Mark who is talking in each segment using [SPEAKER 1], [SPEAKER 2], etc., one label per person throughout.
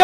[SPEAKER 1] ก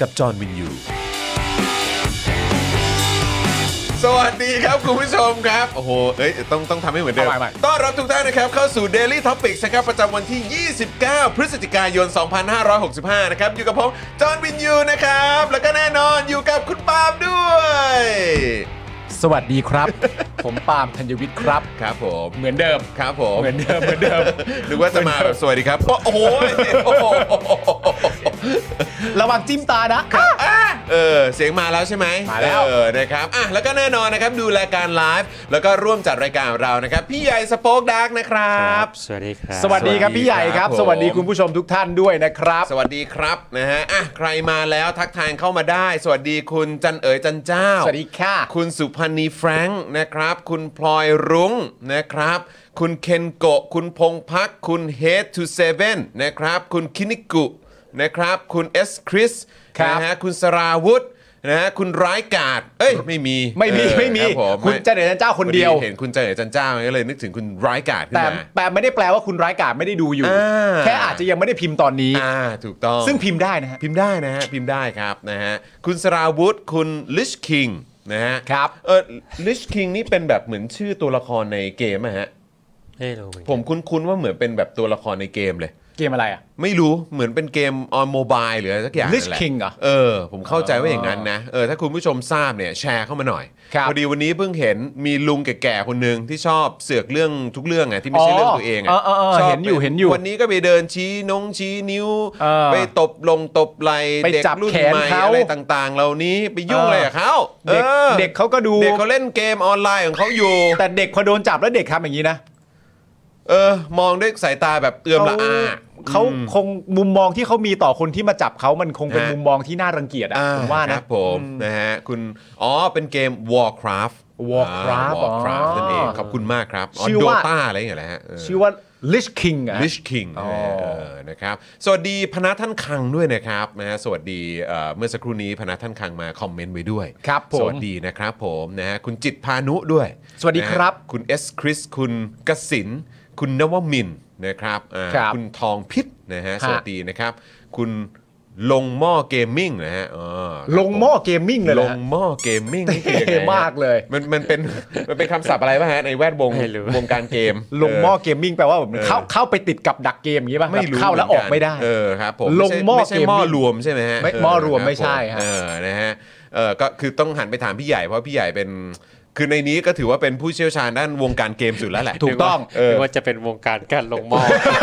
[SPEAKER 2] กับจอห์นวินยู
[SPEAKER 3] สวัสดีครับ คุณผู้ชมครับ โอ้โห เอ้ย ต้องต้องทำให้เหมือนเดิม
[SPEAKER 2] เอาใหม่
[SPEAKER 3] ต้อนรับทุกท่านนะครับ เข้าสู่ Daily Topics นะครับประจำวันที่ 29 พฤศจิกายน 2565 นะครับ อยู่กับผม จอห์นวินยูนะครับ แล้วก็แน่นอนอยู่กับคุณปาล์มด้วย
[SPEAKER 4] สวัสดีครับ ผมปาล์มธัญวิทย์ครับ
[SPEAKER 3] ครับผม
[SPEAKER 4] เหมือนเดิม
[SPEAKER 3] ครับผม
[SPEAKER 4] เหมือนเดิมเหมือนเดิม
[SPEAKER 3] หรือว่าจะมาแบบสวัสดีครับ โอ้โหโอ้โห
[SPEAKER 4] ระวังจิ้มตานะ
[SPEAKER 3] เออ เสียงมาแล้วใช่ไหม
[SPEAKER 4] มาแล้ว
[SPEAKER 3] เออ นะครับ อ่ะ แล้วก็แน่นอนนะครับ ดูรายการไลฟ์ แล้วก็ร่วมจัดรายการของเรานะครับ พี่ใหญ่สป็อกดาร์กนะครับ
[SPEAKER 5] สวัสดีครับ
[SPEAKER 4] สวัสดีครับพี่ใหญ่ครับ
[SPEAKER 3] ส
[SPEAKER 4] ส
[SPEAKER 3] วั
[SPEAKER 4] วั
[SPEAKER 3] ส
[SPEAKER 4] ส
[SPEAKER 3] ดี
[SPEAKER 4] ดี
[SPEAKER 3] ครับ
[SPEAKER 4] คุณผู้ชมทุกท่านด้วยนะครับ
[SPEAKER 3] สวัสดีครับนะฮะอ่ะใครมาแล้วทักทายเข้ามาได้ สวัสดีคุณจันเอ๋ยจันเจ้า
[SPEAKER 4] สวัสดีค่ะ
[SPEAKER 3] คุณสุพันธ์นีแฟรงค์นะครับ คุณพลอยรุ้งนะครับ คุณเคนโกะ คุณพงพัก คุณเฮดทูเซเว่นนะครับ คุณคินิกุนะครับ คุณเอสคริส
[SPEAKER 4] ครับ
[SPEAKER 3] นะฮะคุณสราวุธนะฮะคุณร้ายกาดเอ้ย ไม่มี
[SPEAKER 4] ไม่มี
[SPEAKER 3] เออ
[SPEAKER 4] ไม่มี
[SPEAKER 3] รับผ
[SPEAKER 4] คุณเจเนอเจ้าคนเดียว
[SPEAKER 3] พอเห็นคุณเจเอ๋ยจันเจ้าก็เลยนึกถึงคุณร้ายกาดขึ้น
[SPEAKER 4] แต่
[SPEAKER 3] มา
[SPEAKER 4] แต่ไม่ได้แปลว่าคุณร้ายกาจไม่ได้ดูอยู่
[SPEAKER 3] อ่า
[SPEAKER 4] แค่อาจจะยังไม่ได้พิมพ์ตอนนี้
[SPEAKER 3] อ่าถูกต้อง
[SPEAKER 4] ซึ่งพิมพ์ได้นะฮะ
[SPEAKER 3] พิมพ์ได้นะฮะพิมพ์ได้ครับนะฮะคุณสราวุธคุณลิชคิงนะฮะ
[SPEAKER 4] ครับ
[SPEAKER 3] เออลิชคิงนี่เป็นแบบเหมือนชื่อตัวละครในเกมอะฮะ
[SPEAKER 5] ไม่รู้เหมือน
[SPEAKER 3] ผ
[SPEAKER 5] กัน
[SPEAKER 3] มคุ้นๆว่าเหมือนเป็นแบบตัวละครในเกมเลย
[SPEAKER 4] เกมอะไรอ่ะ
[SPEAKER 3] ไม่รู้เหมือนเป็นเกมออนโมบายหรืออะไรสักอย่างนั่นแหละ
[SPEAKER 4] Lich King เหรอ
[SPEAKER 3] เออ ผมเข้าใจว่าอย่างนั้นนะเออถ้าคุณผู้ชมทราบเนี่ยแชร์เข้ามาหน่อย
[SPEAKER 4] ครับ
[SPEAKER 3] พอดีวันนี้เพิ่งเห็นมีลุงแก่ๆคนหนึ่งที่ชอบเสือกเรื่องทุกเรื่องไงที่ไม่ใช่เรื่องตัวเอง
[SPEAKER 4] อ๋อเออเออเออ
[SPEAKER 3] ชบ
[SPEAKER 4] เห็นอยู่เห็นอยู่
[SPEAKER 3] วันนี้ก็ไปเดินชี้นงชี้นิ้ว
[SPEAKER 4] เออ
[SPEAKER 3] ไปตบลงตบไหล
[SPEAKER 4] ไป
[SPEAKER 3] เด็ก
[SPEAKER 4] จับ
[SPEAKER 3] รุ่น
[SPEAKER 4] แขน
[SPEAKER 3] ใหม่
[SPEAKER 4] เขา
[SPEAKER 3] อะไรต่างๆ เหล่านี้ไปยุ่ง
[SPEAKER 4] เอออ
[SPEAKER 3] อะไรกับเขา
[SPEAKER 4] เด็ก
[SPEAKER 3] ออ
[SPEAKER 4] เด็กเขาก็ดู
[SPEAKER 3] เด็กเขาเล่นเกมออนไลน์ของเขาอยู่
[SPEAKER 4] แต่เด็กพอโดนจับแล้วเด็กทำอย่างนี้นะ
[SPEAKER 3] เออมองด้วยสายตาแบบเอื้อมละอา
[SPEAKER 4] เขาคงมุมมองที่เขามีต่อคนที่มาจับเขามันคงเป็น
[SPEAKER 3] ฮะ
[SPEAKER 4] มุมมองที่น่ารังเกียจอะผมว่า
[SPEAKER 3] ค
[SPEAKER 4] นะ
[SPEAKER 3] รับผมนะฮะคุณอ๋อเป็นเกม Warcraft
[SPEAKER 4] Warcraft
[SPEAKER 3] อ่า Warcraft
[SPEAKER 4] อ๋อ
[SPEAKER 3] นั่นเองขอบคุณมากครับ
[SPEAKER 4] ชื่อว่า
[SPEAKER 3] โดต้าอะไรอย่างเงี้ยแหละฮะ
[SPEAKER 4] ชื่อว่า Lich King อะฮะ
[SPEAKER 3] ลิชคิง
[SPEAKER 4] อ๋อ
[SPEAKER 3] นะครับสวัสดีพนักท่านคังด้วยนะครับนะฮะสวัสดีเอ่อเมื่อสักครู่นี้พนักท่านคังมาคอมเมนต์ไว้ด้วย
[SPEAKER 4] ครับผม
[SPEAKER 3] สวัสดีนะครับผมนะฮะคุณจิตพานุด้วย
[SPEAKER 4] สวัสดีครับ
[SPEAKER 3] นะฮะคุณเอสคริสคุณกสิน คุณนวมินทร์นะครับอ่า
[SPEAKER 4] ครับ
[SPEAKER 3] คุณทองพิษนะฮะ
[SPEAKER 4] ฮะ
[SPEAKER 3] สวัสดีนะครับ คุณลงหม้อเกมมิ่งนะฮะอ๋อครับ
[SPEAKER 4] ลงหม้อ
[SPEAKER 3] ผ
[SPEAKER 4] เกมมิ่งเลยเห
[SPEAKER 3] ล
[SPEAKER 4] รอฮะ
[SPEAKER 3] งหม้อเกมมิ่งนี่คือยังไง
[SPEAKER 4] เท่
[SPEAKER 3] ฮะ
[SPEAKER 4] มากเลย
[SPEAKER 3] มันมันเป็นมันเป็นคำศัพท์อะไรป่ะฮะ ในแวดวง
[SPEAKER 5] ไม่รู้
[SPEAKER 3] วงการเกม
[SPEAKER 4] ลงหม้อ
[SPEAKER 3] เ
[SPEAKER 4] เกมมิ่งแปลว่าแบบ
[SPEAKER 3] เออ
[SPEAKER 4] เข้าเข้าไปติดกับดักเกมอย่างนี้ป่ะ
[SPEAKER 3] ไม่
[SPEAKER 4] แบ
[SPEAKER 3] รู้
[SPEAKER 4] บเข้าแล้วออกไม่ได้
[SPEAKER 3] เออครับผม
[SPEAKER 4] ลงหม้อ
[SPEAKER 3] ไใช่ไใช่
[SPEAKER 4] เกมมิ่ง
[SPEAKER 3] หม้อรวมใช่ไหมฮะ
[SPEAKER 4] ไม่หม้อรวมไม่ใช่
[SPEAKER 3] ค
[SPEAKER 4] ฮะ
[SPEAKER 3] รับผเออนะฮะเออก็คือต้องหันไปถามพี่ใหญ่เพราะพี่ใหญ่เป็น คือในนี้ก็ถือว่าเป็นผู้เชี่ยวชาญด้านวงการเกมสุดแล้วแหละ
[SPEAKER 4] ถูกต้อง
[SPEAKER 3] เออ
[SPEAKER 5] ไม่ว่าจะเป็นวงการการลงห ม้อ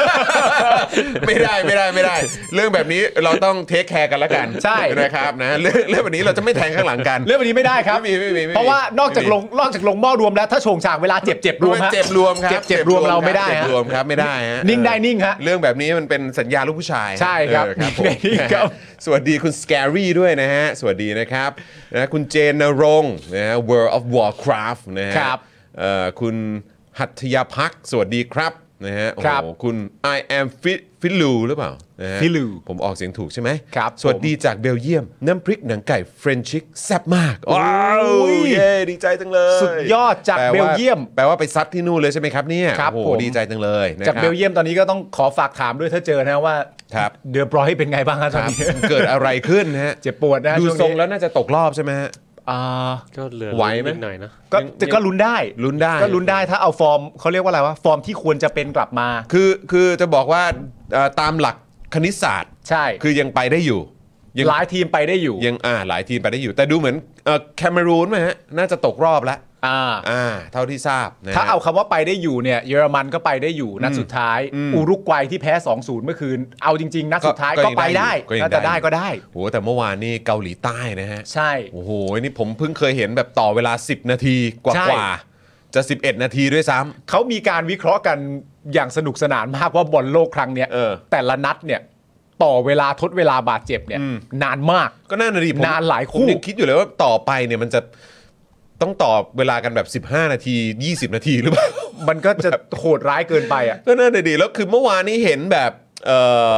[SPEAKER 3] ไม่ได้ไม่ได้ไม่ได้ เรื่องแบบนี้เราต้องเทคแคร์กันละกัน
[SPEAKER 4] ใช่
[SPEAKER 3] นะครับนะเรื่องเรื่องแบบนี้เราจะไม่แทงข้างหลังกัน
[SPEAKER 4] เรื่องแบบนี้ไม่ได้ครับ
[SPEAKER 3] ไม่มีไม่มีไม่มี
[SPEAKER 4] เพราะว่านอกจากลงนอกจากลงหม้อรวมแล้วถ้าโฉงฉางเวลาเจ็บเจ็บรวมฮะ
[SPEAKER 3] เจ็บรวมครับ
[SPEAKER 4] เจ็บเจ็บรวมเราไม่ได้
[SPEAKER 3] เจ็บ
[SPEAKER 4] ฮะ
[SPEAKER 3] รวมครับไม่ได้ฮะ
[SPEAKER 4] นิ่งได้นิ่งฮะ
[SPEAKER 3] เรื่องแบบนี้มันเป็นสัญญาลูกผู้ชายฮะ
[SPEAKER 4] ใช่ครับ
[SPEAKER 3] เออครับผม
[SPEAKER 4] นิ่งได้นิ่งครับ
[SPEAKER 3] สวัสดีคุณสแ a รี่ด้วยนะฮะ สวัสดีนะครับนะคุณเจนนรงค์นะฮะ World of Warcraft นะฮะ
[SPEAKER 4] ครับ
[SPEAKER 3] เอ่อคุณหัตถยาพักษ์สวัสดีครับนะฮะโอ้
[SPEAKER 4] ครั
[SPEAKER 3] โห
[SPEAKER 4] บ
[SPEAKER 3] คุณ I am fit ฟิลูหรือเปล่านะฮะ
[SPEAKER 4] ฟิลู
[SPEAKER 3] ผมออกเสียงถูกใช่ไหม
[SPEAKER 4] ครับ
[SPEAKER 3] สวัสดีจากเบลเยียม น้ำพริกหนังไก่เฟรนชิกแซ่บมากว้าว
[SPEAKER 4] โอ้ย
[SPEAKER 3] เย้ดีใจจังเลย
[SPEAKER 4] สุดยอดจาก
[SPEAKER 3] แปลว่า
[SPEAKER 4] เบลเยียม
[SPEAKER 3] แปลว่าไปซัดที่นู่นเลยใช่ไหมครับเนี่ย
[SPEAKER 4] ครับ
[SPEAKER 3] โอ้โห
[SPEAKER 4] ผม
[SPEAKER 3] ดีใจจังเลยนะ
[SPEAKER 4] จาก
[SPEAKER 3] ครับ
[SPEAKER 4] เบลเยียมตอนนี้ก็ต้องขอฝากถามด้วยถ้าเจอนะว่า
[SPEAKER 3] ครับ
[SPEAKER 4] เดือบร้อยเป็นไงบ้างฮะ
[SPEAKER 3] ค
[SPEAKER 4] ตอน
[SPEAKER 3] รับ
[SPEAKER 4] นี้
[SPEAKER 3] เกิดอะไรขึ้นนะฮะ
[SPEAKER 4] เจ็บปวดนะฮะ
[SPEAKER 3] ดู
[SPEAKER 4] ช่วนี้
[SPEAKER 3] ทรงแล้วน่าจะตกรอบใช่ไหมฮะ
[SPEAKER 4] อ่า
[SPEAKER 5] ก็เหลือ
[SPEAKER 3] ไหวไหม
[SPEAKER 5] นิดหน่อยเนอะ
[SPEAKER 4] ก็
[SPEAKER 3] ยัง
[SPEAKER 4] จะก็ลุ้นได้
[SPEAKER 3] ลุ้นได้
[SPEAKER 4] ก็ลุ้นได้ถ้าเอาฟอร์มเขาเรียกว่าอะไรวะฟอร์มที่ควรจะเป็นกลับมา
[SPEAKER 3] คือคือจะบอกว่าเอ่อตามหลักคณิตศาสตร์
[SPEAKER 4] ใช่
[SPEAKER 3] คือยังไปได้อยู่ ยัง
[SPEAKER 4] หลายทีมไปได้อยู่
[SPEAKER 3] ยังอ่าหลายทีมไปได้อยู่ แต่ดูเหมือนเอ่อแคเมรูนไหมฮะน่าจะตกรอบแล้ว
[SPEAKER 4] อ่า
[SPEAKER 3] อ่า เท่าที่ทราบนะฮะ
[SPEAKER 4] ถ้าเอาคำว่าไปได้อยู่เนี่ยเยอรมันก็ไปได้อยู่นัดสุดท้าย อุรุกวัยที่แพ้ 2-0 เมื่อคืน เอาจริง ๆ นัดสุดท้าย
[SPEAKER 3] ก็
[SPEAKER 4] ก็ไป
[SPEAKER 3] ยังได้
[SPEAKER 4] ได้
[SPEAKER 3] อยู่ก็ยัง
[SPEAKER 4] น่าจะ
[SPEAKER 3] ได้
[SPEAKER 4] ได้
[SPEAKER 3] อยู่
[SPEAKER 4] ก็ได้
[SPEAKER 3] โหแต่เมื่อวานนี่เกาหลีใต้นะฮะ
[SPEAKER 4] ใช่
[SPEAKER 3] โอ้โหนี่ผมเพิ่งเคยเห็นแบบต่อเวลา 10 นาทีกว่า
[SPEAKER 4] ใช่
[SPEAKER 3] กว่าจะ 11 นาทีด้วยซ้
[SPEAKER 4] เขามีการวิเคราะห์กันอย่างสนุกสนานมากว่าบอลโลกครั้งเนี้ย
[SPEAKER 3] เออ
[SPEAKER 4] แต่ละนัดเนี่ยต่อเวลาทดเวลาบาดเจ็บเนี่ยนานมาก
[SPEAKER 3] ำก็น่าหนาดีผม
[SPEAKER 4] นานหลายคู่
[SPEAKER 3] ผมงคิดอยู่เลยว่าต่อไปเนี่ยมันจะต้องต่อเวลากันแบบ 15 นาที 20 นาทีหรือเปล่า
[SPEAKER 4] มันก็จะ โหดร้ายเกินไปอ่ะ
[SPEAKER 3] ก็น่าจะดีแล้วคือเมื่อวานนี้เห็นแบบเอ่อ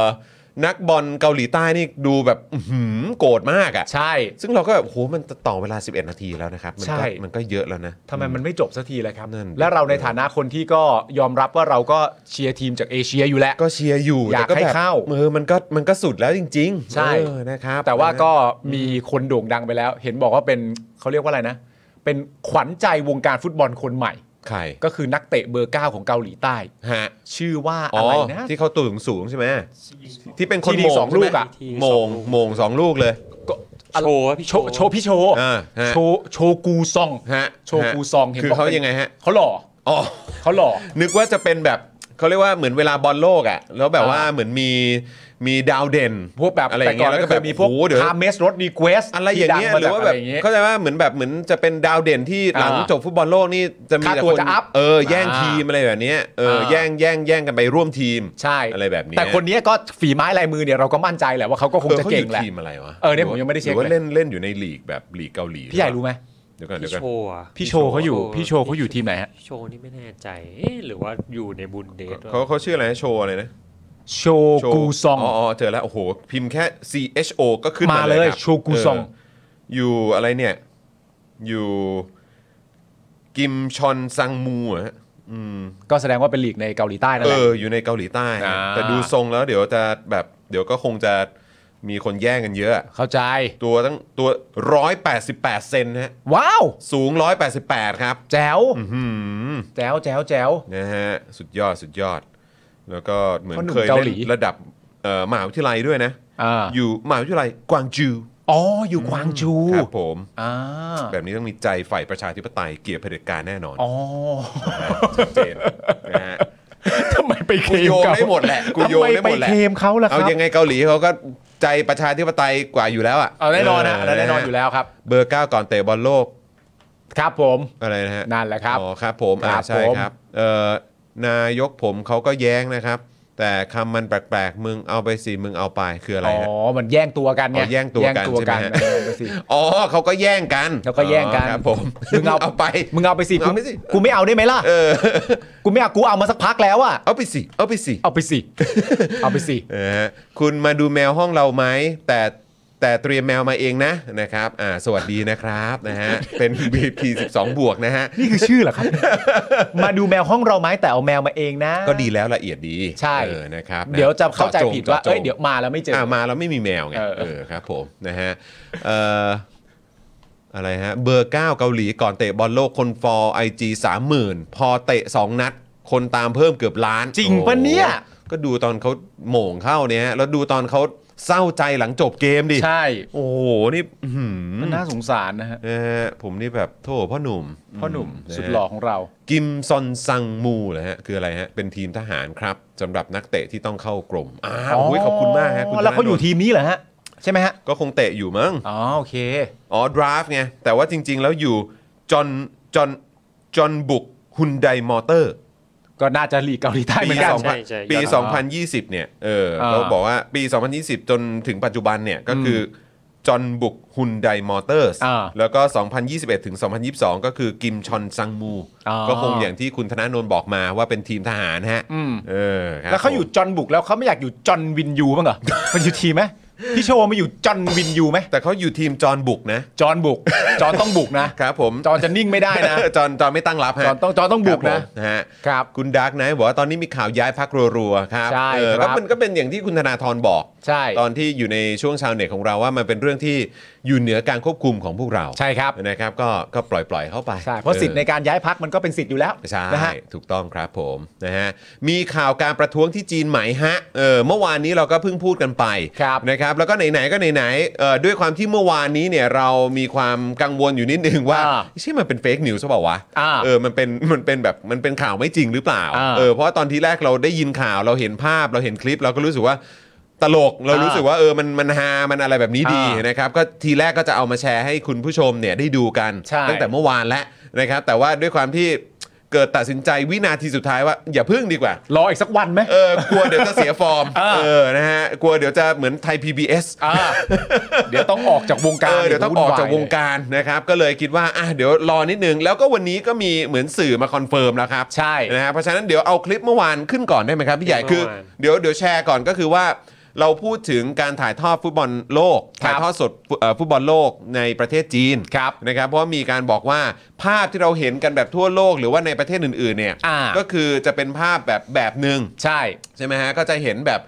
[SPEAKER 3] นักบอลเกาหลีใต้นี่ดูแบบอื้อหือโกรธมากอ่ะ
[SPEAKER 4] ใช่
[SPEAKER 3] ซึ่งเราก็แบบโหมันต่อเวลา 11 นาทีแล้วนะครับมัน
[SPEAKER 4] ใช่
[SPEAKER 3] ก็มันก็เยอะแล้วนะ
[SPEAKER 4] ทำไมมันไม่จบสักทีเลยครับ
[SPEAKER 3] นั่น
[SPEAKER 4] และเราในฐานะคนที่ก็ยอมรับว่าเราก็เชียร์ทีมจากเอเชียอยู่แหละ
[SPEAKER 3] ก็เชียร์อยู่
[SPEAKER 4] อยาก
[SPEAKER 3] แต่แบบ
[SPEAKER 4] ให้เข้า
[SPEAKER 3] เออมันก็มันก็สุดแล้วจริงๆ
[SPEAKER 4] ใช่
[SPEAKER 3] เออนะครับ
[SPEAKER 4] แต่ว่า
[SPEAKER 3] นะ
[SPEAKER 4] ก็มีคนโด่งดังไปแล้ว เห็นบอกว่าเป็นเขาเรียกว่าอะไรนะ เป็นขวัญใจวงการฟุตบอลคนใหม่
[SPEAKER 3] ใคร
[SPEAKER 4] ก็คือนักเตะเบอร์ 9 ของเกาหลีใต้
[SPEAKER 3] ฮะ
[SPEAKER 4] ชื่อว่า
[SPEAKER 3] อ๋
[SPEAKER 4] อะ
[SPEAKER 3] อ
[SPEAKER 4] ไรนะ
[SPEAKER 3] ที่เขาตัวสูงสูงๆใช่ไหมที่เป็นคน
[SPEAKER 4] ที่ดี
[SPEAKER 3] โมง
[SPEAKER 4] สอง
[SPEAKER 3] ใช่ไหม
[SPEAKER 4] ลูกอะ
[SPEAKER 5] ที่
[SPEAKER 3] โมง
[SPEAKER 5] สองลูก
[SPEAKER 3] โมงสองลูกเลย
[SPEAKER 4] ก็
[SPEAKER 5] โชว์ว่าพี่
[SPEAKER 4] โช
[SPEAKER 5] โชว์
[SPEAKER 4] โชพี่โช
[SPEAKER 3] อ่าฮะ
[SPEAKER 4] โชโชกูซอง
[SPEAKER 3] ฮะ
[SPEAKER 4] โชกูซองเห็น
[SPEAKER 3] คือ
[SPEAKER 4] บอก
[SPEAKER 3] เขา
[SPEAKER 4] เป็น
[SPEAKER 3] ยังไงฮะ
[SPEAKER 4] เขาหล่อ
[SPEAKER 3] อ๋อ
[SPEAKER 4] เขาหล่อ
[SPEAKER 3] นึกว่าจะเป็นแบบเขาเรียกว่าเหมือนเวลาบอลโลกอ่ะแล้วแบบว่า
[SPEAKER 4] อ่า
[SPEAKER 3] เหมือนมีมีดาวเด่น
[SPEAKER 4] พวกแบบ
[SPEAKER 3] อะไรอย่าง
[SPEAKER 4] แต่
[SPEAKER 3] เงี้ย
[SPEAKER 4] ก่
[SPEAKER 3] แล้ว
[SPEAKER 4] น
[SPEAKER 3] ก็
[SPEAKER 4] เค
[SPEAKER 3] แบบ
[SPEAKER 4] ยมีพวก
[SPEAKER 3] โอ้โหเดี๋ยว
[SPEAKER 4] ฮาเมสรถดีเควส
[SPEAKER 3] อะไรอย่างเงี้ยหรือว่าแบบเข้าใจว่าเหมือนแบบเหมือนจะเป็นดาวเด่นที่หลัง
[SPEAKER 4] อ่า
[SPEAKER 3] จบฟุตบอลโลกนี่จะมี
[SPEAKER 4] ค่า
[SPEAKER 3] แต่
[SPEAKER 4] ตัว
[SPEAKER 3] คน
[SPEAKER 4] จะอัพ
[SPEAKER 3] เออแย่ง
[SPEAKER 4] อ่า
[SPEAKER 3] ทีมอะไรแบบเนี้ยเอออา แย่งแย่งแย่งกันไปร่วมทีม
[SPEAKER 4] ใช่
[SPEAKER 3] อะไรแบบเนี้ย
[SPEAKER 4] แต่คนเนี้ยก็ฝีไม้ลายมือเนี่ยเราก็มั่นใจแหละว่าเขาก็คงจะเก่งแหละ
[SPEAKER 3] ออขาอยู่ทีมอะไรวะ
[SPEAKER 4] เออเนี่ยผมยังไม่ได้เช็ค
[SPEAKER 3] หรือว่า
[SPEAKER 4] เลย
[SPEAKER 3] เล่นเล่นอยู่ในลีกแบบลีกเกาหลี
[SPEAKER 4] พี่ใหญ่รู้ไหม
[SPEAKER 3] เดี๋ยวก่อนเดี๋ย
[SPEAKER 5] พี่
[SPEAKER 3] วก่อน
[SPEAKER 5] โชว์อะ
[SPEAKER 4] พี่โชว์เขาอยู่พี่โชว์เขาอยู่ทีมไหนฮะ
[SPEAKER 5] พี่โชว์นี่ไม่แน่ใจเอ๊ะหรือว่าอยู่ในบุนเดส
[SPEAKER 3] เขาเขาชื่ออะไรนะโชว์อะไรนะ
[SPEAKER 4] โช
[SPEAKER 3] โชว์
[SPEAKER 4] กูซอง
[SPEAKER 3] อ๋อเจอแล้วโอ้โหพิมพ์แค่ C H O ก็ขึ้น
[SPEAKER 4] มา
[SPEAKER 3] มา
[SPEAKER 4] เลย
[SPEAKER 3] ครับ
[SPEAKER 4] โชกุซอง
[SPEAKER 3] เอยู่อะไรเนี่ย อยู่กิมชอนซังมูอะฮะอืม
[SPEAKER 4] ก็แสดงว่าเป็นลีกในเกาหลีใต้นั่น
[SPEAKER 3] เอ
[SPEAKER 4] แหละ
[SPEAKER 3] ออยู่ในเกาหลีใต้ฮะ
[SPEAKER 4] อ่า
[SPEAKER 3] แต่ดูทรงแล้วเดี๋ยวจะแบบ เดี๋ยวก็คงจะมีคนแย่งกันเยอะ
[SPEAKER 4] เข้าใจ
[SPEAKER 3] ตัวตั้งตัว 188 เซนนะฮะ
[SPEAKER 4] ว้าว
[SPEAKER 3] สูง 188 ครับ
[SPEAKER 4] แจ๋ว
[SPEAKER 3] หืม
[SPEAKER 4] แจ๋วแจ๋วแจ๋ว
[SPEAKER 3] นะฮะ สุดยอดสุดยอด แล้วก็เหมือน
[SPEAKER 4] เพราะหนุ่ม
[SPEAKER 3] เคย
[SPEAKER 4] เกา
[SPEAKER 3] เล่
[SPEAKER 4] หลี
[SPEAKER 3] นระดับเอ่อมหาวิทยาลัยด้วยนะ
[SPEAKER 4] อ่า
[SPEAKER 3] ยู่มหาวิทยาลัยกวางจู
[SPEAKER 4] อ๋ออยู่กวางจู
[SPEAKER 3] ครับผม
[SPEAKER 4] อ่า
[SPEAKER 3] แบบนี้ต้องมีใจฝ่ายประชาธิปไตยเกลียดเผด็จการแน่นอน
[SPEAKER 4] อ๋อ
[SPEAKER 3] ชัดเจนนะฮะ
[SPEAKER 4] ทำไมไปเคลม
[SPEAKER 3] กูโยง
[SPEAKER 4] เขา
[SPEAKER 3] ได้หมดแหละกูโยงได้หมดแหละ
[SPEAKER 4] ทำไไปเคลมเขาล่ะค
[SPEAKER 3] เอา
[SPEAKER 4] รับ
[SPEAKER 3] ยังไงเกาหลีเขาก็ใจประชาธิปไตยกว่าอยู่แล้วอ่ะ
[SPEAKER 4] เอาแน่นอนนะอันนั้นแน่นอนอยู่แล้วครับ
[SPEAKER 3] เบอร์เก้าก่อนเตะบอลโลก
[SPEAKER 4] ครับผม
[SPEAKER 3] อะไรนะฮะ
[SPEAKER 4] นั่นแหละครับ
[SPEAKER 3] อ๋อครับผมอ่า
[SPEAKER 4] ครับ
[SPEAKER 3] ใช่
[SPEAKER 4] ผม
[SPEAKER 3] ครับเอ่อนายกผมเขาก็แย้งนะครับ แต่คำมันแปลกๆ มึงเอาไปสิมึงเอาไปคืออะไร
[SPEAKER 4] อ๋อ
[SPEAKER 3] ฮะ
[SPEAKER 4] มันแย่งตัวกันไง
[SPEAKER 3] อ๋อแย่งตัวกันใช่ไห
[SPEAKER 4] แย่งตัว
[SPEAKER 3] มฮะ
[SPEAKER 4] กันเออไปสิ
[SPEAKER 3] อ๋อเขาก็แย่งกัน
[SPEAKER 4] แล้วก็แย่งกัน
[SPEAKER 3] อ๋อครับผม
[SPEAKER 4] มึงเอา
[SPEAKER 3] เอาไป
[SPEAKER 4] มึงเอาไปสิ
[SPEAKER 3] มึงเอาไปสิ
[SPEAKER 4] กูไม่เอาได้ไหมล่ะ
[SPEAKER 3] เออ
[SPEAKER 4] กูไม่เอากูเอามาสักพักแล้วอะ
[SPEAKER 3] เอาไปสิเอาไปสิ
[SPEAKER 4] เอาไป สิ เอาไปสิ
[SPEAKER 3] เออคุณมาดูแมวห้องเราไหมแต่แต่เตรียมแมวมาเองนะนะครับอ่าสวัสดีนะครับนะฮะเป็น BP 12 บวกนะฮะ
[SPEAKER 4] นี่คือชื่อเหรอครับ มาดูแมวห้องเราไหมแต่เอาแมวมาเองนะ
[SPEAKER 3] ก็ดีแล้วละเอียดดี
[SPEAKER 4] ใช่
[SPEAKER 3] เออนะครับน
[SPEAKER 4] เดี๋ยวจะเข้าใจผิดว่า
[SPEAKER 3] ะง
[SPEAKER 4] เอ้ยเดี๋ยวมาแล้วไม่เจออ
[SPEAKER 3] อ่ะมาแล้วไม่มีแมวไง
[SPEAKER 4] เออ
[SPEAKER 3] เออครับผมนะฮะเอ่ออะไรฮะ เบอร์ 9 เกาหลีก่อนเตะบอลโลกคนฟอร์ไอจีสามหมื่นพอเตะ 2 นัด คนตามเพิ่มเกือบล้าน
[SPEAKER 4] จริงปะเนี่ย
[SPEAKER 3] โอ้โหก็ดูตอนเขาโหม่งเข้าเนี่ยฮะแล้วดูตอนเขาเศร้าใจหลังจบเกมดิ
[SPEAKER 4] ใช่
[SPEAKER 3] โอ้โห นี่อื้อหื
[SPEAKER 4] มัน
[SPEAKER 3] อ
[SPEAKER 4] น่าสงสารนะฮะ
[SPEAKER 3] นะฮะผมนี่แบบโทษพ่อหนุ่ม
[SPEAKER 4] พ่อหนุ่ม
[SPEAKER 3] นะฮะ
[SPEAKER 4] สุดหล่อของเรา
[SPEAKER 3] กิมซอนซังมูเหรอฮะคืออะไรฮะ เป็นทีมทหารครับสำหรับนักเตะที่ต้องเข้ากรมอ้าวโอ้ยขอบคุณมากฮะคุณ
[SPEAKER 4] แล้วเขาอยู่
[SPEAKER 3] ธนดล
[SPEAKER 4] ทีมนี้เหรอฮะ ใช่ไหมฮะ
[SPEAKER 3] ก็คงเตะอยู่มั้ง
[SPEAKER 4] อ๋อโอเค
[SPEAKER 3] อ๋อดราฟต์ไง แต่ว่าจริง ๆ แล้วอยู่จอนจอนจอนบุกฮุนไดมอเตอร์
[SPEAKER 4] ก็น่าจะหลีกเกาหลีใต้เหมื
[SPEAKER 3] ปี
[SPEAKER 4] อนกัน
[SPEAKER 3] สองพัน
[SPEAKER 5] ใช่ใช่
[SPEAKER 3] ปี
[SPEAKER 4] ย้อนหลัง
[SPEAKER 3] 2020 เนี่ยเออ
[SPEAKER 4] เออ
[SPEAKER 3] เขาบอกว่าปี 2020 จนถึงปัจจุบันเนี่ย ก็คือจอนบุกฮุนไดมอเตอร์สแล้วก็ 2021 ถึง 2022 ก็คือกิมชอนซังมู ก็คงอย่างที่คุณธนาโนนบอกมาว่าเป็นทีมทหารฮะเออครับ
[SPEAKER 4] แล้วเขาอยู่จอห์นบุกแล้วเขาไม่อยากอยู่จอห์นวินยูบ้างเหรอ มันอยู่ทีมไหมพี่โชว์มาอยู่จอห์นวินยูไหม
[SPEAKER 3] แต่เขาอยู่ทีมจอห์นบุกนะ
[SPEAKER 4] จอห์นบุก จอห์นต้องบุกนะ
[SPEAKER 3] ครับผม
[SPEAKER 4] จอห์นจะนิ่งไม่ได้นะ
[SPEAKER 3] จอห์นจอห์นไม่ตั้งรับฮะ
[SPEAKER 4] จอห์นต้องจอห์นต้องบุก
[SPEAKER 3] ครั
[SPEAKER 4] นะ
[SPEAKER 3] ผมนะฮะ
[SPEAKER 4] ครับ
[SPEAKER 3] คุณดาร์กไนท์บอกว่าตอนนี้มีข่าวย้ายพักรัวๆครับ
[SPEAKER 4] ใช่
[SPEAKER 3] เออ
[SPEAKER 4] ครั
[SPEAKER 3] ก็
[SPEAKER 4] บ
[SPEAKER 3] มันก็เป็นอย่างที่คุณธนาธรบอก
[SPEAKER 4] ใช่
[SPEAKER 3] ตอนที่อยู่ในช่วงชาวเน็ตของเราว่ามันเป็นเรื่องที่อยู่เหนือการควบคุมของพวกเรา
[SPEAKER 4] ใช่ครับ
[SPEAKER 3] นะครับ ก็ก็ปล่อยปล่อยๆเข้าไป
[SPEAKER 4] ใช่ เพราะสิทธิ์
[SPEAKER 3] อ
[SPEAKER 4] ใน
[SPEAKER 3] อ
[SPEAKER 4] การย้ายพักมันก็เป็นสิทธิ์อยู่แล้ว
[SPEAKER 3] ใช่
[SPEAKER 4] นะฮะ
[SPEAKER 3] ถูกต้องครับผมนะฮะมีข่าวการประท้วงที่จีนไหมฮะเออเมื่อวานนี้เราก็เพิ่งพูดกันไป
[SPEAKER 4] ครับ
[SPEAKER 3] นะครับ นะครับแล้วก็ไหนๆก็ไหนๆเอ่อด้วยความที่เมื่อวานนี้เนี่ยเรามีความกังวลอยู่นิดนึงว่า
[SPEAKER 4] อ่า
[SPEAKER 3] ใช่มันเป็นเฟกนิวส์เปล่าวะ
[SPEAKER 4] อ่า
[SPEAKER 3] เออมันเป็นมันเป็นแบบมันเป็นข่าวไม่จริงหรือเปล่า
[SPEAKER 4] อ่า
[SPEAKER 3] เออเพราะว่าตอนที่แรกเราได้ยินข่าวเราเห็นภาพเราเห็นคลิปเราก็รู้สึกว่าตลกเรา
[SPEAKER 4] อ่า
[SPEAKER 3] รู้สึกว่าเออมันมันฮามันอะไรแบบนี้ดี
[SPEAKER 4] อ่าน
[SPEAKER 3] นะครับก็ทีแรกก็จะเอามาแชร์ให้คุณผู้ชมเนี่ยได้ดูกัน
[SPEAKER 4] ใช่
[SPEAKER 3] ตั้งแต่เมื่อวานแล้วนะครับแต่ว่าด้วยความที่เกิดตัดสินใจวินาทีสุดท้ายว่าอย่าพึ่งดีกว่า
[SPEAKER 4] รออีกสักวันไหม
[SPEAKER 3] เออกลัวเดี๋ยวจะเสียฟอร์ม
[SPEAKER 4] อ่า
[SPEAKER 3] เออนะฮะกลัวเดี๋ยวจะเหมือนไทย PBS
[SPEAKER 4] อ่าเดี๋ยวต้องออกจากวงการ
[SPEAKER 3] เออเดี๋ยวต้องออกจากวง
[SPEAKER 4] ร
[SPEAKER 3] การนะครับ ก็เลยคิดว่าอ่ะเดี๋ยวรอนิดนึง แล้วก็วันนี้ก็มีเหมือนสื่อมาคอนเฟิร์มแล้วครับ
[SPEAKER 4] ใช่
[SPEAKER 3] นะฮะเพราะฉะนั้นเดี๋ยวเอาคลิปเมื่อวานขึ้นก่อนได้ไหมครับพี่ใหญ่
[SPEAKER 5] เมื่อวาน
[SPEAKER 3] คือ เดี๋ยวเดี๋ยวแชร์ก่อนก็คือว่า เราพูดถึงการถ่ายทอดฟุตบอลโลก
[SPEAKER 4] ครับ
[SPEAKER 3] ถ่ายทอดสดฟุเอ่อฟุตบอลโลกในประเทศจีน
[SPEAKER 4] ครับ
[SPEAKER 3] นะครับ เพราะมีการบอกว่าภาพที่เราเห็นกันแบบทั่วโลกหรือว่าในประเทศอื่นๆเนี่ย
[SPEAKER 4] อ่า
[SPEAKER 3] ก็คือจะเป็นภาพแบบแบบหนึ่ง
[SPEAKER 4] ใช่
[SPEAKER 3] ใช่ไหมฮะ ก็จะเห็นแบบ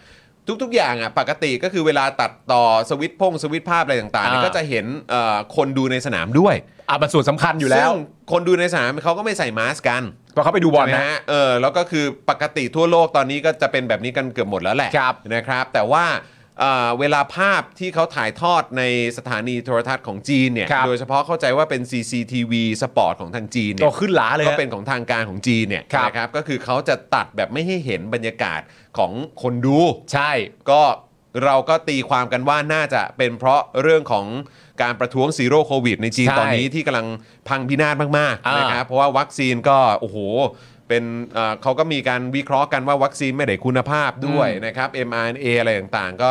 [SPEAKER 3] ทุก ๆ อย่างอ่ะปกติก็คือเวลาตัดต่อสวิตช์พงสวิตช์ภาพอะไรต่างๆเนี่ย
[SPEAKER 4] อ่า
[SPEAKER 3] ก็จะเห็นเอ่อคนดูในสนามด้วย
[SPEAKER 4] อ่ะมันส่วนสำคัญอยู่แล้ว
[SPEAKER 3] ซึ่งคนดูในสนามเขาก็ไม่ใส่มาสก์กัน
[SPEAKER 4] เพอเขาไปดูบอล
[SPEAKER 3] ใช่ไหม
[SPEAKER 4] นะ
[SPEAKER 3] ฮะเออแล้วก็คือปกติทั่วโลกตอนนี้ก็จะเป็นแบบนี้กันเกือบหมดแล้วแหละ
[SPEAKER 4] ครับ
[SPEAKER 3] นะครับแต่ว่าเอ่อเวลาภาพที่เขาถ่ายทอดในสถานีโทรทัศน์ของจีนเนี่ย
[SPEAKER 4] ครับ
[SPEAKER 3] โดยเฉพาะเข้าใจว่าเป็น CCTV สปอร์ตของทางจีนเนี่
[SPEAKER 4] ก็
[SPEAKER 3] ย
[SPEAKER 4] ขึ้นหลาเลยฮะ
[SPEAKER 3] ก็เป็นของทางการของจีนเนี่ย
[SPEAKER 4] ครับ
[SPEAKER 3] นะครับก็คือเขาจะตัดแบบไม่ให้เห็นบรรยากาศของคนดู
[SPEAKER 4] ใช่
[SPEAKER 3] ก็เราก็ตีความกันว่าน่าจะเป็นเพราะเรื่องของการประท้วงซีโร่โควิดในจีน
[SPEAKER 4] ใช่
[SPEAKER 3] ตอนนี้ที่กำลังพังพินาศมาก
[SPEAKER 4] อ่า
[SPEAKER 3] ๆ
[SPEAKER 4] น
[SPEAKER 3] นะครับเพราะว่าวัคซีนก็โอ้โหเป็นเอ่อเขาก็มีการวิเคราะห์กันว่าวัคซีนไม่ได้คุณภาพด้วย
[SPEAKER 4] อืม
[SPEAKER 3] นะครับ mRNA อะไรต่างๆ ก็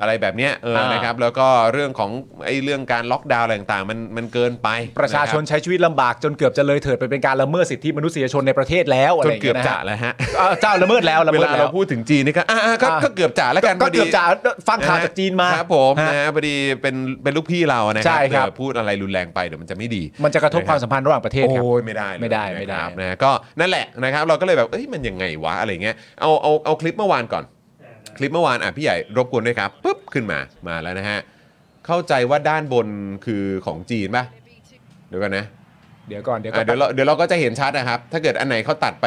[SPEAKER 3] อะไรแบบเนี้ยเออ
[SPEAKER 4] อ่าน
[SPEAKER 3] นะครับแล้วก็เรื่องของไอ้เรื่องการล็อกดาวน์อะไรต่างๆมันมันเกินไป
[SPEAKER 4] ประชาชน
[SPEAKER 3] นะค
[SPEAKER 4] ใช้ชีวิตลำบากจนเกือบจะเลยเถิดไปเป็นการละเมิดสิทธิมนุษยชนในประเทศแล้ว
[SPEAKER 3] รับ
[SPEAKER 4] อะ
[SPEAKER 3] จ
[SPEAKER 4] ไร
[SPEAKER 3] น
[SPEAKER 4] ย่าง
[SPEAKER 3] เกือบ
[SPEAKER 4] งี้ยน
[SPEAKER 3] จะ
[SPEAKER 4] ฮ
[SPEAKER 3] แล้วฮะ
[SPEAKER 4] อ่าเจ้าละเมิดแล้วละ
[SPEAKER 3] เว
[SPEAKER 4] เมิด
[SPEAKER 3] ลา
[SPEAKER 4] แล้
[SPEAKER 3] เรา
[SPEAKER 4] ว
[SPEAKER 3] พูดถึงจีนนี่ก็อ่าๆก็ก็เกือบจะแล้วกัน
[SPEAKER 4] ก็
[SPEAKER 3] พอดี
[SPEAKER 4] เกือบจะฟังข่าวจากจีนมา
[SPEAKER 3] ครับผม
[SPEAKER 4] ฮ
[SPEAKER 3] นะฮะพอดีเป็นเป็นลูกพี่เรานะค
[SPEAKER 4] ใช่
[SPEAKER 3] รั
[SPEAKER 4] ครับ
[SPEAKER 3] เดี๋ยวพูดอะไรรุนแรงไปเดี๋ยวมันจะไม่ดี
[SPEAKER 4] มันจะกระทบความสัมพันธ์ระหว่างประเทศครับ
[SPEAKER 3] โอ้ยไม่ได้เลย
[SPEAKER 4] ไม่ได้ไม่ได้
[SPEAKER 3] นะครับนะก็นั่นแหละนะครับ เราก็เลยแบบเอ้ยมันยังไงวะอะไรเงี้ยเอาเอาเอาคลิปเมื่อวานก่อน คลิปเมื่อวานอ่ะพี่ใหญ่รบกวนด้วยครับปุ๊บขึ้นมามาแล้วนะฮะเข้าใจว่าด้านบนคือของจีนป่ะเดี๋ยวกันนะ
[SPEAKER 4] เดี๋ยวก่อนเดี๋ยวก่อ
[SPEAKER 3] อ่ะ
[SPEAKER 4] น
[SPEAKER 3] เดี๋ยวเราเดี๋ยวเราก็จะเห็นชัดนะครับ ถ้าเกิดอันไหนเขาตัดไป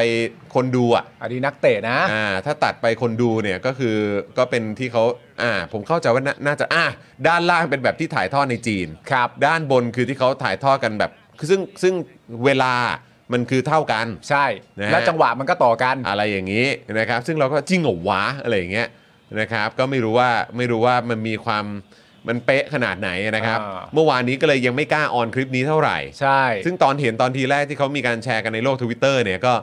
[SPEAKER 3] คนดูอ่ะ
[SPEAKER 4] อันนี้นักเตะนะ
[SPEAKER 3] อ่าถ้าตัดไปคนดูเนี่ยก็คือก็เป็นที่เขาอ่าผมเข้าใจว่าน่าน่าจะอ่าด้านล่างเป็นแบบที่ถ่ายทอดในจีน
[SPEAKER 4] ครับ
[SPEAKER 3] ด้านบนคือที่เขาถ่ายทอดกันแบบคือซึ่งซึ่งเวลามันคือเท่ากัน
[SPEAKER 4] ใช่
[SPEAKER 3] นะฮะ
[SPEAKER 4] แล้วจังหวะมันก็ต่อกัน
[SPEAKER 3] อะไรอย่างนี้นะครับ ซึ่งเราก็จริงเหรอวะอะไรอย่างเงี้ยนะครับ ก็ไม่รู้ว่าไม่รู้ว่ามันมีความมันเป๊ะขนาดไหนนะครับ
[SPEAKER 4] อ่า
[SPEAKER 3] เมื่อวานนี้ก็เลยยังไม่กล้าออนคลิปนี้เท่าไหร่
[SPEAKER 4] ใช่
[SPEAKER 3] ซึ่งตอนเห็นตอนทีแรกที่เขามีการแชร์กันในโลกทวิตเตอร์เนี่ยก็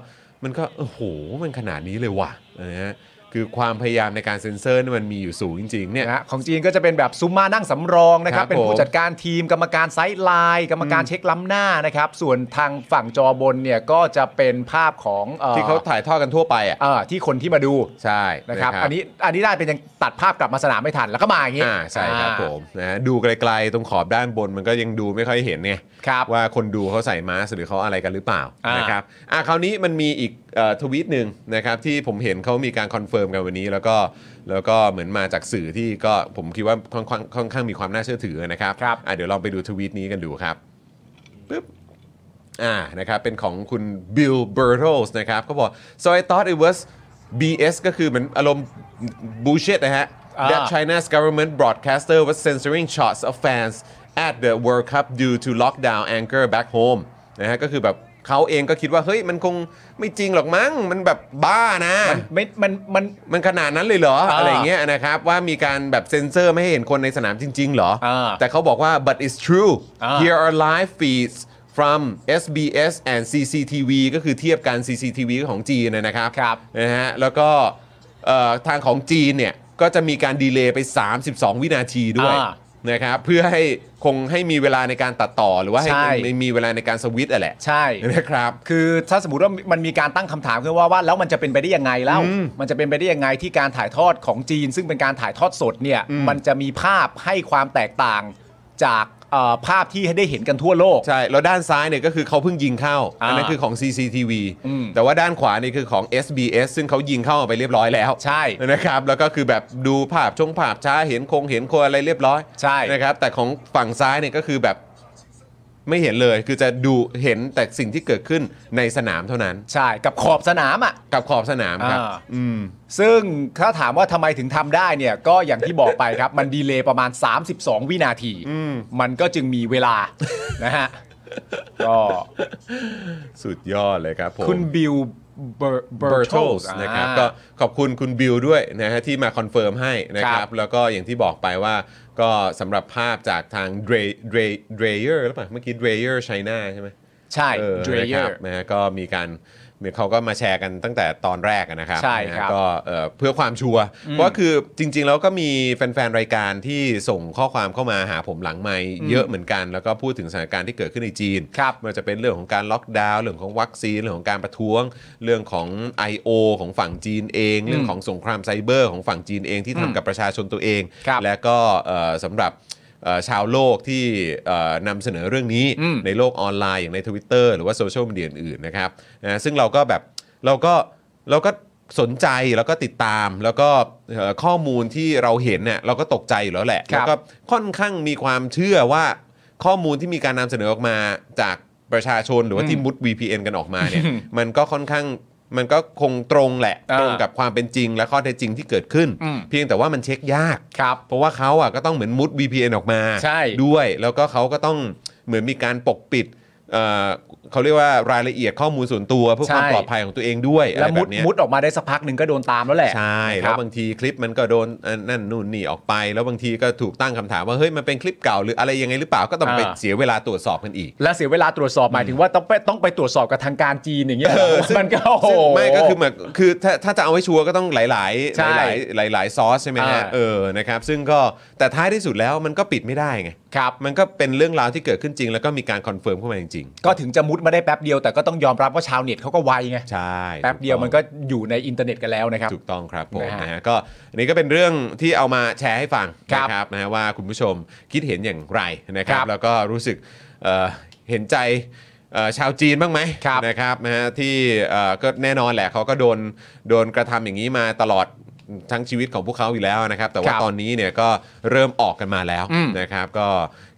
[SPEAKER 3] มันก็โอ้โหมันขนาดนี้เลยว่ะนะฮะคือความพยายามในการเซ็นเซอร์นี่มันมีอยู่สูงจริง ๆ เนี่ย
[SPEAKER 4] นะฮะของจีนก็จะเป็นแบบซุ้มมานั่งสำรองนะครับ
[SPEAKER 3] ครับ
[SPEAKER 4] เป็น
[SPEAKER 3] ผ
[SPEAKER 4] ผู้
[SPEAKER 3] ม
[SPEAKER 4] จัดการทีมกรรมการไซด์ไลน์กรรมการเช็คล้ำหน้านะครับ ส่วนทางฝั่งจอบนเนี่ยก็จะเป็นภาพของอ่อ
[SPEAKER 3] ที่เขาถ่ายทอดกันทั่วไปอ่ะ
[SPEAKER 4] เอ่อที่คนที่มาดู
[SPEAKER 3] ใช่
[SPEAKER 4] นะครับ อันนี้อันนี้ได้เป็นยังตัดภาพกลับมาสนามไม่ทันแล้วก็มาอย่างนี้
[SPEAKER 3] อ่าใช่ครับ
[SPEAKER 4] อ่า
[SPEAKER 3] ผมนะฮะดูไกลๆตรงขอบด้านบนมันก็ยังดูไม่ค่อยเห็นไง
[SPEAKER 4] ครับ
[SPEAKER 3] ว่าคนดูเขาใส่มาสก์หรือเขาอะไรกันหรือเปล่า
[SPEAKER 4] อ่าน
[SPEAKER 3] นะครับอ่ะคราวนี้มันมีอีกเอ่อทวีตหนึ่งนะครับที่ผมเห็นเขามีการคอนเฟิร์มกันวันนี้แล้วก็แล้วก็เหมือนมาจากสื่อที่ก็ผมคิดว่าค่อนข้างค่อนข้างมีความน่าเชื่อถือนะครับ
[SPEAKER 4] ครับ
[SPEAKER 3] อ่ะเดี๋ยวลองไปดูทวีตนี้กันดูครับปึ๊บอ่านะครับเป็นของคุณบิลเบอร์โรสนะครับเขาบอก so I thought it was BS ก็คือเหมือนอารมณ์ bullshit นะฮะ
[SPEAKER 4] อ่า
[SPEAKER 3] that China's government broadcaster was censoring shots of fans at the World Cup due to lockdown anger back home นะฮะก็คือแบบเขาเองก็คิดว่า เฮ้ย มันคงไม่จริงหรอกมั้ง มันแบบบ้านะ
[SPEAKER 4] ไม่มันมัน
[SPEAKER 3] มันขนาดนั้นเลยเหรอ
[SPEAKER 4] อ่า
[SPEAKER 3] อะไรเงี้ยนะครับว่ามีการแบบเซ็นเซอร์ไม่ให้เห็นคนในสนามจริง ๆ เหรอ
[SPEAKER 4] อ่า
[SPEAKER 3] แต่เขาบอกว่า but it's true
[SPEAKER 4] อ่า
[SPEAKER 3] here are live feeds from SBS and CCTV ก็คือเทียบกัน CCTV ของจีนนะครับ
[SPEAKER 4] ครับ
[SPEAKER 3] นะฮะแล้วก็เอ่อทางของจีนเนี่ย ก็จะมีการดีเลย์ไป 32 วินาทีด้วย
[SPEAKER 4] อ่า
[SPEAKER 3] นะครับเพื่อให้คงให้มีเวลาในการตัดต่อหรือว่าให้
[SPEAKER 4] ใช่
[SPEAKER 3] มีเวลาในการสวิตช์อะแหละ
[SPEAKER 4] ใช่
[SPEAKER 3] นะครับ
[SPEAKER 4] คือถ้าสมมติว่ามันมีการตั้งคำถามขึ้นว่าว่าแล้วมันจะเป็นไปได้ยังไงแล้ว มันจะเป็นไปได้ยังไงที่การถ่ายทอดของจีน ซึ่งเป็นการถ่ายทอดสดเนี่ยมันจะมีภาพให้ความแตกต่างจากเอ่อภาพที่ได้เห็นกันทั่วโลก
[SPEAKER 3] ใช่ แล้วด้านซ้ายเนี่ยก็คือเขาเพิ่งยิงเข้า
[SPEAKER 4] อ่า
[SPEAKER 3] อันนั้นคือของ CCTV
[SPEAKER 4] อืม
[SPEAKER 3] แต่ว่าด้านขวานี่คือของ SBS ซึ่งเขายิงเข้าไปเรียบร้อยแล้ว
[SPEAKER 4] ใช่
[SPEAKER 3] นะครับ แล้วก็คือแบบดูภาพชงภาพช้าเห็นคงเห็นคนอะไรเรียบร้อย
[SPEAKER 4] ใช่
[SPEAKER 3] นะครับ แต่ของฝั่งซ้ายเนี่ยก็คือแบบ ไม่เห็นเลยคือจะดูเห็นแต่สิ่งที่เกิดขึ้นในสนามเท่านั้น
[SPEAKER 4] ใช่กับขอบสนามอ่ะ
[SPEAKER 3] กับขอบสนามครับ
[SPEAKER 4] อ่า
[SPEAKER 3] อืม
[SPEAKER 4] ซึ่งถ้าถามว่าทำไมถึงทำได้เนี่ยก็อย่างที่บอกไปครับ มันดีเลย์ประมาณ 32 วินาที มันก็จึงมีเวลา นะฮะ ก็
[SPEAKER 3] สุดยอดเลยครับผม
[SPEAKER 4] คุณบิลเบ
[SPEAKER 3] เบ
[SPEAKER 4] อ
[SPEAKER 3] อ
[SPEAKER 4] ร์
[SPEAKER 3] ร์
[SPEAKER 4] โท
[SPEAKER 3] โท
[SPEAKER 4] ส
[SPEAKER 3] สนะครับก็ขอบคุณคุณบิวด้วยนะฮะที่มาคอนเฟิร์มให้นะค
[SPEAKER 4] ค
[SPEAKER 3] รั
[SPEAKER 4] รับ บ
[SPEAKER 3] แล้วก็อย่างที่บอกไปว่าก็สำหรับภาพจากทางเดรเดรเดรเยอร์หรือเปล่าเมื่อกี้เดรเยอร์ไชน่าใช่ไหม
[SPEAKER 4] ใช่
[SPEAKER 3] เออ
[SPEAKER 4] Dreyer
[SPEAKER 3] นะครับนะฮะก็มีการเขาก็มาแชร์กันตั้งแต่ตอนแรกอะนะครับ
[SPEAKER 4] ใช่
[SPEAKER 3] นะ
[SPEAKER 4] ครั
[SPEAKER 3] ฮะ
[SPEAKER 4] บ
[SPEAKER 3] ก็เอ่อเพื่อความชัวร์เพราะคือจริง ๆ แล้วก็มีแฟน ๆ รายการที่ส่งข้อความเข้ามาหาผมหลังไม่เยอะเหมือนกัน แล้วก็พูดถึงสถานการณ์ที่เกิดขึ้นในจีน
[SPEAKER 4] ครับ
[SPEAKER 3] ไมันจะเป็นเรื่องของการล็อกดาวน์เรื่องของวัคซีนเรื่องของการประท้วง เรื่องของ I.O. ของฝั่งจีนเอง เรื่องของสงครามไซเบอร์ของฝั่งจีนเองที่ทำกับประชาชนตัวเอง
[SPEAKER 4] ครับ
[SPEAKER 3] และก็เอ่อสำหรับเอ่อชาวโลกที่เอ่อนำเสนอเรื่องนี้
[SPEAKER 4] อืม
[SPEAKER 3] ในโลกออนไลน์อย่างใน Twitter หรือว่าโซเชียลมีเดียอื่นๆนะครับนะซึ่งเราก็แบบเราก็เราก็สนใจแล้วก็ติดตาม แล้วก็เอ่อข้อมูลที่เราเห็นเนี่ยเราก็ตกใจอยู่แล้วแหละ
[SPEAKER 4] ครั
[SPEAKER 3] แล้ว
[SPEAKER 4] บ
[SPEAKER 3] ก็ ค่อนข้างมีความเชื่อว่าข้อมูลที่มีการนำเสนอออกมาจากประชาชนหรือว่าที่มุด VPN กันออกมาเนี่ย มันก็ค่อนข้างมันก็คงตรงแหละ
[SPEAKER 4] อ่า
[SPEAKER 3] ตรงกับความเป็นจริงและข้อเท็จจริงที่เกิดขึ้น
[SPEAKER 4] อืม
[SPEAKER 3] เพียงแต่ว่ามันเช็คยาก
[SPEAKER 4] ครับ
[SPEAKER 3] เพราะว่าเขาอ่ะก็ต้องเหมือนมุด VPN ออกมา
[SPEAKER 4] ใช่
[SPEAKER 3] ด้วย แล้วก็เขาก็ต้องเหมือนมีการปกปิดเอ่อเขาเรียกว่ารายละเอียดข้อมูลส่วนตัวเพื่อความ
[SPEAKER 4] ใช่
[SPEAKER 3] ปลอดภัยของตัวเองด้วยอะไร
[SPEAKER 4] แล้ว
[SPEAKER 3] แบ
[SPEAKER 4] มุด
[SPEAKER 3] บเนี้ย
[SPEAKER 4] มุดออกมาได้สักพักหนึ่งก็โดนตามแล้วแหละ
[SPEAKER 3] ใช่
[SPEAKER 4] ค
[SPEAKER 3] แล้
[SPEAKER 4] รั
[SPEAKER 3] ว
[SPEAKER 4] บ
[SPEAKER 3] บางทีคลิปมันก็โดนอันนั่นนู่นนี่ออกไป แล้วบางทีก็ถูกตั้งคำถามว่าเฮ้ยมันเป็นคลิปเก่าหรืออะไรยังไงหรือเปล่าก็ต้องไป
[SPEAKER 4] อ่า
[SPEAKER 3] เสียเวลาตรวจสอบกันอีก
[SPEAKER 4] และเสียเวลาตรวจสอบหมายถึงว่าต้องไปต้องไปตรวจสอบกับทางการจีนอย่างเงี้ย
[SPEAKER 3] เออซึ่ง
[SPEAKER 4] มันก็โอ้โห
[SPEAKER 3] ซึ่งไม่ก็คือเหมือนคือถ้าถ้าจะเอาให้ชัวร์ก็ต้องหลาย ๆ หล
[SPEAKER 4] ใช่
[SPEAKER 3] ายๆหลาย ๆ ซอสใช่ไหมฮะ
[SPEAKER 4] อ่า
[SPEAKER 3] เออนะครับซึ่งก็แต่ท้ายที่สุดแล้วมันก็ปิดไม่ได้ไง
[SPEAKER 4] ครับ
[SPEAKER 3] มันก็เป็นเรื่องราวที่เกิดขึ้นจริง แล้วก็มีการคอนเฟิร์มเข้ามาจริง
[SPEAKER 4] ก็ถึงจะมุดมาได้แป๊บเดียวแต่ก็ต้องยอมรับว่าชาวเน็ตเขาก็ไวไง
[SPEAKER 3] ๆใช่
[SPEAKER 4] แป๊บเดียว
[SPEAKER 3] ถูต้อง
[SPEAKER 4] มันก็อยู่ในอินเทอร์เน็ตกันแล้วนะครับ
[SPEAKER 3] ถูกต้องครับผม
[SPEAKER 4] นะฮะ
[SPEAKER 3] นะฮะก็อันนี้ก็เป็นเรื่องที่เอามาแชร์ให้ฟัง
[SPEAKER 4] ครับ
[SPEAKER 3] นะครับนะฮะว่าคุณผู้ชมคิดเห็นอย่างไรนะครั
[SPEAKER 4] ค
[SPEAKER 3] บ
[SPEAKER 4] รับ
[SPEAKER 3] แล้วก็รู้สึกเอ่อเห็นใจเอ่อชาวจีนบ้างไหม
[SPEAKER 4] ครับ
[SPEAKER 3] นะครับนะฮะที่เอ่อก็แน่นอนแหละเขาก็โดนโดนกระทำอย่างนี้มาตลอดทั้งชีวิตของพวกเขาอยู่แล้วนะครับ แต่ว่า
[SPEAKER 4] ครับ
[SPEAKER 3] ตอนนี้เนี่ยก็เริ่มออกกันมาแล้ว
[SPEAKER 4] อืม
[SPEAKER 3] นะครับก็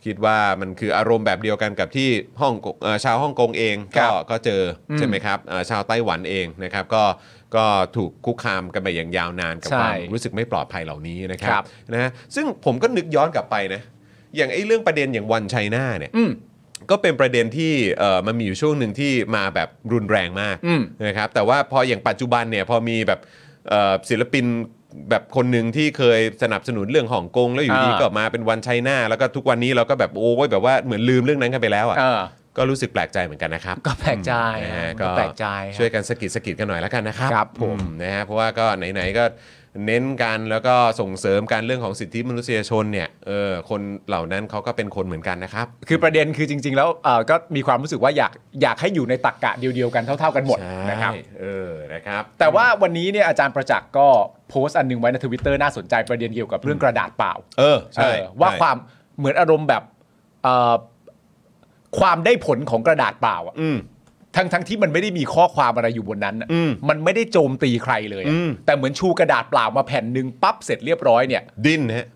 [SPEAKER 3] คิดว่ามันคืออารมณ์แบบเดียวกันกับที่ฮ่องกงเอ่อชาวฮ่องกงเอง
[SPEAKER 4] ครั
[SPEAKER 3] ก็
[SPEAKER 4] บ
[SPEAKER 3] ก็เจอใช่ไหมครับเอ่อชาวไต้หวันเองนะครับก็ก็ถูกคุกคามกันไปอย่างยาวนาน กับ
[SPEAKER 4] ใช่
[SPEAKER 3] ความรู้สึกไม่ปลอดภัยเหล่านี้นะครั
[SPEAKER 4] ครับ บ
[SPEAKER 3] นะฮะซึ่งผมก็นึกย้อนกลับไปนะ อย่างไอ้เรื่องประเด็นอย่างวันไชน่าเนี่ย
[SPEAKER 4] อืม
[SPEAKER 3] ก็เป็นประเด็นที่เอ่อมันมีอยู่ช่วงหนึ่งที่มาแบบรุนแรงมาก
[SPEAKER 4] อืม
[SPEAKER 3] นะครับแต่ว่าพออย่างปัจจุบันเนี่ยพอมีแบบเอ่อศิลปินแบบคนหนึ่งที่เคยสนับสนุนเรื่องฮ่องกงแล้วอยู่ดี
[SPEAKER 4] อ่า
[SPEAKER 3] ก็มาเป็นวันไชน่าแล้วก็ทุกวันนี้เราก็แบบโอ้ยแบบว่าเหมือนลืมเรื่องนั้นกันไปแล้ว
[SPEAKER 4] เออ
[SPEAKER 3] อ่ะก็รู้สึกแปลกใจเหมือนกันนะครับ
[SPEAKER 4] ก็แปลกใจ
[SPEAKER 3] นะฮะ
[SPEAKER 4] ก็
[SPEAKER 3] ก็
[SPEAKER 4] แปลกใจ
[SPEAKER 3] ช่วยกันสะกิดสะกิดกันหน่อยแล้วกันนะครับ
[SPEAKER 4] ครับผม
[SPEAKER 3] อืนะฮะเพราะว่าก็ไหนๆก็เน้นกันแล้วก็ส่งเสริมการเรื่องของสิทธิมนุษยชนเนี่ยเออคนเหล่านั้นเขาก็เป็นคนเหมือนกันนะครับ
[SPEAKER 4] คือประเด็นคือจริง ๆ แล้วเอ่อก็มีความรู้สึกว่าอยากอยากให้อยู่ในตักกะเดียวๆกันเท่า ๆกันหมด
[SPEAKER 3] ใช่
[SPEAKER 4] นะครับ
[SPEAKER 3] เออนะครับ
[SPEAKER 4] แต่ว่าวันนี้เนี่ยอาจารย์ประจักษ์ก็โพสต์อันหนึงไว้ในทวิตเตอร์น่าสนใจประเด็นเกี่ยวกับเรื่องกระดาษเปล่า
[SPEAKER 3] เออใช่
[SPEAKER 4] เออว่า
[SPEAKER 3] ใช่
[SPEAKER 4] ความเหมือนอารมณ์แบบเอ่อความได้ผลของกระดาษเปล่าอะ
[SPEAKER 3] อืม
[SPEAKER 4] ทั้งทั้งที่มันไม่ได้มีข้อความอะไรอยู่บนนั้นน่ะ
[SPEAKER 3] อืม
[SPEAKER 4] มันไม่ได้โจมตีใครเลยอะ
[SPEAKER 3] อืม
[SPEAKER 4] แต่เหมือนชูกระดาษเปล่ามาแผ่นหนึ่งปั๊บเสร็จเรียบร้อยเนี่ย
[SPEAKER 3] ดิ้นฮะ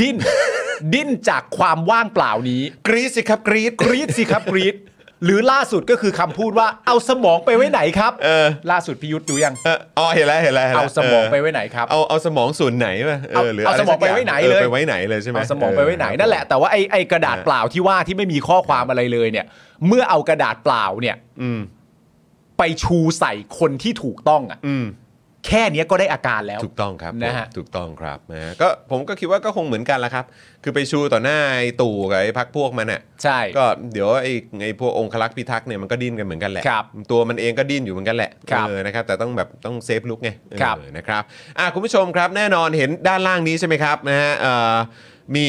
[SPEAKER 4] ดิ้น ดิ้นจากความว่างเปล่านี้
[SPEAKER 3] กรีดสิครับกรีด
[SPEAKER 4] กรีดสิครับกรีดหรือล่าสุดก็คือคำพูดว่าเอาสมองไปไว้ไหนครับ
[SPEAKER 3] เออ
[SPEAKER 4] ล่าสุดพิยุทธ์ดูยัง
[SPEAKER 3] เอออ๋อเห็นแล้วเห็นแล้วห็นแล้ว
[SPEAKER 4] เอาสมองไปไว้ไหนครับ
[SPEAKER 3] เอาเอาสมองส่วนไหนวะ
[SPEAKER 4] เอา
[SPEAKER 3] หรืะร
[SPEAKER 4] เอาสมองไปไว้ไหนเลย
[SPEAKER 3] ออไปไว้ไหนเลยใช่ไหม
[SPEAKER 4] เอาสมองไปไว้ไหนนั่นแหละแต่ว่าไอ้ไอ้กระดาษเปล่าที่ว่าที่ไม่มีข้อความอะไรเลยเนี่ย เมื่อเอากระดาษเปล่าเนี่ย
[SPEAKER 3] อืม
[SPEAKER 4] ไปชูใส่คนที่ถูกต้องอ่ะ
[SPEAKER 3] อืม
[SPEAKER 4] แค่เนี้ยก็ได้อาการแล้ว
[SPEAKER 3] ถูกต้องครับ
[SPEAKER 4] นะฮะ
[SPEAKER 3] ผมถูกต้องครับนะฮะก็ผมก็คิดว่าก็คงเหมือนกันละครับ คือไปชูต่อหน้าไอ้ตู่กับไอ้พักพวกมันอ่ะ
[SPEAKER 4] ใช่
[SPEAKER 3] ก็เดี๋ยวไอ้ไอ้พวกองคลักษ์พิทักษ์เนี่ยมันก็ดิ้นกันเหมือนกันแหละ
[SPEAKER 4] ครับ
[SPEAKER 3] ตัวมันเองก็ดิ้นอยู่เหมือนกันแหละ
[SPEAKER 4] ครับ
[SPEAKER 3] เออนะครับแต่ต้องแบบต้องเซฟลุกไง
[SPEAKER 4] ครับ
[SPEAKER 3] เออนะครับอ่ะคุณผู้ชมครับแน่นอนเห็นด้านล่างนี้ใช่ไหมครับนะฮะเอ่อมี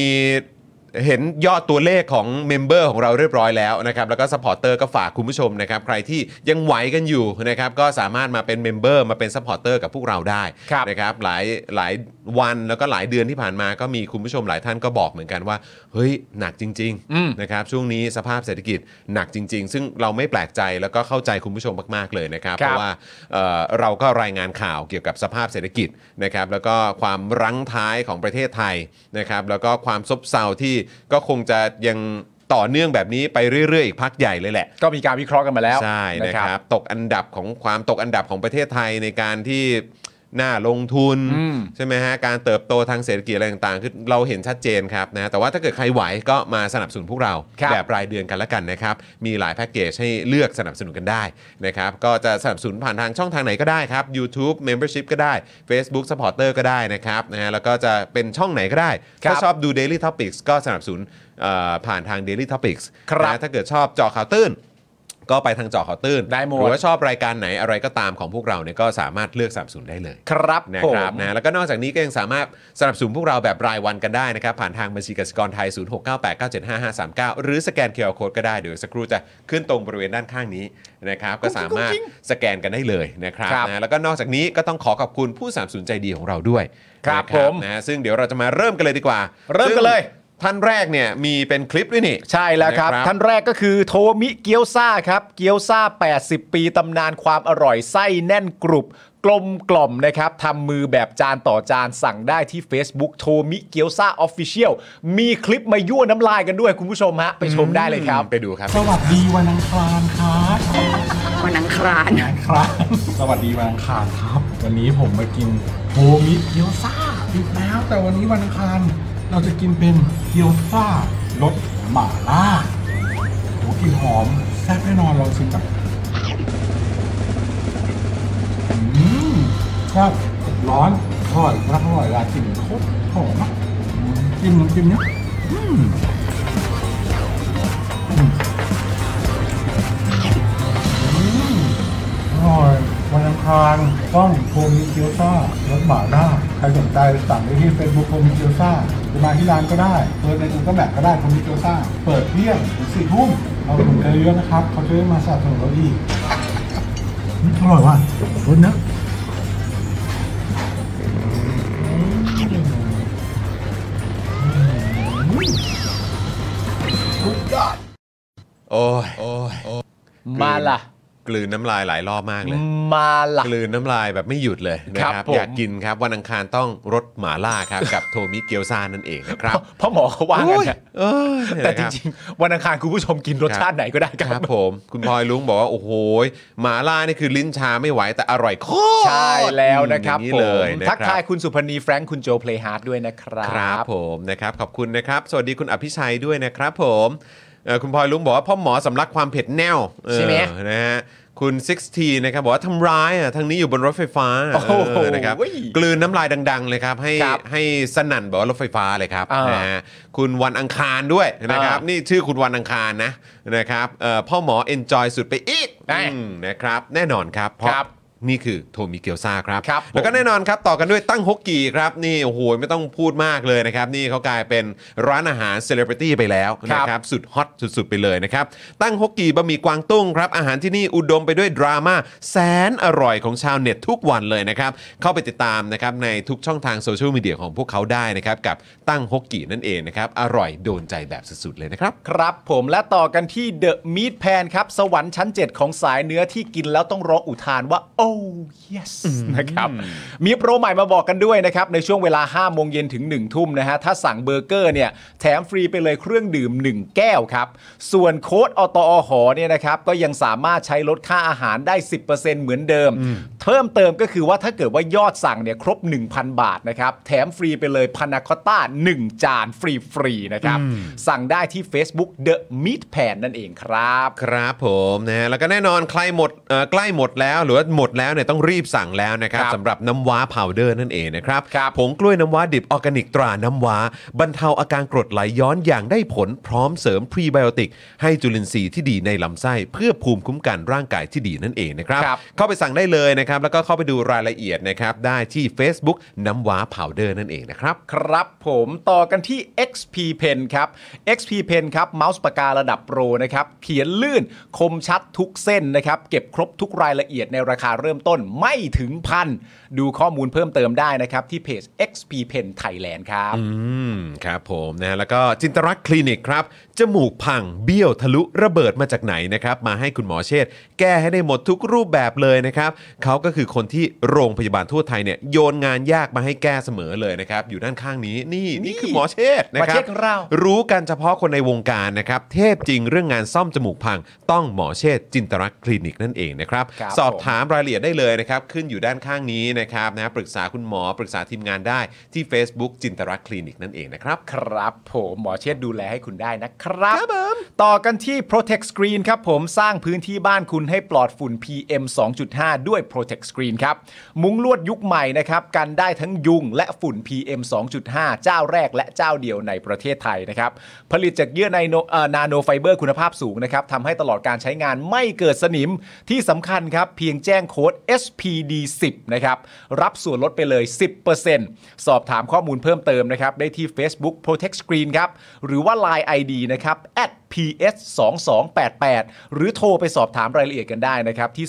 [SPEAKER 3] เห็นยอดตัวเลขของเมมเบอร์ของเราเรียบร้อยแล้วนะครับแล้วก็สปอร์เตอร์ก็ฝากคุณผู้ชมนะครับใครที่ยังไหวกันอยู่นะครับก็สามารถมาเป็นเมมเบอร์มาเป็นสปอร์เตอร์กับพวกเราได้
[SPEAKER 4] ครับ
[SPEAKER 3] นะครับหลายหลายวันแล้วก็หลายเดือนที่ผ่านมาก็มีคุณผู้ชมหลายท่านก็บอกเหมือนกันว่า เฮ้ยหนักจริง
[SPEAKER 4] อืม
[SPEAKER 3] ๆนะครับช่วงนี้สภาพเศรษฐกิจหนักจริง ๆ ซึ่งเราไม่แปลกใจแล้วก็เข้าใจคุณผู้ชมมากๆเลยนะครับ
[SPEAKER 4] ค
[SPEAKER 3] เพ
[SPEAKER 4] รับ
[SPEAKER 3] ราะว่าเอ่อเราก็รายงานข่าวเกี่ยวกับสภาพเศรษฐกิจนะครับแล้วก็ความรั้งท้ายของประเทศไทยนะครับแล้วก็ความซบเซาที่ก็คงจะยัง ต่อเนื่องแบบนี้ไปเรื่อยๆอีกพักใหญ่เลยแหละ
[SPEAKER 4] ก็มีการวิเคราะห์กันมาแล้ว
[SPEAKER 3] ใช่นะครับตกอันดับของความตกอันดับของประเทศไทยในการที่น่าลงทุนใช่ไหมฮะการเติบโตทางเศรษฐกิจอะไรต่างๆคือเราเห็นชัดเจนครับนะแต่ว่าถ้าเกิดใครไหวก็มาสนับสนุนพวกเรา
[SPEAKER 4] ครับ
[SPEAKER 3] แบบรายเดือนกันละกันนะครับมีหลายแพ็กเกจให้เลือกสนับสนุนกันได้นะครับก็จะสนับสนุนผ่านทางช่องทางไหนก็ได้ครับ YouTube Membership ก็ได้ Facebook Supporter ก็ได้นะครับนะฮะแล้วก็จะเป็นช่องไหนก็ได้
[SPEAKER 4] ครั
[SPEAKER 3] ถ้า
[SPEAKER 4] บ
[SPEAKER 3] ชอบดู Daily Topics ก็สนับสนุนเอ่อผ่านทาง Daily Topics
[SPEAKER 4] ครับ
[SPEAKER 3] นะถ้าเกิดชอบเจอข่าวตื้น ก็ไปทางเจอข่าวตื้น
[SPEAKER 4] ได้หมด
[SPEAKER 3] รือว่าชอบรายการไหนอะไรก็ตามของพวกเราเนี่ยก็สามารถเลือกสนับสนุนได้เลย
[SPEAKER 4] ครับ
[SPEAKER 3] นะ
[SPEAKER 4] ผม
[SPEAKER 3] ครับนะแล้วก็นอกจากนี้ก็ยังสามารถสนับสนุนพวกเราแบบรายวันกันได้นะครับ ผ่านทางบัญชีกสิกรไทย 0698975539 หรือสแกน QR Code ก็ได้ เดี๋ยวสักครู่จะขึ้นตรงบริเวณด้านข้างนี้นะครับ ก็สามารถสแกนกันได้เลยนะครับ
[SPEAKER 4] ครับ
[SPEAKER 3] นะแล้วก็นอกจากนี้ก็ต้องขอขอบคุณผู้สนับสนุนใจดีของเราด้วย
[SPEAKER 4] ครับ
[SPEAKER 3] นะ
[SPEAKER 4] ผม
[SPEAKER 3] นะซึ่งเดี๋ยวเราจะมาเริ่มกันเลยดีกว่า
[SPEAKER 4] เริ่มกันเลย
[SPEAKER 3] ซึ่งท่านแรกเนี่ยมีเป็นคลิปด้วยนี่
[SPEAKER 4] ใช่แล้วครับ
[SPEAKER 3] นะครับ
[SPEAKER 4] ท่านแรกก็คือโทมิเกียวซาครับ เกียวซา80 ปีตำนานความอร่อยไส้แน่นกรุบ กลมกล่อมนะครับทำมือแบบจานต่อจานสั่งได้ที่ Facebook โทมิเกียวซาออฟฟิเชียลมีคลิปมายั่วน้ำลายกันด้วยคุณผู้ชมฮะ ไปชมได้เลยครับ
[SPEAKER 3] ไปดูครับ
[SPEAKER 1] สวัสดีวันอังคารครับ
[SPEAKER 6] วันอังคาร
[SPEAKER 1] ครับ สวัสดีวันอังคารครับ วันนี้ผมมากินโฮมิเกียวซ่าอีกแล้ว แต่วันนี้วันอังคารเราจะกินเป็นเกียวซ่ารสหม่าล่าโหกลินหอมแซ่บแน่นอนลองชิมกับอืมครับร้อนอร่อยรักอร่อยลากลินโคตรหอมอะอืมจิ้มน้ำจิ้มเนี้ย อร่อยวันอังคารต้องโคมิเกียวซ่ารสหมาล่าใครสนใจสั่งได้ที่เฟซบุ๊กโคมิเกียวซ่าจะมาที่ร้านก็ได้เปิดในกูเกิลแมปก็ได้โคมิเกียวซ่าเปิดเที่ยงถึงสี่ทุ่มเราถึงเจอเยอะนะครับเขาจะได้มาสนับสนุนเรา ดีกอืมอร่อยว่ะรสเนอะ
[SPEAKER 3] โอ้ยโอ้ยโอ้ย
[SPEAKER 4] มาล่ะ
[SPEAKER 3] กลืนน้ำลายหลายรอบมากเลย
[SPEAKER 4] มาล่ะ
[SPEAKER 3] กลืนน้ำลายแบบไม่หยุดเลยนะ
[SPEAKER 4] ค
[SPEAKER 3] ค
[SPEAKER 4] รั
[SPEAKER 3] รั
[SPEAKER 4] บบ ผม
[SPEAKER 3] อยากกินครับ วันอังคารต้องรสหมาล่าครับ กับโทมิเกียวซานั่นเองนะครับ
[SPEAKER 4] พ่อหมอเขาว่ากันนะ
[SPEAKER 3] โอ้ยเอ้ย
[SPEAKER 4] แต่
[SPEAKER 3] นะ
[SPEAKER 4] จ
[SPEAKER 3] ครับ
[SPEAKER 4] ริงๆ วันอังคารคุณผู้ชมกินรสชาติไหนก็ได้ค
[SPEAKER 3] ค
[SPEAKER 4] รั
[SPEAKER 3] รับ บผม คุณพลอยลุงบอกว่า โอ้โหหมาล่านี่คือลิ้นชาไม่ไหวแต่อร่อยโคตร
[SPEAKER 4] ใช่แล้วนะครับ
[SPEAKER 3] อืม
[SPEAKER 4] ผ
[SPEAKER 3] อย่างเล
[SPEAKER 4] ม
[SPEAKER 3] ยนะ
[SPEAKER 4] ทัก
[SPEAKER 3] ค
[SPEAKER 4] ทา
[SPEAKER 3] รั
[SPEAKER 4] ย
[SPEAKER 3] บ
[SPEAKER 4] คุณสุพนีแฟรงค์คุณโจเพลย์ฮาร์ดด้วยนะครั
[SPEAKER 3] ครับ
[SPEAKER 4] บ
[SPEAKER 3] ผมนะครับขอบคุณนะครับ สวัสดีคุณอภิชัยด้วยนะครับผมเอ่อคุณพลอยลุงบอกว่าพ่อหมอสำลักความเผ็ดแนวเออ
[SPEAKER 4] ใช่ไหม
[SPEAKER 3] นะฮะคุณ60นะครับบอกว่าทำร้ายอ่ะทางนี้อยู่บนรถไฟฟ้า
[SPEAKER 4] โอ้โห
[SPEAKER 3] เออนะครับกลืนน้ำลายดัง ๆ เลยครับ ให้
[SPEAKER 4] ครับ
[SPEAKER 3] ให้สนั่นบอกว่ารถไฟฟ้าเลยครับ
[SPEAKER 4] อ่าน
[SPEAKER 3] นะฮะคุณวันอังคารด้วยนะครับ
[SPEAKER 4] อ่านี่
[SPEAKER 3] นี่ชื่อคุณวันอังคารนะนะครับเอ่อพ่อหมอเอนจอยสุดไปอีก
[SPEAKER 4] ได้
[SPEAKER 3] อืมนะครับ แน่นอนครับเพราะ
[SPEAKER 4] ครับ
[SPEAKER 3] นี่คือโทมิเกียวซาครับ
[SPEAKER 4] ครับผม
[SPEAKER 3] แล้วก็แน่นอนครับ ต่อกันด้วยตั้งฮกกีครับ นี่โอ้โหไม่ต้องพูดมากเลยนะครับ นี่เขากลายเป็นร้านอาหารเซเลบริตี้ไปแล้วนะ
[SPEAKER 4] ค
[SPEAKER 3] ค
[SPEAKER 4] รั
[SPEAKER 3] รับ บ สุดฮอตสุดๆไปเลยนะครับ ตั้งฮกกีบะหมี่กวางตุ้งครับ อาหารที่นี่อุดมไปด้วยดราม่าแสนอร่อยของชาวเน็ตทุกวันเลยนะครับ เข้าไปติดตามนะครับในทุกช่องทางโซเชียลมีเดียของพวกเขาได้นะครับ กับตั้งฮกกีนั่นเองนะครับ อร่อยโดนใจแบบสุดๆเลยนะครับ
[SPEAKER 4] ครับผมและต่อกันที่เดอะม a t แพนครับ สวรรค์ชั้น 7 ของสายเนื้อที่กินแล้วต้องร้องอุทานว่า โอ้ yes นะครับมีโปรใหม่มาบอกกันด้วยนะครับ ในช่วงเวลา 5 โมงเย็นถึง 1 ทุ่มนะฮะ ถ้าสั่งเบอร์เกอร์เนี่ย แถมฟรีไปเลยเครื่องดื่ม 1 แก้วครับ ส่วนโค้ดอตอหอเนี่ยนะครับ ก็ยังสามารถใช้ลดค่าอาหารได้ 10%เหมือนเดิม เพิ่มเติมก็คือว่าถ้าเกิดว่ายอดสั่งเนี่ยครบ 1,000 บาทนะครับแถมฟรีไปเลยพานาคอตต้า 1 จานฟรีๆนะครับ สั่งได้ที่ Facebook The Meat Pan นั่นเองครับ
[SPEAKER 3] ครับผมนะฮะแล้วก็แน่นอนใครหมดเอ่อใกล้หมดแล้วหรือว่าหมดแล้วเนี่ยต้องรีบสั่งแล้วนะครับ
[SPEAKER 4] ครับ
[SPEAKER 3] สำหรับน้ำว้าพาวเดอร์นั่นเองนะครับ
[SPEAKER 4] ครับ
[SPEAKER 3] ผงกล้วยน้ำว้าดิบออร์แกนิกตราน้ำว้า บรรเทาอาการกรดไหลย้อนอย่างได้ผลพร้อมเสริมพรีไบโอติก ให้จุลินทรีย์ที่ดีในลำไส้ เพื่อภูมิคุ้มกันร่างกายที่ดีนั่นเองนะครับ
[SPEAKER 4] ครับ
[SPEAKER 3] เข้าไปสั่งได้เลยนะครับ แล้วก็เข้าไปดูรายละเอียดนะครับได้ที่ Facebook น้ำว้าพาวเดอร์นั่นเองนะครับ
[SPEAKER 4] ครับผมต่อกันที่ XP Pen ครับ XP Pen ครับเมาส์ปากการะดับโปรนะครับ เขียนลื่นคมชัดทุกเส้นนะครับ เก็บครบทุกรายละเอียดในราคาเริ่มต้นไม่ถึงพัน ดูข้อมูลเพิ่มเติมได้นะครับ ที่เพจ XP Pen Thailand ครับ
[SPEAKER 3] อืมครับผมนะแล้วก็จินตรักษณ์คลินิกครับ จมูกพังเบี้ยวทะลุระเบิดมาจากไหนนะครับ มาให้คุณหมอเชษฐ์แก้ให้ได้หมดทุกรูปแบบเลยนะครับ เขาก็ ก็คือคนที่โรงพยาบาลทั่วไทยเนี่ยโยนงานยากมาให้แก้เสมอเลยนะครับ อยู่ด้านข้างนี้นี่นี่คือหมอเชษฐ์นะค
[SPEAKER 4] หมอ
[SPEAKER 3] รั
[SPEAKER 4] เชษฐ์ของเรา
[SPEAKER 3] รู้กันเฉพาะคนในวงการนะครับ เทพจริงเรื่องงานซ่อมจมูกพัง ต้องหมอเชษฐ์จินตรักษณ์คลินิกนั่นเองนะครับ
[SPEAKER 4] ครับ
[SPEAKER 3] สอบ
[SPEAKER 4] ผม
[SPEAKER 3] ถามรายละเอียดได้เลยนะครับ ขึ้นอยู่ด้านข้างนี้นะครับนะปรึกษาคุณหมอปรึกษาทีมงานได้ที่ Facebook จินตรักษณ์คลินิกนั่นเองนะครับ
[SPEAKER 4] ครับผมหมอเชษฐ์ดูแลให้คุณได้นะครับ ต่อกันที่ Protect Screen ครับผมสร้างพื้นที่บ้านคุณให้ปลอดฝุ่น PM 2.5 ด้วย Protect Screen ครับ มุ้งลวดยุคใหม่นะครับ กันได้ทั้งยุงและฝุ่น PM 2.5 เจ้าแรกและเจ้าเดียวในประเทศไทยนะครับ ผลิตจากเยื่อในโนเอ่อนาโนไฟเบอร์คุณภาพสูงนะครับทำให้ตลอดการใช้งานไม่เกิดสนิมที่สำคัญครับเพียงแจ้งโค้ด SPD 10นะครับ รับส่วนลดไปเลย 10%สอบถามข้อมูลเพิ่มเติมนะครับ ได้ที่ Facebook Protect Screen ครับ หรือว่า Line ID นะครับ @ps 2 2 8 8หรือโทรไปสอบถามรายละเอียดกันได้นะครับ ที่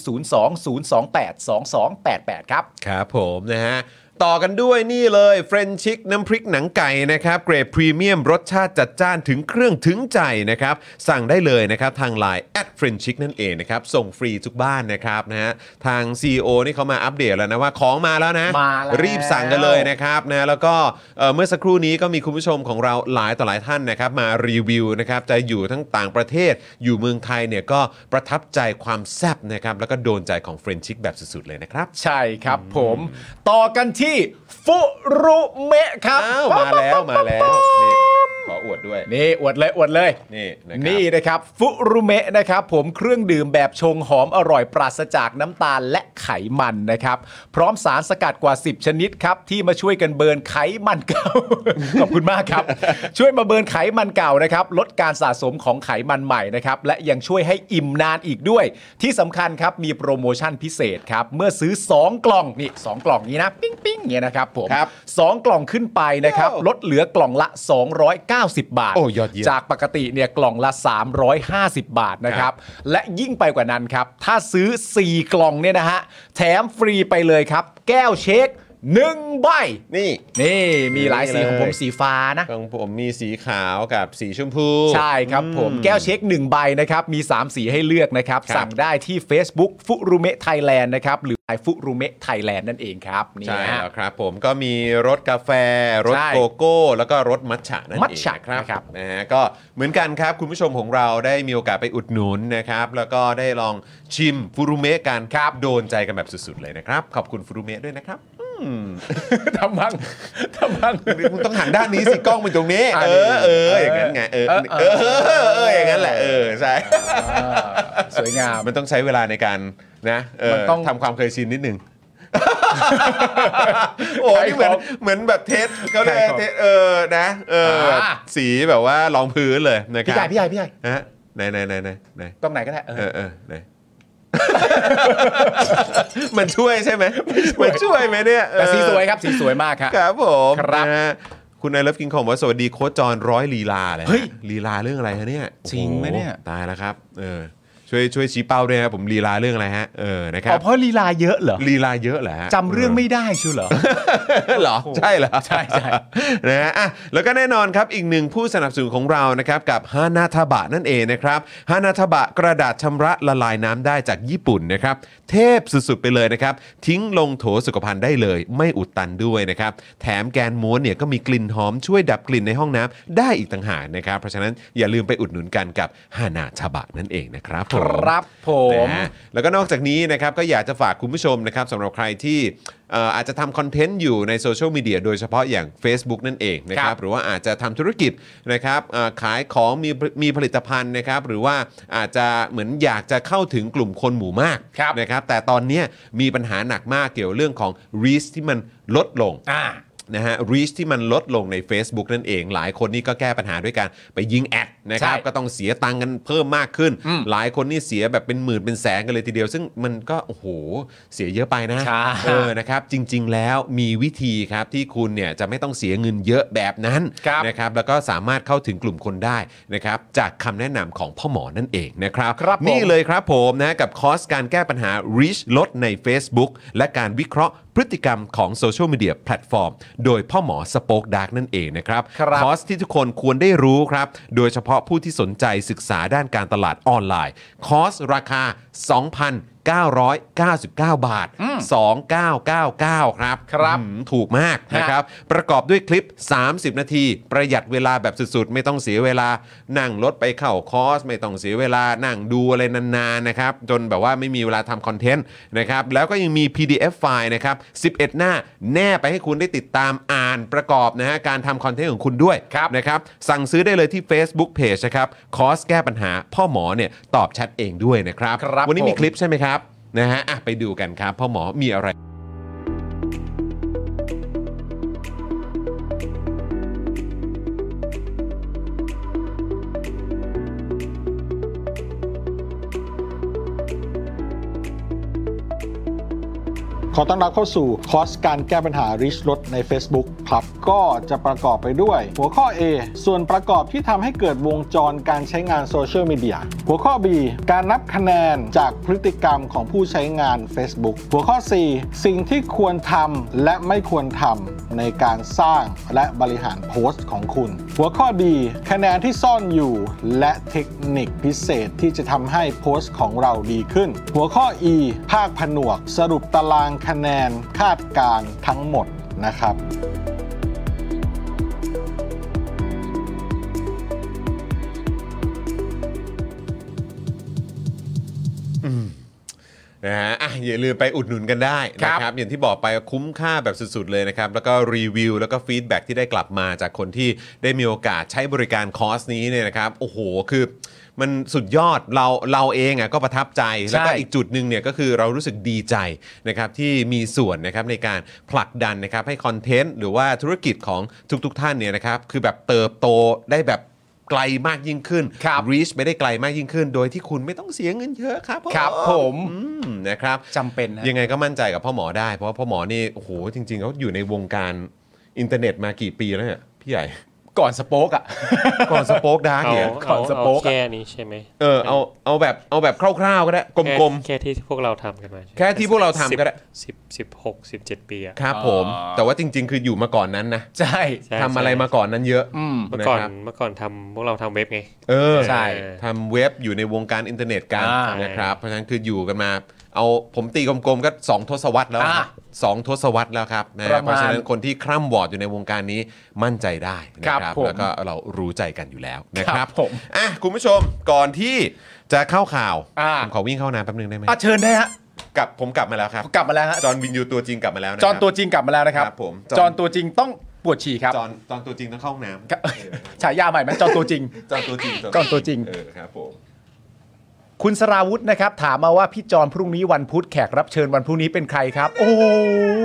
[SPEAKER 4] 02028 2288 ครับ
[SPEAKER 3] ครับผมนะฮะ ต่อกันด้วยนี่เลยเฟรนชิกน้ำพริกหนังไก่นะครับ เกรดพรีเมียมรสชาติจัดจ้านถึงเครื่องถึงใจนะครับ สั่งได้เลยนะครับ ทางไลน์แอดเฟรนชิกนั่นเองนะครับ ส่งฟรีทุกบ้านนะครับนะฮะทาง CEO นี่เขามาอัปเดตแล้วนะว่าของมาแล้วนะ
[SPEAKER 4] มาแล้ว
[SPEAKER 3] รีบสั่งกันเลยนะครับนะแล้วก็เอ่อเมื่อสักครู่นี้ก็มีคุณผู้ชมของเราหลายต่อหลายท่านนะครับมารีวิวนะครับจะอยู่ทั้งต่างประเทศอยู่เมืองไทยเนี่ยก็ประทับใจความแซ่บนะครับแล้วก็โดนใจของเฟรนชิกแบบสุดๆเลยนะครับ
[SPEAKER 4] ใช่ครับผม ต่อกันที่ฟุรุเมะครับ
[SPEAKER 3] อ้าวมาแล้วมาแล้ว นี่ ขออวดด้วย
[SPEAKER 4] นี่อวดเลยอวดเลย
[SPEAKER 3] นี่นะครับ
[SPEAKER 4] นี่นะครับฟุรุเมะนะครับผมเครื่องดื่มแบบชงหอมอร่อยปราศจากน้ำตาลและไขมันนะครับ พร้อมสารสกัดกว่า 10 ชนิดครับ ที่มาช่วยกันเบิร์นไขมันเก่า ขอบคุณมากครับ ช่วยมาเบิร์นไขมันเก่านะครับ ลดการสะสมของไขมันใหม่นะครับ และยังช่วยให้อิ่มนานอีกด้วย ที่สำคัญครับมีโปรโมชั่นพิเศษครับ เมื่อซื้อ 2 กล่องนี่สองกล่องนี้นะปิ้งปิ้งๆเนี่ยนะครับผม
[SPEAKER 3] ครับ
[SPEAKER 4] สองกล่องขึ้นไปนะครับลดเหลือกล่องละ 290 บาท
[SPEAKER 3] โอ้ยอดเยี่ยม
[SPEAKER 4] จากปกติเนี่ยกล่องละ 350 บาทนะครับ และยิ่งไปกว่านั้นครับ ถ้าซื้อ 4 กล่องเนี่ยนะฮะ แถมฟรีไปเลยครับ แก้วเช็ค 1 ใบ
[SPEAKER 3] นี่
[SPEAKER 4] นี่มีหลายสี
[SPEAKER 3] นี่เลย
[SPEAKER 4] ของผมสีฟ้านะ
[SPEAKER 3] ของผมมีสีขาวกับสีชมพู
[SPEAKER 4] ใช่ครับผมแก้วเช็ค 1 ใบนะครับ มี 3 สีให้เลือกนะครับ
[SPEAKER 3] ครับ
[SPEAKER 4] สั่งได้ที่ Facebook ฟุรุเมะไทยแลนด์นะครับ หรือไลน์ฟุรุเมะไทยแลนด์นั่นเองครับนี่
[SPEAKER 3] ใช่
[SPEAKER 4] ฮะ
[SPEAKER 3] แล้วครับผมก็มีรสกาแฟ รส
[SPEAKER 4] ใช่
[SPEAKER 3] โกโก้ แล้วก็รสมัทฉะนั่นเอง
[SPEAKER 4] มัทฉะ
[SPEAKER 3] ครับ
[SPEAKER 4] นะครับ
[SPEAKER 3] นะฮะก็เหมือนกันครับ คุณผู้ชมของเราได้มีโอกาสไปอุดหนุนนะครับ แล้วก็ได้ลองชิมฟูรุเมะกันครับโดนใจกันแบบสุดๆเลยนะครับ ขอบคุณฟูรุเมะด้วยนะครับ
[SPEAKER 4] ทำบ้างทำบ้าง
[SPEAKER 3] มึงต้องหันด้านนี้สิกล้องมันตรงนี้
[SPEAKER 4] อ่ะ
[SPEAKER 3] เออเอออย่างนั้นไงเออ
[SPEAKER 4] เออ
[SPEAKER 3] เอ
[SPEAKER 4] เอ
[SPEAKER 3] อ
[SPEAKER 4] อ
[SPEAKER 3] เอออย่างนั้นแหละเออใช่
[SPEAKER 4] อ่าสวยงาม
[SPEAKER 3] มันต้องใช้เวลาในการนะเออ
[SPEAKER 4] มันต้อง
[SPEAKER 3] ทำความเคยชินนิด นึง โอ้ย
[SPEAKER 4] ขาย
[SPEAKER 3] นี่เหมือน
[SPEAKER 4] ของ
[SPEAKER 3] เหมือนแบบเทสเขาเรียก
[SPEAKER 4] ขายของ
[SPEAKER 3] เทสเออนะเออ
[SPEAKER 4] อ่า
[SPEAKER 3] สีแบบว่ารองพื้นเลยนะค
[SPEAKER 4] พี่
[SPEAKER 3] รับ
[SPEAKER 4] ใหญ่พี่ใหญ่พี่ใหญ่
[SPEAKER 3] ฮะไหนไหนไหนไหนไหน
[SPEAKER 4] ตรงไหนก็ได้เออ
[SPEAKER 3] เออเออ ไหน มันช่วยใช่ไหมมันช่วยไหมเนี่ยเออ
[SPEAKER 4] แต่สีสวยครับสีสวยมากครับ
[SPEAKER 3] ครับผม
[SPEAKER 4] ครับ
[SPEAKER 3] นะฮะคุณนายเลิฟกินของบอกว่าสวัสดีโค้ชจอนร้อยลีลาเลยฮะ
[SPEAKER 4] เฮ้ย
[SPEAKER 3] ลีลาเรื่องอะไรฮะเนี่ย
[SPEAKER 4] จริงไหมเนี่ย
[SPEAKER 3] โอ้โตายแล้วครับเออช่วยช่วยชี้เป้าด้วยนะครับผมลีลาเรื่องอะไรฮะเออนะครั
[SPEAKER 4] อ๋อ
[SPEAKER 3] บ
[SPEAKER 4] เพราะลีลาเยอะเหรอ
[SPEAKER 3] ลีลาเยอะเหรอฮะ
[SPEAKER 4] จำเรื่องไม่ได้ชัวเหรอ
[SPEAKER 3] เหรอ ใช่เหรอ
[SPEAKER 4] ใช่ใช่
[SPEAKER 3] นะฮะอ่ะแล้วก็แน่นอนครับอีกหนึ่งผู้สนับสนุนของเรานะครับกับฮานาทบะนั่นเองนะครับฮานาทบะกระดาษชำระละลายน้ำได้จากญี่ปุ่นนะครับ เทพสุดๆไปเลยนะครับ ทิ้งลงโถสุขภัณฑ์ได้เลย ไม่อุดตันด้วยนะครับ แถมแกนม้วนเนี่ยก็มีกลิ่นหอมช่วยดับกลิ่นในห้องน้ำได้อีกต่างหากนะครับ เพราะฉะนั้นอย่าลืมไปอุดหนุนกันกับฮานาทบะนั่นเองนะครับผม
[SPEAKER 4] ครับผม
[SPEAKER 3] นะฮะแล้วก็นอกจากนี้นะครับก็อยากจะฝากคุณผู้ชมนะครับสำหรับใครที่เอ่ออาจจะทำคอนเทนต์อยู่ในโซเชียลมีเดียโดยเฉพาะอย่าง Facebook นั่นเองนะค
[SPEAKER 4] ค
[SPEAKER 3] รั
[SPEAKER 4] รั
[SPEAKER 3] บบ หรือว่าอาจจะทำธุรกิจนะครับเอ่อขายของมีมีผลิตภัณฑ์นะครับหรือว่าอาจจะเหมือนอยากจะเข้าถึงกลุ่มคนหมู่มาก
[SPEAKER 4] ครับ
[SPEAKER 3] นะครับแต่ตอนเนี้ยมีปัญหาหนักมากเกี่ยวเรื่องของ reach ที่มันลดลง
[SPEAKER 4] อ่า
[SPEAKER 3] นะฮะ reach ที่มันลดลงใน Facebook นั่นเอง หลายคนนี่ก็แก้ปัญหาด้วยการไปยิงแอดนะครับ
[SPEAKER 4] ใช่
[SPEAKER 3] ก็ต้องเสียตังค์กันเพิ่มมากขึ้น หลายคนนี่เสียแบบเป็นหมื่นเป็นแสนกันเลยทีเดียว ซึ่งมันก็ โอ้โห เสียเยอะไปนะ
[SPEAKER 4] ใช่
[SPEAKER 3] เออนะครับ จริง ๆ แล้วมีวิธีครับที่คุณเนี่ยจะไม่ต้องเสียเงินเยอะแบบนั้น
[SPEAKER 4] ครับ
[SPEAKER 3] นะครับแล้วก็สามารถเข้าถึงกลุ่มคนได้นะครับจากคำแนะนำของพ่อหมอนั่นเองนะครับ
[SPEAKER 4] ครับผม
[SPEAKER 3] นี่เลยครับผมนะกับคอร์สการแก้ปัญหา reach ลดใน Facebook และการวิเคราะห์พฤติกรรมของโซเชียลมีเดียแพลตฟอร์มโดยพ่อหมอสโป๊กดาร์กนั่นเองนะครับ
[SPEAKER 4] ครับ
[SPEAKER 3] อร์สที่ทุกคนควรได้รู้ครับ โดยเฉพาะผู้ที่สนใจศึกษาด้านการตลาดออนไลน์ คอร์สราคา 999 บาท 2999 ครับ
[SPEAKER 4] ครับ
[SPEAKER 3] อืมถูกมากนะครับ ประกอบด้วยคลิป 30 นาที ประหยัดเวลาแบบสุดๆ ไม่ต้องเสียเวลา นั่งรถไปเข้าคอร์ส ไม่ต้องเสียเวลา นั่งดูอะไรนานๆนะครับ จนแบบว่าไม่มีเวลาทำคอนเทนต์นะครับ แล้วก็ยังมี PDF ไฟล์นะครับ 11 หน้าแน่ไปให้คุณได้ติดตามอ่านประกอบนะฮะการทำคอนเทนต์ของคุณด้วยนะครับสั่งซื้อได้เลยที่ Facebook Page นะครับคอร์สแก้ปัญหาพ่อหมอเนี่ยตอบแชทเองด้วยนะครับ
[SPEAKER 4] ครับ
[SPEAKER 3] วันนี้มี
[SPEAKER 4] ผม
[SPEAKER 3] คลิปใช่ไหมครับนะฮะอ่ะไปดูกันครับพ่อหมอมีอะไร
[SPEAKER 1] ขอต้อนรับเข้าสู่คอร์สการแก้ปัญหาริชลดใน Facebook ครับ ก็จะประกอบไปด้วย หัวข้อ A ส่วนประกอบที่ทำให้เกิดวงจรการใช้งานโซเชียลมีเดียหัวข้อ B การนับคะแนนจากพฤติกรรมของผู้ใช้งาน Facebook หัวข้อ C สิ่งที่ควรทำและไม่ควรทำในการสร้างและบริหารโพสต์ของคุณ หัวข้อ D คะแนนที่ซ่อนอยู่ และเทคนิคพิเศษที่จะทำให้โพสต์ของเราดีขึ้น หัวข้อ E ภาคผนวก สรุปตารางคะแนนคาดการณ์ทั้งหมดนะครับ
[SPEAKER 3] นะฮะอ่ะอย่าลืมไปอุดหนุนกันได้
[SPEAKER 4] ค
[SPEAKER 3] นะ
[SPEAKER 4] รับ
[SPEAKER 3] ครับ อย่างที่บอกไปคุ้มค่าแบบสุดๆเลยนะครับ แล้วก็รีวิวแล้วก็ฟีดแบ็กที่ได้กลับมาจากคนที่ได้มีโอกาสใช้บริการคอร์สนี้เนี่ยนะครับ โอ้โห คือมันสุดยอดเราเราเองอ่ะก็ประทับใจ แล้วก็อีกจุดหนึ่งเนี่ยก็คือเรารู้สึกดีใจนะครับที่มีส่วนนะครับในการผลักดันนะครับให้คอนเทนต์หรือว่าธุรกิจของทุกๆท่านเนี่ยนะครับคือแบบเติบโตได้แบบไกลมากยิ่งขึ้น
[SPEAKER 4] ครับ
[SPEAKER 3] reach ไปได้ไกลมากยิ่งขึ้น โดยที่คุณไม่ต้องเสียเงินเยอะครับผม
[SPEAKER 4] ครับผม
[SPEAKER 3] อืมนะครับ
[SPEAKER 4] จำเป็นนะ
[SPEAKER 3] ยังไงก็มั่นใจกับพ่อหมอได้ เพราะว่าพ่อหมอนี่โอ้โหจริง ๆเขาอยู่ในวงการอินเทอร์เน็ตมากี่ปีแล้วเนี่ยพี่ใหญ่
[SPEAKER 4] ก่อนสโป๊กอ่ะ
[SPEAKER 3] ก่อนสโป๊กดาร์ก
[SPEAKER 5] เอา
[SPEAKER 3] เนี่ย
[SPEAKER 4] ก่อน
[SPEAKER 5] เอา
[SPEAKER 4] ส
[SPEAKER 5] เอา
[SPEAKER 4] โป๊กอะ
[SPEAKER 5] แค่นี้ใช่ไหม
[SPEAKER 3] เออเอาเอาแบบเอาแบบคร่าวๆก็ได้กลม
[SPEAKER 5] แค่แค่ที่พวกเราทำกันมาใช่ไหม
[SPEAKER 3] แค่ที่พวกเราทำก็ได้
[SPEAKER 5] สิบสิบหกสิบเจ็ดปีอะ
[SPEAKER 3] ๆครับผมแต่ว่าจริง ๆ คืออยู่มาก่อนนั้นนะ
[SPEAKER 4] ใช่
[SPEAKER 5] ใช่
[SPEAKER 3] ทำอะไรมาก่อนนั้นเยอะ
[SPEAKER 4] อืม
[SPEAKER 5] เมื่อก่อนะ
[SPEAKER 3] รับ
[SPEAKER 5] เมื่อก่อนทำพวกเราทำเว็บไง
[SPEAKER 3] เออ
[SPEAKER 4] ใช่
[SPEAKER 3] ทำเว็บอยู่ในวงการอินเทอร์เน็ตกัน
[SPEAKER 4] อ่าน
[SPEAKER 3] นะครับเพราะฉะนั้นคืออยู่กันมา เอาผมตีกลมๆก็สองทศวรรษแล้ว
[SPEAKER 4] อ่ะ
[SPEAKER 3] สองทศวรรษแล้วครับนะ
[SPEAKER 4] ประมาณ
[SPEAKER 3] เพราะฉะนั้นคนที่คร่ำวอดอยู่ในวงการนี้มั่นใจได้นะ
[SPEAKER 4] ค
[SPEAKER 3] ค
[SPEAKER 4] รั
[SPEAKER 3] รับบ
[SPEAKER 4] ผม
[SPEAKER 3] แล้วก็เรารู้ใจกันอยู่แล้วนะ
[SPEAKER 4] ค
[SPEAKER 3] ครั
[SPEAKER 4] รั
[SPEAKER 3] บบ
[SPEAKER 4] ผม
[SPEAKER 3] อ่ะคุณผู้ชมก่อนที่จะเข้าข่าว
[SPEAKER 4] อ่ะ
[SPEAKER 3] ผมขอวิ่งเข้าน้ำแป๊บนึงได้ไหม
[SPEAKER 4] อ่ะเชิญได้ฮะ
[SPEAKER 3] กลับผมกลับมาแล้วครับ
[SPEAKER 4] กลับมาแล้วฮะ
[SPEAKER 3] จอห์นวินยูตัวจริงกลับมาแล้วนะค
[SPEAKER 4] จ
[SPEAKER 3] บ
[SPEAKER 4] อนตัวจริงกลับมาแล้วนะครับ
[SPEAKER 3] ครับผมจอน
[SPEAKER 4] จอนตัวจริงต้องปวดฉี่ครับ
[SPEAKER 3] จอห์นจอห์นตัวจริงต้องเข้าห้องน้ำ
[SPEAKER 4] ครับ ฉายาใหม่ไหมจอนตัวจริง
[SPEAKER 3] จอห์นตัวจริงห์
[SPEAKER 4] จอห์นตัวจริง
[SPEAKER 3] เออครับผม
[SPEAKER 4] คุณสราวุธนะครับ ถามมาว่าพี่จอนพรุ่งนี้วันพุธแขกรับเชิญวันพรุ่งนี้เป็นใครครับ โอ้โห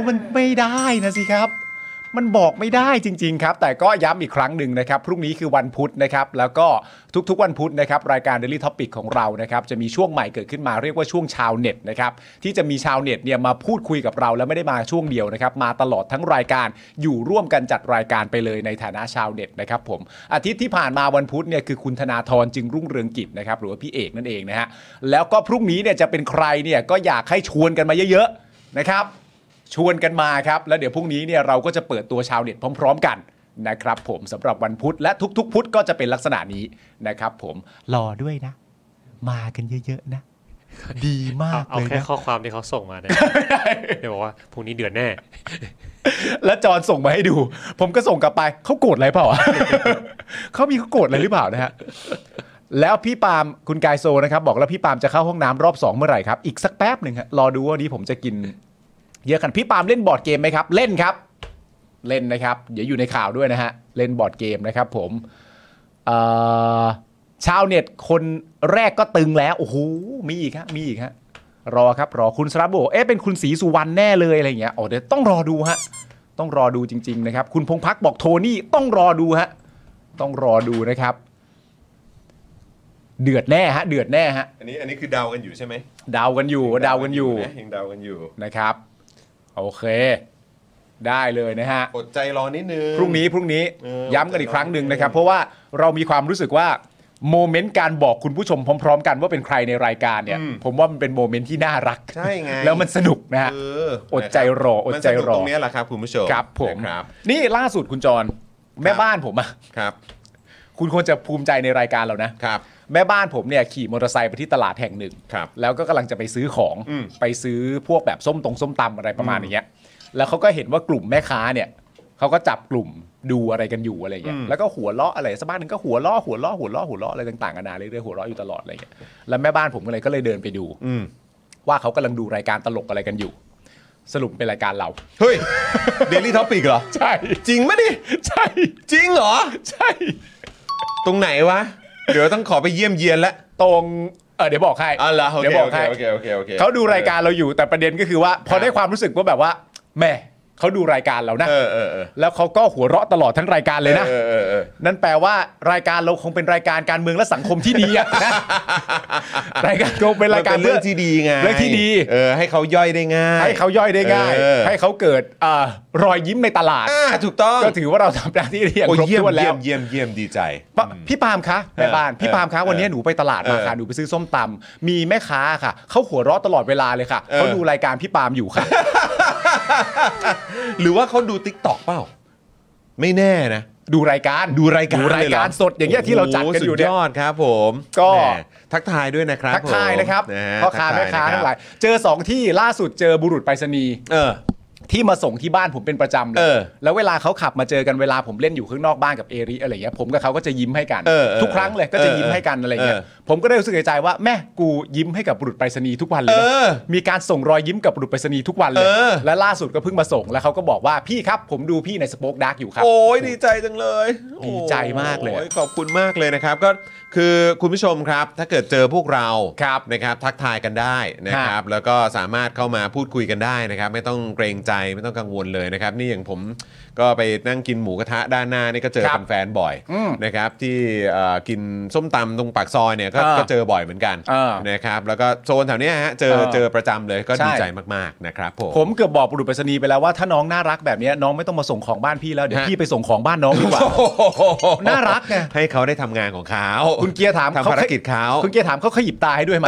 [SPEAKER 4] มันไม่ได้นะสิครับ มันบอกไม่ได้จริง ๆ ครับ แต่ก็ย้ำอีกครั้งหนึ่งนะครับ พรุ่งนี้คือวันพุธนะครับ แล้วก็ทุกๆวันพุธนะครับ รายการ Daily Topic ของเรานะครับ จะมีช่วงใหม่เกิดขึ้นมาเรียกว่าช่วงชาวเน็ตนะครับ ที่จะมีชาวเน็ตเนี่ยมาพูดคุยกับเราแล้วไม่ได้มาช่วงเดียวนะครับ มาตลอดทั้งรายการอยู่ร่วมกันจัดรายการไปเลยในฐานะชาวเน็ตนะครับผมอาทิตย์ที่ผ่านมาวันพุธเนี่ยคือคุณธนาธรจึงรุ่งเรืองกิจนะครับหรือว่าพี่เอกนั่นเองนะฮะแล้วก็พรุ่งนี้เนี่ยจะเป็นใครเนี่ยก็อยากให้ชวนกันมาเยอะๆนะครับ ชวนกันมาครับ แล้วเดี๋ยวพรุ่งนี้เนี่ยเราก็จะเปิดตัวชาวเน็ตพร้อม ๆ กันนะครับผมสำหรับวันพุธและทุก ๆ พุธก็จะเป็นลักษณะนี้นะครับผมรอด้วยนะ มากันเยอะๆนะ ดีมาก
[SPEAKER 5] เอา
[SPEAKER 4] เล
[SPEAKER 5] เอา
[SPEAKER 4] ย
[SPEAKER 5] แค่
[SPEAKER 4] นะ
[SPEAKER 5] ข้อความที่เขาส่งมาเนี่ย เดี๋ยวบอกว่าพรุ่งนี้เดือนแน่
[SPEAKER 4] แล้วจอนส่งมาให้ดู ผมก็ส่งกลับไปเขาโกรธอะไรเป ล่า เขามีเขาโกรธอะไรหรือเปล่านะฮะแล้วพี่ปาล์มคุณกายโซนะครับ บอกแล้วพี่ปาล์มจะเข้าห้องน้ำรอบสองเมื่อไหร่ครับ อีกสักแป๊บหนึ่งฮะรอดูว่าวันนี้ผมจะกิน เยอะกันพี่ปาล์มเล่นบอร์ดเกมไหมครับ เล่นครับ เล่นนะครับเดี๋ยวอยู่ในข่าวด้วยนะฮะเล่นบอร์ดเกมนะครับ ผมเอ่อชาวเน็ตคนแรกก็ตึงแล้วโอ้โหมีอีกฮะมีอีกฮะรอครับรอคุณสรับบอกว่าเอ๊ะเป็นคุณศรีสุวรรณแน่เลยอะไรอย่างเงี้ยอ๋อเดี๋ยวต้องรอดูฮะ ต้องรอดูจริง ๆ นะครับ คุณพงพักบอกโทนี่ต้องรอดูฮะ ต้องรอดูนะครับ เดือดแน่ฮะ เดือดแน่ฮะ
[SPEAKER 3] อันนี้อันนี้คือเดากันอยู่ใช่ไหม
[SPEAKER 4] เดากันอยู่เดากันอยู่
[SPEAKER 3] ะยังเดากันอยู่
[SPEAKER 4] นะครับ โอเค ได้เลยนะฮะ
[SPEAKER 3] อดใจรอนิดนึง
[SPEAKER 4] พรุ่งนี้พรุ่งนี้
[SPEAKER 3] เออ
[SPEAKER 4] ย้ำกันอีกครั้งหนึ่งนะครับ เพราะว่าเรามีความรู้สึกว่าโมเมนต์การบอกคุณผู้ชมพร้อม ๆ กันว่าเป็นใครในรายการเนี่ย
[SPEAKER 3] อืม
[SPEAKER 4] ผมว่ามันเป็นโมเมนต์ที่น่ารัก
[SPEAKER 3] ใช่ไง
[SPEAKER 4] แล้วมันสนุกนะฮะ
[SPEAKER 3] เออ
[SPEAKER 4] อดใจรออดใจรอ
[SPEAKER 3] มันสนุกตรงเนี้ยแหละครับคุณผู้ชม
[SPEAKER 4] ครับผม
[SPEAKER 3] นะครับ
[SPEAKER 4] นี่ล่าสุดคุณจรแม่บ้านผมอะ
[SPEAKER 3] ครับ
[SPEAKER 4] คุณควรจะภูมิใจในรายการเรานะ
[SPEAKER 3] ครับ
[SPEAKER 4] แม่บ้านผมเนี่ยขี่มอเตอร์ไซค์ไปที่ตลาดแห่งหนึ่ง
[SPEAKER 3] ครับ
[SPEAKER 4] แล้วก็กำลังจะไปซื้อของ
[SPEAKER 3] อืม
[SPEAKER 4] ไปซื้อพวกแบบส้มตรงส้มตำอะไรประมาณอย่างเงี้ยแล้วเขาก็เห็นว่ากลุ่มแม่ค้าเนี่ยเขาก็จับกลุ่มดูอะไรกันอยู่อะไรเงี้ย
[SPEAKER 3] อืม
[SPEAKER 4] แล้วก็หัวเราะอะไรสักบ้านหนึ่งก็หัวเราะหัวเราะหัวเราะหัวเราะอะไรต่างๆกันานาเรื่อยๆหัวเราะอยู่ตลอดอะไรเงี้ยแล้วแม่บ้านผมก็เลยก็เลยเดินไปดู
[SPEAKER 3] อืม
[SPEAKER 4] ว่าเขากำลังดูรายการตลกอะไรกันอยู่ สรุปเป็นรายการเรา
[SPEAKER 3] เฮ้ยเดลี่ท็อปิกเหรอ
[SPEAKER 4] ใช่
[SPEAKER 3] จริงไหมดิ
[SPEAKER 4] ใช่
[SPEAKER 3] จริงเหรอ
[SPEAKER 4] ใช่
[SPEAKER 3] ตรงไหนวะ เดี๋ยวต้องขอไปเยี่ยมเยียนละ
[SPEAKER 4] ตรงเออเดี๋ยวบอกให้
[SPEAKER 3] อ๋อเหรอโอ
[SPEAKER 4] เดี๋ย
[SPEAKER 3] เคว
[SPEAKER 4] บอ
[SPEAKER 3] โอกเค
[SPEAKER 4] ให้
[SPEAKER 3] โอเคโอเคโอเค
[SPEAKER 4] เขาดูรายการเราอยู่แต่ประเด็นก็คือว่า พอได้ความรู้สึกว่าแบบว่าแหม่เขาดูรายการเรานะ
[SPEAKER 3] เออเออเออ
[SPEAKER 4] แล้วเขาก็หัวเราะตลอดทั้งรายการเลยนะ
[SPEAKER 3] เออเออเออ
[SPEAKER 4] นั่นแปลว่ารายการเราคงเป็นรายการการเมืองและสังคมที่ดีอะ นะ รายการคงเป็นรายการ
[SPEAKER 3] มัเรื่องที่ดีไง
[SPEAKER 4] เรื่องที่ดี
[SPEAKER 3] เออให้เขาย่อยได้ง่าย
[SPEAKER 4] ให้เขาย่อยได้ง่าย
[SPEAKER 3] เออ
[SPEAKER 4] ให้เขาเกิดเอ่อรอยยิ้มในตลาด
[SPEAKER 3] อ่าถูกต้อง
[SPEAKER 4] ก็ถือว่าเราทำหน้าที่ได้อย่าง
[SPEAKER 3] โอ้
[SPEAKER 4] ครบ
[SPEAKER 3] เยี่ยม
[SPEAKER 4] ถ้วนแล้
[SPEAKER 3] เยี่ยว มเยี่ยมเยี่ยม ดีใจ
[SPEAKER 4] ปะพี่ปาล์มคะแม่บ้าน
[SPEAKER 3] เออ
[SPEAKER 4] พี่ปาล์มคะวันนี้หนูไปตลาดมาค่ะ
[SPEAKER 3] เออ
[SPEAKER 4] หนูไปซื้อส้มตำมีแม่ค้าค่ะเขาหัวเราะตลอดเวลาเลยค่ะ
[SPEAKER 3] เออ
[SPEAKER 4] เขาดูรายการพี่ปาล์มอยู่ค่ะ
[SPEAKER 3] หรือว่าเขาดูติ๊กต็อกเปล่า ไม่แน่นะ
[SPEAKER 4] ดูรายการ
[SPEAKER 3] ดูรายการ
[SPEAKER 4] ดูรายการ
[SPEAKER 3] เลห
[SPEAKER 4] สดอย่างเงี้ยที่เราจัดกันอยู่เนี่ย
[SPEAKER 3] โโหสุดยอดครับผม
[SPEAKER 4] ก็
[SPEAKER 3] แหมทักทายด้วยนะครับ
[SPEAKER 4] ทักทายนะครับ
[SPEAKER 3] ผมฮ
[SPEAKER 4] พ่อค้า
[SPEAKER 3] ทักท
[SPEAKER 4] แม่
[SPEAKER 3] ย
[SPEAKER 4] ค้า
[SPEAKER 3] นะรับ
[SPEAKER 4] ทั้งหลายเจอสองที่ล่าสุดเจอบุรุษไปรษณีย์
[SPEAKER 3] เออ
[SPEAKER 4] ที่มาส่งที่บ้านผมเป็นประจำเล
[SPEAKER 3] เอย อ
[SPEAKER 4] แล้วเวลาเขาขับมาเจอกันเวลาผมเล่นอยู่ข้างนอกบ้านกับเอริอะไรเงี้ยผมกับเขาก็จะยิ้มให้กัน
[SPEAKER 3] เออเออ
[SPEAKER 4] ทุกครั้งเลยก็จะยิ้มให้กันอะไรเงี้ย
[SPEAKER 3] เออ
[SPEAKER 4] ผมก็ได้รู้สึกในใจว่าแม่กูยิ้มให้กับบุรุษไปรษณีย์ทุกวันเลยนะ
[SPEAKER 3] เออ
[SPEAKER 4] มีการส่งรอยยิ้มกับบุรุษไปรษณีย์ทุกวันเลย
[SPEAKER 3] เออ
[SPEAKER 4] และล่าสุดก็เพิ่งมาส่งแล้วเขาก็บอกว่าพี่ครับผมดูพี่ในสปอคดักอยู่ครับ
[SPEAKER 3] โอ้ยดีใจจังเลย
[SPEAKER 4] ดีใจมากเลย
[SPEAKER 3] โอ้ขอบคุณมากเลยนะครับ ก็คือคุณผู้ชมครับ ถ้าเกิดเจอพวกเรา
[SPEAKER 4] ครับ
[SPEAKER 3] นะครับ ทักทายกันได้นะครับ แล้วก็สามารถเข้ามาพูดคุยกันได้นะครับ ไม่ต้องเกรงใจไม่ต้องกังวลเลยนะครับ นี่อย่างผมก็ไปนั่งกินหมูกระทะด้านหน้านี่ก็เจอ
[SPEAKER 4] ครับ
[SPEAKER 3] แฟนๆบ่อย
[SPEAKER 4] อืม
[SPEAKER 3] นะครับ ที่เอ่อกินส้มตำตรงปากซอยเนี่ยก็
[SPEAKER 4] อ่า
[SPEAKER 3] ก็เจอบ่อยเหมือนกัน
[SPEAKER 4] อ่า
[SPEAKER 3] นะครับ แล้วก็โซนแถวเนี้ยฮะเจอ
[SPEAKER 4] เออ
[SPEAKER 3] เจอประจำเลยก็
[SPEAKER 4] ใช่
[SPEAKER 3] ดีใจมากๆนะครับผม
[SPEAKER 4] ผมเกือบบอกบุรุษไปรษณีย์ไปแล้วว่าถ้าน้องน่ารักแบบเนี้ยน้องไม่ต้องมาส่งของบ้านพี่แล้วเดี๋ยว
[SPEAKER 3] ฮะ
[SPEAKER 4] พี่ไปส่งของบ้านน้องดีกว่า น่ารักไง
[SPEAKER 3] ให้เขาได้ทำงานของเขา
[SPEAKER 4] คุณเกียร์ถาม
[SPEAKER 3] ทำภารกิจเขา
[SPEAKER 4] คุณเกียร์ถามเขาขยิบตาให้ด้วยไหม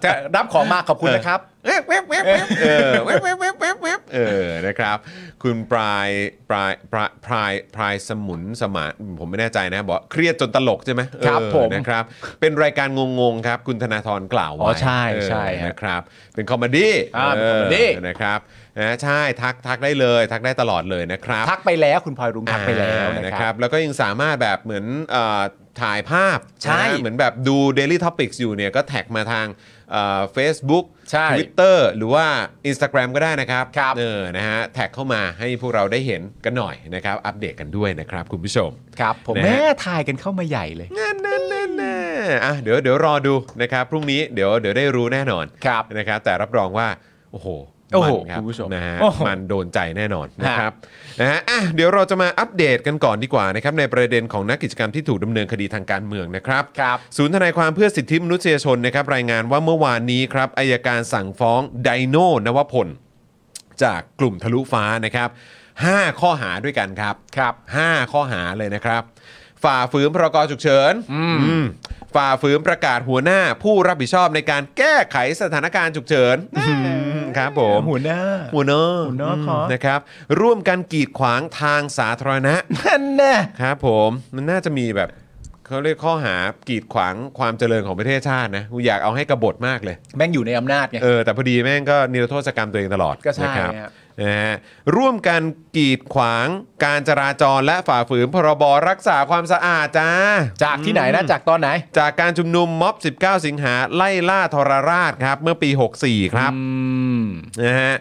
[SPEAKER 4] จะรับของมาขอบคุณนะครับ
[SPEAKER 3] เว็บเว็บเว็บเว็บเออเว็บเว็บเว็บเว็บเว็บเออนะครับ คุณปลายปลายปลายปลายปลายสมุนสมานผมไม่แน่ใจนะบอกเครียดจนตลกใช่ไหม
[SPEAKER 4] ครับ
[SPEAKER 3] เออ
[SPEAKER 4] ผม
[SPEAKER 3] นะครับ เป็นรายการงงๆครับ คุณธนาธรกล่าวไว้
[SPEAKER 4] อ๋อใช่
[SPEAKER 3] เออ
[SPEAKER 4] ใช่ฮะ
[SPEAKER 3] นะครับ เป็นคอมเมดี้
[SPEAKER 4] อ่าเป็นคอมเมดี้
[SPEAKER 3] เออนะครับนะใช่ทักทักได้เลยทักได้ตลอดเลยนะครับ
[SPEAKER 4] ทักไปแล้วคุณพลอยรุ้งทักไปแล้ว
[SPEAKER 3] อ่า
[SPEAKER 4] นะ
[SPEAKER 3] นะ
[SPEAKER 4] ค
[SPEAKER 3] ค
[SPEAKER 4] รั
[SPEAKER 3] รับ บ แล้วก็ยังสามารถแบบเหมือนเอ่อถ่ายภาพ
[SPEAKER 4] ใช่
[SPEAKER 3] นะฮะเหมือนแบบดู Daily Topics อยู่เนี่ยก็แท็กมาทางเฟซบุ๊ก
[SPEAKER 4] ใช่
[SPEAKER 3] ทวิตเตอร์หรือว่า Instagram ก็ได้นะครับ
[SPEAKER 4] ครับ
[SPEAKER 3] เออนะฮะแท็กเข้ามาให้พวกเราได้เห็นกันหน่อยนะครับ อัปเดตกันด้วยนะครับคุณผู้ชม
[SPEAKER 4] ครับผม
[SPEAKER 3] นะฮะ
[SPEAKER 4] แม่ทายกันเข้ามาใหญ่เลย
[SPEAKER 3] แน่แน่แน่แน่อ่ะเดี๋ยวเดี๋ยวรอดูนะครับ พรุ่งนี้เดี๋ยวเดี๋ยวได้รู้แน่นอน
[SPEAKER 4] ครับ
[SPEAKER 3] นะครับ แต่รับรองว่า โอ้โห
[SPEAKER 4] โอ้โห
[SPEAKER 3] นรับ
[SPEAKER 4] คุณผู้ชม
[SPEAKER 3] นะฮะ
[SPEAKER 4] โอ้โห
[SPEAKER 3] มันโดนใจแน่นอนนะครับนะฮะอ่ะเดี๋ยวเราจะมาอัปเดตกันก่อนดีกว่านะครับ ในประเด็นของนักกิจกรรมที่ถูกดำเนินคดีทางการเมืองนะครับ
[SPEAKER 4] ครับ
[SPEAKER 3] ศูนย์ทนายความเพื่อสิทธิมนุษยชนนะครับ รายงานว่าเมื่อวานนี้ครับอายการสั่งฟ้องไดโนนวพล จากกลุ่มทะลุฟ้านะครับ5ข้อหาด้วยกันครับครับ 5 ข้อหาเลยนะครับ ฝ่าฝืนพรกฉุกเฉินอืมฝ่าฝืนประกาศหัวหน้าผู้รับผิดชอบในการแก้ไขสถานการณ์ฉุกเฉินครับผม
[SPEAKER 4] หัวหน้า
[SPEAKER 3] หัวเนอ
[SPEAKER 4] หัวเนอะขอ
[SPEAKER 3] นะครับ ร่วมกันกีดขวางทางสาธารณะ
[SPEAKER 4] นั่นแน่
[SPEAKER 3] ครับผมมันน่าจะมีแบบเขาเรียกข้อหากีดขวางความเจริญของประเทศชาตินะกูอยากเอาให้กบฏมากเลย
[SPEAKER 4] แม่งอยู่ในอำนาจไง
[SPEAKER 3] เออแต่พอดีแม่งก็นิรโทษกรรมตัวเองตลอด
[SPEAKER 4] ก็ใช่
[SPEAKER 3] นะครับ
[SPEAKER 4] ฮะ
[SPEAKER 3] นะฮะร่วมกันกีดขวางการจราจรและฝ่าฝืนพรบรักษาความสะอาดจ้า
[SPEAKER 4] จากที่ไหนนะจากตอนไหน
[SPEAKER 3] จากการชุมนุมม็อบ 19 สิงหาไล่ล่าทรราชครับ เมื่อปี 64 ครับ
[SPEAKER 4] อืม
[SPEAKER 3] นะฮะ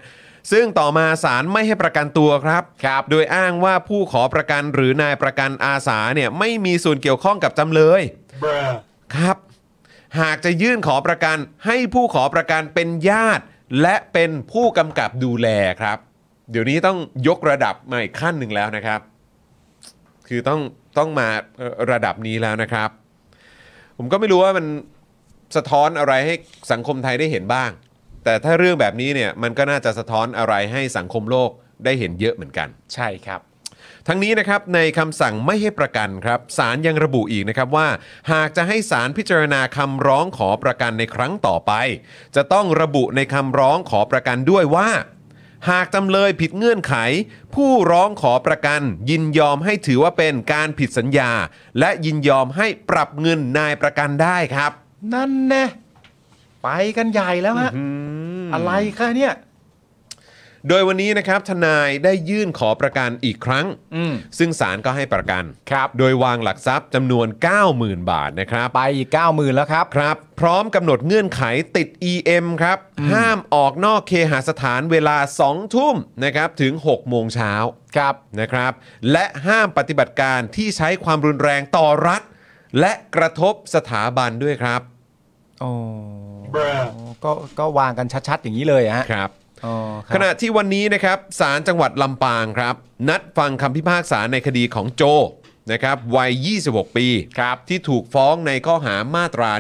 [SPEAKER 3] ซึ่งต่อมาศาลไม่ให้ประกันตัวครับ โดยอ้างว่าผู้ขอประกันหรือนายประกันอาสาเนี่ยไม่มีส่วนเกี่ยวข้องกับจำเลย ครับ หากจะยื่นขอประกันให้ผู้ขอประกันเป็นญาติ และเป็นผู้กำกับดูแลครับ เดี๋ยวนี้ต้องยกระดับมาอีกขั้นหนึ่งแล้วนะครับ คือต้องต้องมาเอ่อระดับนี้แล้วนะครับ ผมก็ไม่รู้ว่ามันสะท้อนอะไรให้สังคมไทยได้เห็นบ้าง แต่ถ้าเรื่องแบบนี้เนี่ยมันก็น่าจะสะท้อนอะไรให้สังคมโลกได้เห็นเยอะเหมือนกัน
[SPEAKER 4] ใช่ครับ
[SPEAKER 3] ทั้งนี้นะครับในคำสั่งไม่ให้ประกันครับศาลยังระบุอีกนะครับว่า หากจะให้ศาลพิจารณาคำร้องขอประกันในครั้งต่อไป จะต้องระบุในคำร้องขอประกันด้วยว่า หากจำเลยผิดเงื่อนไข ผู้ร้องขอประกัน ยินยอมให้ถือว่าเป็นการผิดสัญญา และยินยอมให้ปรับเงินนายประกันได้ครับ
[SPEAKER 4] นั่นแน่ไปกันใหญ่แล้วฮะอะไรคะเนี่ย
[SPEAKER 3] โดยวันนี้นะครับทนายได้ยื่นขอประกันอีกครั้ง
[SPEAKER 4] อืม
[SPEAKER 3] ซึ่งศาลก็ให้ประกัน
[SPEAKER 4] ครับ
[SPEAKER 3] โดยวางหลักทรัพย์จำนวน 90,000 บาทนะครับ
[SPEAKER 4] ไปอีกเก้าหมื่นแล้วครับ
[SPEAKER 3] ครับ พร้อมกำหนดเงื่อนไขติด EM ครับ ห้ามออกนอกเคหสถานเวลา 2 ทุ่มนะครับถึง 6 โมงเช้า
[SPEAKER 4] ครับ
[SPEAKER 3] นะครับ และห้ามปฏิบัติการที่ใช้ความรุนแรงต่อรัฐ และกระทบสถาบันด้วยครับ
[SPEAKER 4] โอ้ก็ก็วางกันชัดๆ อย่างนี้เลยอะฮะ
[SPEAKER 3] ครับ
[SPEAKER 4] อ๋อค
[SPEAKER 3] ข
[SPEAKER 4] รับ
[SPEAKER 3] ณะที่วันนี้นะครับศาลจังหวัดลำปางครับ นัดฟังคำพิพากษาในคดีของโจนะครับวัย 26 ปีครับที่ถูกฟ้องในข้อหามาตรา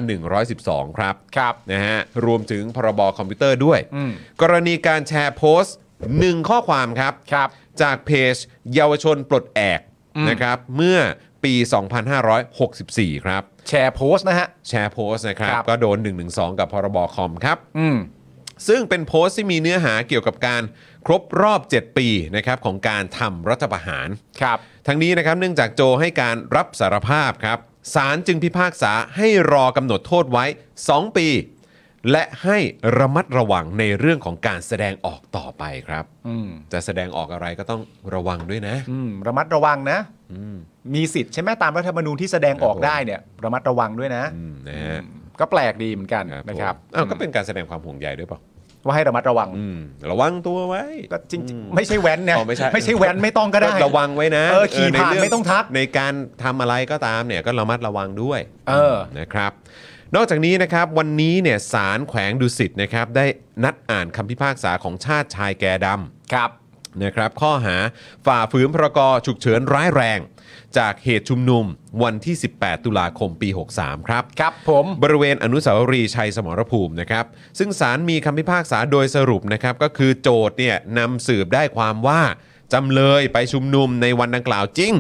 [SPEAKER 3] 112 ครับ
[SPEAKER 4] ครับ
[SPEAKER 3] นะฮะรวมถึงพรบคอมพิวเตอร์ด้วย
[SPEAKER 4] อืม
[SPEAKER 3] กรณีการแชร์โพสต์หนึ่งข้อความครับ
[SPEAKER 4] ครับ
[SPEAKER 3] จากเพจเยาวชนปลดแอก
[SPEAKER 4] อืม
[SPEAKER 3] นะครับเมื่อปี 2564 ครับ
[SPEAKER 4] แชร์โพสต์นะฮะ
[SPEAKER 3] แชร์โพสต์นะครับ
[SPEAKER 4] ครับ
[SPEAKER 3] ก็โดน 112 กับพรบคอมครับ
[SPEAKER 4] อืม
[SPEAKER 3] ซึ่งเป็นโพสต์ที่มีเนื้อหาเกี่ยวกับการครบรอบ 7 ปีนะครับของการทำรัฐประหาร
[SPEAKER 4] ครับ
[SPEAKER 3] ทั้งนี้นะครับเนื่องจากโจให้การรับสารภาพครับศาลจึงพิพากษาให้รอกำหนดโทษไว้ 2 ปี และให้ระมัดระวังในเรื่องของการแสดงออกต่อไปครับ
[SPEAKER 4] อืม
[SPEAKER 3] จะแสดงออกอะไรก็ต้องระวังด้วยนะ
[SPEAKER 4] อืม ระมัดระวังนะ มีสิทธิ์ใช่ไหมตามรัฐธรรมนูญที่แสดงออกได้เนี่ย ระมัดระวังด้วยนะ
[SPEAKER 3] อืมนะฮะ
[SPEAKER 4] ก็แปลกดีเหมือนกันนะครับ
[SPEAKER 3] ผมอ้าวก็เป็นการแสดงความห่วงใยด้วยเปล่า
[SPEAKER 4] ว่าให้ระมัดระวัง
[SPEAKER 3] อืม ระวังตัวไว้
[SPEAKER 4] ก็จริงๆไม่ใช่แว้นนะ
[SPEAKER 3] อ๋อไม่ใช่
[SPEAKER 4] ไม่ใช่แว้นไม่ต้องก็ได้
[SPEAKER 3] ระวังไว้นะ
[SPEAKER 4] เออขี่ผ่าน
[SPEAKER 3] ใเรื่
[SPEAKER 4] ไม่ต้องทัก
[SPEAKER 3] ในการทำอะไรก็ตามเนี่ยก็ระมัดระวังด้วย
[SPEAKER 4] เออ
[SPEAKER 3] นะครับ นอกจากนี้นะครับวันนี้เนี่ยศาลแขวงดุสิตนะครับได้นัดอ่านคำพิพากษาของชาติชายแก่ดำ
[SPEAKER 4] ครับ
[SPEAKER 3] นะครับ ข้อหาฝ่าฝืนพรกฉุกเฉินร้ายแรง จากเหตุชุมนุมวันที่ 18 ตุลาคมปี 63 ครับ
[SPEAKER 4] ครับผม
[SPEAKER 3] บริเวณอนุสาวรีย์ชัยสมรภูมินะครับ ซึ่งศาลมีคำพิพากษาโดยสรุปนะครับ ก็คือโจทย์เนี่ยนำสืบได้ความว่า จำเลยไปชุมนุมในวันดังกล่าวจริง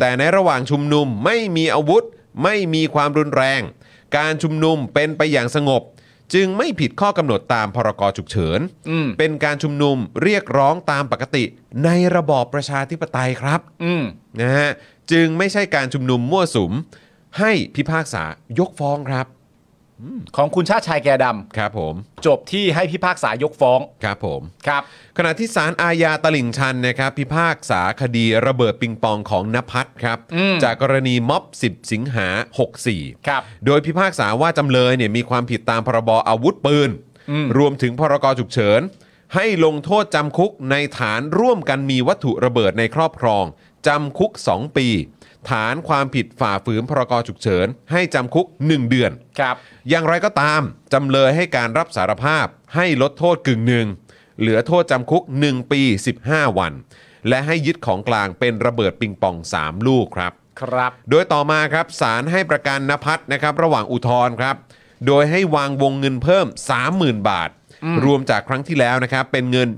[SPEAKER 3] แต่ในระหว่างชุมนุมไม่มีอาวุธ ไม่มีความรุนแรง การชุมนุมเป็นไปอย่างสงบ จึงไม่ผิดข้อกำหนดตามพรกฉุกเฉิน
[SPEAKER 4] อืม
[SPEAKER 3] เป็นการชุมนุมเรียกร้องตามปกติ ในระบอบประชาธิปไตยครับ
[SPEAKER 4] อืม
[SPEAKER 3] นะฮะจึงไม่ใช่การชุมนุมมั่วสุม ให้พิพากษายกฟ้องครับ
[SPEAKER 4] ของคุณชาติชายแก่ด
[SPEAKER 3] ครับผม
[SPEAKER 4] ำจบที่ให้พิพากษายกฟ้อง
[SPEAKER 3] ครับผม
[SPEAKER 4] ครับ
[SPEAKER 3] ขณะที่ศาลอาญาตลิ่งชันนะครับพิพากษาคดีระเบิดปิงปองของนภัทรครับ
[SPEAKER 4] อืม
[SPEAKER 3] จากกรณีม็อบ 10 สิงหา 64
[SPEAKER 4] ครับ
[SPEAKER 3] โดยพิพากษาว่าจำเลยเนี่ยมีความผิดตามพรบอาวุธปืน
[SPEAKER 4] อืม
[SPEAKER 3] รวมถึงพรกฉุกเฉิน ให้ลงโทษจำคุกในฐานร่วมกันมีวัตถุระเบิดในครอบครอง จำคุก 2 ปี ฐานความผิดฝ่าฝืนพรกฉุกเฉิน ให้จำคุก 1 เดือน
[SPEAKER 4] ครับ
[SPEAKER 3] อย่างไรก็ตาม จำเลยให้การรับสารภาพให้ลดโทษกึ่งหนึ่ง เหลือโทษจำคุก 1 ปี 15 วัน และให้ยึดของกลางเป็นระเบิดปิงปอง 3 ลูกครับ
[SPEAKER 4] ครับ
[SPEAKER 3] โดยต่อมาครับศาลให้ประกันนภัทรนะครับระหว่างอุทธรณ์ครับ โดยให้วางวงเงินเพิ่ม 30,000 บาท รวมจากครั้งที่แล้วนะครับ เป็นเงิน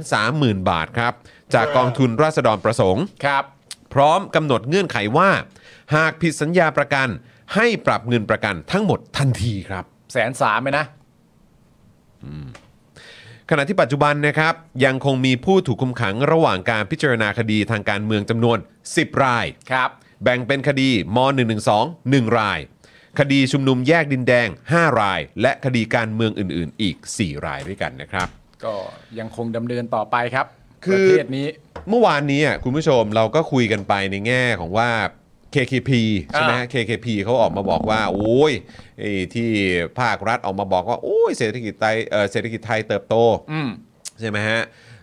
[SPEAKER 3] 130,000 บาทครับ จากกองทุนราษฎรประสงค์
[SPEAKER 4] ครับ
[SPEAKER 3] พร้อมกำหนดเงื่อนไขว่า หากผิดสัญญาประกัน ให้ปรับเงินประกันทั้งหมดทันทีครับ
[SPEAKER 4] แสนสามไหมนะ
[SPEAKER 3] ขณะที่ปัจจุบันนะครับ ยังคงมีผู้ถูกคุมขังระหว่างการพิจารณาคดีทางการเมืองจำนวน 10 ราย
[SPEAKER 4] ครับ
[SPEAKER 3] แบ่งเป็นคดีม .112 1 ราย คดีชุมนุมแยกดินแดง 5 ราย และคดีการเมืองอื่น ๆ อีก 4 รายด้วยกันนะครับ
[SPEAKER 4] ก็ยังคงดำเนินต่อไปครับ
[SPEAKER 3] คื
[SPEAKER 4] ป
[SPEAKER 3] อ
[SPEAKER 4] ระเทศนี้
[SPEAKER 3] เมื่อวานนี้อ่ะคุณผู้ชมเราก็คุยกันไปในแง่ของว่า KKP ใช่ไหมฮะ KKP เขาออกมาบอกว่าโอ้ยไอ้ที่ภาครัฐออกมาบอกว่าโอ้ยเศรษฐกิจไทยเอ่อเศรษฐกิจไทยเติบโต
[SPEAKER 4] อืม
[SPEAKER 3] ใช่ไหมฮะ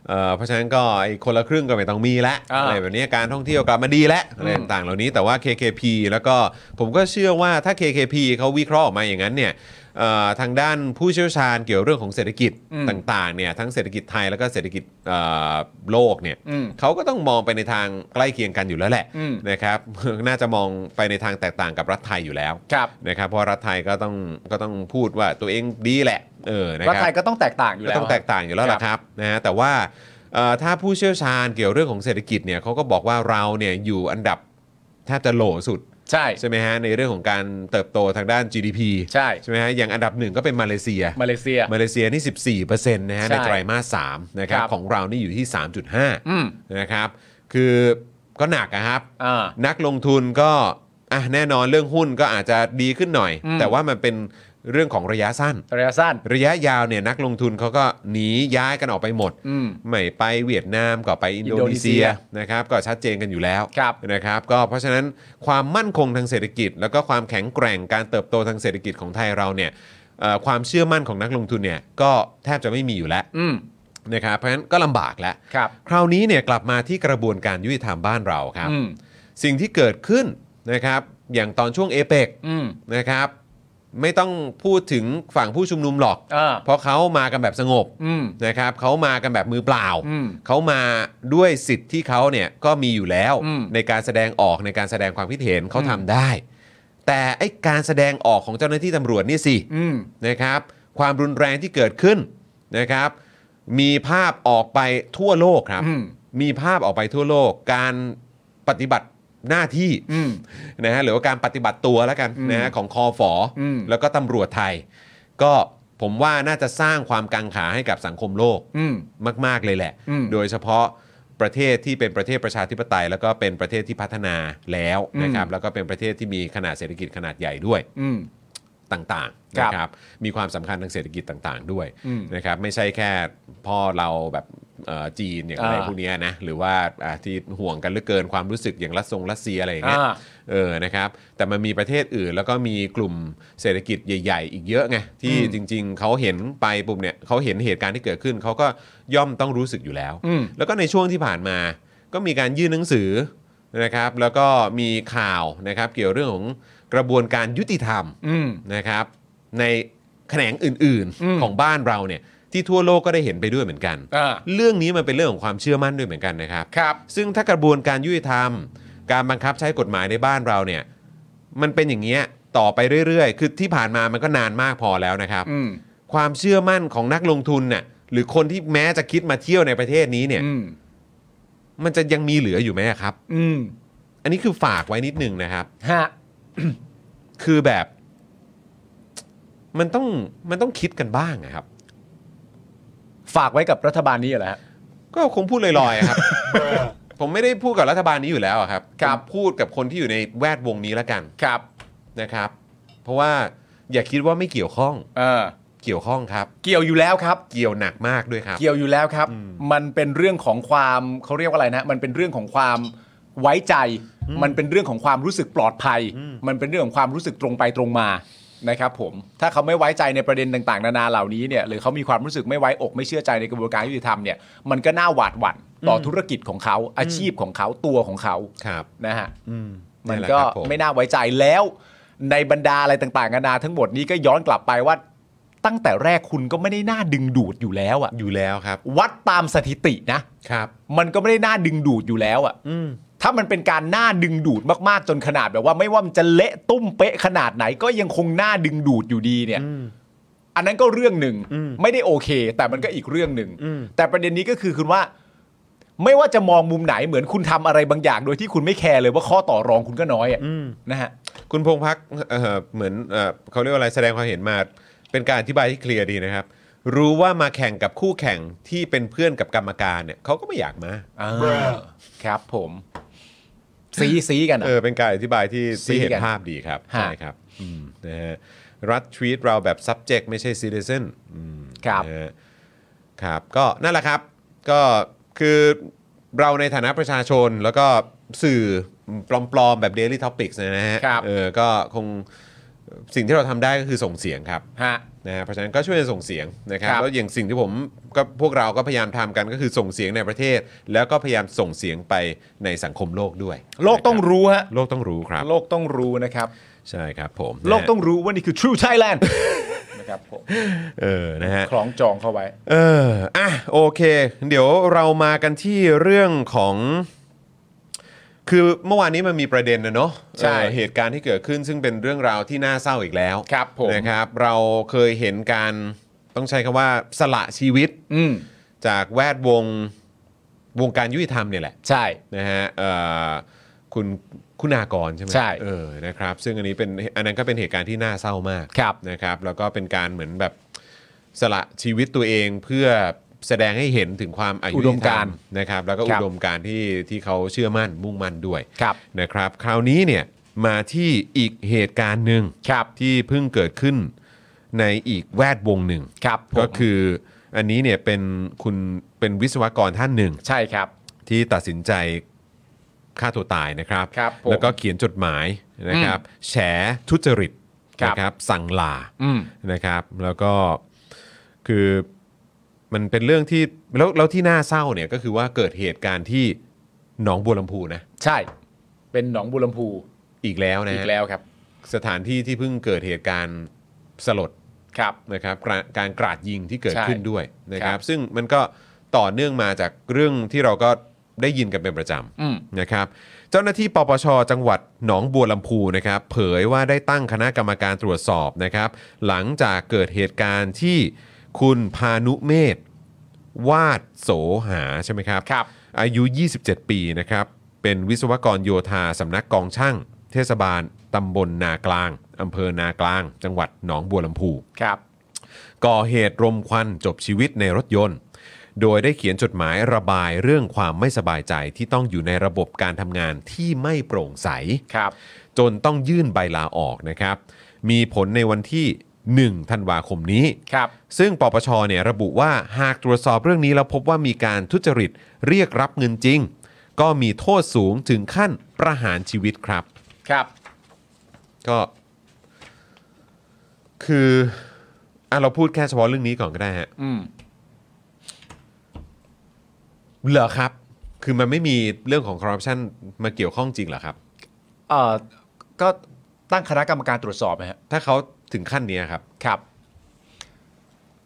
[SPEAKER 3] เอ่อเพราะฉะนั้นก็ไอ้คนละครึ่งก็ไม่ต้องมีละ
[SPEAKER 4] อ่า
[SPEAKER 3] อะไรแบบนี้การท่องเที่ยวกลับมาดีและอะไรต่างๆเหล่านี้แต่ว่า KKP แล้วก็ผมก็เชื่อว่าถ้า KKP เขาวิเคราะห์ออกมาอย่างนั้นเนี่ยเอ่อทางด้านผู้เชี่ยวชาญเกี่ยวเรื่องของเศรษฐกิจ
[SPEAKER 4] อืม
[SPEAKER 3] ต่างๆเนี่ยทั้งเศรษฐกิจไทยแล้วก็เศรษฐกิจเอ่อโลกเนี่ย
[SPEAKER 4] อืม
[SPEAKER 3] เขาก็ต้องมองไปในทางใกล้เคียงกันอยู่แล้วแหละ
[SPEAKER 4] อืม
[SPEAKER 3] นะครับ น่าจะมองไปในทางแตกต่างกับรัฐไทยอยู่แล้ว
[SPEAKER 4] ครับ
[SPEAKER 3] นะครับเพราะรัฐไทยก็ต้องก็ต้องพูดว่าตัวเองดีแหละเออนะค
[SPEAKER 4] รั
[SPEAKER 3] รั
[SPEAKER 4] ฐ
[SPEAKER 3] บ
[SPEAKER 4] ไทยก็ต้องแตกต่างอยู่
[SPEAKER 3] ก็
[SPEAKER 4] แล้ว
[SPEAKER 3] ต้องแตกต่างอยู่แล้วล่ะครับนะฮะแต่ว่าเอ่อถ้าผู้เชี่ยวชาญเกี่ยวเรื่องของเศรษฐกิจเนี่ยเขาก็บอกว่าเราเนี่ยอยู่อันดับแทบจะโหลสุด
[SPEAKER 4] ใช่
[SPEAKER 3] ใช่ไหมฮะในเรื่องของการเติบโตทางด้าน GDP
[SPEAKER 4] ใช่
[SPEAKER 3] ใช่ไหมฮะอย่างอันดับหนึ่งก็เป็นมาเลเซีย
[SPEAKER 4] มาเลเซีย
[SPEAKER 3] มาเลเซียนี่14%นะฮะ
[SPEAKER 4] ใช่
[SPEAKER 3] ในไตรมาส3นะครับ
[SPEAKER 4] ครับ
[SPEAKER 3] ของเรานี่อยู่
[SPEAKER 4] อ
[SPEAKER 3] ที่
[SPEAKER 4] ืม
[SPEAKER 3] 3.5นะครับคือก็หนักนะครับ
[SPEAKER 4] อ่า
[SPEAKER 3] นักลงทุนก็อ่ะแน่นอนเรื่องหุ้นก็อาจจะดีขึ้นหน่อย
[SPEAKER 4] อืม
[SPEAKER 3] แต่ว่ามันเป็นเรื่องของระยะสั้น
[SPEAKER 4] ระยะสั้น
[SPEAKER 3] ระยะยาวเนี่ยนักลงทุนเขาก็หนีย้ายกันออกไปหมด
[SPEAKER 4] อืม
[SPEAKER 3] ไม่ไปเวียดนามก็ไปอินโดนีเซีย
[SPEAKER 4] อินโดนีเซีย
[SPEAKER 3] นะครับก็ชัดเจนกันอยู่แล้ว
[SPEAKER 4] ครับ
[SPEAKER 3] นะครับก็เพราะฉะนั้นความมั่นคงทางเศรษฐกิจ แล้วก็ความแข็งแกร่งการเติบโตทางเศรษฐกิจของไทยเราเนี่ยเอ่อความเชื่อมั่นของนักลงทุนเนี่ยก็แทบจะไม่มีอยู่แล้ว
[SPEAKER 4] อืม
[SPEAKER 3] นะครับเพราะฉะนั้นก็ลำบากแล้ว
[SPEAKER 4] ครับ
[SPEAKER 3] คราวนี้เนี่ยกลับมาที่กระบวนการยุติธรรมบ้านเราครับ
[SPEAKER 4] อืม
[SPEAKER 3] สิ่งที่เกิดขึ้นนะครับอย่างตอนช่วงเอเปก
[SPEAKER 4] อืม
[SPEAKER 3] นะครับไม่ต้องพูดถึงฝั่งผู้ชุมนุมหรอก
[SPEAKER 4] อ่า
[SPEAKER 3] เพราะเขามากันแบบสงบ
[SPEAKER 4] อืม
[SPEAKER 3] นะครับเขามากันแบบมือเปล่า
[SPEAKER 4] อืม
[SPEAKER 3] เขามาด้วยสิทธิ์ที่เขาเนี่ยก็มีอยู่แล้ว
[SPEAKER 4] อืม
[SPEAKER 3] ในการแสดงออกในการแสดงความคิดเห็นเขา
[SPEAKER 4] อืม
[SPEAKER 3] ทำได้ แต่ไอการแสดงออกของเจ้าหน้าที่ตำรวจนี่สิ
[SPEAKER 4] อืม
[SPEAKER 3] นะครับความรุนแรงที่เกิดขึ้นนะครับมีภาพออกไปทั่วโลกครับ
[SPEAKER 4] อืม
[SPEAKER 3] มีภาพออกไปทั่วโลก การปฏิบัติหน้าที่
[SPEAKER 4] อืม
[SPEAKER 3] นะฮะหรือว่าการปฏิบัติตัวแล้วกัน
[SPEAKER 4] อืม
[SPEAKER 3] นะฮะของคอฝออ
[SPEAKER 4] ม
[SPEAKER 3] แล้วก็ตำรวจไทย ก็ผมว่าน่าจะสร้างความกังขาให้กับสังคมโลก
[SPEAKER 4] อืม
[SPEAKER 3] มาก ๆ เลยแหละ
[SPEAKER 4] อืม
[SPEAKER 3] โดยเฉพาะประเทศที่เป็นประเทศประชาธิปไตย แล้วก็เป็นประเทศที่พัฒนาแล้วนะครับ
[SPEAKER 4] อืม
[SPEAKER 3] แล้วก็เป็นประเทศที่มีขนาดเศรษฐกิจขนาดใหญ่ด้วย
[SPEAKER 4] อืม
[SPEAKER 3] ต่างๆ
[SPEAKER 4] ครั
[SPEAKER 3] นะ
[SPEAKER 4] บ
[SPEAKER 3] ครับมีความสำคัญทางเศรษฐกิจต่างๆ ด้วย
[SPEAKER 4] อืม
[SPEAKER 3] นะครับไม่ใช่แค่พ่อเราแบบเอ่อจีนอย่างอะไร
[SPEAKER 4] อ่า
[SPEAKER 3] พวกเนี้ยนะหรือว่าอ่าที่ห่วงกันเหลือเกินความรู้สึกอย่างรัสซงรัสเซียอะไรอย่างเงี้ย
[SPEAKER 4] อ่า
[SPEAKER 3] เออนะครับแต่มันมีประเทศอื่น แล้วก็มีกลุ่มเศรษฐกิจใหญ่ ๆ อีกเยอะไงที่
[SPEAKER 4] อืม
[SPEAKER 3] จริง ๆเขาเห็นไปปุ๊บเนี่ยเขาเห็นเหตุการณ์ที่เกิดขึ้นเขาก็ย่อมต้องรู้สึกอยู่แล้ว
[SPEAKER 4] อืม
[SPEAKER 3] แล้วก็ในช่วงที่ผ่านมาก็มีการยื่นหนังสือนะครับแล้วก็มีข่าวนะครับเกี่ยวเรื่องของกระบวนการยุติธรรม
[SPEAKER 4] อืม
[SPEAKER 3] นะครับในแขนงอื่น
[SPEAKER 4] อืม
[SPEAKER 3] ๆของบ้านเราเนี่ยที่ทั่วโลกก็ได้เห็นไปด้วยเหมือนกัน
[SPEAKER 4] อ่า
[SPEAKER 3] เรื่องนี้มันเป็นเรื่องของความเชื่อมั่นด้วยเหมือนกันนะครับ
[SPEAKER 4] ครับ
[SPEAKER 3] ซึ่งถ้ากระบวนการยุติธรรม การบังคับใช้กฎหมายในบ้านเราเนี่ยมันเป็นอย่างเงี้ยต่อไปเรื่อยๆ คือที่ผ่านมามันก็นานมากพอแล้วนะครับ
[SPEAKER 4] อืม
[SPEAKER 3] ความเชื่อมั่นของนักลงทุนน่ะหรือคนที่แม้จะคิดมาเที่ยวในประเทศนี้เนี่ย
[SPEAKER 4] อืม
[SPEAKER 3] มันจะยังมีเหลืออยู่ไหมครับ
[SPEAKER 4] อืม
[SPEAKER 3] อันนี้คือฝากไว้นิดนึงนะครับ
[SPEAKER 4] ฮะ
[SPEAKER 3] คือแบบ มันต้องมันต้องคิดกันบ้างอะครับ
[SPEAKER 4] ฝากไว้กับรัฐบาลนี้เหรอฮะ
[SPEAKER 3] ก็คงพูดลอยๆอะครับ ผมไม่ได้พูดกับรัฐบาลนี้อยู่แล้วอะครับ
[SPEAKER 4] ครับ
[SPEAKER 3] ผมพูดกับคนที่อยู่ในแวดวงนี้แล้วกัน
[SPEAKER 4] ครับ
[SPEAKER 3] นะครับ เพราะว่าอย่าคิดว่าไม่เกี่ยวข้อง
[SPEAKER 4] เออ
[SPEAKER 3] เกี่ยวข้องครับ
[SPEAKER 4] เกี่ยวอยู่แล้วครับ
[SPEAKER 3] เกี่ยวหนักมากด้วยครับ
[SPEAKER 4] เกี่ยวอยู่แล้วครับ มันเป็นเรื่องของความเขาเรียกว่าอะไรนะ มันเป็นเรื่องของความไว้ใจ มันเป็นเรื่องของความรู้สึกปลอดภัย มันเป็นเรื่องของความรู้สึกตรงไปตรงมา นะครับผม ถ้าเขาไม่ไว้ใจในประเด็นต่าง ๆ นานาเหล่านี้เนี่ย หรือเขามีความรู้สึกไม่ไว้อกไม่เชื่อใจในกระบวนการยุติธรรมเนี่ย มันก็น่าหวาดหวั่นต่ออธุรกิจของเขาอาชีพของเขาตัวของเขา
[SPEAKER 3] ครับ
[SPEAKER 4] นะฮะ
[SPEAKER 3] อืม
[SPEAKER 4] มัน
[SPEAKER 3] แหละ
[SPEAKER 4] ก็
[SPEAKER 3] ครับผ
[SPEAKER 4] ไม่น่าไว้ใจแล้วในบรรดาอะไรต่างๆกันานาทั้งหมดนี้ก็ย้อนกลับไปว่า ตั้งแต่แรกคุณก็ไม่ได้น่าดึงดูดอยู่แล้วอะ
[SPEAKER 3] อยู่แล้วครับ
[SPEAKER 4] วัดตามสถิตินะ
[SPEAKER 3] ครับ
[SPEAKER 4] มันก็ไม่ได้น่าดึงดูดอยู่แล้วอะ
[SPEAKER 3] อืม
[SPEAKER 4] ถ้ามันเป็นการน่าดึงดูดมากๆจนขนาดแบบว่า ไม่ว่ามันจะเละตุ้มเป๊ะขนาดไหน ก็ยังคงน่าดึงดูดอยู่ดีเนี่ย
[SPEAKER 3] อืม
[SPEAKER 4] อันนั้นก็เรื่องหนึ่ง
[SPEAKER 3] อืม
[SPEAKER 4] ไม่ได้โอเค แต่มันก็อีกเรื่องหนึ่ง
[SPEAKER 3] อืม
[SPEAKER 4] แต่ประเด็นนี้ก็คือคุณว่า ไม่ว่าจะมองมุมไหนเหมือนคุณทำอะไรบางอย่าง โดยที่คุณไม่แคร์เลยว่าข้อต่อรองคุณก็น้อยอะนะฮะ
[SPEAKER 3] คุณพงพักเอ่อเหมือนเอ่อเขาเรียกว่าอะไรแสดงความเห็นมา เป็นการอธิบายที่เคลียร์ดีนะครับ รู้ว่ามาแข่งกับคู่แข่งที่เป็นเพื่อนกับกรรมการเนี่ยเขาก็ไม่อยากมา
[SPEAKER 4] อ่าครับผม ซีซีกันอะ
[SPEAKER 3] เออเป็นการอธิบายที่
[SPEAKER 4] ซี
[SPEAKER 3] ที่เห็น
[SPEAKER 4] กัน
[SPEAKER 3] ภาพดีครับ
[SPEAKER 4] ฮะ
[SPEAKER 3] ใช่ครับอืมนะฮะรัฐทวีตเราแบบ subject ไม่ใช่ citizen อืม
[SPEAKER 4] ครับ
[SPEAKER 3] นะฮะครับก็นั่นแหละครับก็คือเราในฐานะประชาชนแล้วก็สื่อปลอมๆ แบบ Daily Topics เนยนะฮะ
[SPEAKER 4] ครับ
[SPEAKER 3] เออก็คงสิ่งที่เราทำได้ก็คือส่งเสียงครับ
[SPEAKER 4] ฮะ
[SPEAKER 3] นะฮะเพราะฉะนั้นก็ช่วยกันส่งเสียงนะครับ
[SPEAKER 4] ครับ
[SPEAKER 3] แล้วอย่างสิ่งที่ผมก็พวกเราก็พยายามทำกันก็คือส่งเสียงในประเทศ แล้วก็พยายามส่งเสียงไปในสังคมโลกด้วย
[SPEAKER 4] โลกต้องรู้ฮะ
[SPEAKER 3] โลกต้องรู้ครับ
[SPEAKER 4] โลกต้องรู้นะครับ
[SPEAKER 3] ใช่ครับผม
[SPEAKER 4] โลกต้องรู้ว่านี่คือ True Thailand นะครับผม
[SPEAKER 3] เออนะฮะ
[SPEAKER 4] คล้องจองเข้าไว้
[SPEAKER 3] เอออ่ะโอเค เดี๋ยวเรามากันที่เรื่องของ คือเมื่อวานนี้มันมีประเด็นนะเนาะ
[SPEAKER 4] ใช่
[SPEAKER 3] เออเหตุการณ์ที่เกิดขึ้นซึ่งเป็นเรื่องราวที่น่าเศร้าอีกแล้ว
[SPEAKER 4] ครับผม
[SPEAKER 3] นะครับ เราเคยเห็นการต้องใช้คำว่าสละชีวิต
[SPEAKER 4] อืม
[SPEAKER 3] จากแวดวงวงการยุติธรรมเนี่ยแหละ
[SPEAKER 4] ใช่
[SPEAKER 3] นะฮะเอ่อ คุณคุณากรใช่ไหม
[SPEAKER 4] ใช่
[SPEAKER 3] เออนะครับ ซึ่งอันนี้เป็นอันนั้นก็เป็นเหตุการณ์ที่น่าเศร้ามาก
[SPEAKER 4] ครับ
[SPEAKER 3] นะครับ แล้วก็เป็นการเหมือนแบบสละชีวิตตัวเองเพื่อแสดงให้เห็นถึงความอายุ
[SPEAKER 4] อุดมการณ์
[SPEAKER 3] นะครับ แล้วก็
[SPEAKER 4] ค
[SPEAKER 3] อุ
[SPEAKER 4] รับ
[SPEAKER 3] ดมการณ์ที่ที่เขาเชื่อมั่นมุ่งมั่นด้วย
[SPEAKER 4] ครับ
[SPEAKER 3] นะครับคราวนี้เนี่ยมาที่อีกเหตุการณ์หนึ่ง
[SPEAKER 4] ครับ
[SPEAKER 3] ที่เพิ่งเกิดขึ้นในอีกแวดวงหนึ่ง
[SPEAKER 4] ครับผม
[SPEAKER 3] ก็คืออันนี้เนี่ยเป็นคุณเป็นวิศวกรท่านหนึ่ง
[SPEAKER 4] ใช่ครับ
[SPEAKER 3] ที่ตัดสินใจฆ่าตัวตายนะครับ
[SPEAKER 4] ครับผม
[SPEAKER 3] แล้วก็เขียนจดหมายนะครับแฉทุจริต
[SPEAKER 4] ครับ
[SPEAKER 3] นะครับสั่งลา
[SPEAKER 4] อืม
[SPEAKER 3] นะครับ แล้วก็คือมันเป็นเรื่องที่แล้วแล้วที่น่าเศร้าเนี่ยก็คือว่าเกิดเหตุการณ์ที่หนองบัวลำพูนะ
[SPEAKER 4] ใช่ เป็นหนองบุรลำพู
[SPEAKER 3] อีกแล้วนะ
[SPEAKER 4] อี
[SPEAKER 3] ฮะ
[SPEAKER 4] กแล้วครับ
[SPEAKER 3] สถานที่ที่เพิ่งเกิดเหตุการณ์สลด
[SPEAKER 4] ครับ
[SPEAKER 3] นะครับกราการกราดยิงที่เกิด
[SPEAKER 4] ใช่
[SPEAKER 3] ขึ้นด้วยนะค
[SPEAKER 4] ครั
[SPEAKER 3] รับ
[SPEAKER 4] บ
[SPEAKER 3] ซึ่งมันก็ต่อเนื่องมาจากเรื่องที่เราก็ได้ยินกันเป็นประจำ
[SPEAKER 4] อืม
[SPEAKER 3] นะครับเจ้าหน้าที่ปปช จังหวัดหนองบัวลำพูนะครับเผยว่าได้ตั้งคณะกรรมการตรวจสอบนะครับหลังจากเกิดเหตุการณ์ที่คุณพานุเมธวาดโสหาใช่ไหมครับ
[SPEAKER 4] ครับ
[SPEAKER 3] อายุ 27 ปีนะครับเป็นวิศวกรโยธาสำนักกองช่าง เทศบาลตำบลนากลางอำเภอนากลาง จังหวัดหนองบัวลำพู
[SPEAKER 4] ครับ
[SPEAKER 3] ก่อเหตุรมควันจบชีวิตในรถยนต์ โดยได้เขียนจดหมายระบายเรื่องความไม่สบายใจที่ต้องอยู่ในระบบการทำงานที่ไม่โปร่งใส
[SPEAKER 4] ครับ
[SPEAKER 3] จนต้องยื่นใบลาออกนะครับ มีผลในวันที่ 1 ธันวาคมนี้
[SPEAKER 4] ครับ
[SPEAKER 3] ซึ่งปปชเนี่ยระบุว่าหากตรวจสอบเรื่องนี้แล้วพบว่ามีการทุจริตเรียกรับเงินจริง ก็มีโทษสูงถึงขั้นประหารชีวิตครับ
[SPEAKER 4] ครับ
[SPEAKER 3] ก็ คืออ่ะเราพูดแค่เฉพาะเรื่องนี้ก่อนก็ได้ฮะ
[SPEAKER 4] อืม
[SPEAKER 3] เหรอครับ คือมันไม่มีเรื่องของคอร์รัปชันมาเกี่ยวข้องจริงเหรอครับ
[SPEAKER 4] เอ่อ ก็ตั้งคณะกรรมการตรวจสอบนะฮะ
[SPEAKER 3] ถ้าเขาถึงขั้นเนี้ยครับ
[SPEAKER 4] ครับ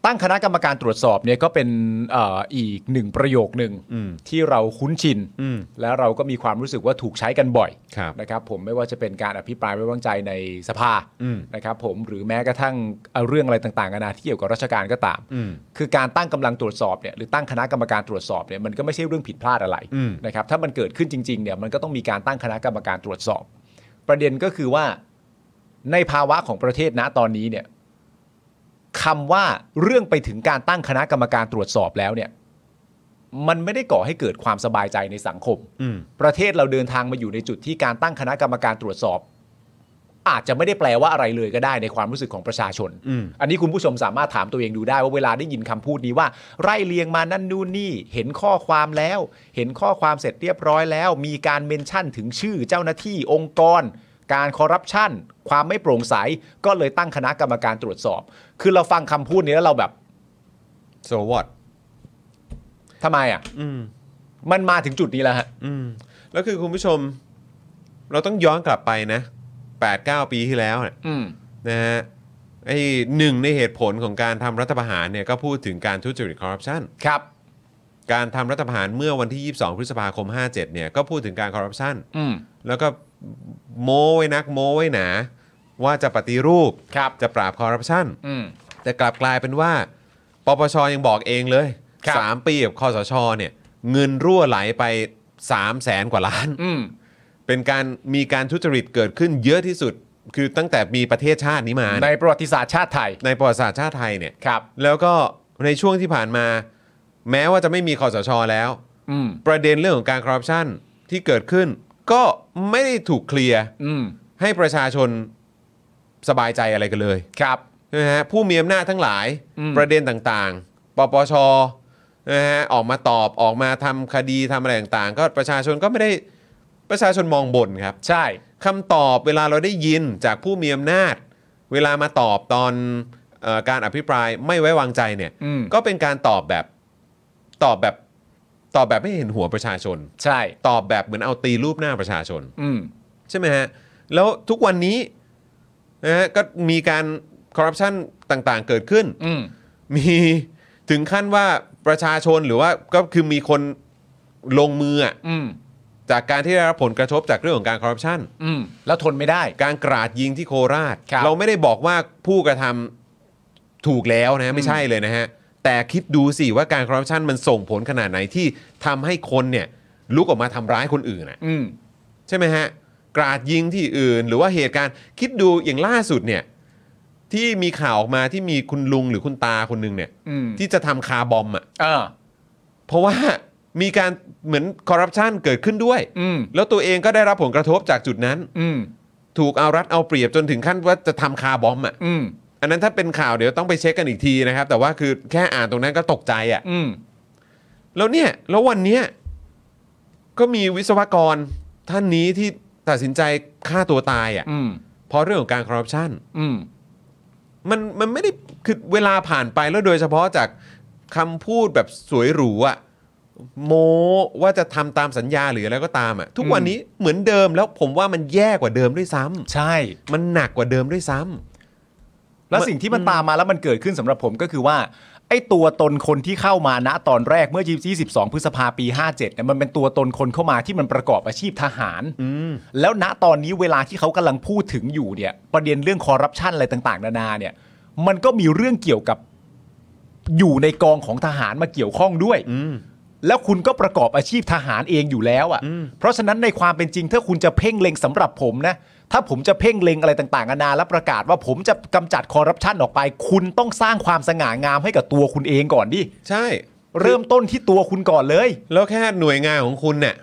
[SPEAKER 4] ตั้งคณะกรรมการตรวจสอบเนี่ยก็เป็นเอออีกหนึ่งประโยคหนึ่ง
[SPEAKER 3] อืม
[SPEAKER 4] ที่เราคุ้นชิน
[SPEAKER 3] อืม
[SPEAKER 4] และเราก็มีความรู้สึกว่าถูกใช้กันบ่อย
[SPEAKER 3] ครับ
[SPEAKER 4] นะครับ ผมไม่ว่าจะเป็นการอภิปรายไม่ไว้วางใจในสภา
[SPEAKER 3] อืม
[SPEAKER 4] นะครับ ผมหรือแม้กระทั่งเอ่อเรื่องอะไรต่างๆนานาที่เกี่ยวกับราชการก็ตาม
[SPEAKER 3] อืม
[SPEAKER 4] คือการตั้งกำลังตรวจสอบเนี่ยหรือตั้งคณะกรรมการตรวจสอบเนี่ยมันก็ไม่ใช่เรื่องผิดพลาดอะไร
[SPEAKER 3] อืม
[SPEAKER 4] นะครับถ้ามันเกิดขึ้นจริงๆเนี่ยมันก็ต้องมีการตั้งคณะกรรมการตรวจสอบ ประเด็นก็คือว่าในภาวะของประเทศณตอนนี้เนี่ยคำว่าเรื่องไปถึงการตั้งคณะกรรมการตรวจสอบแล้วเนี่ยมันไม่ได้ก่อให้เกิดความสบายใจในสังคม
[SPEAKER 3] อืม
[SPEAKER 4] ประเทศเราเดินทางมาอยู่ในจุดที่การตั้งคณะกรรมการตรวจสอบ อาจจะไม่ได้แปลว่าอะไรเลยก็ได้ในความรู้สึกของประชาชน
[SPEAKER 3] อืม
[SPEAKER 4] อันนี้คุณผู้ชมสามารถถามตัวเองดูได้ว่าเวลาได้ยินคำพูดนี้ว่า ไร่เลียงมานั่นนู่นนี่ เห็นข้อความแล้ว เห็นข้อความเสร็จเรียบร้อยแล้ว มีการเมนชั่นถึงชื่อเจ้าหน้าที่องค์กร การคอร์รัปชันความไม่โปร่งใสก็เลยตั้งคณะกรรมการตรวจสอบ คือเราฟังคำพูดนี้แล้วเราแบบ
[SPEAKER 3] so what
[SPEAKER 4] ทำไมอ่ะ
[SPEAKER 3] อืม
[SPEAKER 4] มันมาถึงจุดนี้แล้วฮะ
[SPEAKER 3] อืม แล้วคือคุณผู้ชม เราต้องย้อนกลับไปนะ8ปดเปีที่แล้วเนี่ย
[SPEAKER 4] อืม
[SPEAKER 3] นะฮะไอ้หนึ่งในเหตุผลของการทำรัฐประหารเนี่ยก็พูดถึงการทุจริตคอร์รัปชัน
[SPEAKER 4] ครับ
[SPEAKER 3] การทำรัฐประหารเมื่อวันที่ 22 พฤษภาคม 57 เนี่ยก็พูดถึงการคอร์รัปชัน
[SPEAKER 4] อืม
[SPEAKER 3] แล้วก็โม้ไว้นักโม้ไว้หนา ว่าจะปฏิรูป
[SPEAKER 4] ครับ
[SPEAKER 3] จะปราบคอร์รัปชัน
[SPEAKER 4] อืม
[SPEAKER 3] แต่กลับกลายเป็นว่า ปปชยังบอกเองเลย
[SPEAKER 4] ครับ
[SPEAKER 3] สามปีกับคอสชเนี่ย เงินรั่วไหลไป 3 0 0แสนกว่าล้าน
[SPEAKER 4] อืม
[SPEAKER 3] เป็นการมีการทุจริตเกิดขึ้นเยอะที่สุด คือตั้งแต่มีประเทศชาตินี้มา
[SPEAKER 4] ใน
[SPEAKER 3] เนี่ย
[SPEAKER 4] ประวัติศาสตร์ชาติไทย
[SPEAKER 3] ในประวัติศาสตร์ชาติไทยเนี่ย
[SPEAKER 4] ครับ
[SPEAKER 3] แล้วก็ในช่วงที่ผ่านมา แม้ว่าจะไม่มีคอสชแล้ว
[SPEAKER 4] อืม
[SPEAKER 3] ประเด็นเรื่องของการคอร์รัปชันที่เกิดขึ้น ก็ไม่ได้ถูกเคลียร์
[SPEAKER 4] อืม
[SPEAKER 3] ให้ประชาชนสบายใจอะไรกันเลย
[SPEAKER 4] ครับ
[SPEAKER 3] ใช่ไหมฮะผู้มีอำนาจทั้งหลาย
[SPEAKER 4] อืม
[SPEAKER 3] ประเด็นต่างๆ ปปชนะฮะออกมาตอบออกมาทำคดีทำอะไรต่างๆ ก็ประชาชนก็ไม่ได้ประชาชนมองบนครับ
[SPEAKER 4] ใช่
[SPEAKER 3] คำตอบเวลาเราได้ยินจากผู้มีอำนาจ เวลามาตอบตอนเออการอภิปรายไม่ไว้วางใจเนี่ย
[SPEAKER 4] อืม
[SPEAKER 3] ก็เป็นการตอบแบบตอบแบบตอบแบบไม่เห็นหัวประชาชน
[SPEAKER 4] ใช่
[SPEAKER 3] ตอบแบบเหมือนเอาตีรูปหน้าประชาชน
[SPEAKER 4] อืม
[SPEAKER 3] ใช่ไหมฮะ แล้วทุกวันนี้นะฮะก็มีการคอร์รัปชันต่างๆ เกิดขึ้น
[SPEAKER 4] อืม
[SPEAKER 3] มีถึงขั้นว่าประชาชนหรือว่าก็คือมีคนลงมืออะ
[SPEAKER 4] อืม
[SPEAKER 3] จากการที่ได้รับผลกระทบจากเรื่องของการคอร์รัปชัน
[SPEAKER 4] อืม แล้วทนไม่ได้
[SPEAKER 3] การกราดยิงที่โคราช
[SPEAKER 4] ครับ
[SPEAKER 3] เราไม่ได้บอกว่าผู้กระทำถูกแล้วนะฮะไม่ใช่เลยนะฮะ แต่คิดดูสิว่าการคอร์รัปชันมันส่งผลขนาดไหนที่ทำให้คนเนี่ยลุกออกมาทำร้ายคนอื่นอะ
[SPEAKER 4] อืม
[SPEAKER 3] ใช่ไหมฮะ กราดยิงที่อื่น หรือว่าเหตุการณ์คิดดูอย่างล่าสุดเนี่ยที่มีข่าวออกมาที่มีคุณลุงหรือคุณตาคนหนึงเนี่ย
[SPEAKER 4] อืม
[SPEAKER 3] ที่จะทำคาร์บอมอ่ะ
[SPEAKER 4] เออ
[SPEAKER 3] เพราะว่ามีการเหมือนคอร์รัปชันเกิดขึ้นด้วย
[SPEAKER 4] อืม
[SPEAKER 3] แล้วตัวเองก็ได้รับผลกระทบจากจุดนั้น
[SPEAKER 4] อืม
[SPEAKER 3] ถูกเอารัดเอาเปรียบจนถึงขั้นว่าจะทำคาร์บอมอ่ะ
[SPEAKER 4] อืม
[SPEAKER 3] อันนั้นถ้าเป็นข่าวเดี๋ยวต้องไปเช็คกันอีกทีนะครับ แต่ว่าคือแค่อ่านตรงนั้นก็ตกใจอ่ะ
[SPEAKER 4] อืม
[SPEAKER 3] แล้วเนี่ย แล้ววันเนี้ยก็มีวิศวกรท่านนี้ที่ตัดสินใจฆ่าตัวตายอ่ะ
[SPEAKER 4] อืม
[SPEAKER 3] เพราะเรื่องของการคอร์รัปชัน
[SPEAKER 4] อืม
[SPEAKER 3] มันมันไม่ได้คือเวลาผ่านไปแล้วโดยเฉพาะจากคำพูดแบบสวยหรูอ่ะโมว่าจะทำตามสัญญาหรืออะไรก็ตามอ่ะทุกวันนี้เหมือนเดิมแล้วผมว่ามันแย่กว่าเดิมด้วยซ้ำ
[SPEAKER 4] ใช่
[SPEAKER 3] มันหนักกว่าเดิมด้วยซ้ำ
[SPEAKER 4] แล้วสิ่งที่มันตามมาแล้วมันเกิดขึ้นสำหรับผมก็คือว่า ไอ้ตัวตนคนที่เข้ามาณตอนแรกเมื่อ22พฤษภาปี 57เนี่ยมันเป็นตัวตนคนเข้ามาที่มันประกอบอาชีพทหาร แล้วณตอนนี้เวลาที่เขากำลังพูดถึงอยู่เนี่ย ประเด็นเรื่องคอร์รัปชันอะไรต่างๆ นานาเนี่ย มันก็มีเรื่องเกี่ยวกับอยู่ในกองของทหารมาเกี่ยวข้องด้วย แล้วคุณก็ประกอบอาชีพทหารเองอยู่แล้วอะ่ะ เพราะฉะนั้นในความเป็นจริงถ้าคุณจะเพ่งเล็งสำหรับผมนะ ถ้าผมจะเพ่งเล็งอะไรต่างๆนานาแล้วประกาศว่าผมจะกำจัดคอร์รัปชันออกไป คุณต้องสร้างความสง่างามให้กับตัวคุณเองก่อนดิ
[SPEAKER 3] ใช่
[SPEAKER 4] เริ่มต้นที่ตัวคุณก่อนเลย
[SPEAKER 3] แล้วแค่หน่วยงานของคุณเนี่ย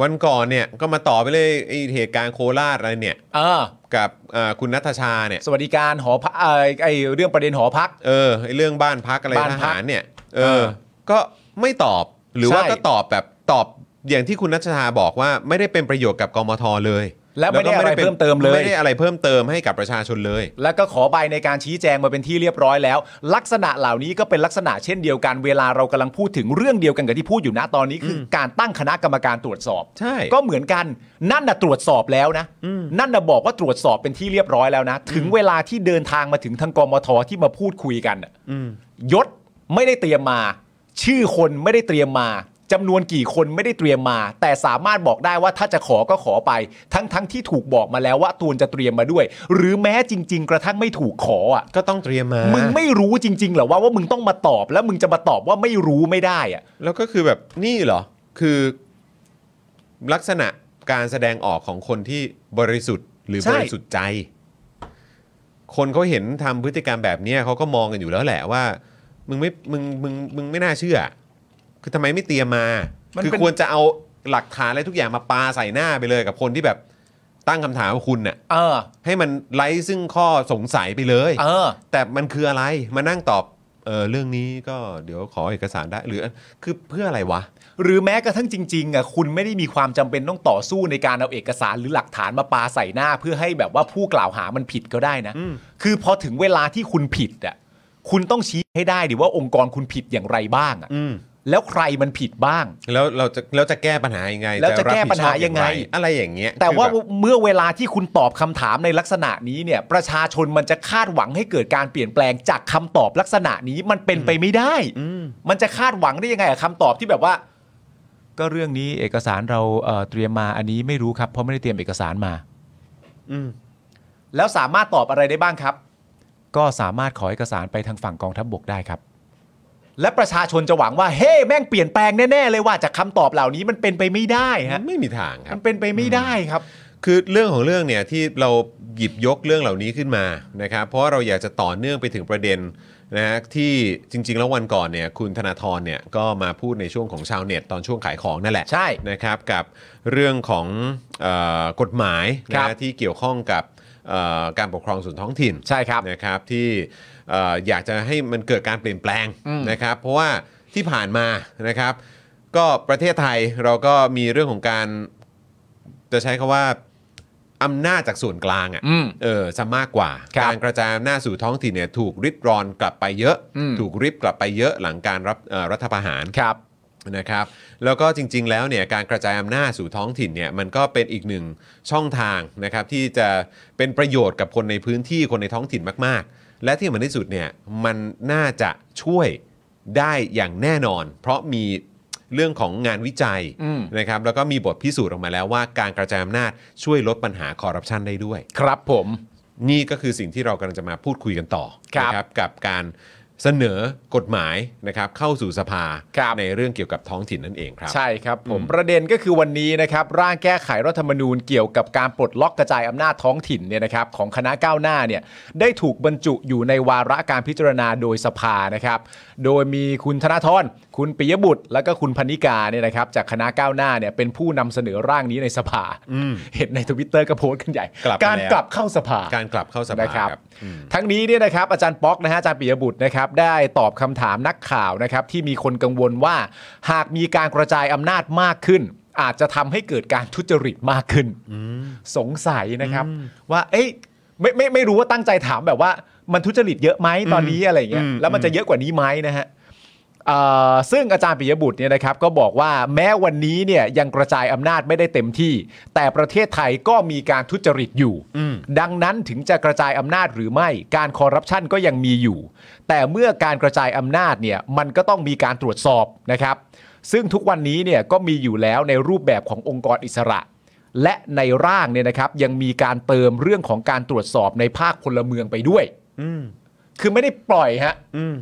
[SPEAKER 3] วันก่อนเนี่ยก็มาต่อไปเลยไอ้เหตุการณ์โคราชอะไรเนี่ย
[SPEAKER 4] เออ
[SPEAKER 3] กับเอ่อคุณนัทชาเนี่ย
[SPEAKER 4] สวัสดิการหอพักเอ่อไอเรื่องประเด็นหอพัก
[SPEAKER 3] เออไอ้เรื่องบ้านพักอะไร
[SPEAKER 4] บ้าน
[SPEAKER 3] ท
[SPEAKER 4] พัก
[SPEAKER 3] หารเนี่ย เออ
[SPEAKER 4] เออ
[SPEAKER 3] ก็ไม่ตอบหรือ
[SPEAKER 4] ใช่
[SPEAKER 3] ว่าก็ตอบแบบตอบอย่างที่คุณนัชชาบอกว่าไม่ได้เป็นประโยชน์กับกมทเลย
[SPEAKER 4] และไม่ได้
[SPEAKER 3] วก็
[SPEAKER 4] อะไรเพิ่มเติมเลย
[SPEAKER 3] ไม่ได้อะไรเพิ่มเติมให้กับประชาชนเลย
[SPEAKER 4] แล้วก็ขอใบในการชี้แจงมาเป็นที่เรียบร้อยแล้ว ลักษณะเหล่านี้ก็เป็นลักษณะเช่นเดียวกัน เวลาเรากำลังพูดถึงเรื่องเดียวกันกับที่พูดอยู่นะตอนนี้คืออการตั้งคณะกรรมการตรวจสอบ
[SPEAKER 3] ใช่
[SPEAKER 4] ก็เหมือนกันนั่นน่ะตรวจสอบแล้วนะ นั่นน่ะบอกว่าตรวจสอบเป็นที่เรียบร้อยแล้วนะ ถึงเวลาที่เดินทางมาถึงทางกมทที่มาพูดคุยกันน่ะยศไม่ได้เตรียมมา ชื่อคนไม่ได้เตรียมมาจำนวนกี่คนไม่ได้เตรียมมา แต่สามารถบอกได้ว่าถ้าจะขอก็ขอไป ทั้งทั้งที่ถูกบอกมาแล้วว่าตูนจะเตรียมมาด้วย หรือแม้จริง ๆ กระทั่งไม่ถูกขออ่ะ
[SPEAKER 3] ก็ต้องเตรียมมา
[SPEAKER 4] มึงไม่รู้จริงๆเหรอว่าว่ามึงต้องมาตอบแล้วมึงจะมาตอบว่าไม่รู้ไม่ได้อ่ะ
[SPEAKER 3] แล้วก็คือแบบนี่เหรอคือลักษณะการแสดงออกของคนที่บริสุทธิ์หรือ
[SPEAKER 4] ใช่
[SPEAKER 3] บริสุทธิ์ใจ คนเขาเห็นทำพฤติกรรมแบบเนี้ยเขาก็มองกันอยู่แล้วแหละว่า มึงไม่มึงมึงมึงไม่น่าเชื่อ คือทำไมไม่เตรียมมา
[SPEAKER 4] มัน
[SPEAKER 3] คือ
[SPEAKER 4] เป็น
[SPEAKER 3] ควรจะเอาหลักฐานอะไรทุกอย่างมาปาใส่หน้าไปเลยกับคนที่แบบตั้งคำถามกับคุณน่ะ
[SPEAKER 4] เออ
[SPEAKER 3] ให้มันไร้ซึ่งข้อสงสัยไปเลย
[SPEAKER 4] เออ
[SPEAKER 3] แต่มันคืออะไรมานั่งตอบเออเรื่องนี้ก็เดี๋ยวขอเอกสารได้หรือคือเพื่ออะไรวะ
[SPEAKER 4] หรือแม้กระทั่งจริงๆอ่ะคุณไม่ได้มีความจำเป็นต้องต่อสู้ในการเอาเอกสารหรือหลักฐานมาปาใส่หน้า เพื่อให้แบบว่าผู้กล่าวหามันผิดก็ได้นะ คือพอถึงเวลาที่คุณผิดอ่ะคุณต้องชี้ให้ได้ดิว่าองค์กรคุณผิดอย่างไรบ้างอ่ะแล้วใครมันผิดบ้าง
[SPEAKER 3] แล้วเราจะแล้วจะแก้ปัญหายังไง
[SPEAKER 4] แล้วจะ
[SPEAKER 3] รับ
[SPEAKER 4] แก้ปัญหายังไง
[SPEAKER 3] ผิดชอบอรอะไรอย่างเงี้ย
[SPEAKER 4] แต่ว่า
[SPEAKER 3] คือบบ
[SPEAKER 4] เมื่อเวลาที่คุณตอบคำถามในลักษณะนี้เนี่ย ประชาชนมันจะคาดหวังให้เกิดการเปลี่ยนแปลงจากคำตอบลักษณะนี้มันเป็นไปไม่ได้ มันจะคาดหวังได้ยังไงกับคำตอบที่แบบว่า ก็เรื่องนี้เอกสารเราเอ่อเตรียมมาอันนี้ไม่รู้ครับเพราะไม่ได้เตรียมเอกสารมา แล้วสามารถตอบอะไรได้บ้างครับ ก็สามารถขอเอกสารไปทางฝั่งกองทัพบบกได้ครับ และประชาชนจะหวังว่าเฮ้แม่งเปลี่ยนแปลงแน่ๆเลยว่าจากคำตอบเหล่านี้มันเป็นไปไม่ได้ฮะ
[SPEAKER 3] ไม่มีทางครั
[SPEAKER 4] มั
[SPEAKER 3] บ
[SPEAKER 4] นเป็นไปไม่ได้ครับ
[SPEAKER 3] คือเรื่องของเรื่องเนี่ยที่เราหยิบยกเรื่องเหล่านี้ขึ้นมานะครับ เพราะว่าเราอยากจะต่อเนื่องไปถึงประเด็นนะฮะที่จริง ๆ แล้ววันก่อนเนี่ยคุณธนาธรเนี่ยก็มาพูดในช่วงของชาวเน็ตตอนช่วงขายของนั่นแหละ
[SPEAKER 4] ใช่
[SPEAKER 3] นะครับกับเรื่องของเออกฎหมายนะ
[SPEAKER 4] ครั
[SPEAKER 3] ฮะ
[SPEAKER 4] บ
[SPEAKER 3] ที่เกี่ยวข้องกับเอ่อการปกครองส่วนท้องถิ่น
[SPEAKER 4] ใช่ครับ
[SPEAKER 3] นะครับที่เอ่ออยากจะให้มันเกิดการเปลี่ยนแปลงนะครับ เพราะว่าที่ผ่านมานะครับ ก็ประเทศไทยเราก็มีเรื่องของการจะใช้คาว่าอำนาจจากส่วนกลาง
[SPEAKER 4] อืม
[SPEAKER 3] อะ่ะเออซะมากกว่า
[SPEAKER 4] ครับ
[SPEAKER 3] การกระจายอำนาจสู่ท้องถิ่นเนี่ยถูกริดรอนกลับไปเยอะ
[SPEAKER 4] อืม
[SPEAKER 3] ถูกริบกลับไปเยอะหลังการรับเอ่อรัฐประหาร
[SPEAKER 4] ครับ
[SPEAKER 3] นะครับแล้วก็จริงๆแล้วเนี่ยการกระจายอำนาจสู่ท้องถิ่นเนี่ยมันก็เป็นอีกหนึ่งช่องทางนะครับที่จะเป็นประโยชน์กับคนในพื้นที่คนในท้องถิ่นมากๆ และที่สำคัญที่สุดเนี่ยมันน่าจะช่วยได้อย่างแน่นอน เพราะมีเรื่องของงานวิจัย
[SPEAKER 4] อืม
[SPEAKER 3] นะครับแล้วก็มีบทพิสูจน์ออกมาแล้วว่าการกระจายอำนาจช่วยลดปัญหาคอร์รัปชันได้ด้วย
[SPEAKER 4] ครับผม
[SPEAKER 3] นี่ก็คือสิ่งที่เรากำลังจะมาพูดคุยกันต่อ
[SPEAKER 4] ครับ
[SPEAKER 3] นะกับการ เสนอกฎหมายนะครับเข้าสู่สภา
[SPEAKER 4] ครับ
[SPEAKER 3] ในเรื่องเกี่ยวกับท้องถิ่นนั่นเองครับ
[SPEAKER 4] ใช่ครับผมประเด็นก็คือวันนี้นะครับร่างแก้ไขรัฐธรรมนูญเกี่ยวกับการปลดล็อกกระจายอำนาจท้องถิ่นเนี่ยนะครับของคณะก้าวหน้าเนี่ยได้ถูกบรรจุอยู่ในวาระการพิจารณาโดยสภานะครับโดยมีคุณธนาธรคุณปิยบุตร และก็คุณพนิกาเนี่ยนะครับจากคณะก้าวหน้าเนี่ยเป็นผู้นำเสนอร่างนี้ในสภา เห็นในทวิตเตอร์ก็โพสต์กันใหญ่
[SPEAKER 3] กลับมาแล้ว
[SPEAKER 4] การกลับเข้าสภา
[SPEAKER 3] การกลับเข้าสภา
[SPEAKER 4] นะครับ
[SPEAKER 3] ครับ
[SPEAKER 4] ทั้งนี้เนี่ยนะครับอาจารย์ป๊อกนะฮะอาจารย์ปิยบุตรนะครับได้ตอบคำถามนักข่าวนะครับที่มีคนกังวลว่า หากมีการกระจายอำนาจมากขึ้น อาจจะทำให้เกิดการทุจริตมากขึ้น สงสัยนะครับ ว่าเอ๊ะไม่ไม่ไม่รู้ว่าตั้งใจถามแบบว่ามันทุจริตเยอะไหมตอนนี้อะไรอย่างเงี้ยแล้วมันจะเยอะกว่านี้ไหมนะฮะ เอ่อซึ่งอาจารย์ปิยบุตรเนี่ยนะครับก็บอกว่าแม้วันนี้เนี่ยยังกระจายอำนาจไม่ได้เต็มที่ แต่ประเทศไทยก็มีการทุจริตอยู่ ดังนั้นถึงจะกระจายอำนาจหรือไม่การคอร์รัปชันก็ยังมีอยู่ แต่เมื่อการกระจายอำนาจเนี่ยมันก็ต้องมีการตรวจสอบนะครับ ซึ่งทุกวันนี้เนี่ยก็มีอยู่แล้วในรูปแบบขององค์กรอิสระ และในร่างเนี่ยนะครับยังมีการเติมเรื่องของการตรวจสอบในภาคพลเมืองไปด้วย คือไม่ได้ปล่อยฮะ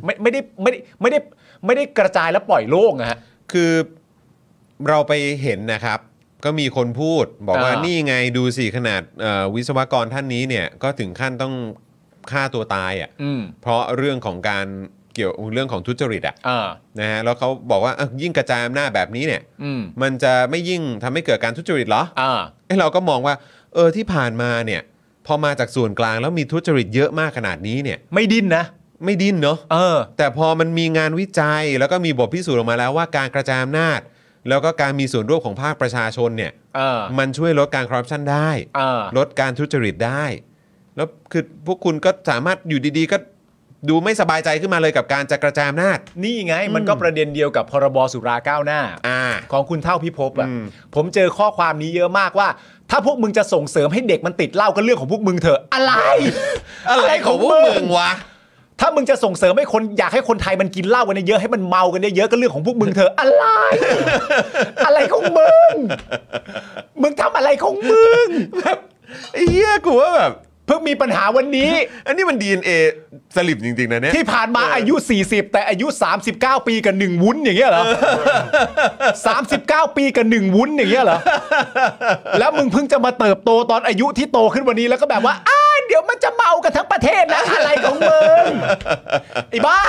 [SPEAKER 4] ไม่ไม่ได้ไม่ได้ไม่ได้ไม่ได้กระจายแล้วปล่อยโล่งอะฮะ
[SPEAKER 3] คือเราไปเห็นนะครับ ก็มีคนพูดบอกว่า
[SPEAKER 4] อ่านี่
[SPEAKER 3] นี่ไงดูสิขนาดเอ่อวิศวกรท่านนี้เนี่ยก็ถึงขั้นต้องฆ่าตัวตาย
[SPEAKER 4] อืม
[SPEAKER 3] อะ่ะเพราะเรื่องของการเกี่ยวเรื่องของทุจริตอ่ะ
[SPEAKER 4] เออ
[SPEAKER 3] นะฮะแล้วเขาบอกว่าเอ้ายิ่งกระจายอำนาจแบบนี้เนี่ย
[SPEAKER 4] อืม
[SPEAKER 3] มันจะไม่ยิ่งทำให้เกิดการทุจริตเหรอ
[SPEAKER 4] เออ
[SPEAKER 3] ไอ้เราก็มองว่า เออที่ผ่านมาเนี่ย พอมาจากส่วนกลางแล้วมีทุจริตเยอะมากขนาดนี้เนี่ย
[SPEAKER 4] ไม่ดิ้นนะ
[SPEAKER 3] ไม่ดิ้นเนาะ
[SPEAKER 4] เออ
[SPEAKER 3] แต่พอมันมีงานวิจัยแล้วก็มีบทพิสูจน์ออกมาแล้วว่าการกระจายอำนาจ แล้วก็การมีส่วนร่วมของภาคประชาชนเนี่ย
[SPEAKER 4] เออ
[SPEAKER 3] มันช่วยลดการคอร์รัปชันได้
[SPEAKER 4] เออ
[SPEAKER 3] ลดการทุจริตได้ แล้วคือพวกคุณก็สามารถอยู่ดีๆ ก็ดูไม่สบายใจขึ้นมาเลยกับการจะกระจายอำนาจ
[SPEAKER 4] นี่ไงมันก็ประเด็นเดียวกับพรบสุราก้าวหน้า
[SPEAKER 3] อ่า
[SPEAKER 4] ของคุณเท่าพิภพอ่ะ
[SPEAKER 3] อืม
[SPEAKER 4] ผมเจอข้อความนี้เยอะมากว่า ถ้าพวกมึงจะส่งเสริมให้เด็กมันติดเหล้าก็เรื่องของพวกมึงเถอะอะไร
[SPEAKER 3] อะไรของพวกมึงวะ
[SPEAKER 4] ถ้ามึงจะส่งเสริมให้คนอยากให้คนไทยมันกินเหล้ากันเยอะๆให้มันเมากันเยอะๆก็เรื่องของพวกมึงเถอะ อะไร อะไรของมึง มึงทำอะไรของมึง
[SPEAKER 3] ไอ้เหี้ยกูว่าแบบ
[SPEAKER 4] เพิ่งมีปัญหาวันนี้
[SPEAKER 3] อันนี้มัน DNA สลิปจริงๆนะเนี่ย
[SPEAKER 4] ที่ผ่านมาอายุ 40 แต่อายุ 39 ปีกับหนึ่งวุ้นอย่างเงี้ ยเหรอ 39 ปีกับหนึ่งวุ้นอย่างเงี้ยเหรอ แล้วมึงเพิ่งจะมาเติบโตตอนอายุที่โตขึ้นวันนี้แล้วก็แบบว่าอ้าเดี๋ยวมันจะเมากันทั้งประเทศนะอะไรของมึงไอ้บ้า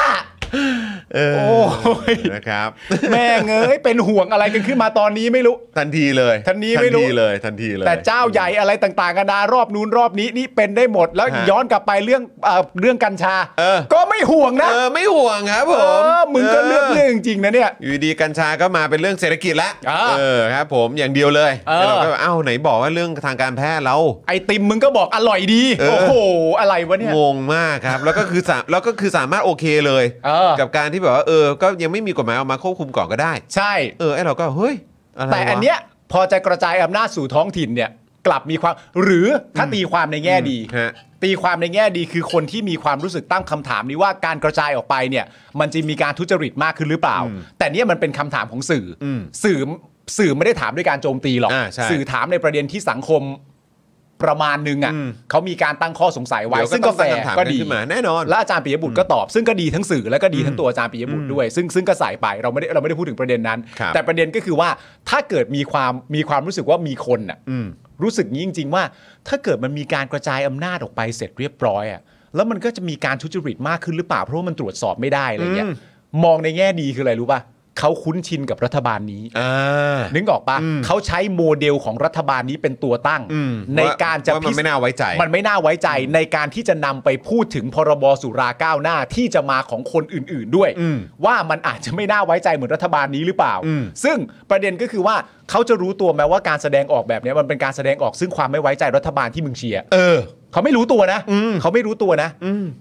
[SPEAKER 4] โอ้ย
[SPEAKER 3] นะครับ
[SPEAKER 4] แม่งเอ้ยเป็นห่วงอะไรกันขึ้นมาตอนนี้ไม่รู้
[SPEAKER 3] ทันทีเลย
[SPEAKER 4] ทันทีไม่รู้
[SPEAKER 3] ทันทีเลยทันทีเลย
[SPEAKER 4] แต่เจ้าใหญ่อะไรต่างๆกันาดารอบนู้นรอบนี้นี่เป็นได้หมดแล้ว
[SPEAKER 3] ฮะ
[SPEAKER 4] ย้อนกลับไปเรื่องเอ่อเรื่องกัญชา
[SPEAKER 3] เออ
[SPEAKER 4] ก็ไม่ห่วงนะ
[SPEAKER 3] เออไม่ห่วงครับผ
[SPEAKER 4] เอ
[SPEAKER 3] ม
[SPEAKER 4] อมึงก็เลือกเรื่องจริงๆนะเนี่ย
[SPEAKER 3] อยู่ดีๆกัญชาก็มาเป็นเรื่องเศรษฐกิจละ
[SPEAKER 4] อ่า
[SPEAKER 3] เออครับ ผมอย่างเดียวเลย
[SPEAKER 4] เออ
[SPEAKER 3] แล้วเราก็แบบเอ้าไหนบอกว่าเรื่องทางการแพทย์เรา
[SPEAKER 4] ไอติมมึงก็บอกอร่อยดี
[SPEAKER 3] เออ
[SPEAKER 4] โอ้โห อะไรวะเนี่ย
[SPEAKER 3] งงมากครับ แล้วก็คือสามแล้วก็คือสามารถโอเคเลย
[SPEAKER 4] เออ
[SPEAKER 3] กับการที่แบบว่าเออ ก็ยังไม่มีกฎหมายออกมาควบคุมก่อนก็ได้
[SPEAKER 4] ใช่
[SPEAKER 3] เออไอเราก็เฮ้ยอะไรวะ
[SPEAKER 4] แต่อันเนี้ยพอจะกระจายอำนาจสู่ท้องถิ่นเนี่ย กลับมีความหรือถ้าตีความในแง่ดี
[SPEAKER 3] ฮะ
[SPEAKER 4] ตีความในแง่ดีคือคนที่มีความรู้สึกตั้งคำถามนี้ว่าการกระจายออกไปเนี่ย มันจะมีการทุจริตมากขึ้นหรือเปล่า แต่เนี่ยมันเป็นคำถามของสื่ออ
[SPEAKER 3] ม
[SPEAKER 4] สื่อสื่อไม่ได้ถามด้วยการโจมตีหรอก
[SPEAKER 3] อ่าใช่
[SPEAKER 4] สื่อถามในประเด็นที่สังคมประมาณนึงอ่ะ
[SPEAKER 3] อืม
[SPEAKER 4] เขามีการตั้งข้อสงสัยไว้
[SPEAKER 3] เดี๋ยวก็
[SPEAKER 4] ซึ่ง
[SPEAKER 3] ต้
[SPEAKER 4] ก็
[SPEAKER 3] อง
[SPEAKER 4] แฟ
[SPEAKER 3] ตั้ง
[SPEAKER 4] ร์
[SPEAKER 3] คำถาม
[SPEAKER 4] ก็
[SPEAKER 3] กัน
[SPEAKER 4] ดี
[SPEAKER 3] ขึ้นมาแน่นอน
[SPEAKER 4] แล้วอาจารย์ปิยบุตรก็ตอบ ซึ่งก็ดีทั้งสื่อแล้วก็ดีทั้งตัวอาจารย์ปิยบุตรด้วย ซึ่งซึ่งก็ใส่ไปเราไม่ได้เราไม่ได้พูดถึงประเด็นนั้น
[SPEAKER 3] ครับ
[SPEAKER 4] แต่ประเด็นก็คือว่าถ้าเกิดมีความมีความรู้สึกว่ามีคนอ่ะรู้สึกนี้จริง ๆ ว่า ถ้าเกิดมันมีการกระจายอำนาจออกไปเสร็จเรียบร้อยอ่ะแล้วมันก็จะมีการทุจริตมากขึ้นหรือเปล่าเพราะว่ามันตรวจสอบไม่ได้อะไรเงี้ยมองในแง่ดีคืออะไรรู้ป่ะเขาคุ้นชินกับรัฐบาลนี้
[SPEAKER 3] อ่า
[SPEAKER 4] นึกออกปะเขาใช้โมเดลของรัฐบาลนี้เป็นตัวตั้ง
[SPEAKER 3] อืม
[SPEAKER 4] ในการจะ
[SPEAKER 3] ว่ามัน
[SPEAKER 4] พิสูจ
[SPEAKER 3] ไม่น่าไว้ใจ
[SPEAKER 4] มันไม่น่าไว้ใจในการที่จะนำไปพูดถึงพรบสุราก้าวหน้าที่จะมาของคนอื่น ๆด้วย ว่ามันอาจจะไม่น่าไว้ใจเหมือนรัฐบาลนี้หรือเปล่า ซึ่งประเด็นก็คือว่าเขาจะรู้ตัวไหมว่าการแสดงออกแบบเนี้ยมันเป็นการแสดงออกซึ่งความไม่ไว้ใจรัฐบาลที่มึงเชียร์
[SPEAKER 3] เออ
[SPEAKER 4] เขาไม่รู้ตัวนะเขาไม่รู้ตัวนะ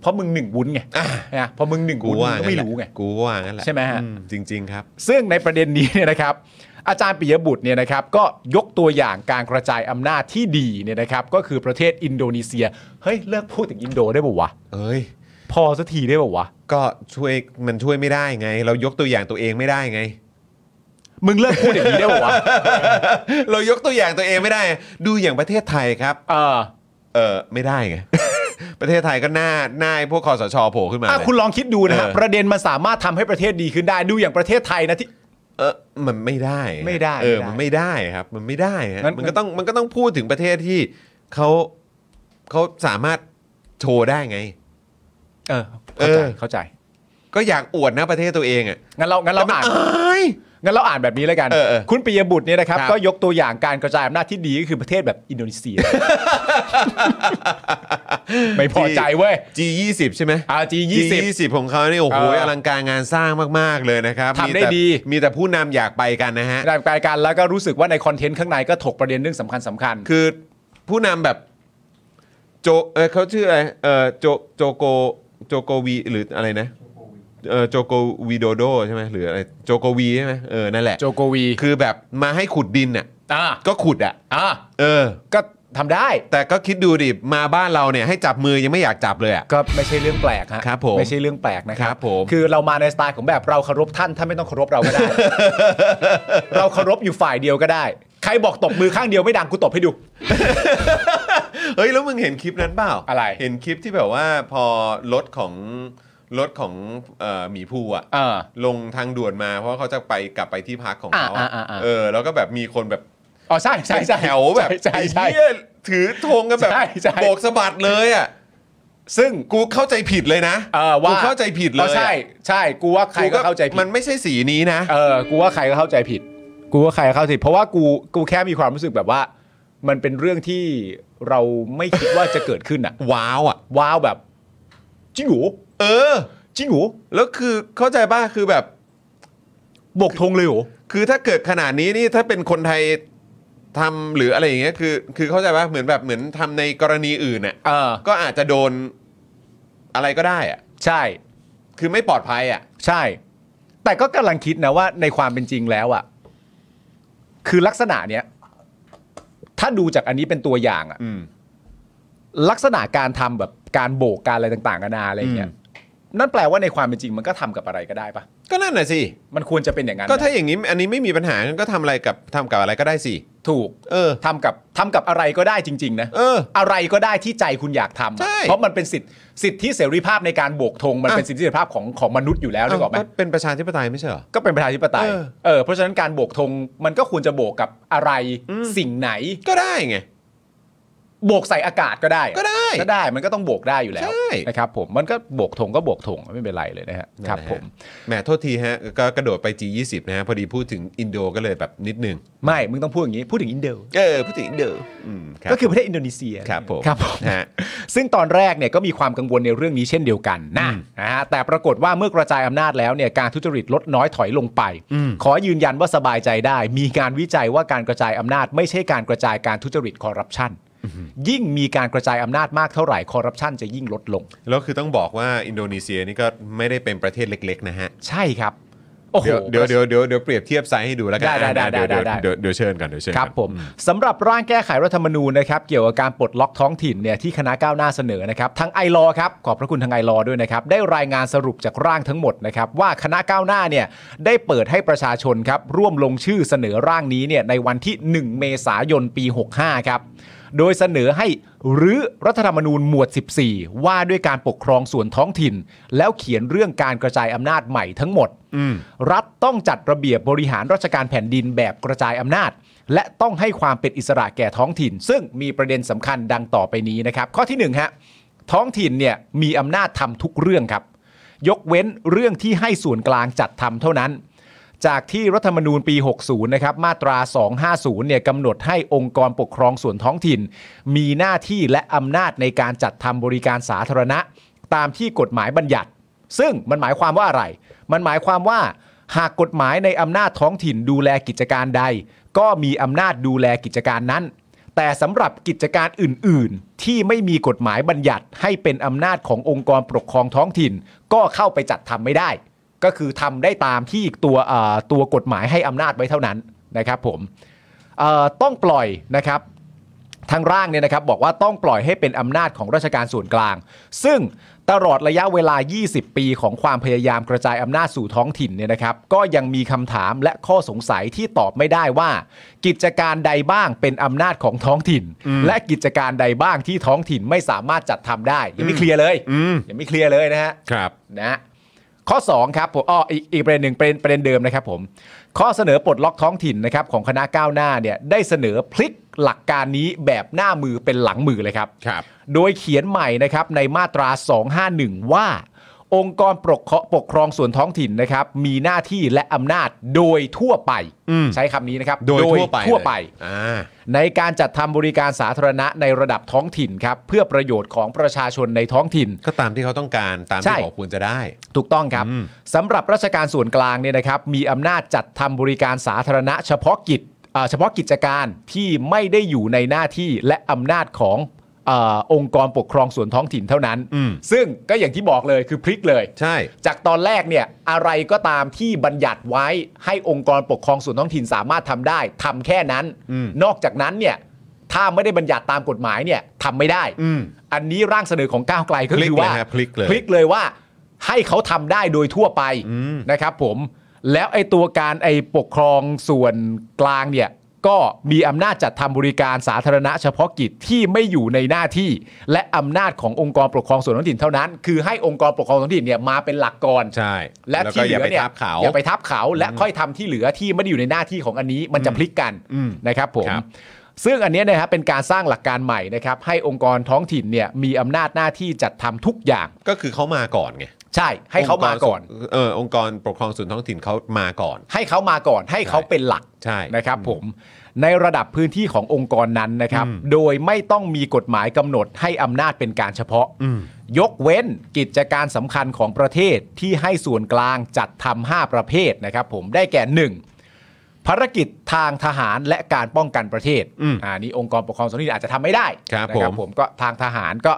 [SPEAKER 4] เพราะมึงหนึ่งวุ้นไงนะเพราะมึงหนึ่ง
[SPEAKER 3] กู
[SPEAKER 4] วุ้น
[SPEAKER 3] ว่า
[SPEAKER 4] มึงก็
[SPEAKER 3] งั้น
[SPEAKER 4] ไม่
[SPEAKER 3] แหละ
[SPEAKER 4] รู้ไง
[SPEAKER 3] กูว่างั้นแหละ
[SPEAKER 4] ใช่ไหมฮะ
[SPEAKER 3] อืจริง ๆ ครับ
[SPEAKER 4] ซึ่งในประเด็นนี้เนี่ยนะครับ อาจารย์ปิยบุตรเนี่ยนะครับ ก็ยกตัวอย่างการกระจายอำนาจที่ดีเนี่ยนะครับ ก็คือประเทศอินโดนีเซีย เฮ้ย เลิกพูดถึงอินโดได้ป่าวะ
[SPEAKER 3] เอ้ย
[SPEAKER 4] พอสักทีได้ป่าวะ
[SPEAKER 3] ก็ช่วยมันช่วยไม่ได้ไง เรายกตัวอย่างตัวเองไม่ได้ไง
[SPEAKER 4] มึงเลิกพูดอย่างนี้ได้ป่าวะ
[SPEAKER 3] เรายกตัวอย่างตัวเองไม่ได้ ดูอย่างประเทศไทยครับ
[SPEAKER 4] เออ
[SPEAKER 3] เออไม่ได้ไง ประเทศไทยก็หน้าหน้าไอ้พวกคอสชโผล่ขึ้นมา
[SPEAKER 4] อ่ะ
[SPEAKER 3] เลย
[SPEAKER 4] คุณลองคิดดูนะฮะ
[SPEAKER 3] เออ
[SPEAKER 4] ประเด็นมันสามารถทำให้ประเทศดีขึ้นได้ดูอย่างประเทศไทยนะที่
[SPEAKER 3] เออมันไม่ได้ฮะ
[SPEAKER 4] ไม่ได้
[SPEAKER 3] เออ
[SPEAKER 4] ไม่ได้
[SPEAKER 3] มันไม่ได้ครับ มันไม่ได้ฮะ
[SPEAKER 4] งั้น
[SPEAKER 3] มันก็ต้องมันก็ต้องพูดถึงประเทศที่เขาเขาสามารถโชว์ได้ไง
[SPEAKER 4] เออเข้าใจ
[SPEAKER 3] เออ
[SPEAKER 4] เข้าใจ
[SPEAKER 3] ก็อยากอวดนะประเทศตัวเองอ่ะ
[SPEAKER 4] งั้นเรางั้นเราอ่าน
[SPEAKER 3] เอ้ย
[SPEAKER 4] งั้นเราอ่านแบบนี้แล้วกัน
[SPEAKER 3] เออเออ
[SPEAKER 4] คุณปิยบุตรเนี่ยนะครับ
[SPEAKER 3] ครับ
[SPEAKER 4] ก็ยกตัวอย่างการกระจายอำนาจที่ดีก็คือประเทศแบบอินโดนีเซีย ไม่พอใจเว้ย
[SPEAKER 3] G20 ใช่ไหม
[SPEAKER 4] อาจียี่สิบ
[SPEAKER 3] G20 ของเขาเนี่ยโอ้โห
[SPEAKER 4] เออ
[SPEAKER 3] อลังการงานสร้างมาก ๆ เลยนะครับ
[SPEAKER 4] ทำได้
[SPEAKER 3] มีแต่
[SPEAKER 4] ดี
[SPEAKER 3] มีแต่ผู้นำอยากไปกันนะฮะ
[SPEAKER 4] รายการแล้วก็รู้สึกว่าในคอนเทนต์ข้างในก็ถกประเด็นเรื่องสำคัญสำคัญ
[SPEAKER 3] คือผู้นำแบบโจเออเขาชื่ออะไรเออโจโจโกโจโกวีหรืออะไรนะเออโจโกวีโดโดใช่ไหมหรืออะไรโจโกวีใช่ไหมเออนั่นแหละ
[SPEAKER 4] โจโกวี
[SPEAKER 3] คือแบบมาให้ขุดดินน่ะ
[SPEAKER 4] อ่า
[SPEAKER 3] ก็ขุดอ่ะ
[SPEAKER 4] อ่า
[SPEAKER 3] เออ
[SPEAKER 4] ก็ทำได้
[SPEAKER 3] แต่ก็คิดดูดิมาบ้านเราเนี่ยให้จับมือยังไม่อยากจับเลยอ่ะ
[SPEAKER 4] ก็ไม่ใช่เรื่องแปลกฮะ
[SPEAKER 3] ครับผม
[SPEAKER 4] ไม่ใช่เรื่องแปลกนะค
[SPEAKER 3] ครั
[SPEAKER 4] รับบ
[SPEAKER 3] ผม
[SPEAKER 4] คือเรามาในสไตล์ของแบบเราเคารพท่านท่านไม่ต้องเคารพเรา ก็ได้ เราเคารพอยู่ฝ่ายเดียวก็ได้ ใครบอกตบมือข้างเดียวไม่ดังกูตบให้ดู
[SPEAKER 3] เฮ้ยแล้วมึงเห็นคลิปนั้นเปล่า
[SPEAKER 4] อะไร
[SPEAKER 3] เห็นคลิปที่แบบว่าพอรถของรถของเอ่อหมีภูอ่ะ
[SPEAKER 4] เออ
[SPEAKER 3] ลงทางด่วนมาเพราะเขาจะไปกลับไปที่พักของเขาะ
[SPEAKER 4] อ่าอ่าอ่า
[SPEAKER 3] เออ แล้วก็แบบมีคนแบบ
[SPEAKER 4] อ๋อใช่ใช่ใช่
[SPEAKER 3] แถวแบบ
[SPEAKER 4] ใช่ใช่
[SPEAKER 3] ไอ้เหี้ยถือธงกันแบบ
[SPEAKER 4] ใช่ใช่
[SPEAKER 3] โบกสะบัดเลยอ่ะ
[SPEAKER 4] ซึ่ง
[SPEAKER 3] กูเข้าใจผิดเลยนะ
[SPEAKER 4] เออว่า
[SPEAKER 3] กูเข้าใจผิดเล
[SPEAKER 4] อ
[SPEAKER 3] ย
[SPEAKER 4] อใช่ใช่กูว่าใครก็เข้าใจผิ
[SPEAKER 3] มั
[SPEAKER 4] ด
[SPEAKER 3] นไม่ใช่สีนี้นะ
[SPEAKER 4] เออกูว่าใครก็เข้าใจผิด กูว่าใครก็เข้าใจผิด เพราะว่ากูกูแค่มีความรู้สึกแบบว่า มันเป็นเรื่องที่เราไม่คิดว่าจะเกิดขึ้น อ่ะ
[SPEAKER 3] ว้าวอ่ะ
[SPEAKER 4] ว้าวแบบจริงหู
[SPEAKER 3] เออ
[SPEAKER 4] จริงหู
[SPEAKER 3] แล้วคือเข้าใจป่ะคือแบบ
[SPEAKER 4] บกธงเลยเหรอ
[SPEAKER 3] คือถ้าเกิดขนาดนี้นี่ถ้าเป็นคนไทยทำหรืออะไรอย่างเงี้ยคือ คือเข้าใจป่ะเหมือนแบบเหมือนทำในกรณีอื่นน่ะ
[SPEAKER 4] เออ
[SPEAKER 3] ก็อาจจะโดนอะไรก็ได้อะ
[SPEAKER 4] ใช่
[SPEAKER 3] คือไม่ปลอดภัยอ่ะ
[SPEAKER 4] ใช่ แต่ก็กำลังคิดนะว่าในความเป็นจริงแล้วอ่ะคือลักษณะเนี้ยถ้าดูจากอันนี้เป็นตัวอย่างอ่ะ
[SPEAKER 3] อืม
[SPEAKER 4] ลักษณะการทำแบบการโบกการอะไรต่างๆกันานาอะไรอย่างเงี้ยนั่นแปลว่าในความเป็นจริงมันก็ทำกับอะไรก็ได้ปะ
[SPEAKER 3] ก็นั่นน่ะสิ
[SPEAKER 4] มันควรจะเป็นอย่างนั้น
[SPEAKER 3] ก็
[SPEAKER 4] นะ
[SPEAKER 3] ถ้าอย่างนี้อันนี้ไม่มีปัญหาก็ทำอะไรกับทำกับอะไรก็ได้สิ
[SPEAKER 4] ถูก
[SPEAKER 3] เออ
[SPEAKER 4] ทำกับทำกับอะไรก็ได้จริง ๆ นะ
[SPEAKER 3] เออ
[SPEAKER 4] อะไรก็ได้ที่ใจคุณอยากทำอะ
[SPEAKER 3] ใช่
[SPEAKER 4] เพราะมันเป็นสิทธิสิทธิเสรีภาพในการโบกธงมันเป็นสิทธิเสรีภาพของของมนุษย์อยู่แล้วนึกออกไหม
[SPEAKER 3] เอ้าเป็นประชาธิปไตยไม่ใช่เหรอ
[SPEAKER 4] ก็เป็นประชาธิปไตย
[SPEAKER 3] เออ
[SPEAKER 4] เออเพราะฉะนั้นการโบกธงมันก็ควรจะโบกกับอะไรสิ่งไหน
[SPEAKER 3] ก็ได้ไง
[SPEAKER 4] โบกใส่อากาศก็ได้อะ
[SPEAKER 3] ก็ได้
[SPEAKER 4] ก็ได้มันก็ต้องโบกได้อยู่แล้ว
[SPEAKER 3] ใช่
[SPEAKER 4] นะครับผมมันก็โบกธงก็โบกธงไม่เป็นไรเลยนะฮะครับ
[SPEAKER 3] นั่นแหละ
[SPEAKER 4] ผม
[SPEAKER 3] แหมโทษทีฮะก็กระโดดไป G20 นะฮะพอดีพูดถึงอินโดก็เลยแบบนิดนึง
[SPEAKER 4] ไม่ มึงต้องพูดอย่างนี้ พูดถึงอินเดีย
[SPEAKER 3] เออพูดถึงอินโดอืมรับ
[SPEAKER 4] ก็คือประเทศอินโดนีเซีย
[SPEAKER 3] ครับผม
[SPEAKER 4] ครับผม
[SPEAKER 3] นะฮะ
[SPEAKER 4] ซึ่งตอนแรกเนี่ยก็มีความกังวลในเรื่องนี้เช่นเดียวกันนะนะฮะแต่ปรากฏว่าเมื่อกระจายอำนาจแล้วเนี่ยการทุจริตลดน้อยถอยลงไป ขอยืนยันว่าสบายใจได้ มีการวิจัยว่าการกระจายอำนาจ ไม่ใช่การกระจายการทุจริตคอร์รัปชันยิ่งมีการกระจายอำนาจมากเท่าไหร่คอร์รัปชันจะยิ่งลดลง
[SPEAKER 3] แล้วคือต้องบอกว่าอินโดนีเซียนี่ก็ไม่ได้เป็นประเทศเล็ก ๆ นะฮะ
[SPEAKER 4] ใช่ครับโอ้โห
[SPEAKER 3] เดี๋ยวเดี๋ยวเดี๋ยวเดี๋ยวเดี๋ยวเปรียบเทียบไซส์ให้ดูแล้วกั
[SPEAKER 4] ได้ได้ได้
[SPEAKER 3] อ่ะเยว
[SPEAKER 4] ได้ได้
[SPEAKER 3] เยวเดี๋ยวเชิญก่อนเดี๋ยวเชิญ
[SPEAKER 4] ครับผมสำหรับร่างแก้ไขรัฐธรรมนูญนะครับเกี่ยวกับการปลดล็อกท้องถิ่นเนี่ยที่คณะก้าวหน้าเสนอนะครับทางไอรอครับขอบพระคุณทางไอรอด้วยนะครับได้รายงานสรุปจากร่างทั้งหมดนะครับว่าคณะก้าวหน้าเนี่ยได้เปิดให้ประชาชนครับร่วมลงชื่อเสนอร่างนี้เนี่ยในวันที่ 1 เมษายนปี 65 ครับ โดยเสนอให้รื้อรัฐธรรมนูญหมวด 14 ว่าด้วยการปกครองส่วนท้องถิ่น แล้วเขียนเรื่องการกระจายอำนาจใหม่ทั้งหมด รัฐต้องจัดระเบียบบริหารราชการแผ่นดินแบบกระจายอำนาจ และต้องให้ความเป็นอิสระแก่ท้องถิ่น ซึ่งมีประเด็นสำคัญดังต่อไปนี้นะครับ ข้อที่หนึ่งฮะท้องถิ่นเนี่ยมีอำนาจทำทุกเรื่องครับ ยกเว้นเรื่องที่ให้ส่วนกลางจัดทำเท่านั้น จากที่รัฐธรรมนูญปี 60 นะครับ มาตรา 250 เนี่ยกำหนดให้องค์กรปกครองส่วนท้องถิ่น มีหน้าที่และอำนาจในการจัดทำบริการสาธารณะ ตามที่กฎหมายบัญญัติ ซึ่งมันหมายความว่าอะไร มันหมายความว่า หากกฎหมายในอำนาจท้องถิ่นดูแลกิจการใด ก็มีอำนาจดูแลกิจการนั้น แต่สำหรับกิจการอื่น ๆ ที่ไม่มีกฎหมายบัญญัติให้เป็นอำนาจขององค์กรปกครองท้องถิ่น ก็เข้าไปจัดทำไม่ได้ ก็คือทำได้ตามที่ตัวเอ่อตัวกฎหมายให้อำนาจไว้เท่านั้นนะครับผมเอ่อต้องปล่อยนะครับ ทางร่างเนี่ยนะครับบอกว่าต้องปล่อยให้เป็นอำนาจของราชการส่วนกลาง ซึ่งตลอดระยะเวลา 20 ปีของความพยายามกระจายอำนาจสู่ท้องถิ่นเนี่ยนะครับ ก็ยังมีคำถามและข้อสงสัยที่ตอบไม่ได้ว่า กิจการใดบ้างเป็นอำนาจของท้องถิ่น และกิจการใดบ้างที่ท้องถิ่นไม่สามารถจัดทำได้ยังไม่เคลียร์เลยยังไม่เคลียร์เลยนะฮะ
[SPEAKER 3] ครับ
[SPEAKER 4] นะฮะข้อ 2 ครับผมอ้ออีกอีกประเด็นหนึ่งเป็นประเด็นเดิมนะครับผม ข้อเสนอปลดล็อกท้องถิ่นนะครับของคณะก้าวหน้าเนี่ยได้เสนอพลิกหลักการนี้แบบหน้ามือเป็นหลังมือเลยครับ
[SPEAKER 3] ครับ
[SPEAKER 4] โดยเขียนใหม่นะครับในมาตรา 251 ว่า องค์กรปกครองปกครองส่วนท้องถิ่นนะครับมีหน้าที่และอำนาจโดยทั่วไป ใช้คำนี้นะครับ
[SPEAKER 3] โดยทั่วไป
[SPEAKER 4] ทั่วไป
[SPEAKER 3] เลยอ่า
[SPEAKER 4] ในการจัดทำบริการสาธารณะในระดับท้องถิ่นครับเพื่อประโยชน์ของประชาชนในท้องถิ่น
[SPEAKER 3] ก็ตามที่เขาต้องการตาม
[SPEAKER 4] ใช่
[SPEAKER 3] ที่บอกควรจะได้
[SPEAKER 4] ถูกต้องครับสำหรับราชการส่วนกลางเนี่ยนะครับมีอำนาจจัดทำบริการสาธารณะ เฉพาะกิจเอ่อเฉพาะกิจการที่ไม่ได้อยู่ในหน้าที่และอำนาจของเออองค์กรปกครองส่วนท้องถิ่นเท่านั้น
[SPEAKER 3] อืม
[SPEAKER 4] ซึ่งก็อย่างที่บอกเลยคือพลิกเลย
[SPEAKER 3] ใช่
[SPEAKER 4] จากตอนแรกเนี่ยอะไรก็ตามที่บัญญัติไว้ให้องค์กรปกครองส่วนท้องถิ่นสามารถทำได้ทำแค่นั้น
[SPEAKER 3] อืม
[SPEAKER 4] นอกจากนั้นเนี่ยถ้าไม่ได้บัญญัติตามกฎหมายเนี่ยทำไม่ได้
[SPEAKER 3] อืม
[SPEAKER 4] อันนี้ร่างเสนอของก้าวไกลก็
[SPEAKER 3] พลิก
[SPEAKER 4] คือว่า
[SPEAKER 3] เลยฮะพลิกเลย
[SPEAKER 4] พลิกเลยว่าให้เขาทำได้โดยทั่วไป
[SPEAKER 3] อืม
[SPEAKER 4] นะครับผมแล้วไอ้ตัวการไอ้ปกครองส่วนกลางเนี่ยก็มีอำนาจจัดทำบริการสาธารณะเฉพาะกิจที่ไม่อยู่ในหน้าที่ และอำนาจขององค์กรปกครองส่วนท้องถิ่นเท่านั้น คือให้องค์กรปกครองท้องถิ่นเนี่ยมาเป็นหลักก่อน
[SPEAKER 3] ใช่
[SPEAKER 4] และ
[SPEAKER 3] วก็
[SPEAKER 4] ที่เห
[SPEAKER 3] อ
[SPEAKER 4] ลื
[SPEAKER 3] ย่า
[SPEAKER 4] อ
[SPEAKER 3] ไป
[SPEAKER 4] เนี่ย
[SPEAKER 3] ทับเขา
[SPEAKER 4] อย่าไปทับเขาและค่อยทำที่เหลือที่ไม่ได้อยู่ในหน้าที่ของอันนี้มันจะพลิกกัน
[SPEAKER 3] อืม
[SPEAKER 4] นะครับผม
[SPEAKER 3] ครับ
[SPEAKER 4] ซึ่งอันเนี้ยนะครับเป็นการสร้างหลักการใหม่นะครับให้องค์กรท้องถิ่นเนี่ยมีอำนาจหน้าที่จัดทำทุกอย่าง
[SPEAKER 3] ก็คือเขามาก่อนไง
[SPEAKER 4] ใช่ให้เขามาก่อน
[SPEAKER 3] เออองค์กรปกครองส่วนท้องถิ่นเขามาก่อน
[SPEAKER 4] ให้เขามาก่อนให้เขาเป็นหลัก
[SPEAKER 3] ใช่
[SPEAKER 4] นะครับผมในระดับพื้นที่ขององค์กรนั้นนะครับ โดยไม่ต้องมีกฎหมายกำหนดให้อำนาจเป็นการเฉพาะ ยกเว้นกิจการสำคัญของประเทศที่ให้ส่วนกลางจัดทำห้าประเภทนะครับผมได้แก่หนึ่งภารกิจทางทหารและการป้องกันประเทศ
[SPEAKER 3] อืม
[SPEAKER 4] อ่านี่องค์กรปกครองส่วนท้องถิ่นอาจจะทำไม่ได้
[SPEAKER 3] ครับ
[SPEAKER 4] นะ
[SPEAKER 3] ผม
[SPEAKER 4] ผมก็ทางทหารก็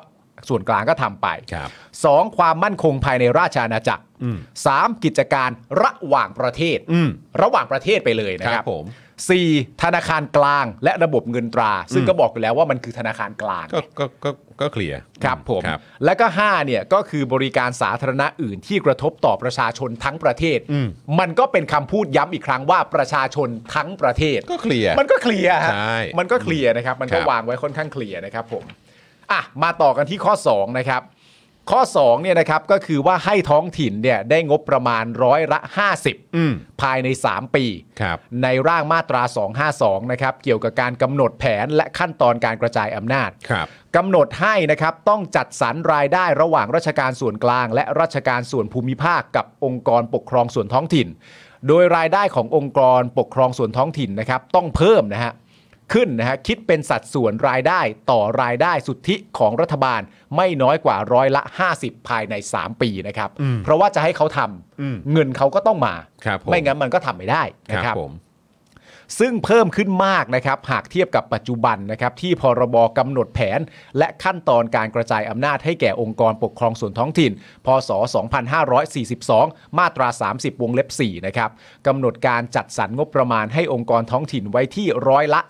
[SPEAKER 4] ส่วนกลางก็ทำไป
[SPEAKER 3] ครับ
[SPEAKER 4] สองความมั่นคงภายในราชอาณาจักรสามกิจการระหว่างประเทศ
[SPEAKER 3] อืม
[SPEAKER 4] ระหว่างประเทศไปเลยนะครั
[SPEAKER 3] ครับ บผม
[SPEAKER 4] สี่ธนาคารกลางและระบบเงินตรา ซึ่งก็บอกอยู่แล้วว่ามันคือธนาคารกลาง
[SPEAKER 3] ก็ก็ก็ก็เคลียร์
[SPEAKER 4] ครับผม
[SPEAKER 3] ครับ
[SPEAKER 4] แล้วก็5เนี่ยก็คือบริการสาธารณะอื่นที่กระทบต่อประชาชนทั้งประเทศ
[SPEAKER 3] อืม
[SPEAKER 4] มันก็เป็นคำพูดย้ำอีกครั้งว่าประชาชนทั้งประเทศ
[SPEAKER 3] ก็เคลียร์
[SPEAKER 4] มันก็เคลียร์ฮะ
[SPEAKER 3] ใช่
[SPEAKER 4] มันก็เคลียร์นะครับ มันก็
[SPEAKER 3] ครับ
[SPEAKER 4] วางไว้ค่อนข้างเคลียร์นะครับผม อ่ะ มาต่อกันที่ข้อ 2 นะครับ ข้อ2เนี่ยนะครับก็คือว่าให้ท้องถิ่นเนี่ยได้งบประมาณร้อยละ
[SPEAKER 3] อืม
[SPEAKER 4] 50 ภายใน 3 ปี
[SPEAKER 3] ครับ
[SPEAKER 4] ในร่างมาตรา 252 นะครับ เกี่ยวกับการกำหนดแผนและขั้นตอนการกระจายอำนาจ
[SPEAKER 3] ครับ
[SPEAKER 4] กำหนดให้นะครับต้องจัดสรรรายได้ระหว่างราชการส่วนกลาง และราชการส่วนภูมิภาคกับองค์กรปกครองส่วนท้องถิ่น โดยรายได้ขององค์กรปกครองส่วนท้องถิ่นนะครับต้องเพิ่มนะฮะขึ้นนะฮะคิดเป็นสัดส่วนรายได้ต่อรายได้สุทธิของรัฐบาลไม่น้อยกว่าร้อยละ 50 ภายใน 3 ปีนะครับเพราะว่าจะให้เขาทำ
[SPEAKER 3] อืม
[SPEAKER 4] เงินเขาก็ต้องมา
[SPEAKER 3] ครับผม
[SPEAKER 4] ไม่งั้นมันก็ทำไม่ได้
[SPEAKER 3] ค
[SPEAKER 4] นะ
[SPEAKER 3] รับ
[SPEAKER 4] ครับ
[SPEAKER 3] ผม
[SPEAKER 4] ซึ่งเพิ่มขึ้นมากนะครับ หากเทียบกับปัจจุบันนะครับ ที่พรบกำหนดแผน และขั้นตอนการกระจายอำนาจให้แก่องค์กรปกครองส่วนท้องถิ่น พศ 2542 มาตรา 30 วงเล็บ 4 นะครับกำหนดการจัดสรรงบประมาณให้องค์กรท้องถิ่นไว้ที่ร้อยละ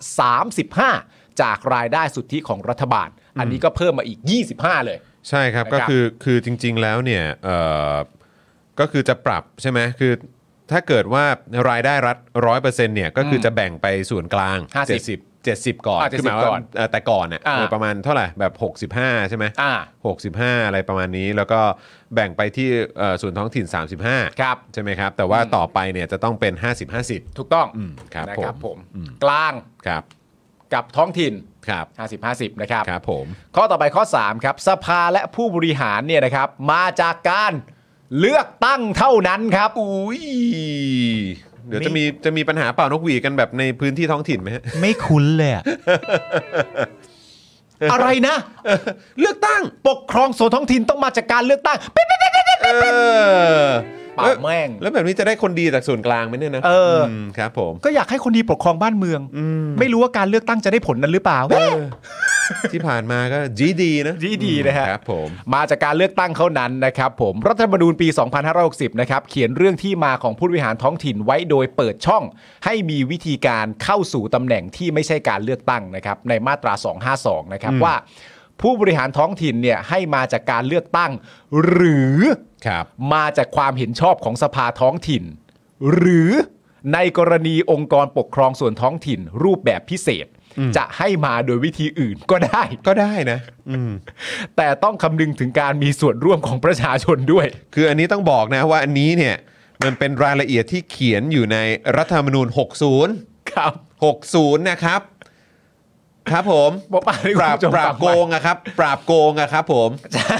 [SPEAKER 4] 35 จากรายได้สุทธิของรัฐบาล อันนี้ก็เพิ่มมาอีก 25 เลย
[SPEAKER 3] ใช่ครับ
[SPEAKER 4] นะครับ
[SPEAKER 3] ก็คือคือจริง ๆแล้วเนี่ยเอ่อก็คือจะปรับใช่ไหมคือถ้าเกิดว่ารายได้รัฐร้อยเปอร์เซ็นต์เนี่ยก็คืออจะแบ่งไปส่วนกลาง
[SPEAKER 4] 50
[SPEAKER 3] เจ็ดสิบเจ็ดสิบก่อน
[SPEAKER 4] อ่ะ
[SPEAKER 3] คืหมาย
[SPEAKER 4] 70ก่
[SPEAKER 3] ว่า
[SPEAKER 4] อน
[SPEAKER 3] เอ่อแต่ก่อนเนี่ย
[SPEAKER 4] อ่า
[SPEAKER 3] เออประมาณเท่าไหร่แบบหกสิบห้าใช่ไหม
[SPEAKER 4] อ่า
[SPEAKER 3] 65 อะไรประมาณนี้แล้วก็แบ่งไปที่เอ่อส่วนท้องถิ่น 35
[SPEAKER 4] ครับ
[SPEAKER 3] ใช่ไหมครับ แต่ว่าต่อไปเนี่ยจะต้องเป็น 50 50
[SPEAKER 4] ถูกต้อง
[SPEAKER 3] อืมครับ
[SPEAKER 4] นะ
[SPEAKER 3] ผม
[SPEAKER 4] กลาง
[SPEAKER 3] ครับ
[SPEAKER 4] กับท้องถิ่น
[SPEAKER 3] ครับ
[SPEAKER 4] 50-50 นะครับ
[SPEAKER 3] ครับผม
[SPEAKER 4] ข้อต่อไปข้อ 3 ครับ สภาและผู้บริหารเนี่ยนะครับ มาจากการเลือกตั้งเท่านั้นครับ
[SPEAKER 3] อุ้ยเดี๋ยวจะมีจะมีปัญหาเป่านกหวีดกันแบบในพื้นที่ท้องถิ่นไหมฮะ
[SPEAKER 4] ไม่คุ้นเลยอะ อะไรนะ เลือกตั้งปกครองส่วนท้องถิ่นต้องมาจากการเลือกตั้งปิ๊บปิ๊บปิ๊บปิ๊บ
[SPEAKER 3] เออ
[SPEAKER 4] เป่าแม่ง
[SPEAKER 3] ล้วแบบนี้จะได้คนดีจากส่วนกลางไหมเนี่ยนะ
[SPEAKER 4] เอออื
[SPEAKER 3] มครับผม
[SPEAKER 4] ก็อยากให้คนดีปกครองบ้านเมือง ไม่รู้ว่าการเลือกตั้งจะได้ผลนั้นหรือเปล่า
[SPEAKER 3] ที่ผ่านมาก็จีดีนะ
[SPEAKER 4] ดีดีนะฮะ
[SPEAKER 3] ครับผม
[SPEAKER 4] มาจากการเลือกตั้งเท่านั้นนะครับผมรัฐธรรมนูญปี 2560 นะครับ เขียนเรื่องที่มาของผู้บริหารท้องถิ่นไว้โดยเปิดช่อง ให้มีวิธีการเข้าสู่ตำแหน่งที่ไม่ใช่การเลือกตั้งนะครับ ในมาตรา 252 นะครับว่า ผู้บริหารท้องถิ่นเนี่ยให้มาจากการเลือกตั้ง หรือ
[SPEAKER 3] ครับ
[SPEAKER 4] มาจากความเห็นชอบของสภาท้องถิ่น หรือในกรณีองค์กรปกครองส่วนท้องถิ่น รูปแบบพิเศษ จะให้มาโดยวิธีอื่นก็ได้
[SPEAKER 3] ก็ได้นะ
[SPEAKER 4] แต่ต้องคำนึงถึงการมีส่วนร่วมของประชาชนด้วย
[SPEAKER 3] คืออันนี้ต้องบอกนะว่าอันนี้เนี่ยมันเป็นรายละเอียดที่เขียนอยู่ในรัฐธรรมนูญ 60
[SPEAKER 4] ครับ
[SPEAKER 3] 60 นะครับ ครับผม
[SPEAKER 4] ผมอ่านให้
[SPEAKER 3] ป
[SPEAKER 4] คุณ
[SPEAKER 3] ราบ
[SPEAKER 4] ผู้ชม
[SPEAKER 3] ปรา
[SPEAKER 4] ฟัง
[SPEAKER 3] บ
[SPEAKER 4] ไป
[SPEAKER 3] โกงอะครับ ปราบโกงอะครับ ผมใช่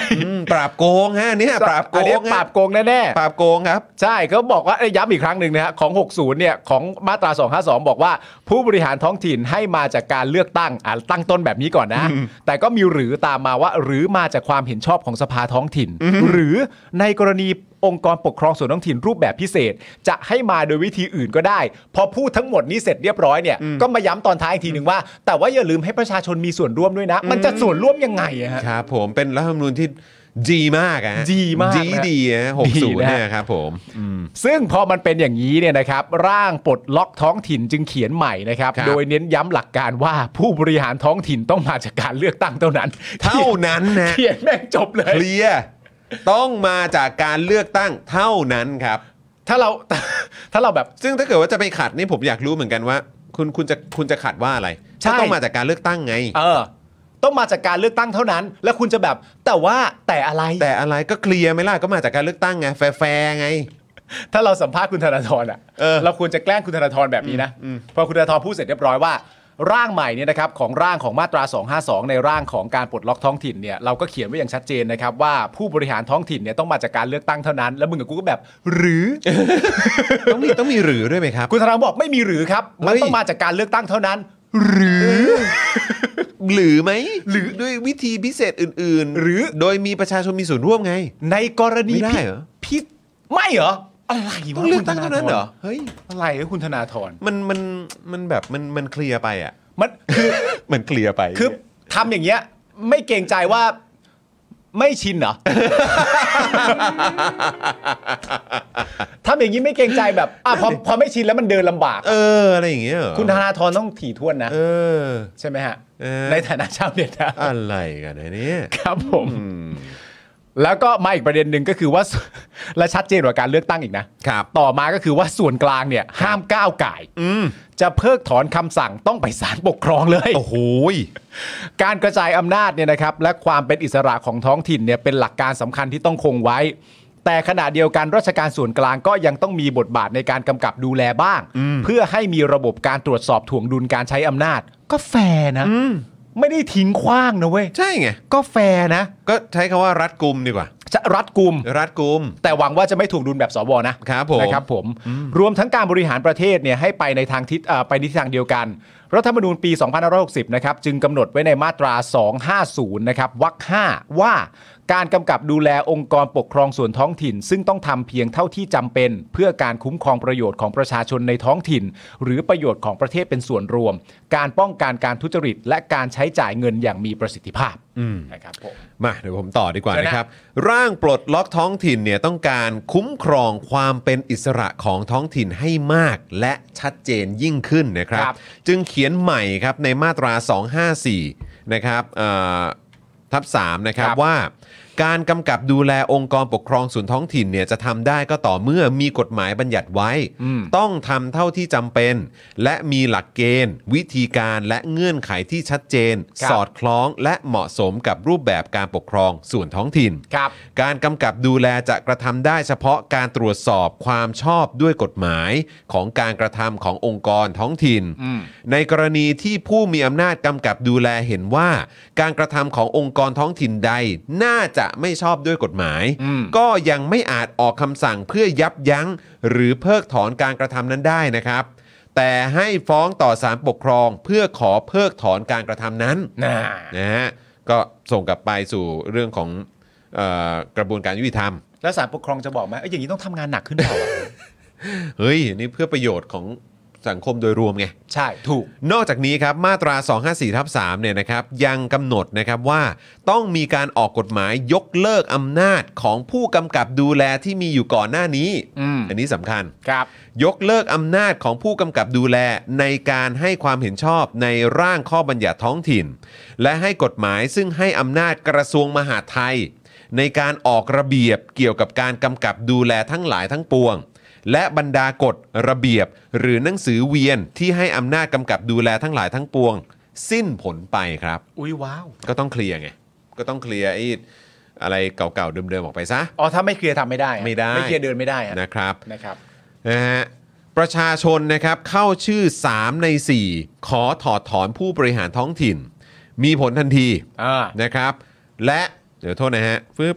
[SPEAKER 3] ปราบโกงฮะเนี่ยปราบโก
[SPEAKER 4] อันเนี้ย
[SPEAKER 3] ง
[SPEAKER 4] ป
[SPEAKER 3] ฮะ
[SPEAKER 4] ราบโกงแน่
[SPEAKER 3] ปราบโกงครับ
[SPEAKER 4] ๆใช่เขาบอกว่าเอ้ยย้ำอีกครั้งหนึ่งนะฮะของ 60 เนี่ยของมาตรา 252 บอกว่า ผู้บริหารท้องถิ่นให้มาจากการเลือกตั้งอ่ะตั้งต้นแบบนี้ก่อนนะ แต่ก็มีหรือตามมาว่าหรือมาจากความเห็นชอบของสภาท้องถิ่น หรือในกรณีองค์กรปกครองส่วนท้องถิ่นรูปแบบพิเศษ จะให้มาโดยวิธีอื่นก็ได้ พอพูดทั้งหมดนี้เสร็จเรียบร้อยเนี่ยก็มาย้ำตอนท้ายอีกทีหนึ่งว่า แต่ว่าอย่าลืมให้ประชาชนมีส่วนร่วมด้วยนะ มันจะส่วนร่วมยังไงอะฮะ
[SPEAKER 3] ครับผมเป็นรัฐธรรมนูญที่ดีมากอะฮะ
[SPEAKER 4] ดีมากนะ
[SPEAKER 3] ดีดีฮะหก
[SPEAKER 4] ดี
[SPEAKER 3] ศูนย์
[SPEAKER 4] นะ
[SPEAKER 3] เนี่ยครับผม
[SPEAKER 4] ซึ่งพอมันเป็นอย่างนี้เนี่ยนะครับร่างปลดล็อกท้องถิ่นจึงเขียนใหม่นะครับ
[SPEAKER 3] ครับ
[SPEAKER 4] โดยเน้นย้ำหลักการว่าผู้บริหารท้องถิ่นต้องมาจากการเลือกตั้งเท่านั้น
[SPEAKER 3] เท่านั้นนะ
[SPEAKER 4] เขียนแม่งจบเลย
[SPEAKER 3] เคลียร์ต้องมาจากการเลือกตั้งเท่านั้นครับ
[SPEAKER 4] ถ้าเรา ถ้าเราแบบ
[SPEAKER 3] ซึ่งถ้าเกิดว่าจะไปขัดนี่ผมอยากรู้เหมือนกันว่า คุณคุณจะคุณจะขัดว่าอะไร
[SPEAKER 4] ใช่
[SPEAKER 3] ก็ต้องมาจากการเลือกตั้งไง
[SPEAKER 4] เออ ต้องมาจากการเลือกตั้งเท่านั้น แล้วคุณจะแบบ แต่ว่าแต่อะไร
[SPEAKER 3] แต่อะไรก็เคลียร์ไหม่ล่ะก็มาจากการเลือกตั้งไงแฟร์ๆไง
[SPEAKER 4] ถ้าเราสัมภาษณ์คุณธนาธรอ่ะ
[SPEAKER 3] เออ
[SPEAKER 4] เราควรจะแกล้งคุณธนาธรแบบนี้นะพอคุณธนาธรพูดเสร็จเรียบร้อยว่า ร่างใหม่เนี่ยนะครับของร่างของมาตรา 252 ในร่างของการปลดล็อกท้องถิ่นเนี่ยเราก็เขียนไว้อย่างชัดเจนนะครับว่าผู้บริหารท้องถิ่นเนี่ยต้องมาจากการเลือกตั้งเท่านั้น แล้วมึงกับกูก็แบบ หรือ
[SPEAKER 3] ต้องมีต้องมีหรือด้วยไหมครับ
[SPEAKER 4] คุณธนาธรบอกไม่มีหรือครับมัน
[SPEAKER 3] เฮ้ย
[SPEAKER 4] ต้องมาจากการเลือกตั้งเท่านั้น หรือ
[SPEAKER 3] หรือไหมหรือด้วยวิธีพิเศษอื่นๆ หรือโดยมีประชาชนมีส่วนร่วมไง
[SPEAKER 4] ในกรณี
[SPEAKER 3] ไม่ได้
[SPEAKER 4] พิ
[SPEAKER 3] เหรอ
[SPEAKER 4] พิไม่เหรออะไรวะ
[SPEAKER 3] ต้องเลือกตั้งเท่านั้นเหรอ
[SPEAKER 4] คุณธธ
[SPEAKER 3] เฮ้ย
[SPEAKER 4] อะไรวะคุณธนาธร
[SPEAKER 3] มันมันมันแบบมันมันเคลียร์ไปอ่ะ
[SPEAKER 4] มันคือ
[SPEAKER 3] มันเคลียร์ไป
[SPEAKER 4] คือทำอย่างเงี้ยไม่เกรงใจว่าไม่ชินเหรอ ทำอย่างนี้ไม่เกรงใจแบบอ่ะพอพอไม่ชินแล้วมันเดินลำบาก
[SPEAKER 3] เออ อะไรอย่างเงี้ยเหรอ
[SPEAKER 4] คุณธนาธรต้องถี่ถ้วนนะ
[SPEAKER 3] เออ
[SPEAKER 4] ใช่ไหมฮะ
[SPEAKER 3] เออ
[SPEAKER 4] ในฐานะชาวเน็ตนะ
[SPEAKER 3] อะไรกันนะเนี่ย
[SPEAKER 4] ครับผม แล้วก็มาอีกประเด็นหนึ่งก็คือว่า และชัดเจนกว่าการเลือกตั้งอีกนะครับ ต่อมาก็คือว่าส่วนกลางเนี่ย ห้ามก้าวไก่ายจะเพิกถอนคำสั่งต้องไปศาลปกครองเลย
[SPEAKER 3] โอ้โหย
[SPEAKER 4] การกระจายอำนาจเนี่ยนะครับและความเป็นอิสระของท้องถิ่นเนี่ยเป็นหลักการสำคัญที่ต้องคงไว้ แต่ขณะเดียวกันราชการส่วนกลางก็ยังต้องมีบทบาทในการกำกับดูแลบ้าง เพื่อให้มีระบบการตรวจสอบถ่วงดุลการใช้อำนาจ ก็แฟร์นะไม่ได้ทิ้งขว้างนะเว้ย
[SPEAKER 3] ใช่ไง
[SPEAKER 4] ก็แฟร์นะ
[SPEAKER 3] ก็ใช้คำว่ารัดกุมดีกว่า
[SPEAKER 4] จะรัดกุม
[SPEAKER 3] รัดกุม
[SPEAKER 4] แต่หวังว่าจะไม่ถูกดุลแบบสวนะครับ
[SPEAKER 3] ผม
[SPEAKER 4] นะครับผมรวมทั้งการบริหารประเทศเนี่ยให้ไปในทางทิศเอ่อไปในทิศทางเดียวกัน รัฐธรรมนูญปี2560 นะครับ จึงกำหนดไว้ในมาตรา 250 นะครับวรรค5ว่าการกำกับดูแลองค์กรปกครองส่วนท้องถิ่น ซึ่งต้องทำเพียงเท่าที่จำเป็น เพื่อการคุ้มครองประโยชน์ของประชาชนในท้องถิ่น หรือประโยชน์ของประเทศเป็นส่วนรวม การป้องกันการทุจริต และการใช้จ่ายเงินอย่างมีประสิทธิภาพนะครับผม
[SPEAKER 3] มาเดี๋ยวผมต่อดีกว่า
[SPEAKER 4] เดี๋ยวนะ
[SPEAKER 3] นะครับ ร่างปลดล็อกท้องถิ่นเนี่ยต้องการคุ้มครองความเป็นอิสระของท้องถิ่นให้มาก และชัดเจนยิ่งขึ้นนะครับ
[SPEAKER 4] ครับ
[SPEAKER 3] จึงเขียนใหม่ครับในมาตรา 254 นะครับเอ่อทับ3นะครับ
[SPEAKER 4] ครับ
[SPEAKER 3] ว่า การกำกับดูแลองค์กรปกครองส่วนท้องถิ่นเนี่ยจะทำได้ก็ต่อเมื่อมีกฎหมายบัญญัติไว้ ต้องทำเท่าที่จำเป็น และมีหลักเกณฑ์ วิธีการและเงื่อนไขที่ชัดเจน
[SPEAKER 4] ครับ
[SPEAKER 3] สอดคล้องและเหมาะสมกับรูปแบบการปกครองส่วนท้องถิ่น
[SPEAKER 4] ครับ
[SPEAKER 3] การกำกับดูแลจะกระทำได้เฉพาะการตรวจสอบความชอบด้วยกฎหมายของการกระทำขององค์กรท้องถิ่น ในกรณีที่ผู้มีอำนาจกำกับดูแลเห็นว่า การกระทำขององค์กรท้องถิ่นใด น่าจะไม่ชอบด้วยกฎหมาย
[SPEAKER 4] อืม
[SPEAKER 3] ก็ยังไม่อาจออกคำสั่งเพื่อยับยั้ง หรือเพิกถอนการกระทำนั้นได้นะครับ แต่ให้ฟ้องต่อศาลปกครองเพื่อขอเพิกถอนการกระทำนั้น
[SPEAKER 4] นะ
[SPEAKER 3] นะฮะก็ส่งกลับไปสู่เรื่องของเออกระบวนการยุติธรรม
[SPEAKER 4] แล้วศาลปกครองจะบอกไหมเอ้ยอย่างนี้ต้องทำงานหนักขึ้นเปล่า
[SPEAKER 3] เฮ้ยอันนี่เพื่อประโยชน์ของ สังคมโดยรวมไง
[SPEAKER 4] ใช่ถูก
[SPEAKER 3] นอกจากนี้ครับมาตรา 254ทับ3เนี่ยนะครับยังกำหนดนะครับว่าต้องมีการออกกฎหมายยกเลิกอำนาจของผู้กำกับดูแลที่มีอยู่ก่อนหน้านี้
[SPEAKER 4] อืม
[SPEAKER 3] อันนี้สำคัญ
[SPEAKER 4] ครับ
[SPEAKER 3] ยกเลิกอำนาจของผู้กำกับดูแลในการให้ความเห็นชอบในร่างข้อบัญญัติท้องถิ่น และให้กฎหมายซึ่งให้อำนาจกระทรวงมหาดไทย ในการออกระเบียบเกี่ยวกับการกำกับดูแลทั้งหลายทั้งปวง และบรรดากฎระเบียบหรือหนังสือเวียนที่ให้อำนาจกำกับดูแลทั้งหลายทั้งปวง สิ้นผลไปครับ
[SPEAKER 4] อุ้ยว้าว
[SPEAKER 3] ก็ต้องเคลียร์ไงก็ต้องเคลียร์ไอ้อะไรเก่าๆเดิมๆออกไปซะ
[SPEAKER 4] อ๋อ ถ้าไม่เคลียร์ทำไม่ได้อะ
[SPEAKER 3] ไม่ได้
[SPEAKER 4] ไม่เคลียร์เดินไม่ได้อะ
[SPEAKER 3] นะครับ
[SPEAKER 4] นะครับ
[SPEAKER 3] นะฮะประชาชนนะครับเข้าชื่อ 3 ใน 4 ขอถอดถอนผู้บริหารท้องถิ่น มีผลทันที
[SPEAKER 4] อ่า
[SPEAKER 3] นะครับ และเดี๋ยวโทษนะฮะฟึบ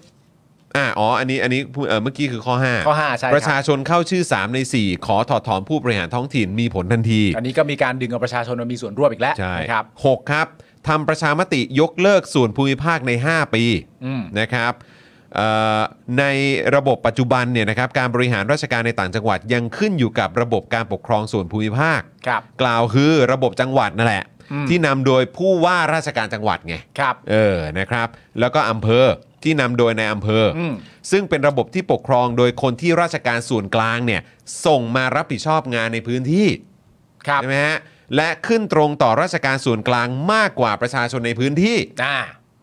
[SPEAKER 3] อ่าอ๋ออันนี้อันนี้เอ่อเมื่อกี้คือข้อ 5
[SPEAKER 4] ข้อห้าใช่
[SPEAKER 3] ประ
[SPEAKER 4] ครั
[SPEAKER 3] ชา
[SPEAKER 4] บ
[SPEAKER 3] ชนเข้าชื่อ 3 ใน 4 ขอถอดถอนผู้บริหารท้องถิ่น มีผลทันที
[SPEAKER 4] อันนี้ก็มีการดึงเอาประชาชนมามีส่วนร่วมอีกแล้ว
[SPEAKER 3] ใช่
[SPEAKER 4] นะครับ
[SPEAKER 3] หกครับทำประชามติยกเลิกส่วนภูมิภาคใน 5 ปี
[SPEAKER 4] อืม
[SPEAKER 3] นะครับเอ่อในระบบปัจจุบันเนี่ยนะครับการบริหารราชการในต่างจังหวัดยังขึ้นอยู่กับระบบการปกครองส่วนภูมิภาค
[SPEAKER 4] ครับ
[SPEAKER 3] กล่าวคือระบบจังหวัดนั่นแหละ
[SPEAKER 4] อืม
[SPEAKER 3] ที่นำโดยผู้ว่าราชการจังหวัดไง
[SPEAKER 4] ครับ
[SPEAKER 3] เออ นะครับ แล้วก็อำเภอที่นำโดยในายอำเภออ
[SPEAKER 4] ม
[SPEAKER 3] ซึ่งเป็นระบบที่ปกครองโดยคนที่ราชการส่วนกลางเนี่ยส่งมารับผิดชอบงานในพื้นที่
[SPEAKER 4] ครับ
[SPEAKER 3] ใช่ไหมฮะและขึ้นตรงต่อราชการส่วนกลางมากกว่าประชาชนในพื้นที่
[SPEAKER 4] อ่า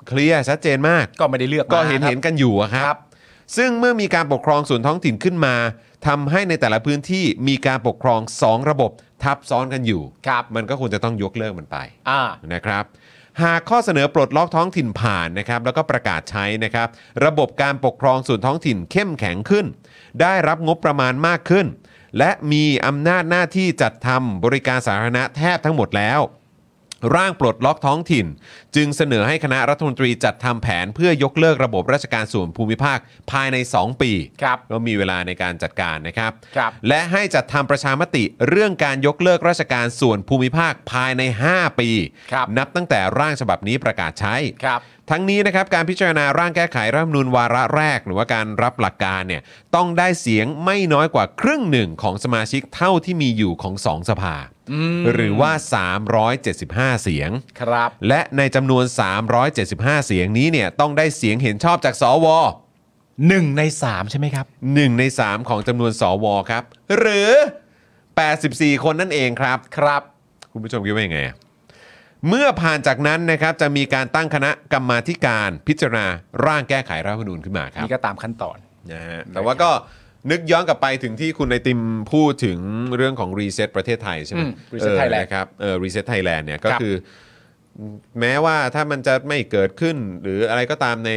[SPEAKER 3] เคลียร์ชัดเจนมาก
[SPEAKER 4] ก็ไม่ได้เลือก
[SPEAKER 3] ก็เห็น
[SPEAKER 4] มาครับ
[SPEAKER 3] เห็นกันอยู่อะค
[SPEAKER 4] ค
[SPEAKER 3] รั
[SPEAKER 4] รับ บ
[SPEAKER 3] ซึ่งเมื่อมีการปกครองส่วนท้องถิ่นขึ้นมาทำให้ในแต่ละพื้นที่มีการปกครอง 2 ระบบทับซ้อนกันอยู่
[SPEAKER 4] ครับ
[SPEAKER 3] มันก็ควรจะต้องยกเลิกมันไป
[SPEAKER 4] อ่า
[SPEAKER 3] นะครับหากข้อเสนอปลดล็อกท้องถิ่นผ่านนะครับแล้วก็ประกาศใช้นะครับระบบการปกครองส่วนท้องถิ่นเข้มแข็งขึ้น ได้รับงบประมาณมากขึ้น และมีอำนาจหน้าที่จัดทำบริการสาธารณะแทบทั้งหมดแล้ว ร่างปลดล็อกท้องถิ่น จึงเสนอให้คณะรัฐมนตรีจัดทำแผนเพื่อยกเลิกระบบราชการส่วนภูมิภาคภายใน 2 ปี
[SPEAKER 4] ครับ
[SPEAKER 3] ก็มีเวลาในการจัดการนะครับ
[SPEAKER 4] ครับ
[SPEAKER 3] และให้จัดทำประชามติเรื่องการยกเลิกราชการส่วนภูมิภาคภายใน 5 ปี
[SPEAKER 4] ครับ
[SPEAKER 3] นับตั้งแต่ร่างฉบับนี้ประกาศใช้
[SPEAKER 4] ครับ
[SPEAKER 3] ทั้งนี้นะครับการพิจารณาร่างแก้ไขรัฐธรรมนูญวาระแรก หรือว่าการรับหลักการเนี่ยต้องได้เสียงไม่น้อยกว่าครึ่งหนึ่งของสมาชิกเท่าที่มีอยู่ของสองสภา หรือว่า 375 เสียง
[SPEAKER 4] ครับ
[SPEAKER 3] และในจำนวน 375 เสียงนี้เนี่ยต้องได้เสียงเห็นชอบจากสว
[SPEAKER 4] หนึ่งในสามใช่ไหมครับ
[SPEAKER 3] หนึ่งใน 3 ของจำนวนสวครับ หรือ 84 คนนั่นเองครับ
[SPEAKER 4] ครับ
[SPEAKER 3] คุณผู้ชมคิดว่ายังไงอะเมื่อผ่านจากนั้นนะครับจะมีการตั้งคณะกรรมาธิการพิจารณาร่างแก้ไขรัฐธรรมนูญขึ้นมาครับ
[SPEAKER 4] นี่ก็ตามขั้นตอน
[SPEAKER 3] นะฮะแต่ว่าก็นึกย้อนกลับไปถึงที่คุณไอติมพูดถึงเรื่องของรีเซ็ตประเทศไทยใช่ไหม
[SPEAKER 4] อืม Reset Thailand
[SPEAKER 3] เออนะครับเออรีเซ็ตไทยแลนด์เนี่ยก็
[SPEAKER 4] ครับ
[SPEAKER 3] คือแม้ว่าถ้ามันจะไม่เกิดขึ้น หรืออะไรก็ตามใน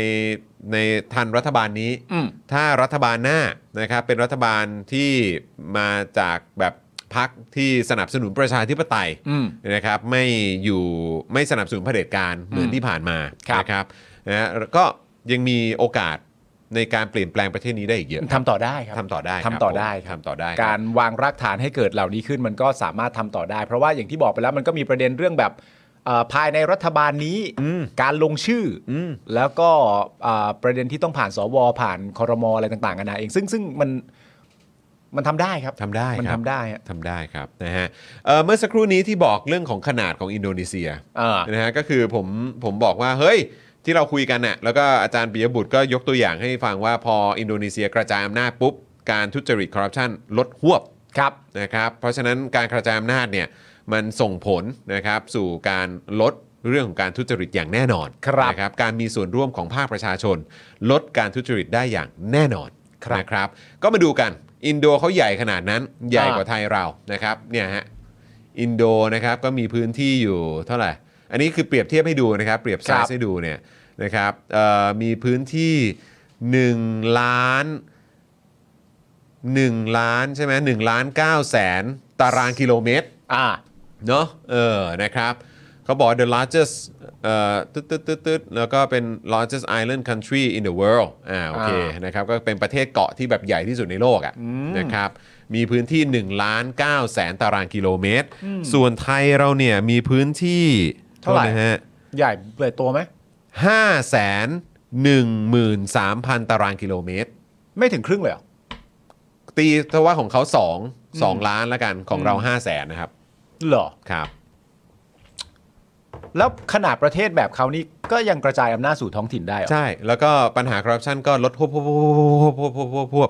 [SPEAKER 3] ในทันรัฐบาลนี้
[SPEAKER 4] อืม
[SPEAKER 3] ถ้ารัฐบาลหน้านะครับเป็นรัฐบาลที่มาจากแบบพักที่สนับสนุนประชาธิปไตย
[SPEAKER 4] อืม
[SPEAKER 3] นะครับไม่อยู่ไม่สนับสนุนเผด็จการเหมือนที่ผ่านมา
[SPEAKER 4] ครับ
[SPEAKER 3] นะครับนะฮะก็ยังมีโอกาสในการเปลี่ยนแปลงประเทศนี้ได้อีกเยอะ
[SPEAKER 4] ทำต่อได้ครับ
[SPEAKER 3] ทำต่อได้ครับ
[SPEAKER 4] ทำต่อได้
[SPEAKER 3] ผ
[SPEAKER 4] ค
[SPEAKER 3] ม
[SPEAKER 4] รับ
[SPEAKER 3] ทำต่อได้คบ
[SPEAKER 4] การวางรากฐานให้เกิดเหล่านี้ขึ้นมันก็สามารถทำต่อได้ เพราะว่าอย่างที่บอกไปแล้วมันก็มีประเด็นเรื่องแบบเอ่อภายในรัฐบาลนี้การลงชื่ออ
[SPEAKER 3] ม
[SPEAKER 4] แล้วก็เอ่อประเด็นที่ต้องผ่านสวผ่านคอรมออะไรต่างๆกันานาเอง ซึ่งซึ่งมันมันทำได้ครับ
[SPEAKER 3] ทำได้
[SPEAKER 4] มัน
[SPEAKER 3] ครับ
[SPEAKER 4] ทำได้ฮะ
[SPEAKER 3] ทำได้ครับนะฮะเอ่อเมื่อสักครู่นี้ที่บอกเรื่องของขนาดของอินโดนีเซีย
[SPEAKER 4] อ่าน
[SPEAKER 3] นะฮะก็คือผมผมบอกว่าเฮ้ยที่เราคุยกันน่ะแล้วก็อาจารย์ปิยบุตรก็ยกตัวอย่างให้ฟังว่าพออินโดนีเซียกระจายอำนาจปุ๊บ การทุจริตคอร์รัปชันลดหวบ
[SPEAKER 4] ครับ
[SPEAKER 3] นะครับเพราะฉะนั้นการกระจายอำนาจเนี่ยมันส่งผลนะครับสู่การลดเรื่องของการทุจริตอย่างแน่นอน
[SPEAKER 4] ครับ
[SPEAKER 3] นะครับการมีส่วนร่วมของภาคประชาชน ลดการทุจริตได้อย่างแน่นอน นะครับก็มาดูกันอินโดเขาใหญ่ขนาดนั้นใหญ่กว่าไทยเรานะครับเนี่ยฮะอินโดนะครับก็มีพื้นที่อยู่เท่าไหร่ อันนี้คือเปรียบเทียบให้ดูนะครับ เปรียบไซ
[SPEAKER 4] ครับ
[SPEAKER 3] ส์ให้ดูเนี่ยนะครับเอ่อมีพื้นที่1ล้าน1ล้านใช่ไหมหนึ่งล้านเก้าแสนตารางกิโลเมตร
[SPEAKER 4] อ่า
[SPEAKER 3] เนาะเออนะครับเขาบอกว่า the largest เอ่อตึ๊ดตึ๊ดตึ๊ดตึ๊ดแล้วก็เป็น largest island country in the world อ่าโอเค
[SPEAKER 4] อ่าน
[SPEAKER 3] นะครับก็เป็นประเทศเกาะที่แบบใหญ่ที่สุดในโลกอะ่ะนะครับมีพื้นที่1ล้าน9แสนตารางกิโลเมตร ส่วนไทยเราเนี่ยมีพื้นที่
[SPEAKER 4] เท่าไหร่
[SPEAKER 3] โษนะฮะ
[SPEAKER 4] ใหญ่เปิดตัวไหม
[SPEAKER 3] ห้าแสนหนึ่งหมื่นสามพันตารางกิโลเมตร
[SPEAKER 4] ไม่ถึงครึ่งเลยเหรอ
[SPEAKER 3] ตีเทว่าของเขา2 2 ล้านละกันของเรา 5 0 0แสนนะครับ
[SPEAKER 4] เหรอ
[SPEAKER 3] ครับ
[SPEAKER 4] แล้วขนาดประเทศแบบเขานี่ก็ยังกระจายอำนาจสู่ท้องถิ่นได้เหรอ
[SPEAKER 3] ใช่แล้วก็ปัญหาคอร์รัปชันก็ลดพวบพวบพวบพวบพวบพวบพวบ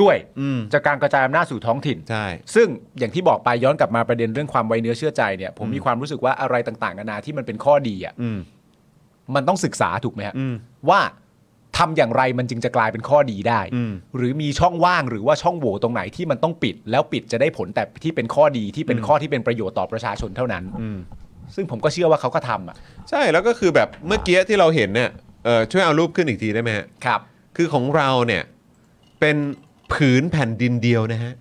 [SPEAKER 4] ด้วย
[SPEAKER 3] อืม
[SPEAKER 4] จากการกระจายอำนาจสู่ท้องถิ่น
[SPEAKER 3] ใช่
[SPEAKER 4] ซึ่งอย่างที่บอกไปย้อนกลับมาประเด็นเรื่องความไวเนื้อเชื่อใจเนี่ยผมมีความรู้สึกว่าอะไรต่างๆนานาที่มันเป็นข้อดีอ่ะ
[SPEAKER 3] อืม
[SPEAKER 4] มันต้องศึกษาถูกไหมฮะ
[SPEAKER 3] อืม
[SPEAKER 4] ว่าทำอย่างไรมันจึงจะกลายเป็นข้อดีได้
[SPEAKER 3] อืม
[SPEAKER 4] หรือมีช่องว่างหรือว่าช่องโหว่ตรงไหนที่มันต้องปิด แล้วปิดจะได้ผลแต่ที่เป็นข้อดีที่เป็นข้อที่เป็นประโยชน์ต่อประชาชนเท่านั้นซึ่งผมก็เชื่อว่าเขาก็ทำอ่ะ
[SPEAKER 3] ใช่แล้วก็คือแบบเมื่อกี้ที่เราเห็นเนี่ยเออช่วยเอารูปขึ้นอีกทีได้ไหมฮะ
[SPEAKER 4] ครับ
[SPEAKER 3] คือของเราเนี่ยเป็นผืนแผ่นดินเดียวนะฮะ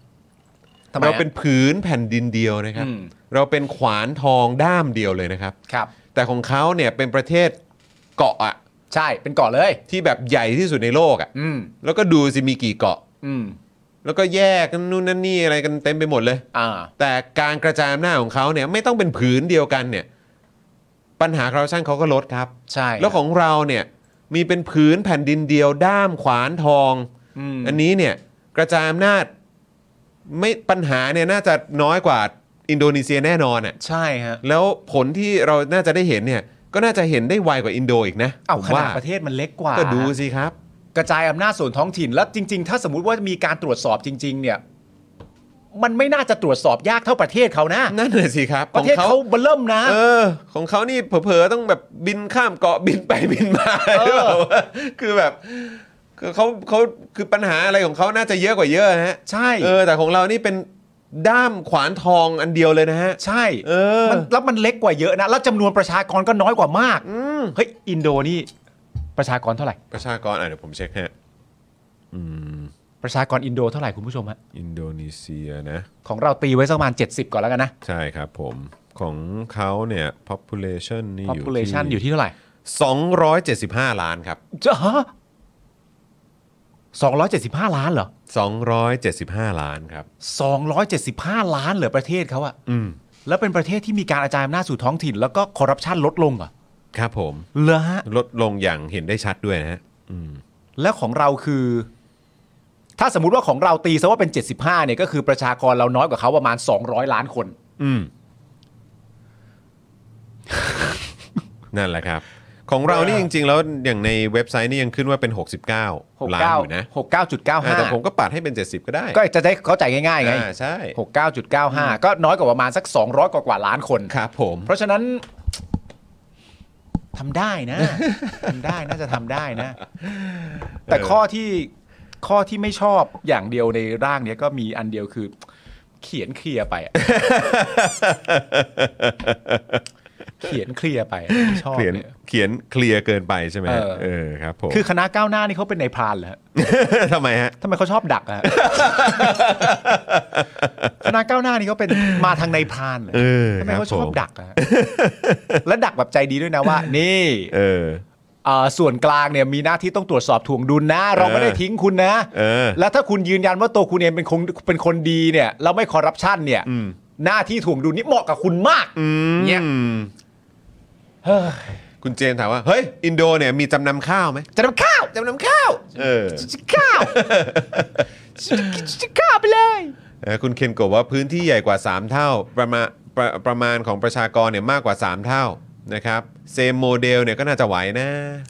[SPEAKER 4] ทำไมฮะ
[SPEAKER 3] เราเป็นผืนแผ่นดินเดียวนะครับ
[SPEAKER 4] อืม
[SPEAKER 3] เราเป็นขวานทองด้ามเดียวเลยนะครับ
[SPEAKER 4] ครับ
[SPEAKER 3] แต่ของเขาเนี่ยเป็นประเทศเกาะอะ
[SPEAKER 4] ใช่เป็นเกาะเลย
[SPEAKER 3] ที่แบบใหญ่ที่สุดในโลกอะ
[SPEAKER 4] อืม
[SPEAKER 3] แล้วก็ดูสิมีกี่เกาะ
[SPEAKER 4] อืม
[SPEAKER 3] แล้วก็แยกกันนู่นนั่นนี่อะไรกันเต็มไปหมดเลย
[SPEAKER 4] อ่า
[SPEAKER 3] แต่การกระจายอำนาจของเขาเนี่ยไม่ต้องเป็นผืนเดียวกันเนี่ยปัญหาคอร์รัปชันเขาก็ลดครับ
[SPEAKER 4] ใช่
[SPEAKER 3] แล้วของเราเนี่ยมีเป็นผืนแผ่นดินเดียวด้ามขวานทอง
[SPEAKER 4] อืม
[SPEAKER 3] อันนี้เนี่ยกระจายอำนาจไม่ปัญหาเนี่ยน่าจะน้อยกว่าอินโดนีเซียแน่นอนอ่ะ
[SPEAKER 4] ใช่ฮะ
[SPEAKER 3] แล้วผลที่เราน่าจะได้เห็นเนี่ยก็น่าจะเห็นได้ไวกว่าอินโดอีกนะ
[SPEAKER 4] เอา
[SPEAKER 3] ผม
[SPEAKER 4] ข
[SPEAKER 3] ว่า
[SPEAKER 4] นาดประเทศมันเล็กกว่า
[SPEAKER 3] ก็ดูสิครับ
[SPEAKER 4] กระจายอำนาจส่วนท้องถิ่นแล้วจริง ๆ ถ้าสมมติว่ามีการตรวจสอบจริง ๆ เนี่ย มันไม่น่าจะตรวจสอบยากเท่าประเทศเขานะ
[SPEAKER 3] นั่นเลยสิครับ
[SPEAKER 4] ป
[SPEAKER 3] ข
[SPEAKER 4] ระ
[SPEAKER 3] อง
[SPEAKER 4] เทศเขาเบลเริ่มนะ
[SPEAKER 3] เออ ของเขานี่เผลอๆต้องแบบบินข้ามเกาะบินไปบินมา
[SPEAKER 4] เออ
[SPEAKER 3] หรือเปล่าคือแบบคือเขาเขาคือปัญหาอะไรของเขาน่าจะเยอะกว่าเยอะฮะ
[SPEAKER 4] ใช่
[SPEAKER 3] เออแต่ของเรานี่เป็นด้ามขวานทองอันเดียวเลยนะฮะ
[SPEAKER 4] ใช่
[SPEAKER 3] เออ
[SPEAKER 4] มันแล้วมันเล็กกว่าเยอะนะ แล้วจำนวนประชากรก็น้อยกว่ามากเฮ้ยอินโดนี่ประชากรเท่าไหร่
[SPEAKER 3] ประชากรอ่ะเดี๋ยวผมเช็คฮะ
[SPEAKER 4] ประชากรอินโดเท่าไหร่คุณผู้ชมฮะ
[SPEAKER 3] อินโดนีเซียนะ
[SPEAKER 4] ของเราตีไว้สักประมาณ 70 ก่อนแล้วกันนะ
[SPEAKER 3] ใช่ครับผมของเขาเนี่ย population นี่อยู่
[SPEAKER 4] population อยู่ที่เท่าไหร่
[SPEAKER 3] 275 ล้านครับ
[SPEAKER 4] จะฮะสองร้อยเจ็ดสิบห้าล้านเหรอ
[SPEAKER 3] 275 ล้านครับ
[SPEAKER 4] 275 ล้านเหลือประเทศเขาอะ
[SPEAKER 3] อืม
[SPEAKER 4] แล้วเป็นประเทศที่มีการกระจายอำนาจสู่ท้องถิ่น แล้วก็คอร์รัปชันลดลงเหรอะ
[SPEAKER 3] ครับผม
[SPEAKER 4] เหรอฮะ
[SPEAKER 3] ลดลงอย่างเห็นได้ชัดด้วยนะฮะ
[SPEAKER 4] แล้วของเราคือ ถ้าสมมติว่าของเราตีซะว่าเป็น 75เนี่ยก็คือประชากรเราน้อยกว่าเขาประมาณ 200 ล้านคน
[SPEAKER 3] อืม นั่นแหละครับ ของเรานี่จริง ๆ แล้วอย่างในเว็บไซต์นี่ยังขึ้นว่าเป็น 69 ล้านอยู่นะ
[SPEAKER 4] 69 69.95
[SPEAKER 3] แต่ผมก็ปัดให้เป็น 70 ก็ได้
[SPEAKER 4] ก็จะได้เข้าใจง่ายๆไง
[SPEAKER 3] อ่าใช่
[SPEAKER 4] 69.95 ก็น้อยกว่าประมาณสัก 200 กว่ากว่าล้านคน
[SPEAKER 3] ครับผม
[SPEAKER 4] เพราะฉะนั้นทำได้นะ ทำได้น่าจะทำได้นะ แต่ข้อที่ข้อที่ไม่ชอบอย่างเดียวในร่างเนี้ยก็มีอันเดียวคือ เขียนเคลียร์ไป อะเขียนเคลียร์ไปอะไม่ชอบ
[SPEAKER 3] เขียน
[SPEAKER 4] เนี่ย
[SPEAKER 3] เขียนเคลียร์เกินไปใช่ไหมฮะ
[SPEAKER 4] เออ
[SPEAKER 3] เออครับผม
[SPEAKER 4] คือคณะก้าวหน้านี่เขาเป็นในายพรานเหรอฮะ
[SPEAKER 3] ทำไมฮะ
[SPEAKER 4] ทำไมเขาชอบดักอะ ฮะ คณะก้าวหน้านี่เขาเป็นมาทางในายพรานเหรอ
[SPEAKER 3] เออ
[SPEAKER 4] ทำไมเขา
[SPEAKER 3] ครับ
[SPEAKER 4] ชอบ
[SPEAKER 3] ผม
[SPEAKER 4] ดักอะฮะและดักแบบใจดีด้วยนะว่า นี่
[SPEAKER 3] เออ
[SPEAKER 4] เอ่อส่วนกลางเนี่ยมีหน้าที่ต้องตรวจสอบถ่วงดุลนะ เราไม่ได้ทิ้งคุณนะ
[SPEAKER 3] เออ
[SPEAKER 4] แล้วถ้าคุณยืนยันว่าตัวคุณเองเป็นคนเป็นคนดีเนี่ยเราไม่คอร์รัปชันเนี่ย
[SPEAKER 3] อืม
[SPEAKER 4] หน้าที่ถ่วงดุลนี่เหมาะกับคุณมากเนี่ย
[SPEAKER 3] อืม
[SPEAKER 4] เฮ้ย
[SPEAKER 3] คุณเจนถามว่า เฮ้ย อินโดเนี่ยมีจำนำข้าวไหม
[SPEAKER 4] จะนำข้าว
[SPEAKER 3] จำนำข้าว เออ
[SPEAKER 4] จะข้าวจะจะข้าวไปเลย
[SPEAKER 3] เออคุณเคนกบอกว่าพื้นที่ใหญ่กว่า 3 เท่า ประมาณประประมาณของประชากรเนี่ยมากกว่า 3 เท่านะครับเซมโมเดลเนี่ยก็น่าจะไหวนะ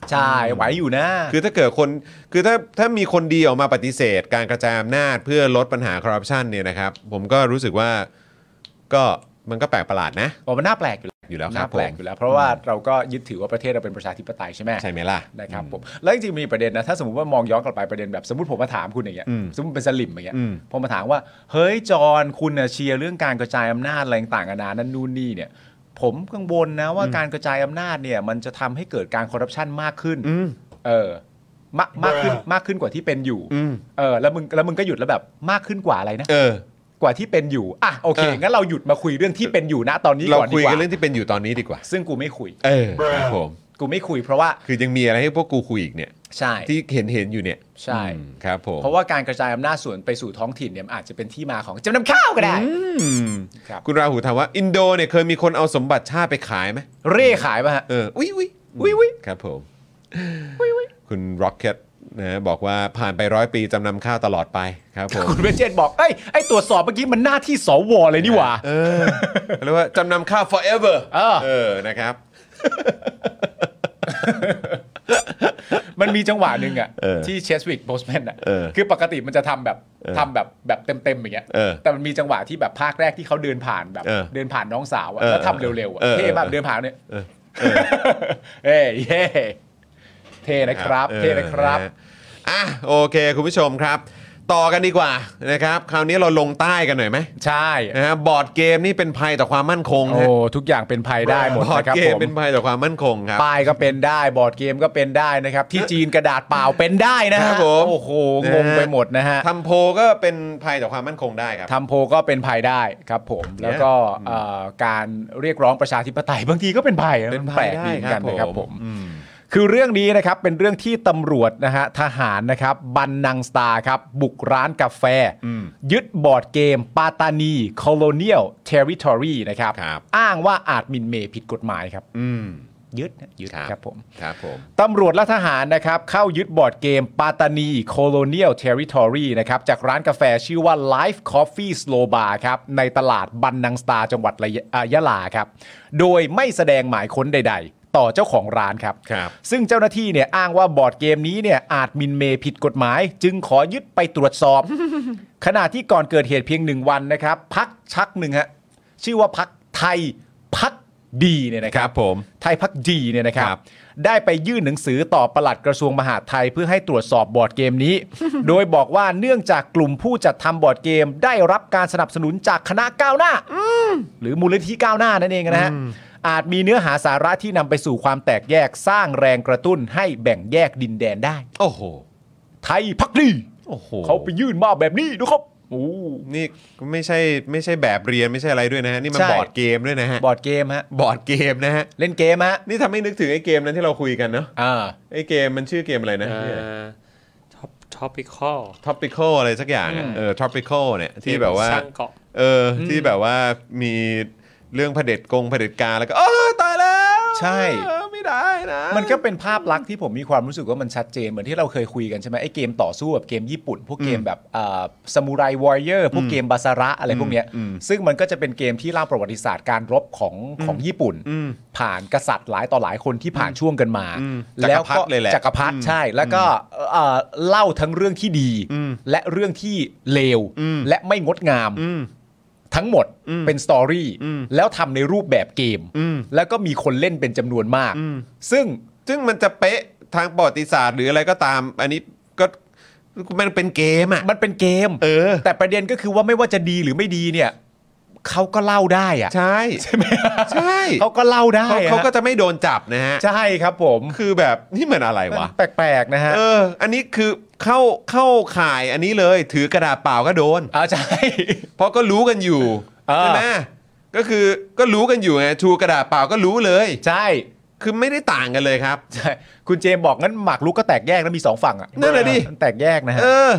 [SPEAKER 4] ใช่ไหวอยู่นะ
[SPEAKER 3] คือถ้าเกิดคน คือถ้าถ้ามีคนดีออกมาปฏิเสธ การกระจายอำนาจเพื่อลดปัญหาคอร์รัปชันเนี่ยนะครับ ผมก็รู้สึกว่าก็มันก็แปลกประหลาดนะ
[SPEAKER 4] บอกมันน่าแปลกอยู่แล้ว
[SPEAKER 3] อยู่แล้วครั
[SPEAKER 4] น่า
[SPEAKER 3] บ
[SPEAKER 4] แปลก
[SPEAKER 3] ผม
[SPEAKER 4] อยู่แล้ว เพราะว่าเราก็ยึดถือว่าประเทศเราเป็นประชาธิปไตยใช่ไหม
[SPEAKER 3] ใช่ไหมล่ะ
[SPEAKER 4] นะครับผมแล้วจริงๆมีประเด็นนะถ้าสมมติว่ามองย้อนกลับไปประเด็นแบบสมมติผมมาถามคุณอย่างเงี้ย
[SPEAKER 3] อืม
[SPEAKER 4] สมมติเป็นสลิมอย่างเงี้ย
[SPEAKER 3] อืม
[SPEAKER 4] พอมาถามว่าเฮ้ยจอห์นคุณน่ะเชียร์เรื่องการกระจายอำนาจอะไรต่างๆนานานั่นนู่นนี่เนี่ยผมกังวลนะว่าการกระจายอำนาจเนี่ยมันจะทำให้เกิดการคอร์รัปชันมากขึ้น
[SPEAKER 3] อืม
[SPEAKER 4] เออมากมากขึ้นมากขึ้นกว่าที่เป็นอยู่
[SPEAKER 3] อืม
[SPEAKER 4] เออแล้วมึงแล้วมึงก็หยุดแล้วแบบมากขึ้นกว่าอะไรนะ
[SPEAKER 3] เออ
[SPEAKER 4] กว่าที่เป็นอยู่อ่ะโอเค
[SPEAKER 3] เออ
[SPEAKER 4] งั้นเราหยุดมาคุยเรื่องที่เป็นอยู่นะตอนนี้
[SPEAKER 3] เรา
[SPEAKER 4] ก่อนดี
[SPEAKER 3] คุย
[SPEAKER 4] กว่า
[SPEAKER 3] กันเรื่องที่เป็นอยู่ตอนนี้ดีกว่า
[SPEAKER 4] ซึ่งกูไม่คุย
[SPEAKER 3] เออครับผม
[SPEAKER 4] กูไม่คุย เพราะว่า
[SPEAKER 3] คือยังมีอะไรให้พวกกูคุยอีกเนี่ย
[SPEAKER 4] ใช่
[SPEAKER 3] ที่เห็นเห็นอยู่เนี่ย
[SPEAKER 4] ใช่
[SPEAKER 3] อืมครับผม
[SPEAKER 4] เพราะว่าการกระจายอำนาจส่วนไปสู่ท้องถิ่นเนี่ยมันอาจจะเป็นที่มาของจำนำข้าวก็ได้
[SPEAKER 3] อืม
[SPEAKER 4] ครับ
[SPEAKER 3] คุณราหูถามว่าอินโดเนี่ยเคยมีคนเอาสมบัติชาติไปขายไหม
[SPEAKER 4] เร่ขายป่ะฮะ
[SPEAKER 3] เอออุ้ยอุ้ย
[SPEAKER 4] อุ๊ยอุ๊ย
[SPEAKER 3] ครับผมคุณ Rocket นะบอกว่าผ่านไปร้อยปีจำนำข้าวตลอดไปครับผม
[SPEAKER 4] คุณเวชเชตบอกเอ้ยไอ้ตรวจสอบเมื่อกี้มันหน้าที่สวเลยนี่หว่า
[SPEAKER 3] เออเรียกว่าจำนำข้าว forever
[SPEAKER 4] เออ
[SPEAKER 3] เออนะครับ
[SPEAKER 4] มันมีจังหวะหนึ่งอ่ะ
[SPEAKER 3] เออ
[SPEAKER 4] ที่เชสวิกโบสแมนอ่ะ
[SPEAKER 3] เออ
[SPEAKER 4] คือปกติมันจะทำแบบ
[SPEAKER 3] เออ
[SPEAKER 4] ทำแบบแบบเต็มๆอย่างเงี้ย
[SPEAKER 3] เออ
[SPEAKER 4] แต่มันมีจังหวะที่แบบภาคแรกที่เขาเดินผ่านแบบ
[SPEAKER 3] เออ
[SPEAKER 4] เดินผ่านน้องสาวอ่ะ
[SPEAKER 3] เออ
[SPEAKER 4] แล้วทำเร็วๆอ่ะ
[SPEAKER 3] เออ
[SPEAKER 4] เท่มาก
[SPEAKER 3] เออ
[SPEAKER 4] เดินผ่านเนี่ย
[SPEAKER 3] เออ
[SPEAKER 4] เอ้ยเย่เท่นะครับ
[SPEAKER 3] ออ
[SPEAKER 4] เท่นะครับ
[SPEAKER 3] ฮอ่ะโอเค คุณผู้ชมครับ ต่อกันดีกว่านะครับ คราวนี้เราลงใต้กันหน่อยไหม
[SPEAKER 4] ใช่
[SPEAKER 3] นะฮะบอร์ดเกมนี่เป็นภัยต่อความมั่นคงนะ
[SPEAKER 4] โอ้
[SPEAKER 3] ฮะ
[SPEAKER 4] ทุกอย่างเป็นภัยได้หมด
[SPEAKER 3] บอร์ด
[SPEAKER 4] นะครับ
[SPEAKER 3] เก
[SPEAKER 4] ผม ม
[SPEAKER 3] เป็นภัยต่อความมั่นคงครับ
[SPEAKER 4] ป้ายก็เป็นได้บอร์ดเกมก็เป็นได้นะครับ ที่จีนกระดาษเปล่าเป็นได้นะ
[SPEAKER 3] ครั
[SPEAKER 4] ฮะ
[SPEAKER 3] บผม
[SPEAKER 4] โอ้โห
[SPEAKER 3] นะ
[SPEAKER 4] ง
[SPEAKER 3] ฮะ
[SPEAKER 4] งไปหมดนะฮะ
[SPEAKER 3] ทำโพลก็เป็นภัยต่อความมั่นคงได้ครับ
[SPEAKER 4] ทำโพลก็เป็นภัยได้ครับผม แล้วก็เอ่อการเรียกร้องประชาธิปไตยบางทีก็เป็นภัยะ
[SPEAKER 3] เป็นภัย
[SPEAKER 4] แปลกดีเหมือนกัน
[SPEAKER 3] ได้
[SPEAKER 4] นะ
[SPEAKER 3] ค
[SPEAKER 4] ค
[SPEAKER 3] รั
[SPEAKER 4] รั
[SPEAKER 3] บบ ผ
[SPEAKER 4] ผม ม คือเรื่องนี้นะครับเป็นเรื่องที่ตำรวจนะฮะทหารนะครับบันนังสตาร์ครับบุกร้านกาแฟ ยึดบอร์ดเกมปาตานี Colonial Territory นะครับ
[SPEAKER 3] ครับ
[SPEAKER 4] อ้างว่าอาจหมินเหมผิดกฎหมายครับ
[SPEAKER 3] อืม
[SPEAKER 4] ยึดนะยึด
[SPEAKER 3] ครับ
[SPEAKER 4] ครับผม
[SPEAKER 3] ครับผม
[SPEAKER 4] ตำรวจและทหารนะครับเข้ายึดบอร์ดเกมปาตานี Colonial Territory นะครับจากร้านกาแฟชื่อว่า Life Coffee Slow Bar ครับในตลาดบันนังสตาจังหวัดระยะอ่ายะลาครับโดยไม่แสดงหมายค้นใด ๆ ต่อเจ้าของร้านครับ
[SPEAKER 3] ครับ
[SPEAKER 4] ซึ่งเจ้าหน้าที่เนี่ยอ้างว่าบอร์ดเกมนี้เนี่ยอาจมินเมผิดกฎหมาย จึงขอยึดไปตรวจสอบ ขณะที่ก่อนเกิดเหตุเพียงหนึ่งวันนะครับพักชักหนึ่งฮะชื่อว่าพักไทยพักดีเนี่ยนะค
[SPEAKER 3] ค
[SPEAKER 4] รั
[SPEAKER 3] รับ บผม
[SPEAKER 4] ไทยพักดีเนี่ยนะครับ
[SPEAKER 3] ครับ
[SPEAKER 4] ได้ไปยื่นหนังสือต่อปลัดกระทรวงมหาดไทยเพื่อให้ตรวจสอบบอร์ดเกมนี้ โดยบอกว่าเนื่องจากกลุ่มผู้จัดทำบอร์ดเกม ได้รับการสนับสนุนจากคณะก้าวหน้า หรือมูลนิธิก้าวหน้านั่นเองนะฮะ อาจมีเนื้อหาสาระที่นำไปสู่ความแตกแยกสร้างแรงกระตุ้นให้แบ่งแยกดินแดนได้
[SPEAKER 3] โอ้โห
[SPEAKER 4] ไทยพักดี
[SPEAKER 3] โอ้โห
[SPEAKER 4] เขาไปยื่นมาแบบนี้ดูครับโอ้
[SPEAKER 3] นี่ไม่ใช่ไม่ใช่แบบเรียนไม่ใช่อะไรด้วยนะฮะ นี่มัน
[SPEAKER 4] ใช่
[SPEAKER 3] บอร์ดเกมด้วยนะฮะ
[SPEAKER 4] บอร์ดเกมฮะ
[SPEAKER 3] บอร์ดเกมนะฮะ
[SPEAKER 4] เล่นเกมฮะ
[SPEAKER 3] นี่ทำให้นึกถึงไอ้เกมนั้นที่เราคุยกันเนาะ
[SPEAKER 4] อ่า
[SPEAKER 3] ไอ้เกมมันชื่อเกมอะไรนะ
[SPEAKER 5] ท็อปท็อปิคอล
[SPEAKER 3] topical อะไรสักอย่างอะเออ topical เนี่ยที่แบบว่า
[SPEAKER 5] สร้างเกาะ
[SPEAKER 3] เอออที่แบบว่ามีเรื่องเผด็จกงเผด็จการแล้วก็เออตายแล้ว
[SPEAKER 4] ใช่
[SPEAKER 3] เออไม่ได้นะ
[SPEAKER 4] มันก็เป็นภาพลักษณ์ที่ผมมีความรู้สึกว่ามันชัดเจนเหมือนที่เราเคยคุยกันใช่ไหมไอ้เกมต่อสู้แบบเกมญี่ปุ่น พวกเกมแบบซามูไรวอรเยอร์พวกเกมบาซาระอะไรพวกเนี้ยซึ่งมันก็จะเป็นเกมที่เล่าประวัติศาสตร์การรบของของญี่ปุ่น ผ่านกษัตริย์หลายต่อหลายคนที่ผ่านช่วงกันมา แล้วก็จักรพรรดิใช่ แล้วก็เอ่อเล่าทั้งเรื่องที่ดี และเรื่องที่เลวและไม่งดงาม ทั้งหมดเป็นสตอรี่แล้วทำในรูปแบบเกม แล้วก็มีคนเล่นเป็นจำนวนมาก ซึ่ง
[SPEAKER 3] ซึ่งมันจะเป๊ะทางประวัติศาสตร์หรืออะไรก็ตาม อันนี้ก็มันเป็นเกมอ่ะ
[SPEAKER 4] มันเป็นเกม
[SPEAKER 3] เออ
[SPEAKER 4] แต่ประเด็นก็คือว่าไม่ว่าจะดีหรือไม่ดีเนี่ยเขาก็เล่าได้อะ
[SPEAKER 3] ใช่ ใช่ไหมใช่
[SPEAKER 4] เขาก็เล่าได้
[SPEAKER 3] เขา
[SPEAKER 4] อะ
[SPEAKER 3] เขาก็จะไม่โดนจับนะฮะ
[SPEAKER 4] ใช่ครับผม
[SPEAKER 3] คือแบบนี่มันอะไรวะ
[SPEAKER 4] แปลกๆนะฮะ
[SPEAKER 3] เออ อันนี้คือเข้าเข้าข่ายอันนี้เลยถือกระดาษเปล่าก็โดน
[SPEAKER 4] อ่า ใช่
[SPEAKER 3] เพราะก็รู้กันอยู่
[SPEAKER 4] เออ
[SPEAKER 3] ใช่ไหมก็คือก็รู้กันอยู่ไงชูกระดาษเปล่าก็รู้เลย
[SPEAKER 4] ใช่
[SPEAKER 3] คือไม่ได้ต่างกันเลยครับ
[SPEAKER 4] ใช่คุณเจมส์บอกงั้นหมากรุกก็แตกแยกแล้วมีสองฝั่งอะ
[SPEAKER 3] นั่นแหละดิ
[SPEAKER 4] มันแตกแยกนะฮะ
[SPEAKER 3] เออ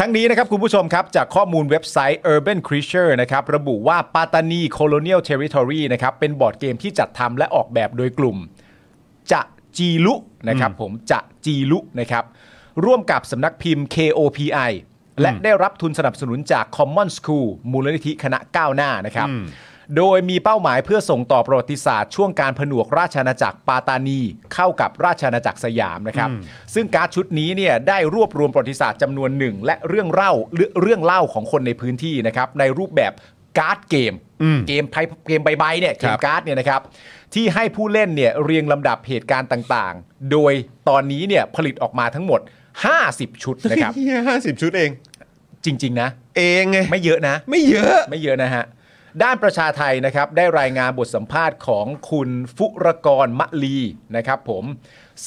[SPEAKER 4] ทั้งนี้นะครับ คุณผู้ชมครับ จากข้อมูลเว็บไซต์ Urban Creature นะครับ ระบุว่าปาตานี Colonial Territory นะครับ เป็นบอร์ดเกมที่จัดทำและออกแบบโดยกลุ่ม จะจีลุนะครับผมจะจีลุนะครับ ร่วมกับสำนักพิมพ์ KOPI และได้รับทุนสนับสนุนจาก Common School มูลนิธิคณะก้าวหน้านะครับ โดยมีเป้าหมายเพื่อส่งต่อประวัติศาสตร์ช่วงการผนวกราชอาณาจักรปาตานี เข้ากับราชอาณาจักรสยามนะครับ ซึ่งการ์ดชุดนี้เนี่ยได้รวบรวมประวัติศาสตร์จำนวนหนึ่ง และเรื่องเล่าเรื่องเรื่องเล่าของคนในพื้นที่นะครับในรูปแบบการ์ดเกม เกมไพ่เกมใบใบเนี่ยเก
[SPEAKER 3] ครั
[SPEAKER 4] ม
[SPEAKER 3] บ
[SPEAKER 4] การ์ดเนี่ยนะครับ ที่ให้ผู้เล่นเนี่ยเรียงลำดับเหตุการณ์ต่างๆ โดยตอนนี้เนี่ยผลิตออกมาทั้งหมด 50 ชุดนะครับ
[SPEAKER 3] ห้าสิบชุดเอง
[SPEAKER 4] จริง ๆ นะ
[SPEAKER 3] เองไง
[SPEAKER 4] ไม่เยอะนะ
[SPEAKER 3] ไม่เยอะ
[SPEAKER 4] ไม่เยอะนะฮะ ด้านประชาไทยนะครับได้รายงานบทสัมภาษณ์ของคุณฟุรกรมะลีนะครับผม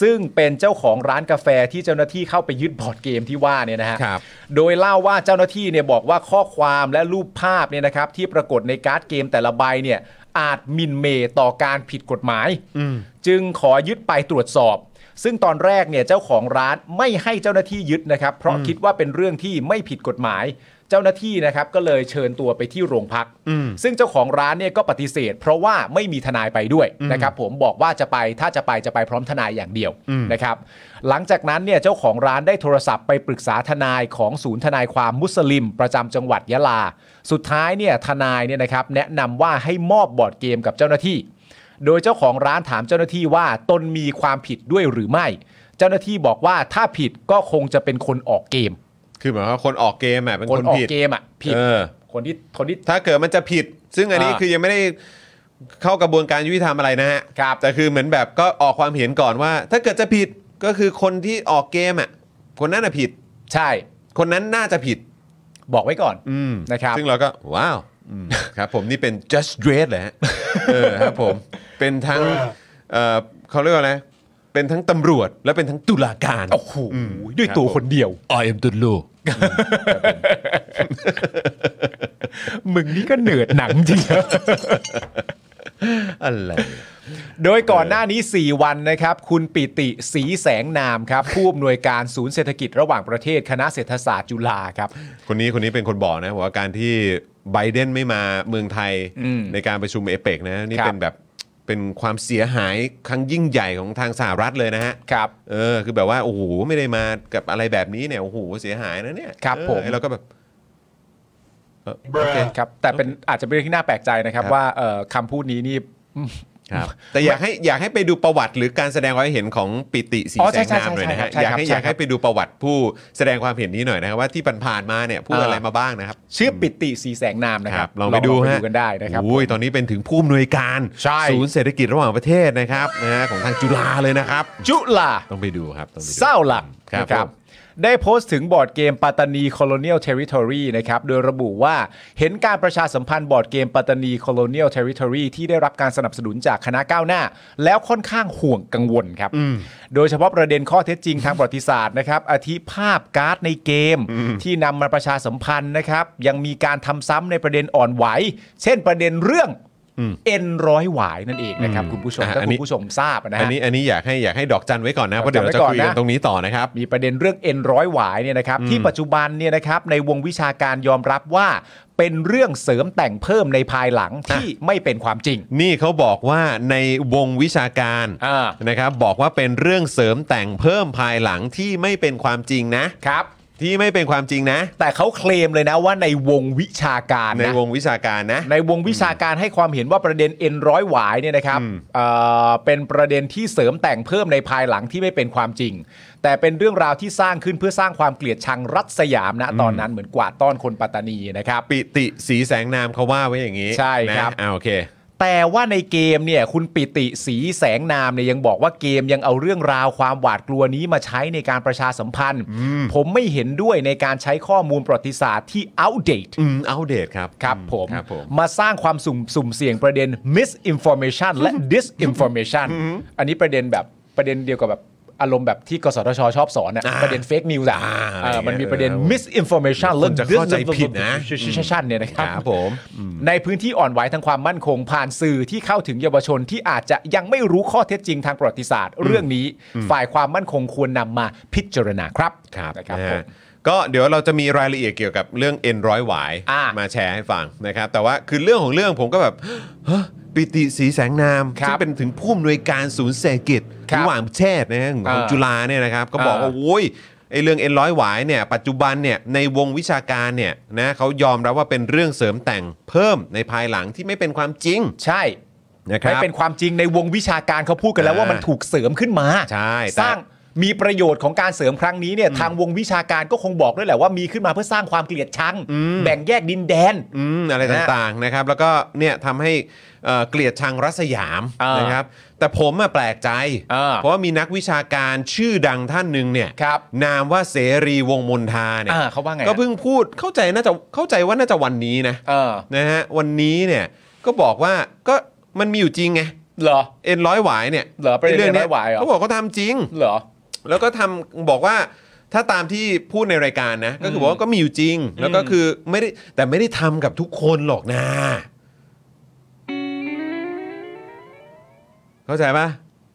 [SPEAKER 4] ซึ่งเป็นเจ้าของร้านกาแฟที่เจ้าหน้าที่เข้าไปยึดบอร์ดเกมที่ว่าเนี่ยนะฮะ
[SPEAKER 3] ครับ
[SPEAKER 4] โดยเล่าว่าเจ้าหน้าที่เนี่ยบอกว่าข้อความและรูปภาพเนี่ยนะครับที่ปรากฏในการ์ดเกมแต่ละใบเนี่ยอาจหมินเหมต่อการผิดกฎหมาย จึงขอยึดไปตรวจสอบ ซึ่งตอนแรกเนี่ยเจ้าของร้านไม่ให้เจ้าหน้าที่ยึดนะครับ เพราะคิดว่าเป็นเรื่องที่ไม่ผิดกฎหมาย เจ้าหน้าที่นะครับก็เลยเชิญตัวไปที่โรงพัก ซึ่งเจ้าของร้านเนี่ยก็ปฏิเสธ เพราะว่าไม่มีทนายไปด้วยนะครับผมบอกว่าจะไปถ้าจะไปจะไปพร้อมทนายอย่างเดียวนะครับหลังจากนั้นเนี่ยเจ้าของร้านได้โทรศัพท์ไปปรึกษาทนายของศูนย์ทนายความมุสลิม ประจำจังหวัดยะลา สุดท้ายเนี่ยทนายเนี่ยนะครับแนะนำว่าให้มอบบอร์ดเกมกับเจ้าหน้าที่ โดยเจ้าของร้านถามเจ้าหน้าที่ว่าตนมีความผิดด้วยหรือไม่ เจ้าหน้าที่บอกว่าถ้าผิดก็คงจะเป็นคนออกเกม
[SPEAKER 3] คือหมายความว่าคนออกเกมอ่ะเป็น
[SPEAKER 4] คน
[SPEAKER 3] คน
[SPEAKER 4] ออก
[SPEAKER 3] ผิด
[SPEAKER 4] เกมอ่ะผิด
[SPEAKER 3] เออ
[SPEAKER 4] คนที่คนที่
[SPEAKER 3] ถ้าเกิดมันจะผิด ซึ่งอันนี้
[SPEAKER 4] อ่า
[SPEAKER 3] คือยังไม่ได้เข้ากระบวนการยุติธรรมอะไรนะฮะ
[SPEAKER 4] ครับ
[SPEAKER 3] แต่คือเหมือนแบบก็ออกความเห็นก่อนว่า ถ้าเกิดจะผิดก็คือคนที่ออกเกมอ่ะคนนั้นน่ะผิด
[SPEAKER 4] ใช่
[SPEAKER 3] คนนั้นน่าจะผิด
[SPEAKER 4] บอกไว้ก่อน
[SPEAKER 3] อืม
[SPEAKER 4] นะครับ
[SPEAKER 3] ซึ่งเราก็ว้าวอืมครับผมนี่เป็น just dread แหละ เออครับผมเป็นทั้งเอ่อเขาเรียกว่าอะไรเป็นทั้งตำรวจและเป็นทั้งตุลาการ
[SPEAKER 4] โอ้โหด้วยตัวคนเดียว
[SPEAKER 2] I am the law
[SPEAKER 4] มึงนี่ก็เหนือดหนังจริง
[SPEAKER 3] อะไร
[SPEAKER 4] โดยก่อนหน้านี้ 4 วันนะครับ คุณปิติสีแสงนามครับ ผู้อำนวยการศูนย์เศรษฐกิจระหว่างประเทศคณะเศรษฐศาสตร์จุฬาครับ
[SPEAKER 3] คนนี้คนนี้เป็นคนบอกนะว่าการที่ไบเดนไม่มาเมืองไทยในการประชุมเอเปกนะ นี่
[SPEAKER 4] ครับ
[SPEAKER 3] เป็นแบบเป็นความเสียหายครั้งยิ่งใหญ่ของทางสหรัฐเลยนะฮะ
[SPEAKER 4] ครับ
[SPEAKER 3] เออคือแบบว่า โอ้โห ไม่ได้มากับอะไรแบบนี้เนี่ยโอ้โหเสียหายนะเนี่ย
[SPEAKER 4] ครับ
[SPEAKER 3] เออ
[SPEAKER 4] ผม
[SPEAKER 3] แล้วก็แบบเออโอเค
[SPEAKER 4] ครับแต่เป็นอาจจะเป็นเรื่องที่น่าแปลกใจนะครับ
[SPEAKER 3] ครับ
[SPEAKER 4] ว่าเอ่อคำพูดนี้นี่
[SPEAKER 3] ครับแต่อยากให้อยากให้ไปดูประวัติ หรือการแสดงความเห็นของปิติสี
[SPEAKER 4] อ๋อ
[SPEAKER 3] แส
[SPEAKER 4] ใช่
[SPEAKER 3] ง
[SPEAKER 4] ใช่
[SPEAKER 3] นามหน่อยนะฮะ
[SPEAKER 4] ใช่
[SPEAKER 3] อ
[SPEAKER 4] ค
[SPEAKER 3] ยาก
[SPEAKER 4] รับ
[SPEAKER 3] ให้
[SPEAKER 4] ใช่ค
[SPEAKER 3] อ
[SPEAKER 4] รับ
[SPEAKER 3] ยากให้ไปดูประวัติผู้แสดงความเห็นนี้หน่อยนะครับว่าที่ผ่านๆมาเนี่ยพูด
[SPEAKER 4] เอออ
[SPEAKER 3] อะไรมาบ้างนะครับ
[SPEAKER 4] ชื่อปิติสีแสงนามนะครับ
[SPEAKER 3] ลองไปดู
[SPEAKER 4] ล
[SPEAKER 3] ฮะ
[SPEAKER 4] กันได้นะครับ
[SPEAKER 3] โอ้ยตอนนี้เป็นถึงผู้อำนวยการ
[SPEAKER 4] ใช่
[SPEAKER 3] ศูนย์เศรษฐกิจระหว่างประเทศนะครับนะฮะของทางจุฬาเลยนะครับ
[SPEAKER 4] จุฬา
[SPEAKER 3] ต้องไปดูครับต้องไปดู
[SPEAKER 4] เศร้าหลัก
[SPEAKER 3] ครับ
[SPEAKER 4] นะครับ
[SPEAKER 3] ผม
[SPEAKER 4] ได้โพสต์ถึงบอร์ดเกมปัตตานี Colonial Territory นะครับ โดยระบุว่าเห็นการประชาสัมพันธ์บอร์ดเกมปัตตานี Colonial Territory ที่ได้รับการสนับสนุนจากคณะก้าวหน้า แล้วค่อนข้างห่วงกังวลครับ โดยเฉพาะประเด็นข้อเท็จจริงทางประวัติศาสตร์นะครับอาทิภาพการ์ดในเกมที่นำมาประชาสัมพันธ์นะครับ ยังมีการทำซ้ำในประเด็นอ่อนไหว เช่นประเด็นเรื่องเอ็นร้อยหวายนั่นเองนะครับคุณผู้ชม
[SPEAKER 3] อ่ะ
[SPEAKER 4] ถ้า
[SPEAKER 3] อัน
[SPEAKER 4] คุ
[SPEAKER 3] นี้
[SPEAKER 4] ณผู้ชมทราบนะฮะ
[SPEAKER 3] อันนี้อันนี้อยากให้อยากให้ดอกจันไว้ก่อนนะเพราะ
[SPEAKER 4] ด
[SPEAKER 3] เดี๋ย
[SPEAKER 4] อ
[SPEAKER 3] ว
[SPEAKER 4] กจัน
[SPEAKER 3] เราจะคุ
[SPEAKER 4] ไว้
[SPEAKER 3] ยกัน
[SPEAKER 4] ก่อนนะ
[SPEAKER 3] ตรงนี้ต่อนะครับ
[SPEAKER 4] มีประเด็นเรื่องเอ็นร้อยหวายเนี่ยนะครับที่ปัจจุบันเนี่ยนะครับในวงวิชาการยอมรับว่า เป็นเรื่องเสริมแต่งเพิ่มในภายหลังที่ไม่เป็นความจริง
[SPEAKER 3] นี่เขาบอกว่าในวงวิชาการ
[SPEAKER 4] อ่า
[SPEAKER 3] นะครับบอกว่าเป็นเรื่องเสริมแต่งเพิ่มภายหลังที่ไม่เป็นความจริงนะครับ ที่ไม่เป็นความจริงนะ
[SPEAKER 4] แต่เขาเคลมเลยนะว่าในวงวิชาการ
[SPEAKER 3] ใน
[SPEAKER 4] นะ
[SPEAKER 3] วงวิชาการนะ
[SPEAKER 4] ในวงวิชาการให้ความเห็นว่าประเด็นเอ็นร้อยหวายเนี่ยนะครับเอ่อเป็นประเด็นที่เสริมแต่งเพิ่มในภายหลังที่ไม่เป็นความจริง แต่เป็นเรื่องราวที่สร้างขึ้นเพื่อสร้างความเกลียดชังรัฐสยามนะตอนนั้นเหมือนกวาดต้อนคนปัตตานีนะครับ
[SPEAKER 3] ปิติสีแสงนามเขาว่าไว้อย่างนี้
[SPEAKER 4] ใช่ครับ
[SPEAKER 3] นะอ่าโอเค
[SPEAKER 4] แต่ว่าในเกมเนี่ยคุณปิติสีแสงนามเนี่ยยังบอกว่าเกมยังเอาเรื่องราวความหวาดกลัวนี้มาใช้ในการประชาสัมพันธ์ ผมไม่เห็นด้วยในการใช้ข้อมูลประวัติศาสตร์ที่ outdate
[SPEAKER 3] อืมอัปเดตครับ
[SPEAKER 4] ครับ
[SPEAKER 3] อื
[SPEAKER 4] ผม
[SPEAKER 3] ครับผม
[SPEAKER 4] มาสร้างความสุ่มสุ่มเสี่ยงประเด็น misinformation และ disinformation อันนี้ประเด็นแบบประเด็นเดียวกับแบบอารมณ์แบบที่กสทชชอบสอนอะประเด็น fake news อะ
[SPEAKER 3] อ่า
[SPEAKER 4] เออมันมีประเด็น
[SPEAKER 3] เออ
[SPEAKER 4] misinformation และ
[SPEAKER 3] คนจะเข้าใจผิดนะ
[SPEAKER 4] disinformation เนี่ยนะครับ
[SPEAKER 3] ครับผม
[SPEAKER 4] ในพื้นที่อ่อนไหวทางความมั่นคงผ่านสื่อที่เข้าถึงเยาวชนที่อาจจะยังไม่รู้ข้อเท็จจริงทางประวัติศาสตร์ เรื่องนี้ฝ่ายความมั่นคงควรนำมาพิจารณาครับ
[SPEAKER 3] ครับ
[SPEAKER 4] นะครับ
[SPEAKER 3] นะ
[SPEAKER 4] ผ
[SPEAKER 3] ฮะ
[SPEAKER 4] ม
[SPEAKER 3] ก็เดี๋ยวเราจะมีรายละเอียดเกี่ยวกับเรื่องเอ็นร้อยหวาย
[SPEAKER 4] อ่า
[SPEAKER 3] มาแชร์ให้ฟังนะครับ แต่ว่าคือเรื่องของเรื่องผมก็แบบ ฮะปิติสีแสงนาม
[SPEAKER 4] ครับ
[SPEAKER 3] ซึ่งเป็นถึงผู้อำนวยการศูนย์เศรษฐกิจ
[SPEAKER 4] ครับ
[SPEAKER 3] ระหว่างประเทศนะฮะของ
[SPEAKER 4] อ่า
[SPEAKER 3] จุฬาเนี่ยนะครับ ก็บอก
[SPEAKER 4] อ่า
[SPEAKER 3] ว่าโอ้ยไอเรื่องเอ็นร้อยหวายเนี่ยปัจจุบันเนี่ยในวงวิชาการเนี่ยนะเขายอมรับว่าเป็นเรื่องเสริมแต่งเพิ่มในภายหลังที่ไม่เป็นความจริง
[SPEAKER 4] ใช่
[SPEAKER 3] นะค
[SPEAKER 4] ไม่
[SPEAKER 3] รับ
[SPEAKER 4] เป็นความจริงในวงวิชาการเขาพูดกันแล้ว
[SPEAKER 3] อ่า
[SPEAKER 4] ว่ามันถูกเสริมขึ้นมา
[SPEAKER 3] ใช่แต่
[SPEAKER 4] สร้างมีประโยชน์ของการเสริมครั้งนี้เนี่ยทางวงวิชาการก็คงบอกด้วยแหละว่ามีขึ้นมาเพื่อสร้างความเกลียดชัง แบ่งแยกดินแดน
[SPEAKER 3] อืมอะไรต่างๆนะครับ แล้วก็เนี่ยทำให้เอ่อเกลียดชังรัสยาม
[SPEAKER 4] อ่าน
[SPEAKER 3] นะครับ แต่ผมอะแปลกใจ
[SPEAKER 4] อ่า
[SPEAKER 3] เพราะว่ามีนักวิชาการชื่อดังท่านหนึ่งเนี่ย
[SPEAKER 4] ครับ
[SPEAKER 3] นามว่าเสรีวงศ์มนทาเนี่ย
[SPEAKER 4] อ่าเขาว่าไงอะ
[SPEAKER 3] ก็เพิ่งพูดเข้าใจน่าจะเข้าใจว่าน่าจะวันนี้นะ
[SPEAKER 4] เออ
[SPEAKER 3] นะฮะวันนี้เนี่ยก็บอกว่าก็มันมีอยู่จริงไง
[SPEAKER 4] เหรอ
[SPEAKER 3] เอ็นร้อยหวายเนี่ย
[SPEAKER 4] เหรอประเด็น
[SPEAKER 3] ไง
[SPEAKER 4] เอ็นร้อยหวายเหรอ
[SPEAKER 3] เขาบอกเขาทำจริง
[SPEAKER 4] เหรอ
[SPEAKER 3] แล้วก็ทำบอกว่าถ้าตามที่พูดในรายการนะ ก็คือบอกว่าก็มีอยู่จริง แล้วก็คือไม่ได้แต่ไม่ได้ทำกับทุกคนหรอกนะ เข้าใจปะ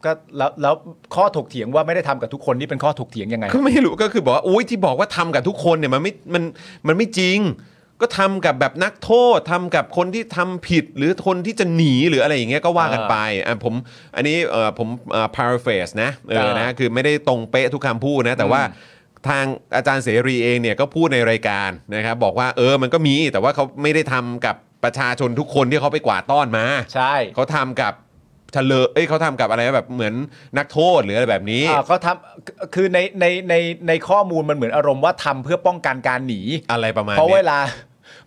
[SPEAKER 4] ก็แล้วแล้วข้อถกเถียงว่าไม่ได้ทำกับทุกคนนี่เป็นข้อถกเถียงยังไง
[SPEAKER 3] ก็ไม่รู้ก็คือบอกว่าอุ้ยที่บอกว่าทำกับทุกคนเนี่ยมันไม่มันมันไม่จริง ก็ทำกับแบบนักโทษทำกับคนที่ทำผิดหรือคนที่จะหนีหรืออะไรอย่างเงี้ยก็ว่ากันไปอ่ะผมอันนี้เอ่อผมเอ่อ paraphrase นะเออ
[SPEAKER 4] อ่าน
[SPEAKER 3] นะคือไม่ได้ตรงเป๊ะทุกคำพูดนะแต่ว่าทางอาจารย์เสรีเองเนี่ยก็พูดในรายการนะครับบอกว่าเออมันก็มีแต่ว่าเขาไม่ได้ทำกับประชาชนทุกคนที่เขาไปกวาดต้อนมา
[SPEAKER 4] ใช่
[SPEAKER 3] เขาทำกับเฉลยเอ้ยเขาทำกับอะไรนะแบบเหมือนนักโทษหรืออะไรแบบนี้
[SPEAKER 4] อ่าเขาทำคือในในในในข้อมูลมันเหมือนอารมณ์ว่าทำเพื่อป้องกันการหนี
[SPEAKER 3] อะไรประมาณ
[SPEAKER 4] เพราะ
[SPEAKER 3] นี้
[SPEAKER 4] เวลา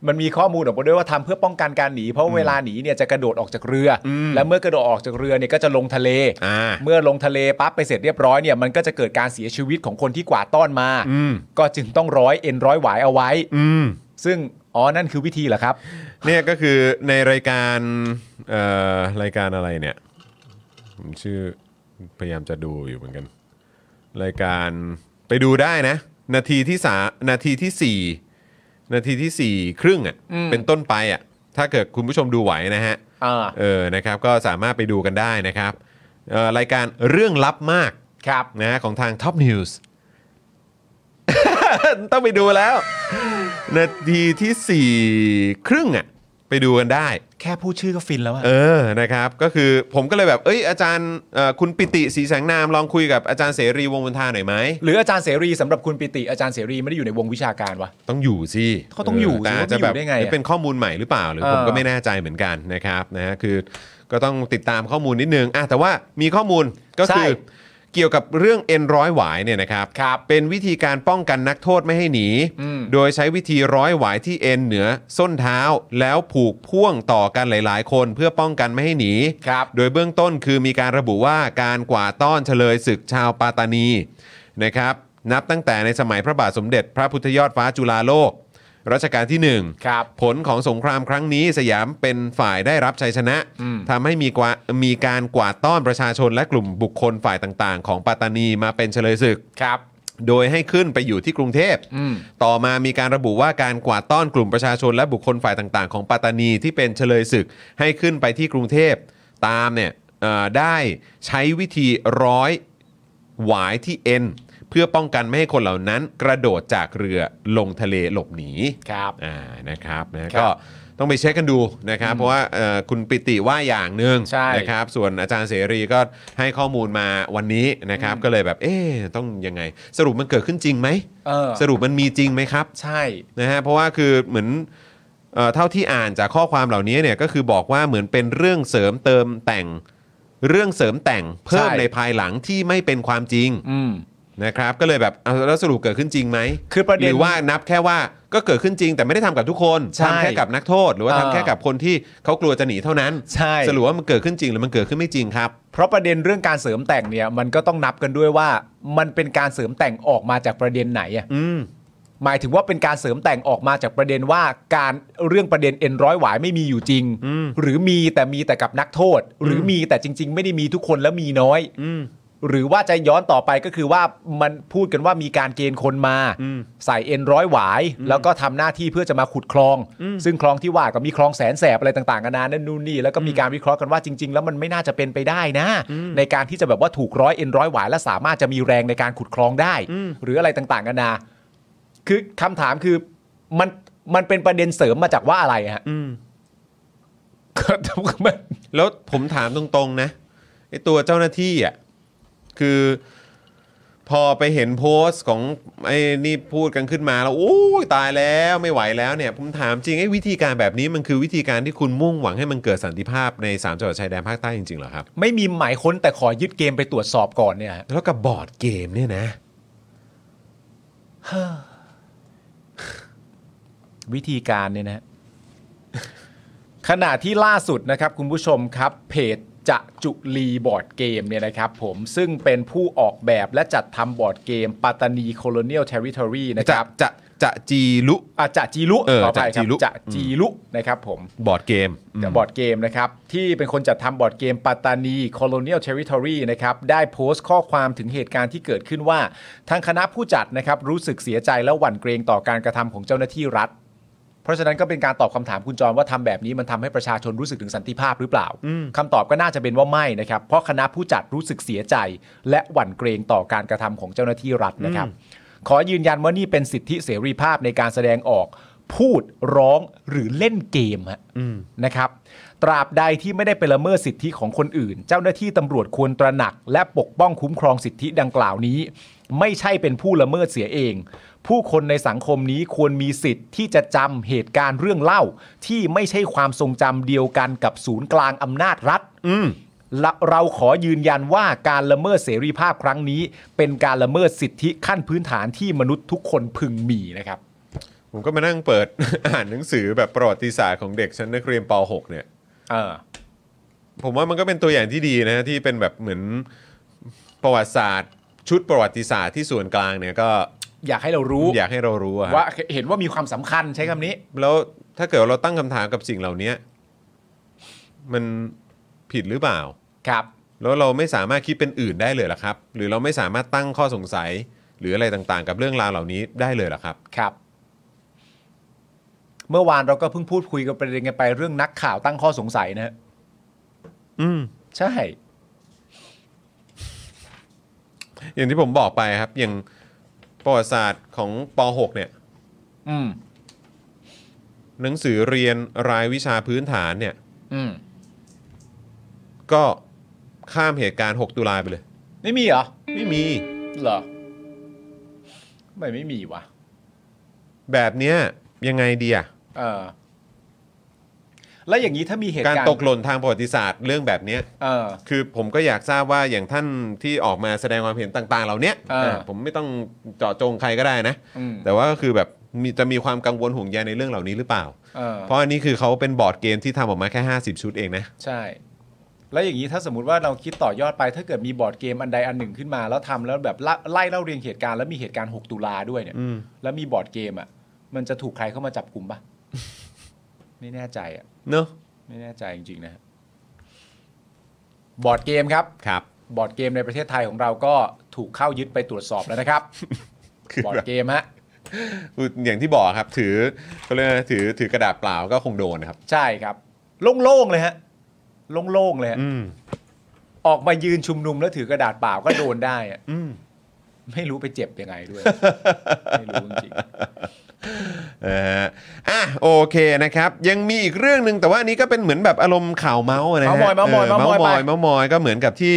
[SPEAKER 4] มันมีข้อมูลออกมาด้วยว่าทำเพื่อป้องกันการหนี เพราะเวลาหนีเนี่ยจะกระโดดออกจากเรืออ
[SPEAKER 3] ม
[SPEAKER 4] และเมื่อกระโดดออกจากเรือเนี่ยก็จะลงทะเล
[SPEAKER 3] อ่า
[SPEAKER 4] เมื่อลงทะเลปั๊บไปเสร็จเรียบร้อยเนี่ยมันก็จะเกิดการเสียชีวิตของคนที่กวาดต้อนมา
[SPEAKER 3] อืม
[SPEAKER 4] ก็จึงต้องร้อยเอ็นร้อยหวายเอาไว้
[SPEAKER 3] อืม
[SPEAKER 4] ซึ่งอ๋อนั่นคือวิธีเหรอครับ
[SPEAKER 3] เนี่ยก็คือในรายการเอ่อรายการอะไรเนี่ยผมชื่อพยายามจะดูอยู่เหมือนกัน รายการไปดูได้นะ นาทีที่สานาทีที่สี่นาทีที่สี่ครึ่งอะ่ะเป็นต้นไปอะ่ะถ้าเกิดคุณผู้ชมดูไหวนะฮะ
[SPEAKER 4] อ่า
[SPEAKER 3] เออนะครับก็สามารถไปดูกันได้นะครับเอ่อรายการเรื่องลับมาก
[SPEAKER 4] ครับ
[SPEAKER 3] นะฮะของทาง Top News ต้องไปดูแล้ว นาทีที่ 4 ครึ่งอ่ะ ไปดูกันได้
[SPEAKER 4] แค่พูดชื่อก็ฟินแล้วอะ
[SPEAKER 3] เออนะครับ ก็คือผมก็เลยแบบ เอ้ยอาจารย์เอ่อคุณปิติสีแสงนามลองคุยกับอาจารย์เสรีวงศ์บนทาหน่อยไหม
[SPEAKER 4] หรืออาจารย์เสรีสำหรับคุณปิติอาจารย์เสรีไม่ได้อยู่ในวงวิชาการวะ
[SPEAKER 3] ต้องอยู่สิ
[SPEAKER 4] เขาต้องอยู่สิ
[SPEAKER 3] แต่าจจะแบบ
[SPEAKER 4] เขาไม่อยู่ได้ไงอะ
[SPEAKER 3] หรือเป็นข้อมูลใหม่หรือเปล่า หรือผม
[SPEAKER 4] เออ
[SPEAKER 3] ก็ไม่แน่ใจเหมือนกันนะครับนะฮะคือก็ต้องติดตามข้อมูลนิดนึงอ่ะแต่ว่ามีข้อมูลก็คือเกี่ยวกับเรื่องเอ็นร้อยหวายเนี่ยนะครับ เป็นวิธีการป้องกันนักโทษไม่ให้หนี โดยใช้วิธีร้อยหวายที่เอ็นเหนือส้นเท้าแล้วผูกพ่วงต่อกันหลาย ๆ คนเพื่อป้องกันไม่ให้หนี
[SPEAKER 4] ครับ
[SPEAKER 3] โดยเบื้องต้นคือมีการระบุว่าการกวาดต้อนเฉลยศึกชาวปาตานีนะครับ นับตั้งแต่ในสมัยพระบาทสมเด็จพระพุทธยอดฟ้าจุฬาโลก รัชกาลที่ 1
[SPEAKER 4] ครับ
[SPEAKER 3] ผลของสงครามครั้งนี้สยามเป็นฝ่ายได้รับชัยชนะทำให้มีกว่ามีการกวาดต้อนประชาชนและกลุ่มบุคคลฝ่ายต่างๆ ของปาตานีมาเป็นเฉลยศึก
[SPEAKER 4] ครับ
[SPEAKER 3] โดยให้ขึ้นไปอยู่ที่กรุงเทพ ต่อมามีการระบุว่าการกวาดต้อนกลุ่มประชาชนและบุคคลฝ่ายต่างๆ ของปัตตานีที่เป็นเฉลยศึกให้ขึ้นไปที่กรุงเทพ ตามเนี่ยเอ่อได้ใช้วิธีร้อยหวายที่เอ็น เพื่อป้องกันไม่ให้คนเหล่านั้นกระโดดจากเรือลงทะเลหลบหนี
[SPEAKER 4] ครับ
[SPEAKER 3] อ่านะครับนะครับ ก็ต้องไปเช็คกันดูนะครับ เพราะว่าเอ่อคุณปิติว่าอย่างหนึ่ง
[SPEAKER 4] ใช่
[SPEAKER 3] นะครับ ส่วนอาจารย์เสรีก็ให้ข้อมูลมาวันนี้นะครับ ก็เลยแบบเอ๊ะต้องยังไง สรุปมันเกิดขึ้นจริงไหม
[SPEAKER 4] เออ
[SPEAKER 3] สรุปมันมีจริงไหมครับ
[SPEAKER 4] ใช่
[SPEAKER 3] นะฮะเพราะว่าคือเหมือนเอ่อเท่าที่อ่านจากข้อความเหล่านี้เนี่ยก็คือบอกว่าเหมือนเป็นเรื่องเสริมเติมแต่ง เรื่องเสริมแต่งเพิ่ม
[SPEAKER 4] ใช่
[SPEAKER 3] ในภายหลังที่ไม่เป็นความจริง
[SPEAKER 4] อืม
[SPEAKER 3] นะครับ ก็เลยแบบเอาแล้วสรุปเกิดขึ้นจริงไหม
[SPEAKER 4] คือประ
[SPEAKER 3] ห
[SPEAKER 4] เด็น
[SPEAKER 3] รือว่านับแค่ว่าก็เกิดขึ้นจริงแต่ไม่ได้ทำกับทุกคน
[SPEAKER 4] ใช่
[SPEAKER 3] ทำแค่กับนักโทษ หรือว่า
[SPEAKER 4] เออ
[SPEAKER 3] ทำแค่กับคนที่เขากลัวจะหนีเท่านั้น
[SPEAKER 4] ใช่
[SPEAKER 3] สรุปว่ามันเกิดขึ้นจริงหรือมันเกิดขึ้นไม่จริงครับ
[SPEAKER 4] เพราะประเด็นเรื่องการเสริมแต่งเนี่ย มันก็ต้องนับกันด้วยว่า มันเป็นการเสริมแต่งออกมาจากประเด็นไหนอะ
[SPEAKER 3] อืม
[SPEAKER 4] หมายถึงว่าเป็นการเสริมแต่งออกมาจากประเด็นว่าการเรื่องประเด็นเอ็นร้อยหวายไม่มีอยู่จริง หรือมีแต่มีแต่กับนักโทษ หรือมีแต่จริง ๆ ไม่ได้มีทุกคนแล้วมีน้อย หรือว่าจะย้อนต่อไปก็คือว่ามันพูดกันว่ามีการเกณฑ์คนมา ใส่เอ็นร้อยหวาย แล้วก็ทำหน้าที่เพื่อจะมาขุดคลอง ซึ่งคลองที่ว่าก็มีคลองแสนแสบอะไรต่างๆกันานานั่นนู่นนี่แล้วก็มีการวิเคราะห์กันว่าจริง ๆ แล้วมันไม่น่าจะเป็นไปได้นะ ในการที่จะแบบว่าถูกร้อยเอ็นร้อยหวายและสามารถจะมีแรงในการขุดคลองได้ หรืออะไรต่างๆกันานา คือคำถามคือมันมันเป็นประเด็นเสริมมาจากว่าอะไรฮะก็ มัน
[SPEAKER 3] แล้วผมถามตรงๆนะไอตัวเจ้าหน้าที่อ่ะคือพอไปเห็นโพสต์ของไอ้นี่พูดกันขึ้นมาแล้วโอ้ยตายแล้วไม่ไหวแล้วเนี่ย ผมถามจริงไอ้วิธีการแบบนี้มันคือวิธีการที่คุณมุ่งหวังให้มันเกิดสันติภาพในสามจังหวัดชายแดนภาคใต้จริงๆเหรอครับ
[SPEAKER 4] ไม่มีหมายค้นแต่ขอยึดเกมไปตรวจสอบก่อนเนี่ยฮะ
[SPEAKER 3] แล้วกับบอร์ดเกมเนี่ยนะ
[SPEAKER 4] วิธีการเนี่ยนะฮะ ขณะที่ล่าสุดนะครับ คุณผู้ชมครับ เพจจะจุลีบอร์ดเกมเนี่ยนะครับ ผมซึ่งเป็นผู้ออกแบบและจัดทำบอร์ดเกมปัตตานี Colonial Territory นะค
[SPEAKER 3] จะ
[SPEAKER 4] รับ
[SPEAKER 3] จะจะจีลุ
[SPEAKER 4] อาจะจีรุ
[SPEAKER 3] เออ
[SPEAKER 4] ขออภัยค
[SPEAKER 3] จะจี
[SPEAKER 4] รับ
[SPEAKER 3] รุ
[SPEAKER 4] จะจีรุนะครับผม
[SPEAKER 3] บอร์ดเกมอืม
[SPEAKER 4] บอร์ดเกมนะครับที่เป็นคนจัดทำบอร์ดเกมปัตตานี Colonial Territory นะครับได้โพสต์ข้อความถึงเหตุการณ์ที่เกิดขึ้นว่า ทางคณะผู้จัดนะครับรู้สึกเสียใจและหวั่นเกรงต่อการกระทำของเจ้าหน้าที่รัฐ เพราะฉะนั้นก็เป็นการตอบคำถามคุณจรว่าทำแบบนี้มันทำให้ประชาชนรู้สึกถึงสันติภาพหรือเปล่าคำตอบก็น่าจะเป็นว่าไม่นะครับ เพราะคณะผู้จัดรู้สึกเสียใจ และหวั่นเกรงต่อการกระทำของเจ้าหน้าที่รัฐนะครับ ขอยืนยันว่านี่เป็นสิทธิเสรีภาพในการแสดงออก พูดร้องหรือเล่นเกมฮะนะครับ ตราบใดที่ไม่ได้ไปละเมิดสิทธิของคนอื่น เจ้าหน้าที่ตำรวจควรตระหนัก และปกป้องคุ้มครองสิทธิดังกล่าวนี้ ไม่ใช่เป็นผู้ละเมิดเสียเอง ผู้คนในสังคมนี้ควรมีสิทธิ์ที่จะจำเหตุการณ์เรื่องเล่า ที่ไม่ใช่ความทรงจำเดียวกันกับศูนย์กลางอำนาจรัฐ และเราขอยืนยันว่าการละเมิดเสรีภาพครั้งนี้ เป็นการละเมิดสิทธิขั้นพื้นฐานที่มนุษย์ทุกคนพึงมีนะครับ
[SPEAKER 3] ผมก็มานั่งเปิด อ่านหนังสือแบบประวัติศาสตร์ของเด็กชั้นนักเรียนป .6 เนี่ย
[SPEAKER 4] เออ
[SPEAKER 3] ผมว่ามันก็เป็นตัวอย่างที่ดีนะฮะที่เป็นแบบเหมือนประวัติศาสตร์ ชุดประวัติศาสตร์ที่ส่วนกลางเนี่ยก็
[SPEAKER 4] อยากให้เรารู้
[SPEAKER 3] อยากให้เรารู้อะฮะ
[SPEAKER 4] ว่าเห็นว่ามีความสำคัญใช้คำนี้
[SPEAKER 3] แล้วถ้าเกิดเราตั้งคำถามกับสิ่งเหล่านี้มันผิดหรือเปล่า
[SPEAKER 4] ครับ
[SPEAKER 3] แล้วเราไม่สามารถคิดเป็นอื่นได้เลยเหรอครับ หรือเราไม่สามารถตั้งข้อสงสัย หรืออะไรต่างๆ กับเรื่องราวเหล่านี้ได้เลยเหรอครับ
[SPEAKER 4] ครับ เมื่อวานเราก็เพิ่งพูดคุยกับประเด็นกันไปเรื่องนักข่าวตั้งข้อสงสัยนะฮะ
[SPEAKER 3] อืม
[SPEAKER 4] ใช่
[SPEAKER 3] อย่างที่ผมบอกไปครับ อย่างประวัติศาสตร์ของป .6 เนี่ย
[SPEAKER 4] อืม
[SPEAKER 3] หนังสือเรียนรายวิชาพื้นฐานเนี่ย
[SPEAKER 4] อืม
[SPEAKER 3] ก็ข้ามเหตุการณ์ 6 ตุลาไปเลย
[SPEAKER 4] ไม่มีเหรอ
[SPEAKER 3] ไม่มี
[SPEAKER 4] เหรอไม่ไม่มีวะ
[SPEAKER 3] แบบเนี้ยยังไงดีอะ
[SPEAKER 4] เออ แล้วอย่างนี้ถ้ามีเหตุ
[SPEAKER 3] กา
[SPEAKER 4] การ รณ์
[SPEAKER 3] ตกหล่นทางประวัติศาสตร์เรื่องแบบเนี้ย
[SPEAKER 4] เออ
[SPEAKER 3] คือผมก็อยากทราบว่าอย่างท่านที่ออกมาแสดงความเห็นต่าง ๆ เหล่าเนี้ย
[SPEAKER 4] อ่า
[SPEAKER 3] อ่ะผมไม่ต้องเจาะจงใครก็ได้นะ
[SPEAKER 4] อืม
[SPEAKER 3] แต่ว่าก็คือแบบมีจะมีความกังวลห่วงใยในเรื่องเหล่านี้หรือเปล่า
[SPEAKER 4] เออ
[SPEAKER 3] เพราะอันนี้คือเขาเป็นบอร์ดเกมที่ทำออกมาแค่ 50 ชุดเองนะ
[SPEAKER 4] ใช่ แล้วอย่างนี้ถ้าสมมติว่าเราคิดต่อยอดไป ถ้าเกิดมีบอร์ดเกมอันใดอันหนึ่งขึ้นมา แล้วทำแล้วแบบไล่ไล่เล่าเรียงเหตุการณ์แล้วมีเหตุการณ์ 6 ตุลาด้วยเนี่ย แล้วมีบอร์ดเกมอ่ะ มันจะถูกใครเข้ามาจับกลุ่มปะ ไม่แน่ใจอ่ะ
[SPEAKER 3] เนอะ
[SPEAKER 4] ไม่แน่ใจจริงๆนะฮะบอร์ดเกมครับ
[SPEAKER 3] ครับ
[SPEAKER 4] บอร์ดเกมในประเทศไทยของเราก็ถูกเข้ายึดไปตรวจสอบแล้ว นะครับ
[SPEAKER 3] คือบ
[SPEAKER 4] อร์
[SPEAKER 3] แบ
[SPEAKER 4] ด
[SPEAKER 3] บ
[SPEAKER 4] เกมฮะ
[SPEAKER 3] อย่างที่บอกครับถือเขาเรียกอะไรถือถือกระดาษเปล่าก็คงโดนนะครับ
[SPEAKER 4] ใช่ครับ โล่งๆเลยฮะ โล่งๆเลยฮะ
[SPEAKER 3] อืม
[SPEAKER 4] ออกมายืนชุมนุมแล้วถือกระดาษเปล่าก็โดนได้อ่ะ
[SPEAKER 3] อืม
[SPEAKER 4] ไม่รู้ไปเจ็บยังไง ด้วย ไม่รู้จริง
[SPEAKER 3] เอออ่ะโอเคนะครับ ยังมีอีกเรื่องหนึ่งแต่ว่าอันนี้ก็เป็นเหมือนแบบอารมณ์ข่าวเมาส์นะฮะ
[SPEAKER 4] เมาส์มอยเมาส์มอย
[SPEAKER 3] เเมา
[SPEAKER 4] เมาส์มอย ย
[SPEAKER 3] ส์มอเมาส์มอยก็เหมือนกับที่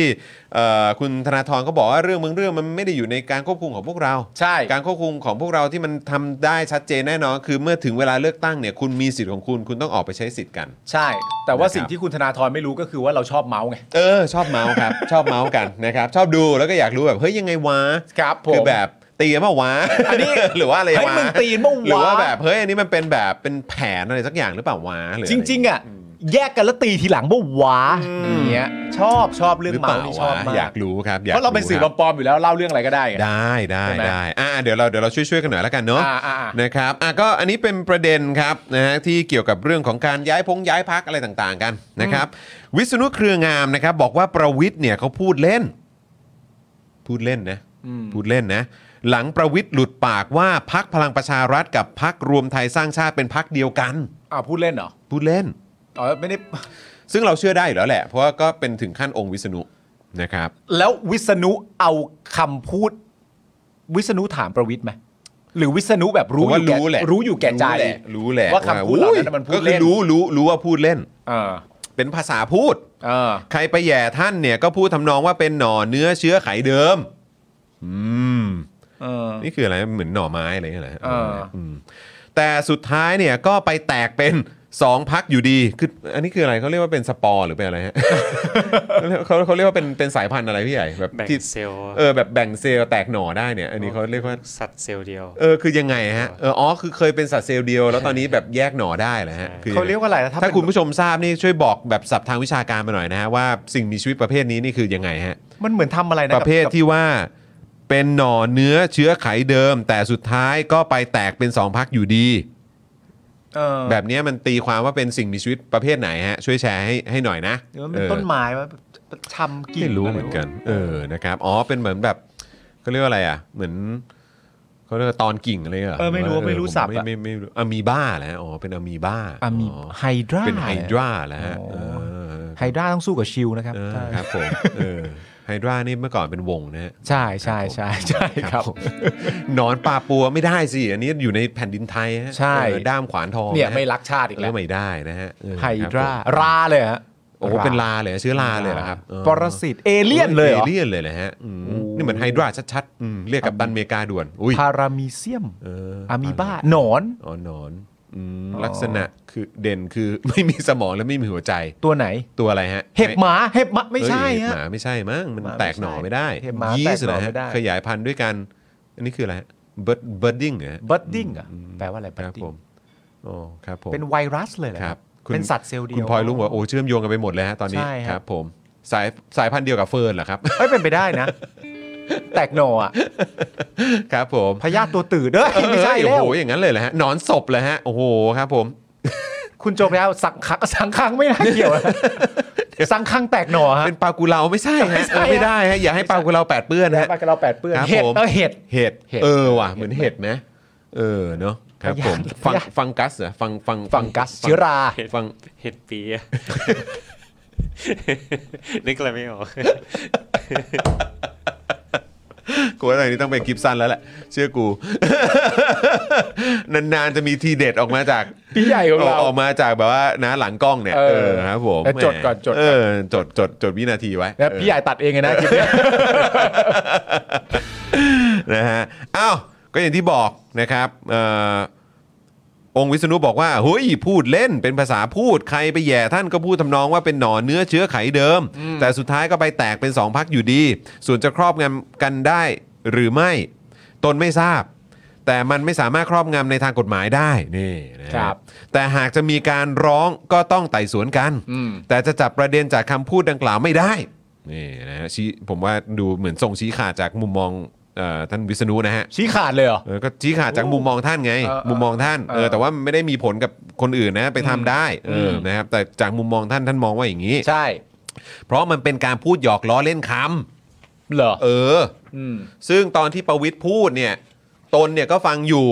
[SPEAKER 3] เอ่อคุณธนาธรก็บอกว่าเรื่องบางเรื่องมันไม่ได้อยู่ในการควบคุมของพวกเรา
[SPEAKER 4] ใช่
[SPEAKER 3] การควบคุมของพวกเราที่มันทำได้ชัดเจนแน่นอน คือเมื่อถึงเวลาเลือกตั้งเนี่ยคุณมีสิทธิ์ของคุณคุณต้องออกไปใช้สิทธิ์กัน
[SPEAKER 4] ใช่ แต่ว่า
[SPEAKER 3] นะครับ
[SPEAKER 4] สิ่งที่คุณธนาธรไม่รู้ก็คือว่าเราชอบเมาส์ไง
[SPEAKER 3] เออชอบเมาส์ครับ ชอบเมาส์กันนะครับชอบดูแล้วก็อยากรู้แบบเฮ้ยยังไงวะ
[SPEAKER 4] ครับผม
[SPEAKER 3] คือแบบตีมาวะ
[SPEAKER 4] อันนี้
[SPEAKER 3] หรือว่าอะไร
[SPEAKER 4] เฮ้ยว
[SPEAKER 3] ะ
[SPEAKER 4] มึงตีนเมื่อ
[SPEAKER 3] หรือ
[SPEAKER 4] วา
[SPEAKER 3] ว่าแบบเฮ้ยอันนี้มันเป็นแบบเป็นแผนอะไรสักอย่างหรือเปล่าวะหออะไ
[SPEAKER 4] จริง ๆ อ่ะ แยกกันแล้วตีทีหลังเมื่อวาอย่างเงี้ย ชอบชอบเรื่อง
[SPEAKER 3] หรือเป
[SPEAKER 4] เมาส์
[SPEAKER 3] ล่า
[SPEAKER 4] นี่ชอบ
[SPEAKER 3] วะ
[SPEAKER 4] มาก
[SPEAKER 3] อยากรู้ครับอยาก
[SPEAKER 4] เพราะเราเป็นสื่อ
[SPEAKER 3] คบ
[SPEAKER 4] ปลอมๆอยู่แล้วเล่าเรื่องอะไรก็ได้ไง
[SPEAKER 3] ได้ได้
[SPEAKER 4] ใช่ไหม
[SPEAKER 3] ได้อ่ะเดี๋ยวเราเดี๋ยวเราช่วยช่วยๆกันหน่อยละกันเนาะ
[SPEAKER 4] อ่าอ่าอ่าน
[SPEAKER 3] นะครับอ่ะก็อันนี้เป็นประเด็นครับนะฮะที่เกี่ยวกับเรื่องของการย้ายพงย้ายพักอะไรต่างๆกันนะครับ วิษณุเครืองามนะครับ บอกว่าประวิทย์เนี่ยเขาพูดเล่น พูดเล่นนะพูดเล่นนะ หลังประวิทย์หลุดปากว่าพักพลังประชารัฐกับพักรวมไทยสร้างชาติเป็นพักเดียวกัน
[SPEAKER 4] อ่าพูดเล่นเหรอ
[SPEAKER 3] พูดเล่น
[SPEAKER 4] อ๋อไม่ได้
[SPEAKER 3] ซึ่งเราเชื่อได้อยู่แล้วแหละ เพราะว่าก็เป็นถึงขั้นองค์วิษณุนะครับ
[SPEAKER 4] แล้ววิษณุเอาคำพูด วิษณุถามประวิทย์ไหมหรือวิษณุแบบรู้
[SPEAKER 3] ผม
[SPEAKER 4] อ
[SPEAKER 3] ว่า
[SPEAKER 4] ยู่แก่
[SPEAKER 3] รู้แหละ
[SPEAKER 4] รู้อยู่แก่ใจ
[SPEAKER 3] รู้หละรู้แหละ
[SPEAKER 4] ว่าคำพูดเหล่านั้นน่ะมันพูดเล่น
[SPEAKER 3] ก็คือรู้รู้รู้ว่าพูดเล่น
[SPEAKER 4] เออ
[SPEAKER 3] เป็นภาษาพูด
[SPEAKER 4] เออ
[SPEAKER 3] ใครไปแหย่ท่านเนี่ยก็พูดทำนองว่าเป็นหน่อเนื้อเชื้อไขเดิม อืม
[SPEAKER 4] เออ
[SPEAKER 3] นี่คืออะไรเหมือนหน่อไม้อะไรอย่างเงี้ยเหรอ
[SPEAKER 4] เออ
[SPEAKER 3] มแต่สุดท้ายเนี่ยก็ไปแตกเป็นสองพักอยู่ดีคืออันนี้คืออะไรเขาเรียกว่าเป็นสปอร์หรือเป็นอะไร ฮะ เขาเขาเรียกว่าเป็นเป็นสายพันธุ์อะไรพี่ใหญ่แบบ
[SPEAKER 5] แบ่ง
[SPEAKER 3] ที่
[SPEAKER 5] เซลล์
[SPEAKER 3] เออแบบแบ่งเซลล์แตกหน่อได้เนี่ย อันนี้เขาเรียกว่า
[SPEAKER 5] สัตว์เซลล์เดียว
[SPEAKER 3] เออคือยังไงฮะเอออ๋อคือเคยเป็นสัตว์เซลล์เดียว แล้วตอนนี้แบบแยกหน่อได้เหรอฮะ
[SPEAKER 5] ใช่
[SPEAKER 3] คือ
[SPEAKER 4] เขาเรียกว่าอะไรนะถ้า
[SPEAKER 3] ถ้า
[SPEAKER 4] เป็น
[SPEAKER 3] คุณผู้ชมทราบนี่ช่วยบอกแบบศัพท์ทางวิชาการมาหน่อยนะฮะว่าสิ่งมีชีวิตประเภทนี้นี่คือยังไงฮะ
[SPEAKER 4] มันเหมือนทำอะไรนะ
[SPEAKER 3] ป
[SPEAKER 4] กับ
[SPEAKER 3] ระเภทที่ว่าเป็นหน่อเนื้อเชื้อไขเดิม แต่สุดท้ายก็ไปแตกเป็นสองพักอยู่ดี
[SPEAKER 4] เออ
[SPEAKER 3] แบบเนี้ยมันตีความว่าเป็นสิ่งมีชีวิตประเภทไหนฮะช่วยแชร์ให้ให้หน่อยนะ
[SPEAKER 4] หรือมันเป็น
[SPEAKER 3] ออ
[SPEAKER 4] ต้นไม้ว่าทำกิ่ง
[SPEAKER 3] ไม่รู้เหมือนกัน เออนะครับอ๋อเป็นเหมือนแบบเขาเรียกว่าอะไรอ่ะ เหมือน เขาเรียกว่าตอนกิ่งอะไรเหรอ
[SPEAKER 4] เออไม่รู้ไม่รู้
[SPEAKER 3] ผม
[SPEAKER 4] ศัพท์อะ
[SPEAKER 3] ไม่ไม่ไม่รู้อะมีบ้าแล้วอ๋อเป็นอะมีบ้า
[SPEAKER 4] อะมีไฮดรา
[SPEAKER 3] เป็นไฮดราแล้วฮะเออ
[SPEAKER 4] ไฮดราต้องสู้กับชิลนะครับ
[SPEAKER 3] เออครับผมเออไฮดรานี่เมื่อก่อนเป็นวงนะฮ ะ
[SPEAKER 4] ใช่ใช่ใช่ใช่ครับ
[SPEAKER 3] ผมหนอนปลาปัวไม่ได้สิ อันนี้อยู่ในแผ่นดินไทยฮะ
[SPEAKER 4] ใช่
[SPEAKER 3] เออด้ามขวานทอ
[SPEAKER 4] เนี่ย
[SPEAKER 3] งะฮะ
[SPEAKER 4] ไม่รักชาติอีก
[SPEAKER 3] เอ
[SPEAKER 4] แล้ว
[SPEAKER 3] อไม่ได้นะฮะเออ
[SPEAKER 4] ไฮดรา
[SPEAKER 3] คบผม
[SPEAKER 4] ราเลยฮะ
[SPEAKER 3] โอ้โหเป็นลาเลยเหรอเชื้อลาเลยเหรอครับเออ
[SPEAKER 4] ปรสิตเอเลี่ยนเลยเหรอ
[SPEAKER 3] เอเลี่ยนเลยนะฮะอืมนี่เหมือนไฮดราชัดๆอืมเรียกกับตันอเมริกาด่วนอุ้ย
[SPEAKER 4] พารามีเซียม
[SPEAKER 3] เออ
[SPEAKER 4] อะมีบ้าหนอน
[SPEAKER 3] อ๋อหนอนอืม
[SPEAKER 4] อ๋อ
[SPEAKER 3] ลักษณะคือเด่นคือ ไม่มีสมองและไม่มีหัวใจ
[SPEAKER 4] ตัวไหน
[SPEAKER 3] ตัวอะไรฮะ
[SPEAKER 4] เห็บหมาเห็บหมาไม่
[SPEAKER 3] เอ้ย
[SPEAKER 4] ใช่
[SPEAKER 3] เห็บ
[SPEAKER 4] ฮะ
[SPEAKER 3] หมาไม่ใช่มั้งมัน
[SPEAKER 4] หมาไม่
[SPEAKER 3] แตกหน่อไม่ได้
[SPEAKER 4] ใช่เห็บหมา
[SPEAKER 3] ยีส
[SPEAKER 4] แตก
[SPEAKER 3] ต์
[SPEAKER 4] หน่อ
[SPEAKER 3] เหรอฮะ
[SPEAKER 4] ไม่ได้
[SPEAKER 3] ขยายพันธุ์ด้วยกันอันนี้คืออะไรเบิร์ดเบิร์ดดิ้งเหรอฮะ
[SPEAKER 4] บัดดิ้งอ่ะแปลว่าอะไร
[SPEAKER 3] ครับ
[SPEAKER 4] ัด
[SPEAKER 3] บ
[SPEAKER 4] ดิ้
[SPEAKER 3] ผ
[SPEAKER 4] ง
[SPEAKER 3] มโอ้ครับผม
[SPEAKER 4] เป็นไวรัสเลยเหรอ
[SPEAKER 3] ครับคุณ
[SPEAKER 4] เป็นสัตว์เซลล์เดียว
[SPEAKER 3] คุณพลอยรู้ว่าโอ้เชื่อมโยงกันไปหมดเลยฮะตอนนี้
[SPEAKER 4] ใช่ครับ
[SPEAKER 3] ครับผมสายสายพันธุ์เดียวกับเฟิร์นเหรอครับ
[SPEAKER 4] เอ้ยเป็นไปได้นะ แตกหน่ออ่ะ
[SPEAKER 3] ครับผม
[SPEAKER 4] พยาธิตัวตื่นเด้อไม่ใช่
[SPEAKER 3] เอ้ย
[SPEAKER 4] แล้ว
[SPEAKER 3] โอ้โหอย่างนั้นเลยเหรอฮะหนอนศพเลยฮะโอ้โหครับผม
[SPEAKER 4] คุณโจกแล้วสังคังสังคังไม่น่าเกี่ยวนะสังคังแตกหน่อฮะ
[SPEAKER 3] เป็นปลากุเลาไม่ใช่
[SPEAKER 4] ไม่
[SPEAKER 3] ฮะ
[SPEAKER 4] ใช่
[SPEAKER 3] เออ
[SPEAKER 4] ฮะ
[SPEAKER 3] ไม่ได้ฮะอย่าให้ปลากุเลาแปดเปื้อน
[SPEAKER 4] แล้ว
[SPEAKER 3] ฮะ
[SPEAKER 4] ปลากระเราแปดเปื้อน
[SPEAKER 3] ครับ
[SPEAKER 4] เห็ด
[SPEAKER 3] ผม
[SPEAKER 4] เออเห็ด
[SPEAKER 3] เห็ด
[SPEAKER 4] เห็ด
[SPEAKER 3] เออว่ะเหมือนเห็ดไหมเออเนาะครับผม
[SPEAKER 4] พยาธิ
[SPEAKER 3] ฟังฟังกัสเหรอฟังฟัง
[SPEAKER 4] ฟังกัสเชื้อรา
[SPEAKER 5] เห็ด
[SPEAKER 3] ฟัง
[SPEAKER 5] เห็ดปี อะ นึกอะไรไม่ออก
[SPEAKER 3] กูว่าอะไรนี่ต้องเป็นกิฟสันแล้วแหละเชื่อกู นานๆจะมีทีเด็ดออกมาจาก
[SPEAKER 4] พี่ใหญ่ของเรา
[SPEAKER 3] ออกมาจากแบบว่านะหลังกล้องเนี่ย
[SPEAKER 4] เออ
[SPEAKER 3] เออครับผม
[SPEAKER 4] เออจดก่อนจดก่อน
[SPEAKER 3] เออจดจดจดวินาทีไว้
[SPEAKER 4] แล้วพี่ใหญ่ตัดเองไงนะคลิปเนี้ย
[SPEAKER 3] นะฮะอ้าวก็อย่างที่บอกนะครับเอ่อองค์วิษณุบอกว่าเฮ้ยพูดเล่นเป็นภาษาพูดใครไปแย่ท่านก็พูดทำนองว่าเป็นหนอนเนื้อเชื้อไขเดิม แต่สุดท้ายก็ไปแตกเป็นสองพักอยู่ดี ส่วนจะครอบงำกันได้หรือไม่ตนไม่ทราบ แต่มันไม่สามารถครอบงำในทางกฎหมายได้นี่นะฮะ
[SPEAKER 4] ครับ
[SPEAKER 3] แต่หากจะมีการร้องก็ต้องไต่สวนกัน แต่จะจับประเด็นจากคำพูดดังกล่าวไม่ได้ นี่นะฮะชี้ผมว่าดูเหมือนส่งชี้ขาดจากมุมมองเอ่อท่านวิษณุนะฮะ
[SPEAKER 4] ชี้ขาดเลยเหรอ
[SPEAKER 3] เออก็ชี้ขาดจากมุมมองท่านไง
[SPEAKER 4] เออเออ
[SPEAKER 3] มุมมองท่านเอ
[SPEAKER 4] เอ
[SPEAKER 3] อ
[SPEAKER 4] อ
[SPEAKER 3] แต่ว่ามันไม่ได้มีผลกับคนอื่นนะไปทำได้เอออนะครับแต่จากมุมมองท่านท่านมองว่าอย่างนี้
[SPEAKER 4] ใช่
[SPEAKER 3] เพราะมันเป็นการพูดหยอกล้อเล่นคำ
[SPEAKER 4] เหรอ
[SPEAKER 3] เออ
[SPEAKER 4] อืม
[SPEAKER 3] ซึ่งตอนที่ประวิทย์พูดเนี่ยตนเนี่ยก็ฟังอยู่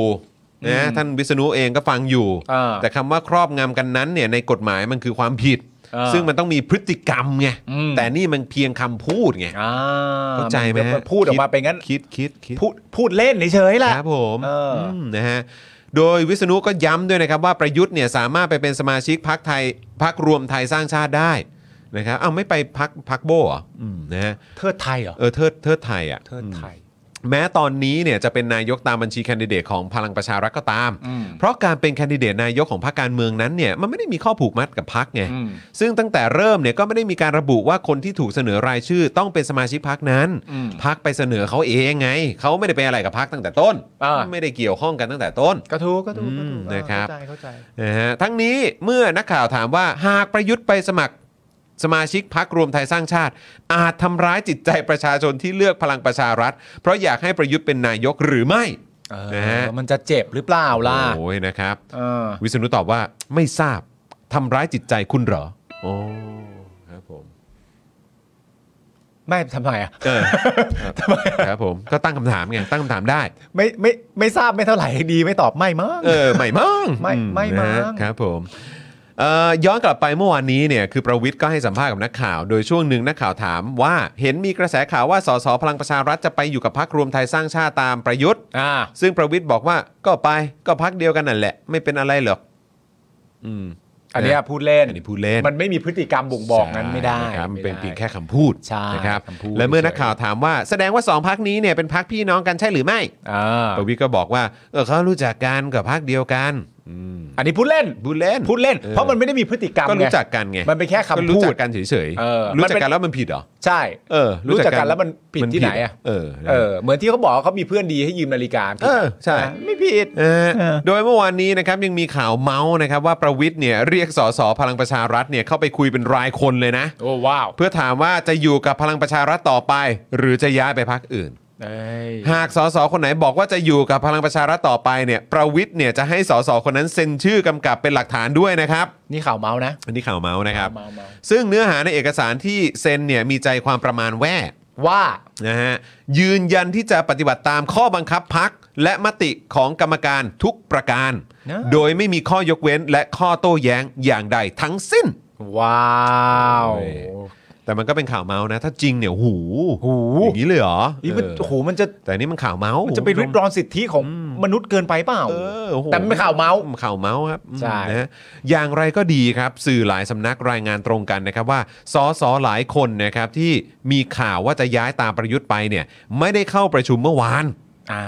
[SPEAKER 3] นะท่านวิษณุเองก็ฟังอยู่
[SPEAKER 4] อ่า
[SPEAKER 3] แต่คำว่าครอบงำกันนั้นเนี่ยในกฎหมายมันคือความผิด
[SPEAKER 4] อ่า
[SPEAKER 3] ซึ่งมันต้องมีพฤติกรรมไง
[SPEAKER 4] อืม
[SPEAKER 3] แต่นี่มันเพียงคำพูดไง
[SPEAKER 4] อ่า
[SPEAKER 3] เข้าใจไหมฮะ
[SPEAKER 4] พูดออกมาเป็นงั้น
[SPEAKER 3] คิดคิดคิด
[SPEAKER 4] พูดพูดเล่นเฉยๆแหละ
[SPEAKER 3] ครับผม
[SPEAKER 4] เอออื
[SPEAKER 3] มนะฮะโดยวิษณุก็ย้ำด้วยนะครับว่าประยุทธ์เนี่ยสามารถไปเป็นสมาชิกพักไทยพักรวมไทยสร้างชาติได้นะครับอ้าวไม่ไปพักพักโบเหรออืมนะฮะ
[SPEAKER 4] เทิดไทยเหรอ
[SPEAKER 3] เออเทิดเทิดไทยอ่ะ
[SPEAKER 4] เทิดไทย
[SPEAKER 3] แม้ตอนนี้เนี่ยจะเป็นนายกตามบัญชีแคนดิเดตของพลังประชารัฐก็ตาม เพราะการเป็นแคนดิเดตนายกของพรรคการเมืองนั้นเนี่ยมันไม่ได้มีข้อผูกมัดกับพรรคไง
[SPEAKER 4] อืม
[SPEAKER 3] ซึ่งตั้งแต่เริ่มเนี่ยก็ไม่ได้มีการระบุว่าคนที่ถูกเสนอรายชื่อต้องเป็นสมาชิกพรรคนั้น
[SPEAKER 4] อืม
[SPEAKER 3] พรรคไปเสนอเขาเองไงเขาไม่ได้ไปอะไรกับพรรคตั้งแต่ต้น
[SPEAKER 4] อ่า
[SPEAKER 3] ไม่ได้เกี่ยวข้องกันตั้งแต่ต้น
[SPEAKER 4] ก็ถูกก็ถูกก็
[SPEAKER 3] อื
[SPEAKER 4] ถู
[SPEAKER 3] ม
[SPEAKER 4] ก
[SPEAKER 3] นะครับ
[SPEAKER 4] เข้าใจเข้าใจ
[SPEAKER 3] นะฮะทั้งนี้เมื่อนักข่าวถามว่าหากประยุทธ์ไปสมัครสมาชิกพักรวมไทยสร้างชาติ อาจทำร้ายจิตใจประชาชนที่เลือกพลังประชารัฐ เพราะอยากให้ประยุทธ์เป็นนายกหรือไม่
[SPEAKER 4] เอ
[SPEAKER 3] นะฮะ
[SPEAKER 4] อมันจะเจ็บหรือเปล่าล่ะ
[SPEAKER 3] โอ้ยนะครับ
[SPEAKER 4] เออ
[SPEAKER 3] วิษณุตอบว่าไม่ทราบทำร้ายจิตใจคุณเหรอโอ้ครับผม
[SPEAKER 4] ไม่ทำไมอ่ะ
[SPEAKER 3] เออครับผมก็ตั้งคำถามไงตั้งคำถามได้
[SPEAKER 4] ไม่ไม่ไม่ทราบไม่เท่าไหร่ดีไม่ตอบไม่มั้ง
[SPEAKER 3] เออไม่มั่ง
[SPEAKER 4] ไม่ไม่มั่ง
[SPEAKER 3] นะฮะครับผมเอ่อย้อนกลับไปเมื่อวานนี้เนี่ยคือประวิทย์ก็ให้สัมภาษณ์กับนักข่าว โดยช่วงหนึ่งนักข่าวถามว่าเห็นมีกระแสข่าวว่าสสพลังประชารัฐจะไปอยู่กับพักรวมไทยสร้างชาติตามประยุทธ์
[SPEAKER 4] อ่า
[SPEAKER 3] ซึ่งประวิทย์บอกว่าก็ไปก็พักเดียวกันนั่นแหละ ไม่เป็นอะไรหรอกอืม
[SPEAKER 4] อันเนี้ยพูดเล่น
[SPEAKER 3] อันนี้พูดเล่น
[SPEAKER 4] มันไม่มีพฤติกรรมบ่งบอกนั้นไม่ได้
[SPEAKER 3] ใช่ครับมันเป็น
[SPEAKER 4] ไม่ได้
[SPEAKER 3] เพียงแค่คำพูด
[SPEAKER 4] ใช่
[SPEAKER 3] นะครับ
[SPEAKER 4] คำพูด
[SPEAKER 3] และเมื่อนักข่าวถามว่าแสดงว่าสองพักนี้เนี่ยเป็นพักพี่น้องกันใช่หรือไม่
[SPEAKER 4] อ่า
[SPEAKER 3] ประวิทย์ก็บอกว่าเออเขารู้จักกันกับพักเดียวกันอืม
[SPEAKER 4] อันนี้พูดเล่น
[SPEAKER 3] พูดเล่น
[SPEAKER 4] พูดเล่น
[SPEAKER 3] ออ
[SPEAKER 4] เพราะมันไม่ได้มีพฤติกรรม
[SPEAKER 3] ก็รู้
[SPEAKER 4] ไง
[SPEAKER 3] จักกันไง
[SPEAKER 4] มันเป็นแค่คำ
[SPEAKER 3] ก็รู้
[SPEAKER 4] พู
[SPEAKER 3] จั
[SPEAKER 4] ด
[SPEAKER 3] กกันเฉย
[SPEAKER 4] เออ
[SPEAKER 3] รู้
[SPEAKER 4] มัน
[SPEAKER 3] จัก
[SPEAKER 4] เป็น
[SPEAKER 3] กันแล้วมันผิดเหรอ
[SPEAKER 4] ใช่
[SPEAKER 3] เออรู้
[SPEAKER 4] รู้
[SPEAKER 3] จัก
[SPEAKER 4] จัก
[SPEAKER 3] กั
[SPEAKER 4] กัน นแล้วมันผิด
[SPEAKER 3] มันผิด
[SPEAKER 4] ที่ไหนอ่ะ
[SPEAKER 3] เออนะ
[SPEAKER 4] เออเหมือนที่เขาบอกว่าเขามีเพื่อนดีให้ยืมนาฬิกาผิด
[SPEAKER 3] เออใช่
[SPEAKER 4] ไม่ผิด
[SPEAKER 3] เออโดยเมื่อวานนี้นะครับยังมีข่าวเมาส์นะครับว่าประวิทย์เนี่ยเรียกสสพลังประชารัฐเนี่ยเข้าไปคุยเป็นรายคนเลยนะ
[SPEAKER 4] โอ้ว้าว
[SPEAKER 3] เพื่อถามว่าจะอยู่กับพลังประชารัฐต่อไป หรือจะย้ายไปพักอื่น
[SPEAKER 4] เอ้ย
[SPEAKER 3] หากสสคนไหนบอกว่าจะอยู่กับพลังประชารัฐต่อไปเนี่ยประวิทย์เนี่ยจะให้สสคนนั้นเซ็นชื่อกำกับเป็นหลักฐานด้วยนะครับ
[SPEAKER 4] นี่ข่าวเมาส์นะ
[SPEAKER 3] อันนี้ข่าวเมาส์นะครับ
[SPEAKER 4] เมาส์เมาส์
[SPEAKER 3] ซึ่งเนื้อหาในเอกสารที่เซ็นเนี่ยมีใจความประมาณแว่
[SPEAKER 4] ว่า
[SPEAKER 3] นะฮะยืนยันที่จะปฏิบัติตามข้อบังคับพัก และมติของกรรมการทุกประการ
[SPEAKER 4] นะ
[SPEAKER 3] โดยไม่มีข้อยกเว้นและข้อโต้แย้งอย่างใดทั้งสิ้น
[SPEAKER 4] ว้าว
[SPEAKER 3] เออ แต่มันก็เป็นข่าวเมาส์นะ ถ้าจริงเนี่ยหู
[SPEAKER 4] หู
[SPEAKER 3] อย่างนี้เลยเหรอ
[SPEAKER 4] นี่มัน
[SPEAKER 3] เออ
[SPEAKER 4] โอ้โหมันจะ
[SPEAKER 3] แต่อันนี่มันข่าวเมาส์
[SPEAKER 4] มันจะไปริดรอนสิทธิของมนุษย์เกินไปเปล่า
[SPEAKER 3] เออโอ้โห
[SPEAKER 4] แต่มันเป็นข่าวเมาส์
[SPEAKER 3] ข่าวเมาส์ครับ
[SPEAKER 4] ใช่
[SPEAKER 3] นะฮะอย่างไรก็ดีครับ สื่อหลายสำนักรายงานตรงกันนะครับว่าสสหลายคนนะครับที่มีข่าวว่าจะย้ายตามประยุทธ์ไปเนี่ย ไม่ได้เข้าประชุมเมื่อวาน
[SPEAKER 4] อ่า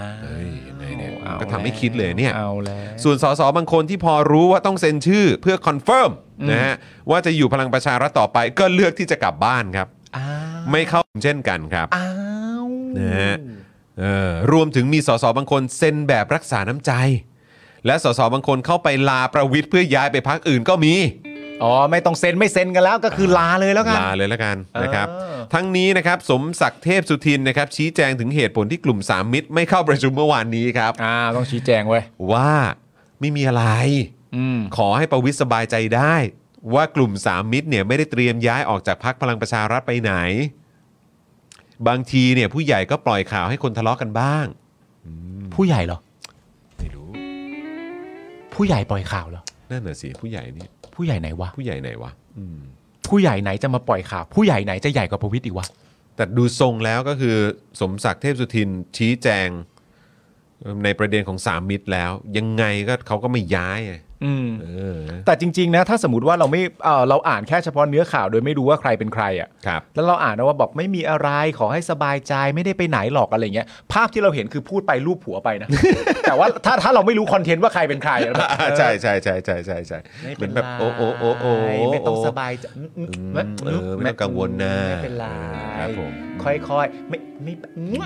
[SPEAKER 4] เอา
[SPEAKER 3] ก็ทำให้คิดเลยเนี่ย
[SPEAKER 4] เอาแล้ว
[SPEAKER 3] ส่วนสสบางคนที่พอรู้ว่าต้องเซ็นชื่อเพื่อคอนเฟิร์มนะฮะว่าจะอยู่พลังประชารัฐต่อไปก็เลือกที่จะกลับบ้านครับ
[SPEAKER 4] อ้าว
[SPEAKER 3] ไม่เข้าเช่นกันครับ
[SPEAKER 4] อ้าว
[SPEAKER 3] นะฮะเออรวมถึงมีสสบางคนเซ็นแบบรักษาน้ำใจ และสสบางคนเข้าไปลาประวิทย์เพื่อย้ายไปพักอื่นก็มี
[SPEAKER 4] อ๋อ ไม่ต้องเซ็นไม่เซ็นกันแล้วก็คือลาเลยแล้วกัน
[SPEAKER 3] ลาเลยแล้วกันนะครับ
[SPEAKER 4] เออ
[SPEAKER 3] ทั้งนี้นะครับสมศักดิ์เทพสุทินนะครับชี้แจงถึงเหตุผลที่กลุ่มสามมิตร ไม่เข้าประชุมเมื่อวานนี้ครับ
[SPEAKER 4] อ่าต้องชี้แจงเว้ย
[SPEAKER 3] ว่าไม่มีอะไร
[SPEAKER 4] อืม
[SPEAKER 3] ขอให้ประวิทย์สบายใจได้ ว่ากลุ่มสามมิตรเนี่ยไม่ได้เตรียมย้ายออกจากพักพลังประชารัฐไปไหน บางทีเนี่ยผู้ใหญ่ก็ปล่อยข่าวให้คนทะเลาะกันบ้าง
[SPEAKER 4] ผู้ใหญ่เหรอ
[SPEAKER 3] ไม่รู้
[SPEAKER 4] ผู้ใหญ่ปล่อยข่าวเหรอ
[SPEAKER 3] นั่นน่ะสิผู้ใหญ่นี่
[SPEAKER 4] ผู้ใหญ่ไหนวะ
[SPEAKER 3] ผู้ใหญ่ไหนวะอืม
[SPEAKER 4] ผู้ใหญ่ไหนจะมาปล่อยข่าว ผู้ใหญ่ไหนจะใหญ่กว่าประวิตรอีกวะ
[SPEAKER 3] แต่ดูทรงแล้วก็คือสมศักดิ์เทพสุทินชี้แจงในประเด็นของสามมิตรแล้ว ยังไงก็เขาก็ไม่ย้ายไง
[SPEAKER 4] อืม
[SPEAKER 3] เออ
[SPEAKER 4] แต่จริง ๆ นะ ถ้าสมมติว่าเราไม่เอ่อเราอ่านแค่เฉพาะเนื้อข่าวโดยไม่รู้ว่าใครเป็นใครอ่ะ
[SPEAKER 3] ครับ
[SPEAKER 4] แล้วเราอ่านนะว่าบอกไม่มีอะไรขอให้สบายใจไม่ได้ไปไหนหรอกอะไรเงี้ย ภาพที่เราเห็นคือพูดไปรูปผัวไป นะ แต่ว่าถ้าถ้าเราไม่รู้คอนเทนต์ว่าใครเป็นใครอะ
[SPEAKER 3] ใช่ใช่ใช่ใช่ใช่ใช่
[SPEAKER 4] ไม่
[SPEAKER 3] เห
[SPEAKER 4] เป็
[SPEAKER 3] มือน น
[SPEAKER 4] ไร
[SPEAKER 3] แบบโอ้โอ้โอ้โอ้
[SPEAKER 4] ไม่ต้องสบายใจ
[SPEAKER 3] เออไม่ต้องกังวลนะ
[SPEAKER 4] ไม่เป็นไร
[SPEAKER 3] ครับผม
[SPEAKER 4] ค่อยๆ ไม่ไม่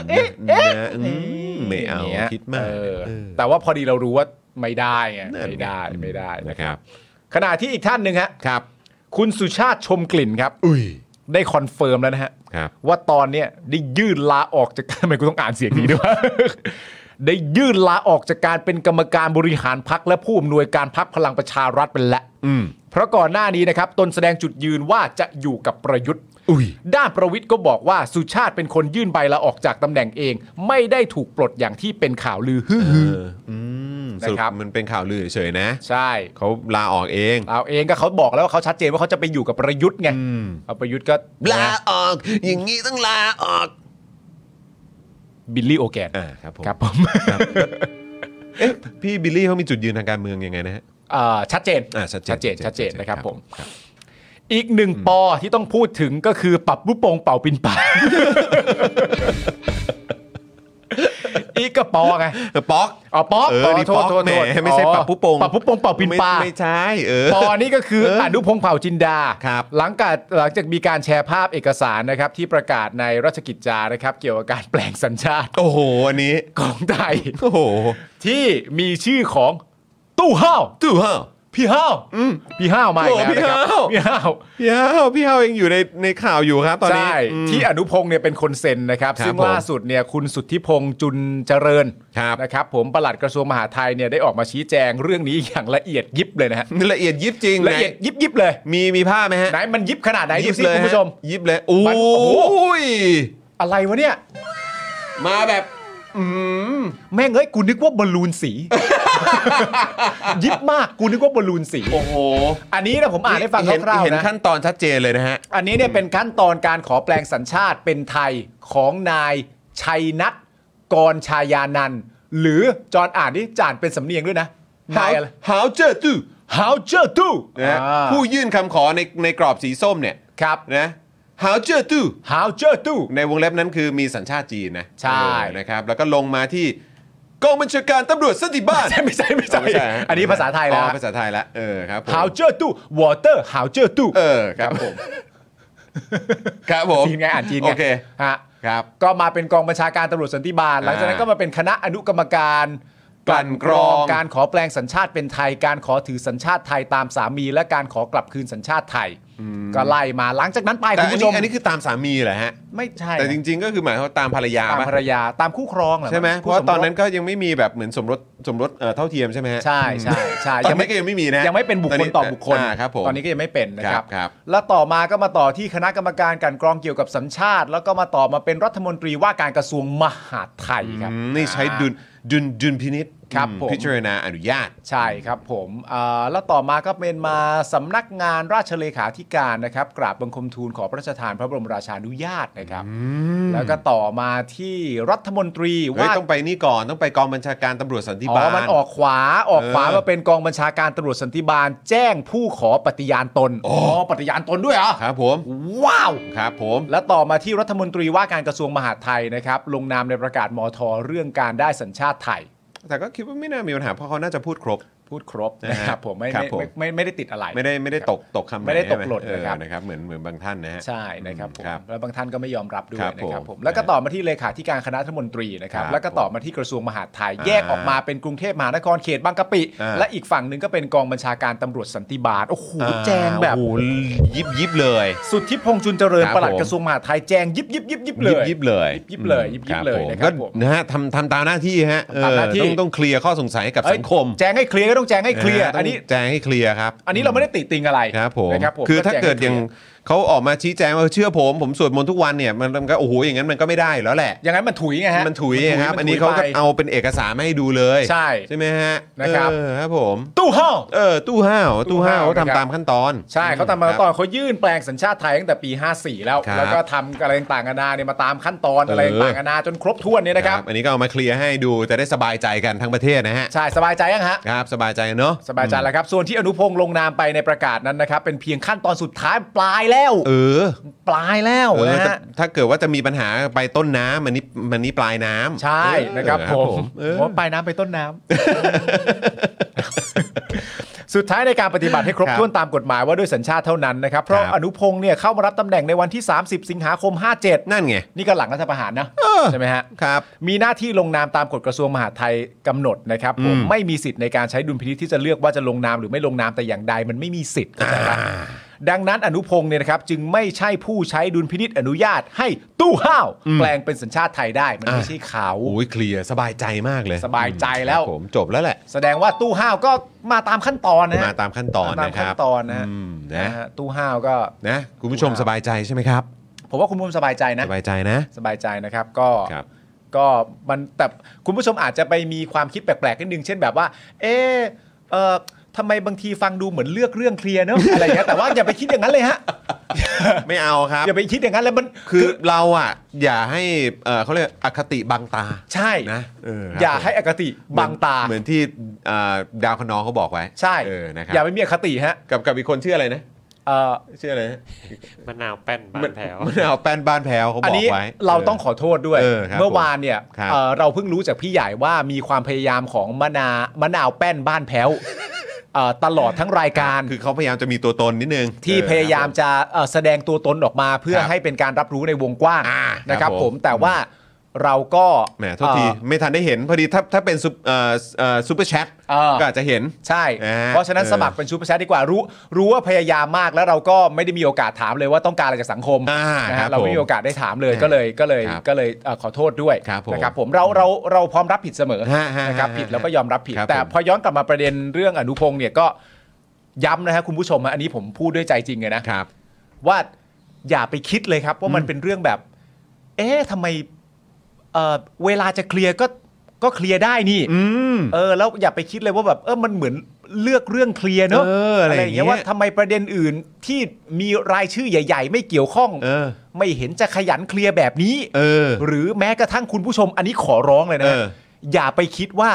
[SPEAKER 4] เอ๊ะเอ๊ะ
[SPEAKER 3] นะอืมไม่เอา
[SPEAKER 4] ย่งงี้ย
[SPEAKER 3] คิดมาก
[SPEAKER 4] เออแต่ว่าพอดีเรารู้ว่าไม่ได้ไง
[SPEAKER 3] นั่นไง
[SPEAKER 4] ไม่ได้ไม่ได้
[SPEAKER 3] นะ
[SPEAKER 4] นะครับ ขณะที่อีกท่านหนึ่งฮะ
[SPEAKER 3] ครับ
[SPEAKER 4] คุณสุชาติชมกลิ่นครับ
[SPEAKER 3] อุ้ย
[SPEAKER 4] ได้คอนเฟิร์มแล้วนะฮะ
[SPEAKER 3] ครับ
[SPEAKER 4] ว่าตอนเนี้ยได้ยื่นลาออกจาก ทำไมกูต้องอ่านเสียงนี้ด้วยวะ ได้ยื่นลาออกจากการเป็นกรรมการบริหารพักและผู้อำนวยการพักพลังประชารัฐไปแล้ว
[SPEAKER 3] อืม
[SPEAKER 4] เพราะก่อนหน้านี้นะครับตนแสดงจุดยืนว่าจะอยู่กับประยุทธ์
[SPEAKER 3] อุ้ย
[SPEAKER 4] ด้านประวิทย์ก็บอกว่าสุชาติเป็นคนยื่นใบลาออกจากตำแหน่งเอง ไม่ได้ถูกปลดอย่างที่เป็นข่าวลือฮือ
[SPEAKER 3] เออ อืมสรุป
[SPEAKER 4] นะครับ
[SPEAKER 3] มันเป็นข่าวลือเฉยๆนะ
[SPEAKER 4] ใช่
[SPEAKER 3] เขาลาออกเอง
[SPEAKER 4] เอาเองก็เขาบอกแล้วว่าเขาชัดเจนว่าเขาจะไปอยู่กับประยุทธ์ไงเอาประยุทธ์ก็
[SPEAKER 3] ลาออก อย่างนี้ต้องลาออก
[SPEAKER 4] บิลลี่โอแกน
[SPEAKER 3] อ่าครับผม
[SPEAKER 4] ครับผม
[SPEAKER 3] ครับเอ๊ะ พี่บิลลี่เขามีจุดยืนทางการเมืองยังไงนะฮะ
[SPEAKER 4] อ่าชัดเจน
[SPEAKER 3] อ่าชัดเจน
[SPEAKER 4] ชัดเจนชัดเจนนะครับผม
[SPEAKER 3] ครับ
[SPEAKER 4] อีกหนึ่งปอที่ต้องพูดถึงก็คือปรับรูปโป่งเป่าปินป่า อีกก็ปอไง
[SPEAKER 3] เออป๊อก
[SPEAKER 4] อ๋อปอ
[SPEAKER 3] เอ
[SPEAKER 4] ป
[SPEAKER 3] อ
[SPEAKER 4] อ
[SPEAKER 3] นี่
[SPEAKER 4] โท
[SPEAKER 3] ป๊
[SPEAKER 4] ษ
[SPEAKER 3] อก
[SPEAKER 4] โทษ
[SPEAKER 3] แหม
[SPEAKER 4] โทษ
[SPEAKER 3] ไม่ใช่
[SPEAKER 4] อ๋อ
[SPEAKER 3] ปรับปุ๊บปง
[SPEAKER 4] ปรับปุ๊บโป่งเป่าปินป่า
[SPEAKER 3] ไม่ไม่ใช่เออ
[SPEAKER 4] ปอนี่ก็คืออนุพงษ์เผ่าจินดา
[SPEAKER 3] ครับ
[SPEAKER 4] หลังจากหลังจากมีการแชร์ภาพเอกสารนะครับ ที่ประกาศในราชกิจจานะครับ เกี่ยวกับการแปลงสัญชาติ
[SPEAKER 3] โอ้โหอันนี้
[SPEAKER 4] ของไทย
[SPEAKER 3] โอ้โห
[SPEAKER 4] ที่มีชื่อของตู้ห้าว
[SPEAKER 3] ตู่เห่า
[SPEAKER 4] พี่ห้าวพี่ห้าวมาอีกแล้วนะครับ
[SPEAKER 3] โอ้พี่
[SPEAKER 4] พี่
[SPEAKER 3] ห้าว
[SPEAKER 4] ห้าว
[SPEAKER 3] พี่เฮาพี่เฮายังอยู่ในในข่าวอยู่ครับตอนนี้
[SPEAKER 4] ใช่
[SPEAKER 3] อืม
[SPEAKER 4] ที่อนุพงศ์เนี่ยเป็นคนเซ็นนะครับ
[SPEAKER 3] ครับ
[SPEAKER 4] ซึ่ง
[SPEAKER 3] ผม
[SPEAKER 4] ล่าสุดเนี่ยคุณสุทธิพงศ์จุนเจริญ
[SPEAKER 3] ครับ
[SPEAKER 4] นะครับ ผมปลัดกระทรวงมหาดไทยเนี่ยได้ออกมาชี้แจงเรื่องนี้อย่างละเอียดยิบเลยนะฮะ
[SPEAKER 3] ละเอียดยิบจริง
[SPEAKER 4] ละเอียด
[SPEAKER 3] ไหน
[SPEAKER 4] ยิบยิบเลย
[SPEAKER 3] มีมีผ้าพไหมฮะ
[SPEAKER 4] ไหนมันยิบขนาดไหนดูสิ
[SPEAKER 3] ฮะ
[SPEAKER 4] คุณผู้ชม
[SPEAKER 3] ยิบเลยโอ้
[SPEAKER 4] มันโอ้โห
[SPEAKER 3] ย
[SPEAKER 4] อะไรวะเนี่ย
[SPEAKER 3] มาแบบ
[SPEAKER 4] แม่งเอ้ยกูนึกว่าบอลลูนสี ยิบมากกูนึกว่าบอลลูนสี
[SPEAKER 3] โอ้โห
[SPEAKER 4] อันนี้นะผมอ่านให้ฟังค
[SPEAKER 3] เห็น
[SPEAKER 4] ร่าวๆ
[SPEAKER 3] เห็น
[SPEAKER 4] นะ
[SPEAKER 3] ขั้นตอนชัดเจนเลยนะฮะ
[SPEAKER 4] อันนี้เนี่ยเป็นขั้นตอนการขอแปลงสัญชาติเป็นไทยของนายชัยนัทกรชายานันท์หรือจอนอ่านนี่จานเป็นสำเนียงด้วยนะนายอะไร
[SPEAKER 3] How- How เจอตู้
[SPEAKER 4] How d a r you
[SPEAKER 3] นะฮะผู้ยื่นคำขอในในกรอบสีส้มเนี่ย
[SPEAKER 4] ครับ
[SPEAKER 3] นะ How เจอตู้
[SPEAKER 4] How d a r you
[SPEAKER 3] ในวงเล็บนั้นคือมีสัญชาติจีนนะ
[SPEAKER 4] ใช่
[SPEAKER 3] เออนะครับ แล้วก็ลงมาที่กองบัญชาการตำรวจสันติบาล
[SPEAKER 4] ใช่ไม่ใช่ไม่ใช่
[SPEAKER 3] เาไม่ใช่ฮะ
[SPEAKER 4] อันนี้ภาษาไทยแล้ว
[SPEAKER 3] อ๋อภาษาไทยแล้วเออครับผม
[SPEAKER 4] How d a r you Water How d a r you
[SPEAKER 3] เออครับผม ครับผม
[SPEAKER 4] จีนไงอ่านจีนไง
[SPEAKER 3] โอเค
[SPEAKER 4] ฮะ
[SPEAKER 3] ครับ
[SPEAKER 4] ก็มาเป็นกองบัญชาการตำรวจสันติบาล หลังจากนั้นก็มาเป็นคณะอนุกรรมการ
[SPEAKER 3] กลั่นกรอง
[SPEAKER 4] การขอแปลงสัญชาติเป็นไทย การขอถือสัญชาติไทยตามสามี และการขอกลับคืนสัญชาติไทย ก็ไล่มาหลังจากนั้นไป
[SPEAKER 3] แต่
[SPEAKER 4] คุณ
[SPEAKER 3] อัน
[SPEAKER 4] ผู้ช
[SPEAKER 3] นี้
[SPEAKER 4] ม
[SPEAKER 3] อันนี้คือตามสามีเหรอฮะ
[SPEAKER 4] ไม่ใช่
[SPEAKER 3] แต่จริง ๆ ก็คือหมายความว่าตามภรรยา
[SPEAKER 4] ตาม
[SPEAKER 3] ปะ
[SPEAKER 4] ภรรยาตามคู่ครองเหรอ
[SPEAKER 3] ใช่ไหม
[SPEAKER 4] มั้ง
[SPEAKER 3] เพราะว่า
[SPEAKER 4] คู่สส
[SPEAKER 3] ตอนนั้นก็ยังไม่มีแบบเหมือนสมรส สมรสเอ่อเท่าเทียมใช่ไหมฮะ
[SPEAKER 4] ใช่ใช่ใช่
[SPEAKER 3] ตอนนี้ก็ยังไม่มีนะ
[SPEAKER 4] ยังไม่เป็นบุคคลต่อบุคคล
[SPEAKER 3] าครับผม
[SPEAKER 4] ตอนนี้ก็ยังไม่เป็นนะค
[SPEAKER 3] ครั
[SPEAKER 4] รับบ
[SPEAKER 3] ครับ
[SPEAKER 4] แล้วต่อมาก็มาต่อที่คณะกรรมการกลันกรองเกี่ยวกับสัญชาติ แล้วก็มาต่อมาเป็นรัฐมนตรีว่าการกระทรวงมหาดไทยครับ
[SPEAKER 3] อืมนี่ใช้ดุลดุลดุลพินิษ
[SPEAKER 4] ครับผม
[SPEAKER 3] พิจารณาอนุญาต
[SPEAKER 4] ใช่ครับผมอ่าแล้วต่อมาก็เป็นมาสำนักงานราชเลขาธิการนะครับกราบบังคมทูลขอพระราชทานพระบรมราชานุญาตนะครับ แล้วก็ต่อมาที่รัฐมนตรี
[SPEAKER 3] เฮ้ย
[SPEAKER 4] ว่า
[SPEAKER 3] ต้องไปนี่ก่อนต้องไปกองบัญชาการตำรวจสันติ
[SPEAKER 4] อ๋
[SPEAKER 3] บา
[SPEAKER 4] อ
[SPEAKER 3] ล
[SPEAKER 4] มันออกขวาออกขวา
[SPEAKER 3] เออ
[SPEAKER 4] มาเป็นกองบัญชาการตำรวจสันติบาล แจ้งผู้ขอปฏิญาณตน
[SPEAKER 3] โอ้
[SPEAKER 4] อ๋อปฏิญาณตนด้วยเหรอ
[SPEAKER 3] ครับผม
[SPEAKER 4] ว้าว
[SPEAKER 3] ครับผม
[SPEAKER 4] และต่อมาที่รัฐมนตรีว่าการกระทรวงมหาดไทยนะครับ ลงนามในประกาศมทเรื่องการได้สัญชาติไทย
[SPEAKER 3] แต่ก็คิดว่าไม่น่ามีปัญหาเพราะเขาน่าจะพูดครบ
[SPEAKER 4] พูดครบ
[SPEAKER 3] นะ
[SPEAKER 4] นะ
[SPEAKER 3] ฮะ
[SPEAKER 4] ครับผมไม่
[SPEAKER 3] ครั
[SPEAKER 4] ไม่
[SPEAKER 3] บผม
[SPEAKER 4] ไม่ไม่ไม่ได้ติดอะไร
[SPEAKER 3] ไม่ได้ไม่ได้ตกตกคำหน
[SPEAKER 4] ไม่ได้ตก
[SPEAKER 3] ใช่
[SPEAKER 4] หล่น
[SPEAKER 3] เออ
[SPEAKER 4] นะครับ
[SPEAKER 3] นะครับเหมือนเหมือนบางท่านนะฮะ
[SPEAKER 4] ใช่นะครับผ
[SPEAKER 3] อื
[SPEAKER 4] ม
[SPEAKER 3] มครับ
[SPEAKER 4] แล้วบางท่านก็ไม่ยอมรับด้วย
[SPEAKER 3] ครับ
[SPEAKER 4] นะครับ
[SPEAKER 3] ผ
[SPEAKER 4] ผม มแล้วก็ต่อมาที่เลขาธิการคณะรัฐมนตรีนะครับ
[SPEAKER 3] ครับ
[SPEAKER 4] แล้วก็ต่อมาที่กระทรวงมหาดไทย
[SPEAKER 3] อ่า
[SPEAKER 4] แยกออกมาเป็นกรุงเทพมหานครเขตบางกะปิ
[SPEAKER 3] อ่า
[SPEAKER 4] และอีกฝั่งหนึ่งก็เป็นกองบัญชาการตำรวจสันติบาลโอ้โห
[SPEAKER 3] อ่า
[SPEAKER 4] แจงแบบ
[SPEAKER 3] โอ้โหยิบยิบเลย
[SPEAKER 4] สุดที่พงษ์จุนเจริญ
[SPEAKER 3] ครับ
[SPEAKER 4] ปลัด
[SPEAKER 3] ผม
[SPEAKER 4] กระทรวงมหาดไทยแจงยิบยิบยิบยิบเลย
[SPEAKER 3] ยิบเลย
[SPEAKER 4] ยิบเลยยิบยิบ
[SPEAKER 3] ครับ
[SPEAKER 4] เลย
[SPEAKER 3] ผม
[SPEAKER 4] นะค
[SPEAKER 3] ก็
[SPEAKER 4] รับผม
[SPEAKER 3] นะฮะทำทำตามหน้าที่ฮะ
[SPEAKER 4] ทำตามหน้าที่
[SPEAKER 3] เออต้องต้องเคลียร์ข้อสงสัยให้กับ
[SPEAKER 4] เอ้ย
[SPEAKER 3] สังคม
[SPEAKER 4] แจงให้เคลียร์ก็ต้องแจงให้เคลียร์
[SPEAKER 3] ะฮะต้ง
[SPEAKER 4] อันนี้
[SPEAKER 3] แจ้งให้เคลียร์ครับ
[SPEAKER 4] อันนี้เราไม่ได้ติติงอะไร
[SPEAKER 3] ครับผม
[SPEAKER 4] นะครับผม
[SPEAKER 3] คือถ้าเกิด
[SPEAKER 4] แจ้
[SPEAKER 3] ยัง
[SPEAKER 4] ให้คลี
[SPEAKER 3] เขาออกมาชี้แจงว่าเชื่อผมผมสวดมนต์ทุกวันเนี่ยมันมันก็โอ้โหอย่างนั้นมันก็ไม่ได้อยู่แล้วแหละ
[SPEAKER 4] ร์อย่างนั้นมันถุยไงฮะ
[SPEAKER 3] มันถุยไงครับ
[SPEAKER 4] มั
[SPEAKER 3] อันนี้เขาก็
[SPEAKER 4] ถุยไป
[SPEAKER 3] เอาเป็นเอกสารมาให้ดูเลย
[SPEAKER 4] ใช่
[SPEAKER 3] ใช่ไหมฮะ
[SPEAKER 4] นะครับ
[SPEAKER 3] เออครับผม
[SPEAKER 4] ตู้ห้าว
[SPEAKER 3] เออตู้ห้าวตู้ห้าวเขา
[SPEAKER 4] ตู้ห้าว
[SPEAKER 3] ทำตามขั้นตอน
[SPEAKER 4] ใช่เขาทำมา
[SPEAKER 3] ครับ
[SPEAKER 4] ตอนเขายื่นแปลงสัญชาติไทยตั้งแต่ปี 54 แล้ว
[SPEAKER 3] ครับ
[SPEAKER 4] แล้วก็ทำอะไรต่างๆนานาเนี่ยมาตามขั้นตอนอะไร
[SPEAKER 3] เออ
[SPEAKER 4] ต่างๆนานาจนครบถ้วนเนี่ยนะครับ
[SPEAKER 3] อันนี้ก็เอามาเคลียร์ให้ดูจะได้สบายใจกันทั้งประเทศนะฮะ
[SPEAKER 4] ใช่สบายใจยังฮะ
[SPEAKER 3] ครับสบายใจเนอะ
[SPEAKER 4] สบายใจแล้วครับ ส่วนที่อนุพงศ์ลงนามไปในประกาศนั้นนะครับ เป็นเพียงขั้นตอนสุดท้ายปลายแล้ว
[SPEAKER 3] เออ
[SPEAKER 4] ปลายแล้ว
[SPEAKER 3] เออ
[SPEAKER 4] นะ
[SPEAKER 3] แต่
[SPEAKER 4] ฮะ
[SPEAKER 3] ถ้าเกิดว่าจะมีปัญหาไปต้นน้ำมันนี้มันนี้ปลายน้ำ
[SPEAKER 4] ใช่
[SPEAKER 3] เออ
[SPEAKER 4] นะครับผมผมว่าปลายน้ำไปต้นน้ำ สุดท้ายในการปฏิบัติให้ครบ
[SPEAKER 3] ครับ
[SPEAKER 4] ถ้วนตามกฎหมายว่าด้วยสัญชาติเท่านั้นนะครับ เพราะ
[SPEAKER 3] ครับ
[SPEAKER 4] อนุพงศ์เนี่ยเข้ามารับตำแหน่งในวันที่ 30 สิงหาคม 57
[SPEAKER 3] นั่นไง
[SPEAKER 4] นี่ก็หลังรัฐประหารนะใช่ไหมฮะ
[SPEAKER 3] ครับ
[SPEAKER 4] มีหน้าที่ลงนามตามกฎกระทรวงมหาดไทยกำหนดนะครับผม
[SPEAKER 3] อืม
[SPEAKER 4] ไม่มีสิทธิ์ในการใช้ดุลพินิจที่จะเลือกว่าจะลงนามหรือไม่ลงนามแต่อย่างใดมันไม่มีสิทธิ์เข้าใจปะดังนั้นอนุพงศ์เนี่ยนะครับจึงไม่ใช่ผู้ใช้ดุลพินิจอนุญาตให้ตู้ห้าว แปลงเป็นสัญชาติไทยได้มัน
[SPEAKER 3] อ่า
[SPEAKER 4] ไม่ใช่เขา
[SPEAKER 3] โอ้ยเคลียร์สบายใจมากเลย
[SPEAKER 4] สบายใจแล้ว
[SPEAKER 3] ครับผมจบแล้วแหละ
[SPEAKER 4] แสดงว่าตู้ห้าวก็มาตามขั้นตอนนะฮะ
[SPEAKER 3] มาตามขั้นตอน
[SPEAKER 4] มาตาม
[SPEAKER 3] นะค
[SPEAKER 4] ขั้
[SPEAKER 3] รับ
[SPEAKER 4] นตอนนะฮะ
[SPEAKER 3] อืมนะ
[SPEAKER 4] นะฮะตู้ห้าวก็
[SPEAKER 3] นะคุณผู้ชม
[SPEAKER 4] ครับ
[SPEAKER 3] สบายใจใช่ไหมครับ
[SPEAKER 4] ผมว่าคุณผู้ชมสบายใจนะ
[SPEAKER 3] สบายใจนะ
[SPEAKER 4] สบายใจนะครับก็
[SPEAKER 3] ครับ
[SPEAKER 4] ก็มันแต่คุณผู้ชมอาจจะไปมีความคิดแปลกๆนิดนึง เช่นแบบว่า เอ๊ะเอ่อทำไมบางทีฟังดูเหมือนเลือกเรื่องเคลียร์เนอะ อะไรอย่างเงี้ยแต่ว่าอย่ าไปคิดอย่างนั้นเลยฮะ
[SPEAKER 3] ไม่เอาครับ
[SPEAKER 4] อย่าไปคิดอย่างนั้นเลยมัน
[SPEAKER 3] คือเราอ่ะอย่าให้เอ่อเขาเรียกอคติบังตา
[SPEAKER 4] ใช่
[SPEAKER 3] นะเครับ
[SPEAKER 4] อย่าให้อคติ
[SPEAKER 3] เหมื
[SPEAKER 4] บั
[SPEAKER 3] อ
[SPEAKER 4] ง
[SPEAKER 3] น
[SPEAKER 4] ตา
[SPEAKER 3] เหมือนที่เอ่อดาวคนนองเขาบอกไว้
[SPEAKER 4] ใช่
[SPEAKER 3] เออนะครับ
[SPEAKER 4] อย่าไปมีอคติฮะ
[SPEAKER 3] กับกับอีกคนชื่ออะไรนะ
[SPEAKER 4] เอ่อ
[SPEAKER 3] ชื่ออะไรนะ
[SPEAKER 5] มะนาวแป้นบานแผลว
[SPEAKER 3] มันเอาแป้นบ้านแพรวเขาบ
[SPEAKER 4] อัน
[SPEAKER 3] อก
[SPEAKER 4] นี้
[SPEAKER 3] ไว้
[SPEAKER 4] เราต้องขอโทษด้วย
[SPEAKER 3] เออครับ
[SPEAKER 4] เมื่อวานเนี่ย
[SPEAKER 3] ครับ
[SPEAKER 4] เอ่อเราเพิ่งรู้จากพี่ใหญ่ว่ามีความพยายามของมะนามะนาวแป้นบ้านแพ้วเอ่อตลอดทั้งรายการ
[SPEAKER 3] คือเขาพยายามจะมีตัวตนนิดนึง
[SPEAKER 4] ที่
[SPEAKER 3] เออ
[SPEAKER 4] พยายามจะเอ่อแสดงตัวตนออกมาเพื่อ
[SPEAKER 3] ครับ
[SPEAKER 4] ให้เป็นการรับรู้ในวงกว้าง
[SPEAKER 3] อ่า
[SPEAKER 4] นะค
[SPEAKER 3] ครั
[SPEAKER 4] รั
[SPEAKER 3] บบ
[SPEAKER 4] ผ
[SPEAKER 3] ผม
[SPEAKER 4] มแต่ว่าเราก็
[SPEAKER 3] แหมโทษที ไม่ทันได้เห็น พอดีถ้าถ้าเป็นซุปเอ่อเอ่อซูเปอร์แชท
[SPEAKER 4] เอ่อเอ่อ
[SPEAKER 3] ก็อาจจะเห็น
[SPEAKER 4] ใช่
[SPEAKER 3] อ่า
[SPEAKER 4] เพราะฉะนั้น
[SPEAKER 3] เออ
[SPEAKER 4] สมัครเป็นชูประชาดีกว่ารู้ รู้ว่าพยายามมากแล้วเราก็ไม่ได้มีโอกาสถามเลยว่าต้องการอะไรจากสังคม
[SPEAKER 3] อ่า
[SPEAKER 4] นะ
[SPEAKER 3] ครั
[SPEAKER 4] ฮะ
[SPEAKER 3] บ
[SPEAKER 4] เราไม่มีโอกาสได้ถามเลยก็เลยก็เลย
[SPEAKER 3] ครับ
[SPEAKER 4] ก็เลยเอ่อขอโทษด้วย
[SPEAKER 3] ครับผม
[SPEAKER 4] นะครับผมเราเราเราพร้อมรับผิดเสมอ
[SPEAKER 3] ฮะฮะ
[SPEAKER 4] นะครับ
[SPEAKER 3] ฮะ
[SPEAKER 4] ผิดแล้วก็ยอมรับผิด
[SPEAKER 3] ครับ
[SPEAKER 4] แต่
[SPEAKER 3] ผม
[SPEAKER 4] พอย้อนกลับมาประเด็นเรื่องอนุพงศ์เนี่ยก็ย้ำนะฮะคุณผู้ชมฮะอันนี้ผมพูดด้วยใจจริงเลยนะ
[SPEAKER 3] ครับ
[SPEAKER 4] ว่าอย่าไปคิดเลยครับ ว่ามันเป็นเรื่องแบบ เอ๊ะทำไมเอ่อเวลาจะเคลียร์ก็ก็เคลียร์ได้นี่เออ แล้วอย่าไปคิดเลยว่าแบบเออมันเหมือนเลือกเรื่องเคลียร์เนอะ
[SPEAKER 3] เอออะไรอย่างเงี้ย
[SPEAKER 4] ว่าทำไมประเด็นอื่นที่มีรายชื่อใหญ่ ๆ ไม่เกี่ยวข้อง
[SPEAKER 3] เออ
[SPEAKER 4] ไม่เห็นจะขยันเคลียร์แบบนี้
[SPEAKER 3] เออ
[SPEAKER 4] หรือแม้กระทั่งคุณผู้ชม อันนี้ขอร้องเลยนะ
[SPEAKER 3] เออ
[SPEAKER 4] อย่าไปคิดว่า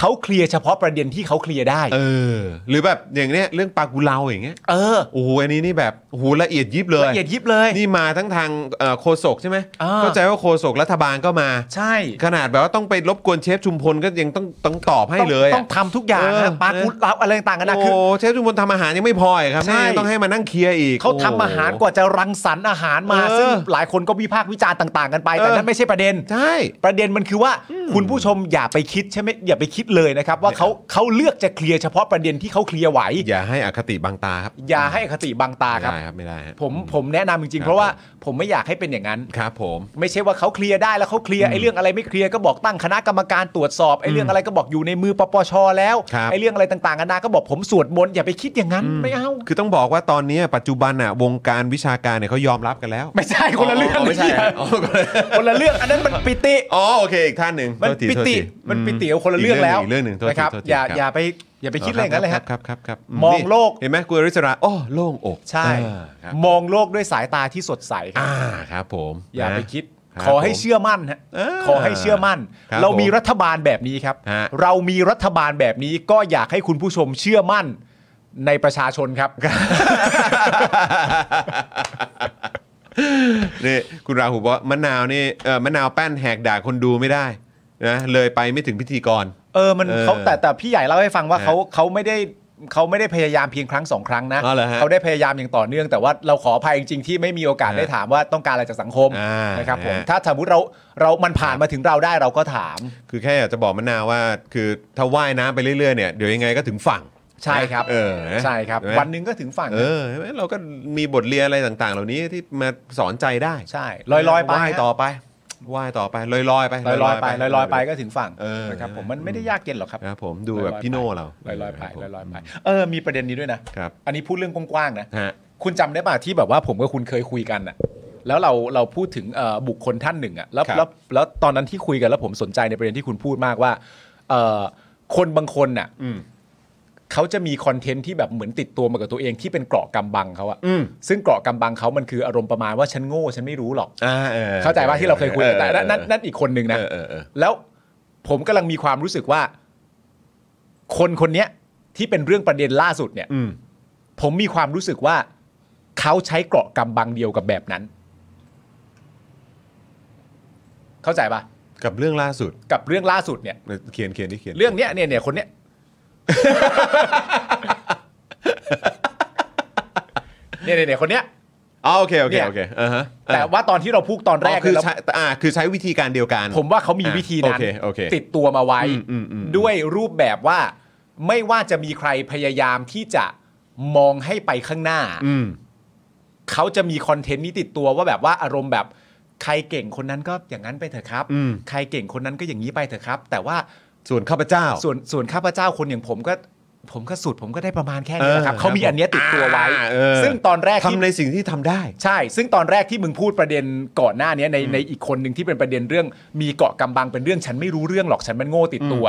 [SPEAKER 4] เขาเคลียร์เฉพาะประเด็นที่เขาเคลียร์ได้
[SPEAKER 3] เออ หรือแบบอย่างเนี้ยเรื่องปลากุเลาอย่างเงี้ย
[SPEAKER 4] เออ
[SPEAKER 3] โอ้โหอันนี้นี่แบบโอ้โหละเอียดยิบเลย
[SPEAKER 4] ละเอียดยิบเลย
[SPEAKER 3] นี่มาทั้งทางเอ่อโคศกใช่ไหม
[SPEAKER 4] อ่า
[SPEAKER 3] เข้าใจว่าโคศกรัฐบาลก็มา
[SPEAKER 4] ใช่
[SPEAKER 3] ขนาดแบบว่าต้องไปรบกวนเชฟชุมพลก็ยังต้องต้องตอบให้เลย
[SPEAKER 4] ต้องต้องทำทุกอย่าง
[SPEAKER 3] เออ
[SPEAKER 4] นะปลากุดเราอะไรต่างกันนะ
[SPEAKER 3] โอ้
[SPEAKER 4] คือ
[SPEAKER 3] เชฟชุมพลทำอาหารยังไม่พออีกครับ
[SPEAKER 4] ใช่
[SPEAKER 3] นี่ยังต้องให้มานั่งเคลียร์อีก
[SPEAKER 4] เขาทำ
[SPEAKER 3] โโ
[SPEAKER 4] อาหารกว่าจะรังสรรค์อาหารมา
[SPEAKER 3] เออ
[SPEAKER 4] ซึ่งหลายคนก็วิพากษ์วิจารณ์ต่าง ๆ กันไป แต่
[SPEAKER 3] เออ
[SPEAKER 4] นั่นไม่ใช่ประเด็น
[SPEAKER 3] ใช่
[SPEAKER 4] ประเด็นมันคือว่าคุณผู้ชมอย่าไปคิดใช่ไหมอย่าไปคิด ดเลยนะครับว่าเขาเขาเลือกจะเคลียร์เฉพาะประเด็นที่เขาเคลียร์ไหว
[SPEAKER 3] อย่าให้อคติบังตาครับ
[SPEAKER 4] อย่าให้อคติบังตา
[SPEAKER 3] ไม่
[SPEAKER 4] ครับ
[SPEAKER 3] ได้ครับไม่ได้ฮะ
[SPEAKER 4] ผมผมแนะนำจริ
[SPEAKER 3] ครั
[SPEAKER 4] งๆ
[SPEAKER 3] บ
[SPEAKER 4] เพราะว่าผมไม่อยากให้เป็นอย่างนั้น
[SPEAKER 3] ครับผม
[SPEAKER 4] ไม่ใช่ว่าเขาเคลียร์ได้แล้วเขาเคลียร์ไอ้เรื่องอะไรไม่เคลียร์ก็บอกตั้งคณะกรรมการตรวจสอบไอ้เรื่องอะไรก็บอกอยู่ในมือปปชแล้วไอ้เรื่องอะไรต่างๆกันานาก็บอกผมสวดมนต์อย่าไปคิดอย่างนั้นไม่เอา
[SPEAKER 3] คือต้องบอกว่าตอนนี้ปัจจุบันอ่ะวงการวิชาการเนี่ยเขายอมรับกันแล้ว
[SPEAKER 4] ไม่ใช่คนละเรื่อง
[SPEAKER 3] ไม่ใช่ฮะอ๋อ
[SPEAKER 4] คนละเรื่องอันนั้นมันปิติ
[SPEAKER 3] อ๋อโอเคอีกท่านหนึ่ง
[SPEAKER 4] มัน
[SPEAKER 3] โทษที
[SPEAKER 4] ปิติ
[SPEAKER 3] โทษที
[SPEAKER 4] มันปิติ
[SPEAKER 3] อืม
[SPEAKER 4] คนละเรื่องแล้ว
[SPEAKER 3] กเรื่องหนึ่งโทษที
[SPEAKER 4] นะครับ
[SPEAKER 3] โทษที
[SPEAKER 4] อย่า
[SPEAKER 3] ครับ
[SPEAKER 4] อย่าไปอย่าไปคิดอะไรอย่างนั้นเลยฮะ
[SPEAKER 3] ครับครับครับ
[SPEAKER 4] มองโลก
[SPEAKER 3] เห็นไหมคุณอริสราโอ้โล่งอก
[SPEAKER 4] ใช่
[SPEAKER 3] อ่าครับ
[SPEAKER 4] มองโลกด้วยสายตาที่สดใสครับ
[SPEAKER 3] อ่าครับผม
[SPEAKER 4] อย่าไป
[SPEAKER 3] นะ
[SPEAKER 4] คิด
[SPEAKER 3] ครับ
[SPEAKER 4] ขอให้เชื่อมั่นฮะ
[SPEAKER 3] เออ
[SPEAKER 4] ขอให้เชื่อมั่น
[SPEAKER 3] ครับ
[SPEAKER 4] เรามีรัฐบาลแบบนี้ครับ
[SPEAKER 3] ฮะ
[SPEAKER 4] เรามีรัฐบาลแบบนี้ก็อยากให้คุณผู้ชมเชื่อมั่นในประชาชนครับ
[SPEAKER 3] นี่คุณราหูบอกว่ามะนาวนี่เออมะนาวแป้นแหกด่าคนดูไม่ได้นะเลยไปไม่ถึงพิธีกร
[SPEAKER 4] เออมัน
[SPEAKER 3] เออ
[SPEAKER 4] เขาแต่แต่พี่ใหญ่เล่าให้ฟังว่า
[SPEAKER 3] ฮะ
[SPEAKER 4] เขาเขาไม่ได้เขาไม่ได้พยายามเพียงครั้งสองครั้งนะ
[SPEAKER 3] อ๋อเหรอฮะ
[SPEAKER 4] เขาได้พยายามอย่างต่อเนื่องแต่ว่าเราขออภัยจริงๆที่ไม่มีโอกาส
[SPEAKER 3] ฮะ
[SPEAKER 4] ได้ถามว่าต้องการอะไรจากสังคม
[SPEAKER 3] อ่าน
[SPEAKER 4] นะครับผม
[SPEAKER 3] ฮะ
[SPEAKER 4] ถ้าสมมติเราเรามันผ่านมาถึงเราได้เราก็ถาม
[SPEAKER 3] คือแค่อยากจะบอกมะนาวว่า คือถ้าว่ายน้ำไปเรื่อยๆเนี่ยเดี๋ยวยังไงก็ถึงฝั่ง
[SPEAKER 4] ใช่ครับ
[SPEAKER 3] เออนะ
[SPEAKER 4] ใช่ครับ
[SPEAKER 3] เห็ไหม
[SPEAKER 4] วันหนึงก็ถึงฝั่ง
[SPEAKER 3] เออเห็นไหมเราก็มีบทเรียนอะไรต่างๆ เหล่านี้ที่มาสอนใจได้
[SPEAKER 4] ใช่ลอยลอยๆไป
[SPEAKER 3] ว่ายต่อไปว่ายต่อไปลอยลอยๆไป
[SPEAKER 4] ลอยลอยๆไปลอยลอยๆไปก็ถึงฝั่ง
[SPEAKER 3] เออ
[SPEAKER 4] นะครับผมมันไม่ได้ยากเย็นหรอกครับ
[SPEAKER 3] ครับผมดูแบบพี่โน่เรา
[SPEAKER 4] ลอยลอยๆไป
[SPEAKER 3] ครับผม
[SPEAKER 4] ลอยลอยๆไปเออมีประเด็นนี้ด้วยนะครับ อันนี้พูดเรื่องกว้างๆนะ
[SPEAKER 3] ฮะ
[SPEAKER 4] คุณจำได้ป่ะที่แบบว่าผมกับคุณเคยคุยกันอะแล้วเราเราพูดถึงเอ่อบุคคลท่านหนึ่งอะแล้ว
[SPEAKER 3] ครับ
[SPEAKER 4] แล้วแล้วตอนนั้นที่คุยกันแล้วผมสนใจในประเด็นที่คุณพูดมากว่าเอ่อคนบางคนน่ะ
[SPEAKER 3] อืม
[SPEAKER 4] เขาจะมีคอนเทนต์ที่แบบเหมือนติดตัวมากับตัวเองที่เป็นเกราะกำบังเขาอะ
[SPEAKER 3] อืม
[SPEAKER 4] ซึ่งเกราะกำบังเขามันคืออารมณ์ประมาณว่าฉันโง่ฉันไม่รู้หรอก
[SPEAKER 3] อ่าออ
[SPEAKER 4] เข้าใจว่าที่เราเคยคุยกันแต่นั่นนั่น
[SPEAKER 3] เออ
[SPEAKER 4] นั่นอีกคนหนึ่งนะ
[SPEAKER 3] เออเออเออ
[SPEAKER 4] แล้วผมกำลังมีความรู้สึกว่า คนคนเนี้ยที่เป็นเรื่องประเด็นล่าสุดเนี่ย
[SPEAKER 3] อืม
[SPEAKER 4] ผมมีความรู้สึกว่าเขาใช้เกราะกำบังเดียวกับแบบนั้น เข้าใจปะ
[SPEAKER 3] กับเรื่องล่าสุด
[SPEAKER 4] กับเรื่องล่าสุดเนี่ย
[SPEAKER 3] เขียนเขียนที่เขียน
[SPEAKER 4] เรื่องเนี้ยเนี่ยเนี่ยคนเนี้ย เนี่ยเนี่ยเนี่ยคนเนี้ย
[SPEAKER 3] อ๋อโอเคโอเค
[SPEAKER 4] เนี่ย
[SPEAKER 3] โอเคอ่าฮะ
[SPEAKER 4] แต่ว่าตอนที่เราพูดตอนแร
[SPEAKER 3] แร
[SPEAKER 4] ก
[SPEAKER 3] กคือ
[SPEAKER 4] เนี่ยเรา
[SPEAKER 3] ใช้อ่าคือใช้วิธีการเดียวกัน
[SPEAKER 4] ผมว่าเขามีวิธีนั้น
[SPEAKER 3] โอเคโอเค
[SPEAKER 4] ติดตัวมาไว้
[SPEAKER 3] อืมอืมอืม
[SPEAKER 4] ด้วยรูปแบบว่า ไม่ว่าจะมีใครพยายามที่จะมองให้ไปข้างหน้า
[SPEAKER 3] อืม
[SPEAKER 4] เขาจะมีคอนเทนต์นี้ติดตัวว่าแบบว่าอารมณ์แบบใครเก่งคนนั้นก็อย่างนั้นไปเถอะครับ ใครเก่งคนนั้นก็อย่างนี้ไปเถอะครับ แต่ว่า
[SPEAKER 3] ส่วนข้าพเจ้า
[SPEAKER 4] ส่วนส่วนข้าพเจ้าคนอย่างผมก็ ผมก็สุดผมก็ได้ประมาณแค่นี้แหละครับ
[SPEAKER 3] เออ
[SPEAKER 4] เขามีอันเนี้ยติดตัวไว้
[SPEAKER 3] อ่าเออ
[SPEAKER 4] ซึ่งตอนแรกที่
[SPEAKER 3] ทำในสิ่งที่ทำได้
[SPEAKER 4] ใช่ ซึ่งตอนแรกที่มึงพูดประเด็นก่อนหน้าเนี้ยในในอีกคนหนึ่งที่เป็นประเด็นเรื่อง มีเกาะกำบังเป็นเรื่องฉันไม่รู้เรื่องหรอกฉันมันโง่ติดตัว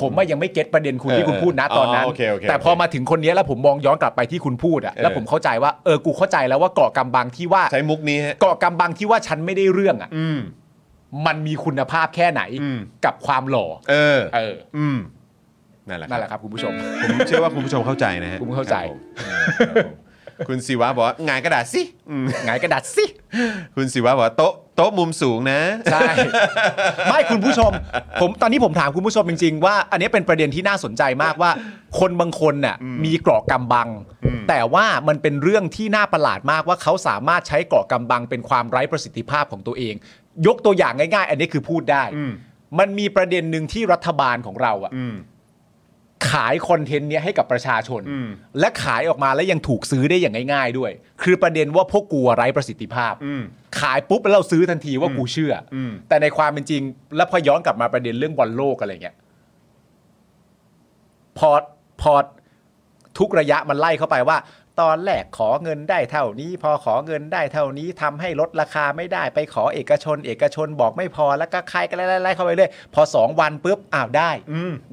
[SPEAKER 4] ผมว่ายังไม่เก็ตประเด็นคุณ
[SPEAKER 3] เออ
[SPEAKER 4] ที่คุณพูดนะ
[SPEAKER 3] เออ
[SPEAKER 4] ตอนนั้น
[SPEAKER 3] โอเคโอเค
[SPEAKER 4] แต่พอมาถึงคนเนี้ยแล้วผมมองย้อนกลับไปที่คุณพูดอะ
[SPEAKER 3] เออ
[SPEAKER 4] แล้วผมเข้าใจว่าเออกูเข้าใจแล้วว่าเกาะกำบังที่ว่า
[SPEAKER 3] ใช้มุกนี้ฮะ
[SPEAKER 4] เกาะกำบังที่ว่าฉันไม่ได้เรื่องอะ
[SPEAKER 3] อืม
[SPEAKER 4] มันมีคุณภาพแค่ไหน
[SPEAKER 3] อืม
[SPEAKER 4] กับความหล่อ
[SPEAKER 3] เออ
[SPEAKER 4] เออ
[SPEAKER 3] อืม นั่นแหละ
[SPEAKER 4] นั่นแหละครับคุณผู้ชม
[SPEAKER 3] ผมเชื่อว่าคุณผู้ชมเข้าใจนะฮะ
[SPEAKER 4] ผมเข้าใจ
[SPEAKER 3] ครับผมครับผมคุณศิวะบอกว่าหงายกระดาษสิอืม
[SPEAKER 4] ไงายกระดัดสิ
[SPEAKER 3] คุณศิวะบอกว่าโต๊ะโต๊ะมุมสูงนะ
[SPEAKER 4] ใช่ไม่คุณผู้ชม ผมตอนนี้ผมถามคุณผู้ชมจริงๆว่า อันนี้เป็นประเด็นที่น่าสนใจมากว่า คนบางคนน่ะมีเกราะกำบัง แต่ว่ามันเป็นเรื่องที่น่าประหลาดมากว่าเขาสามารถใช้เกราะกำบังเป็นความไร้ประสิทธิภาพของตัวเอง ยกตัวอย่างง่าย ๆ อันนี้คือพูดได้ มันมีประเด็นหนึ่งที่รัฐบาลของเราอ่ะขายคอนเทนต์เนี้ยให้กับประชาชน และขายออกมาแล้วยังถูกซื้อได้อย่างง่าย ๆ ด้วย คือประเด็นว่าพวกกูอะไร้ประสิทธิภาพ ขายปุ๊บแล้วเราซื้อทันทีว่ากูเชื่ออแต่ในความเป็นจริง แล้วพอย้อนกลับมาประเด็นเรื่องบอลโลกอะไรเงี้ย พอพอทุกระยะมันไล่เข้าไปว่า ตอนแรกขอเงินได้เท่านี้ พอขอเงินได้เท่านี้ทำให้ลดราคาไม่ได้ไปขอเอกชน เอกชนบอกไม่พอแล้วก็ใครกันไล่ๆๆเข้าไปเรื่อยพอสองวันปุ๊บอ้าวได้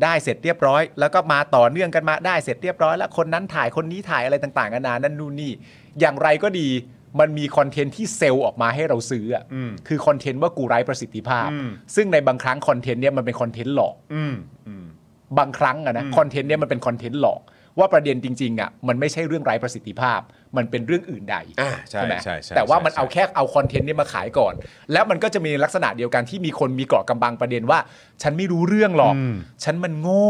[SPEAKER 4] ได้เสร็จเรียบร้อย แล้วก็มาต่อเนื่องกันมาได้เสร็จเรียบร้อย แล้วคนนั้นถ่ายคนนี้ถ่ายอะไรต่างๆกันานานั่นนู่นนี่ อย่างไรก็ดีมันมีคอนเทนต์ที่เซลล์ออกมาให้เราซื้ออะคือคอนเทนต์ว่ากูไร้ประสิทธิภาพ ซึ่งในบางครั้งคอนเทนต์เนี่ยมันเป็นคอนเทนต์หลอก บางครั้งอะนะคอนเทนต์เนี่ยมันเป็นคอนเทนต์หลอก ว่าประเด็นจริงๆอะมันไม่ใช่เรื่องไร้ประสิทธิภาพ มันเป็นเรื่องอื่นใด
[SPEAKER 3] อ่าใช่
[SPEAKER 4] ไหม
[SPEAKER 3] ใช่ใช่
[SPEAKER 4] แต่ว่ามัน
[SPEAKER 3] ใช่
[SPEAKER 4] เอาแค่เอาคอนเทนต์เนี่ยมาขายก่อน แล้วมันก็จะมีลักษณะเดียวกันที่มีคนมีเกาะกำบังประเด็นว่า ฉันไม่รู้เรื่องหรอก ฉันมันโง่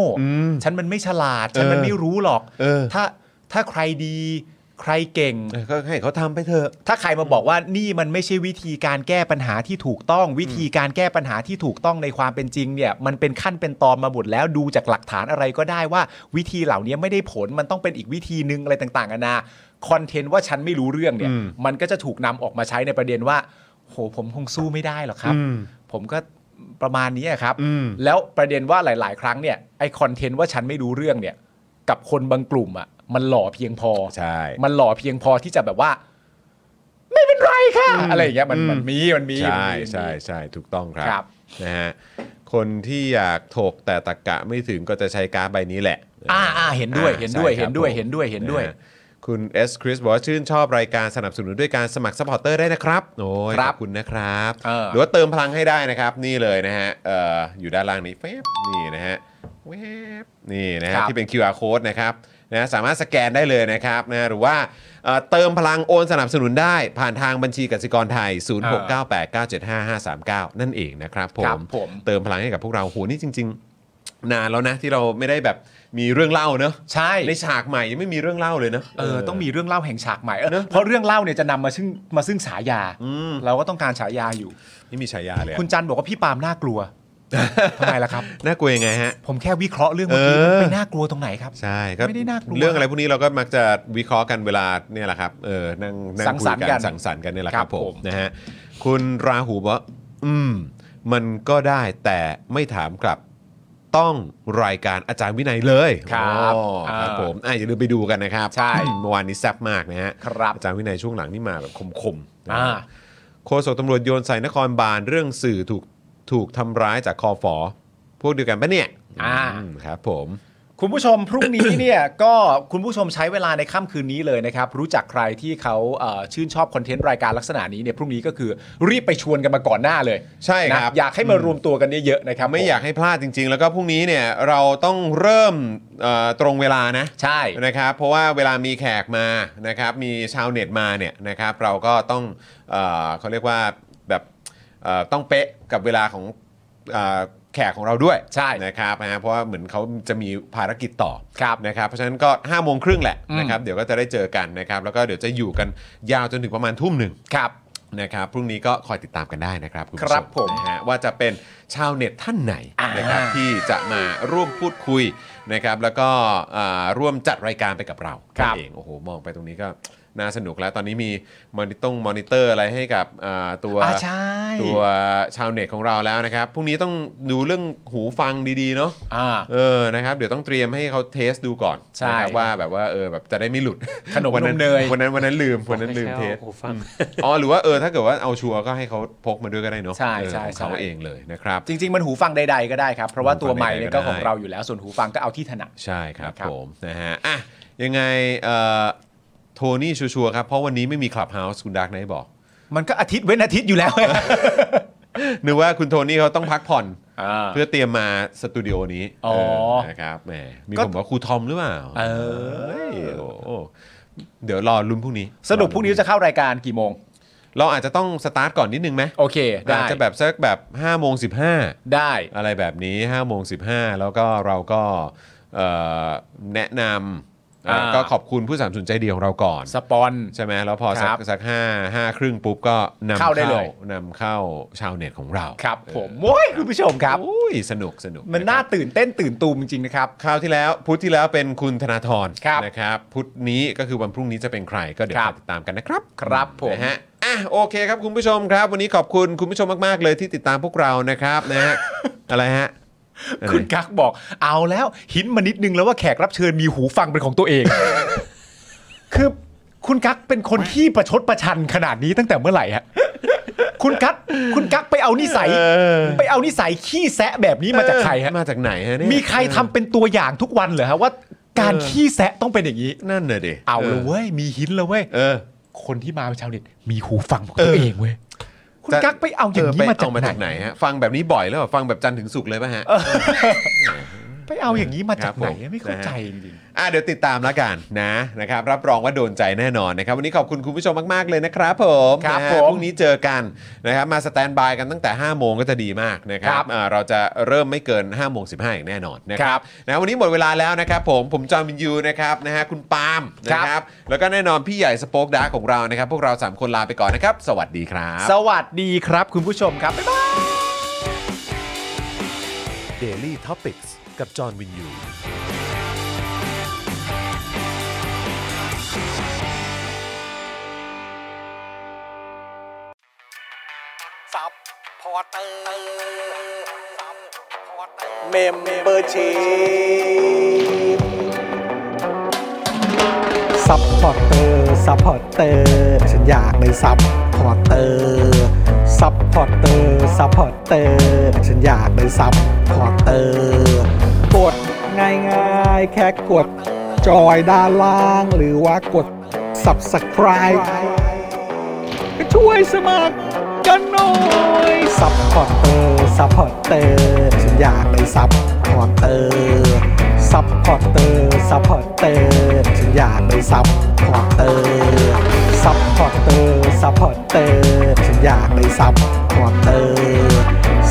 [SPEAKER 4] ฉันมันไม่ฉลาด ฉันมันไม่รู้หรอก
[SPEAKER 3] เออ
[SPEAKER 4] ถ้าถ้าใครดี ใครเก่ง
[SPEAKER 3] เออก็ให้เขาทำไปเถอะ
[SPEAKER 4] ถ้าใครมาบอกว่านี่มันไม่ใช่วิธีการแก้ปัญหาที่ถูกต้อง วิธีการแก้ปัญหาที่ถูกต้องในความเป็นจริงเนี่ย มันเป็นขั้นเป็นตอนมาหมดแล้วดูจากหลักฐานอะไรก็ได้ว่า วิธีเหล่านี้ไม่ได้ผลมันต้องเป็นอีกวิธีหนึ่งอะไรต่างๆนานาคอนเทนต์ว่าฉันไม่รู้เรื่องเนี่ย มันก็จะถูกนำออกมาใช้ในประเด็นว่า โหผมคงสู้ไม่ได้หรอกครับ ผมก็ประมาณนี้อะครับ
[SPEAKER 3] อืม
[SPEAKER 4] แล้วประเด็นว่าหลาย ๆ ครั้งเนี่ยไอคอนเทนต์ว่าฉันไม่รู้เรื่องเนี่ย กับคนบางกลุ่มอ่ะมันหล่อเพียงพอ
[SPEAKER 3] ใช่
[SPEAKER 4] มันหล่อเพียงพอที่จะแบบว่า ไม่เป็นไรค่ะ อะไรอย่างเงี้ยมันมันมีมันมี
[SPEAKER 3] ใช่
[SPEAKER 4] มันมี
[SPEAKER 3] ใช่ใช่ถูกต้องครั
[SPEAKER 4] ครับ บ
[SPEAKER 3] นะฮะคนที่อยากถกแต่ตะกะไม่ถึงก็จะใช้การดใบนี้แหละ
[SPEAKER 4] อ่าอ่าเห็นด้วย
[SPEAKER 3] อ่า
[SPEAKER 4] เห็นด้วย
[SPEAKER 3] ใช่ครับ
[SPEAKER 4] เห็นด้วย
[SPEAKER 3] ผม
[SPEAKER 4] เห็นด้วยเห็นด้วย
[SPEAKER 3] ะฮะคุณเอสคริสบอกว่าชื่นชอบรายการสนับสนุนด้วยการสมัครซัพพอร์เตอร์ได้นะครับโอ้ย
[SPEAKER 4] ค
[SPEAKER 3] ข
[SPEAKER 4] รับ
[SPEAKER 3] อบคุณนะครับ
[SPEAKER 4] เออ
[SPEAKER 3] หรือว่าเติมพลังให้ได้นะครับ นี่เลยนะฮะเอ่ออยู่ด้านล่างนี้แฟบนี่นะฮะแวบนี่นะฮะ
[SPEAKER 4] ครับ
[SPEAKER 3] ที่เป็น QR code นะครับนะสามารถสแกนได้เลยนะครับนะหรือว่าเอ่อเติมพลังโอนสนับสนุนได้ผ่านทางบัญชีกสิกรไทย 0698975539 นั่นเองนะครับผ
[SPEAKER 4] ครับ
[SPEAKER 3] ม
[SPEAKER 4] ผม
[SPEAKER 3] เติมพลังให้กับพวกเราโหนี่จริง ๆ นานแล้วนะที่เราไม่ได้แบบมีเรื่องเล่าเนอะ
[SPEAKER 4] ใช่
[SPEAKER 3] ในฉากใหม่ยังไม่มีเรื่องเล่าเลยนะ
[SPEAKER 4] เออต้องมีเรื่องเล่าแห่งฉากใหม่เออเพราะเรื่องเล่าเนี่ยจะนำมาซึ่งมาซึ่งฉายาเราก็ต้องการฉายาอยู่
[SPEAKER 3] ไม่มีฉายาเลยอะ
[SPEAKER 4] คุณจันบอกว่าพี่ปาล์มน่าก ลัวทำไมล่ะครับ
[SPEAKER 3] น่ากลัวยังไงฮะ
[SPEAKER 4] ผมแค่วิเคราะห์เรื่องเมื่อกี้
[SPEAKER 3] เออ
[SPEAKER 4] มันไปน่ากลัวตรงไหนครับ
[SPEAKER 3] ใช่ก็
[SPEAKER 4] ไม่ได้น่ากลัว
[SPEAKER 3] เรื่องอะไรพวกนี้เราก็มักจะวิเคราะห์กันเวลาเนี่ยแหละครับเออนั่งนั่ง
[SPEAKER 4] สัง
[SPEAKER 3] คุ
[SPEAKER 4] สร
[SPEAKER 3] ย
[SPEAKER 4] รค์
[SPEAKER 3] กั
[SPEAKER 4] กัน
[SPEAKER 3] นสังสรรค์กันเนี่ยแหละค
[SPEAKER 4] ครั
[SPEAKER 3] รับบ ผ
[SPEAKER 4] ผม ม
[SPEAKER 3] นะฮะคุณราหูบอกว่าอืม มันก็ได้แต่ไม่ถามกลับต้องรายการอาจารย์วินัยเลย
[SPEAKER 4] ครับ
[SPEAKER 3] อ๋อครับ
[SPEAKER 4] อ่า
[SPEAKER 3] ผมอ่ะอย่าลืมไปดูกันนะครับ
[SPEAKER 4] ใช่
[SPEAKER 3] เมื่อวานนี้แซ่บมากนะฮะ
[SPEAKER 4] ครับ
[SPEAKER 3] อาจารย์วินัยช่วงหลังนี่มาแบบคมๆนะ
[SPEAKER 4] อ่า
[SPEAKER 3] ฮะ โฆษกตำรวจโยนใส่นครบาลเรื่องสื่อถูกถูกทำร้ายจากคอฟอพวกเดียวกันปะเนี่ย
[SPEAKER 4] อ่า
[SPEAKER 3] มครับผม
[SPEAKER 4] คุณผู้ชมพรุ่งนี้เนี่ย ก็คุณผู้ชมใช้เวลาในค่ำคืนนี้เลยนะครับ รู้จักใครที่เขาเอ่อชื่นชอบคอนเทนต์รายการลักษณะนี้เนี่ยพรุ่งนี้ก็คือรีบไปชวนกันมาก่อนหน้าเลย
[SPEAKER 3] ใช่ครับ
[SPEAKER 4] นะอยากให้มารวมตัวกันเยอะๆนะครับ
[SPEAKER 3] ไม่อยากให้พลาดจริง ๆ แล้วก็พรุ่งนี้เนี่ยเราต้องเริ่มเอ่อตรงเวลานะ
[SPEAKER 4] ใช่
[SPEAKER 3] นะครับ เพราะว่าเวลามีแขกมานะครับ มีชาวเน็ตมาเนี่ยนะครับ เราก็ต้องเออเขาเรียกว่าแบบเอ่อต้องเป๊ะกับเวลาของเอ่อแขกของเราด้วย
[SPEAKER 4] ใช่
[SPEAKER 3] นะครับนะฮะเพราะว่าเหมือนเขาจะมีภารกิจต่อ
[SPEAKER 4] ครับ
[SPEAKER 3] นะครับเพราะฉะนั้นก็5้าโมงครึ่งแหละ
[SPEAKER 4] อืม
[SPEAKER 3] นะครับเดี๋ยวก็จะได้เจอกันนะครับแล้วก็เดี๋ยวจะอยู่กันยาวจนถึงประมาณทุ่มหนึ่ง
[SPEAKER 4] ครับ
[SPEAKER 3] นะครับพรุ่งนี้ก็คอยติดตามกันได้นะครับคุณผู้ช
[SPEAKER 4] ครับผม
[SPEAKER 3] นะฮะว่าจะเป็นชาวเน็ตท่านไหน
[SPEAKER 4] อ่าน
[SPEAKER 3] นะครับที่จะมาร่วมพูดคุยนะครับแล้วก็อ่าร่วมจัดรายการไปกับเรา
[SPEAKER 4] ครับ
[SPEAKER 3] นั่นเองโอ้โหมองไปตรงนี้ก็น่าสนุกแล้วตอนนี้มีมอนิตงมอนิเตอร์อะไรให้กับอ่าตัว
[SPEAKER 4] อ่าใช่
[SPEAKER 3] ตัวชาวเน็ตของเราแล้วนะครับพรุ่งนี้ต้องดูเรื่องหูฟังดีๆเนาะ
[SPEAKER 4] อ่า
[SPEAKER 3] เออ นะครับ เดี๋ยวต้องเตรียมให้เขาเทสดูก่อน
[SPEAKER 4] ใช่
[SPEAKER 3] นะครับว่าแบบว่า เออ แบบจะได้ไม่หลุด
[SPEAKER 4] ขนม
[SPEAKER 3] วันั้น
[SPEAKER 4] นมเนย
[SPEAKER 3] วันนั้นวันนั้นลืม วันนั้นลืม
[SPEAKER 5] แค่
[SPEAKER 3] เทส
[SPEAKER 5] โอ้ฟัง
[SPEAKER 3] อ๋อ หรือว่า เออ ถ้าเกิดว่าเอาชัวร์ก็ให้เขาพกมาด้วยก็ได้เนาะ
[SPEAKER 4] ใช่
[SPEAKER 3] เออ
[SPEAKER 4] ใช่
[SPEAKER 3] ของเขา
[SPEAKER 4] ใช่
[SPEAKER 3] เองเลยนะครับ
[SPEAKER 4] จริง ๆ มันหูฟังใดๆก็ได้ครับ เพราะว่าตัวไมค์เนี่ยก็
[SPEAKER 3] หู
[SPEAKER 4] ของ
[SPEAKER 3] ฟังใดๆก็ได้
[SPEAKER 4] เราอยู่แล้วส่วนหูฟังก็เอาที่ถนัด
[SPEAKER 3] ใช่ครับ
[SPEAKER 4] ครับ
[SPEAKER 3] ผม นะฮะ อ่ะ ยังไง เอ่อ โทนี่ชัวร์ๆครับ เพราะวันนี้ไม่มีคลับเฮาส์คุณดักไนบอก
[SPEAKER 4] มันก็อาทิตย์เว้นอาทิตย์อยู่แล้ว
[SPEAKER 3] นึกว่าคุณโทนี่เขาต้องพักผ่อน
[SPEAKER 4] อ่า
[SPEAKER 3] เพื่อเตรียมมาสตูดิโอนี้
[SPEAKER 4] อ๋อ
[SPEAKER 3] เนะครับ แหม มีคนบอกว่าครูทอมหรือเปล่า
[SPEAKER 4] เออ
[SPEAKER 3] เฮ้ยโอ้โหเดี๋ยวรอลุ้นพรุ่งนี้
[SPEAKER 4] สรุปพรุ่งนี้จะเข้ารายการกี่โมง
[SPEAKER 3] เราอาจจะต้องสตาร์ทก่อนนิดนึงไหม
[SPEAKER 4] โอเคได้
[SPEAKER 3] อาจจะแบบสักแบบ5โมง
[SPEAKER 4] ได้
[SPEAKER 3] 15 อะไรแบบนี้5โมง15 แล้วก็เราก็เอ่อแนะนำอ่า
[SPEAKER 4] อ่า
[SPEAKER 3] ก็ขอบคุณผู้สามสนุนใจดีของเราก่อน
[SPEAKER 4] สปอน
[SPEAKER 3] ใช่ไหมแล้วพอสั
[SPEAKER 4] ค
[SPEAKER 3] ก
[SPEAKER 4] รับ
[SPEAKER 3] สักห้าห้าครึ่งปุ๊บก็นำ
[SPEAKER 4] เข้าได้เลย
[SPEAKER 3] นำเข้าชาวเน็ตของเรา
[SPEAKER 4] ครับ ผมโอ้ยคุณผู้ชมครับ
[SPEAKER 3] อุ้ยสนุกสนุก
[SPEAKER 4] มันน่าตื่นเต้นตื่นตูมจริงๆนะครับ
[SPEAKER 3] คราวที่แล้วพุธที่แล้วเป็นคุณธนาธร
[SPEAKER 4] ครับ
[SPEAKER 3] นะครับพุธนี้ก็คือวันพรุ่งนี้จะเป็นใครก็เดี๋ยว
[SPEAKER 4] ครับ
[SPEAKER 3] คอยติดตามกันนะครับ
[SPEAKER 4] ครับผม
[SPEAKER 3] นะฮะ อ่ะ โอเคครับคุณผู้ชมครับ วันนี้ขอบคุณคุณผู้ชมมาก ๆ เลยที่ติดตามพวกเรานะครับนะ ฮะ อะไรฮะอะไร
[SPEAKER 4] คุณกั๊กบอกเอาแล้วหินมานิดนึงแล้วว่าแขกรับเชิญมีหูฟังเป็นของ ตัวเอง คือคุณกั๊กเป็นคนที่ประชดประชันขนาดนี้ตั้งแต่เมื่อไหร่ฮะคุณกั๊กคุณกั๊กไปเอานิสัย ไปเอานิสัยขี้แซะแบบนี้มาจากใครฮะ
[SPEAKER 3] มาจากไหนฮะเนี่ย
[SPEAKER 4] มีใครทำเป็นตัวอย่างทุกวันเหรอฮะว่า การขี้แซะต้องเป็นอย่างนี้
[SPEAKER 3] นั่นน่ะดิ
[SPEAKER 4] เอาเลยเว้ยมีหินเลยเว้ย
[SPEAKER 3] เออ
[SPEAKER 4] คนที่มาเป็นชาวเน็ตมีหูฟังของตัวเองเว้ยคุณ
[SPEAKER 3] จะ
[SPEAKER 4] กั๊กไปเอาอย่าง
[SPEAKER 3] เไป
[SPEAKER 4] นี้มา
[SPEAKER 3] เอ
[SPEAKER 4] จากไหน
[SPEAKER 3] ฮะ ฟังแบบนี้บ่อยแล้วเหรอฟังแบบจันทร์ถึงสุกร์เลยป่ะฮะ
[SPEAKER 4] ไปเอาอย่างนี้มาจากไหน
[SPEAKER 3] ครับผม
[SPEAKER 4] ไม่เข้าใจจริง
[SPEAKER 3] อ่ะเดี๋ยวติดตามแล้วกันนะนะครับ รับรองว่าโดนใจแน่นอนนะครับ วันนี้ขอบคุณคุณผู้ชมมาก ๆ เลยนะครับผม
[SPEAKER 4] ครับ
[SPEAKER 3] นะฮะ
[SPEAKER 4] ผม
[SPEAKER 3] พรุ่งนี้เจอกันนะครับมาสแตนบายกันตั้งแต่ 5 โมงก็จะดีมากนะครั
[SPEAKER 4] ครับ บ
[SPEAKER 3] อ่าเราจะเริ่มไม่เกิน 5 โมง 15 อย่างแน่นอนนะค
[SPEAKER 4] ครั
[SPEAKER 3] รับบ นะวันนี้หมดเวลาแล้วนะครับผมผมจอห์นวินยูนะครับนะฮะคุณปาล์มนะค
[SPEAKER 4] ครั
[SPEAKER 3] รับ
[SPEAKER 4] บ
[SPEAKER 3] แล้วก็แน่นอนพี่ใหญ่สป็อกดาร์กของเรานะครับ พวกเรา 3 คนลาไปก่อนนะครับ สวัสดีครับ
[SPEAKER 4] ๆสวัสดีครับคุณผู้ชมครับบ๊ายบาย
[SPEAKER 2] Daily Topics กับจอห์นวินยู
[SPEAKER 7] ซับพอร์เตอร์ซับพอร์เตอร์
[SPEAKER 1] เมมเบอร์ชีซัพพอร์เตอร์ซัพพอร์เตอร์ฉันอยากเป็นซัพพอร์เตอร์ซัพพอร์เตอร์ซัพพอร์เตอร์ฉันอยากเป็นซัพพอร์เตอร์กดง่ายๆ แค่กดจอยด้านล่าง หรือว่ากด subscribe ก็ช่วยสมัครกันหน่อยซัพพอร์เตอร์ซัพพอร์เตอร์ฉันอยากเป็นซัพพอร์เตอร์ซัพพอร์เตอร์ซัพพอร์เตอร์ฉันอยากเป็นซัพพอร์เตอร์ซัพพอร์เตอร์ซัพพอร์เตอร์ฉันอยากเป็นซัพพอร์เตอร์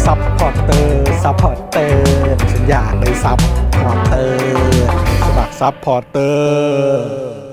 [SPEAKER 1] ซัพพอร์เตอร์ซัพพอร์เตอร์ฉันอยากเป็นซัพพอร์เตอร์สมัครซัพพอร์เตอร์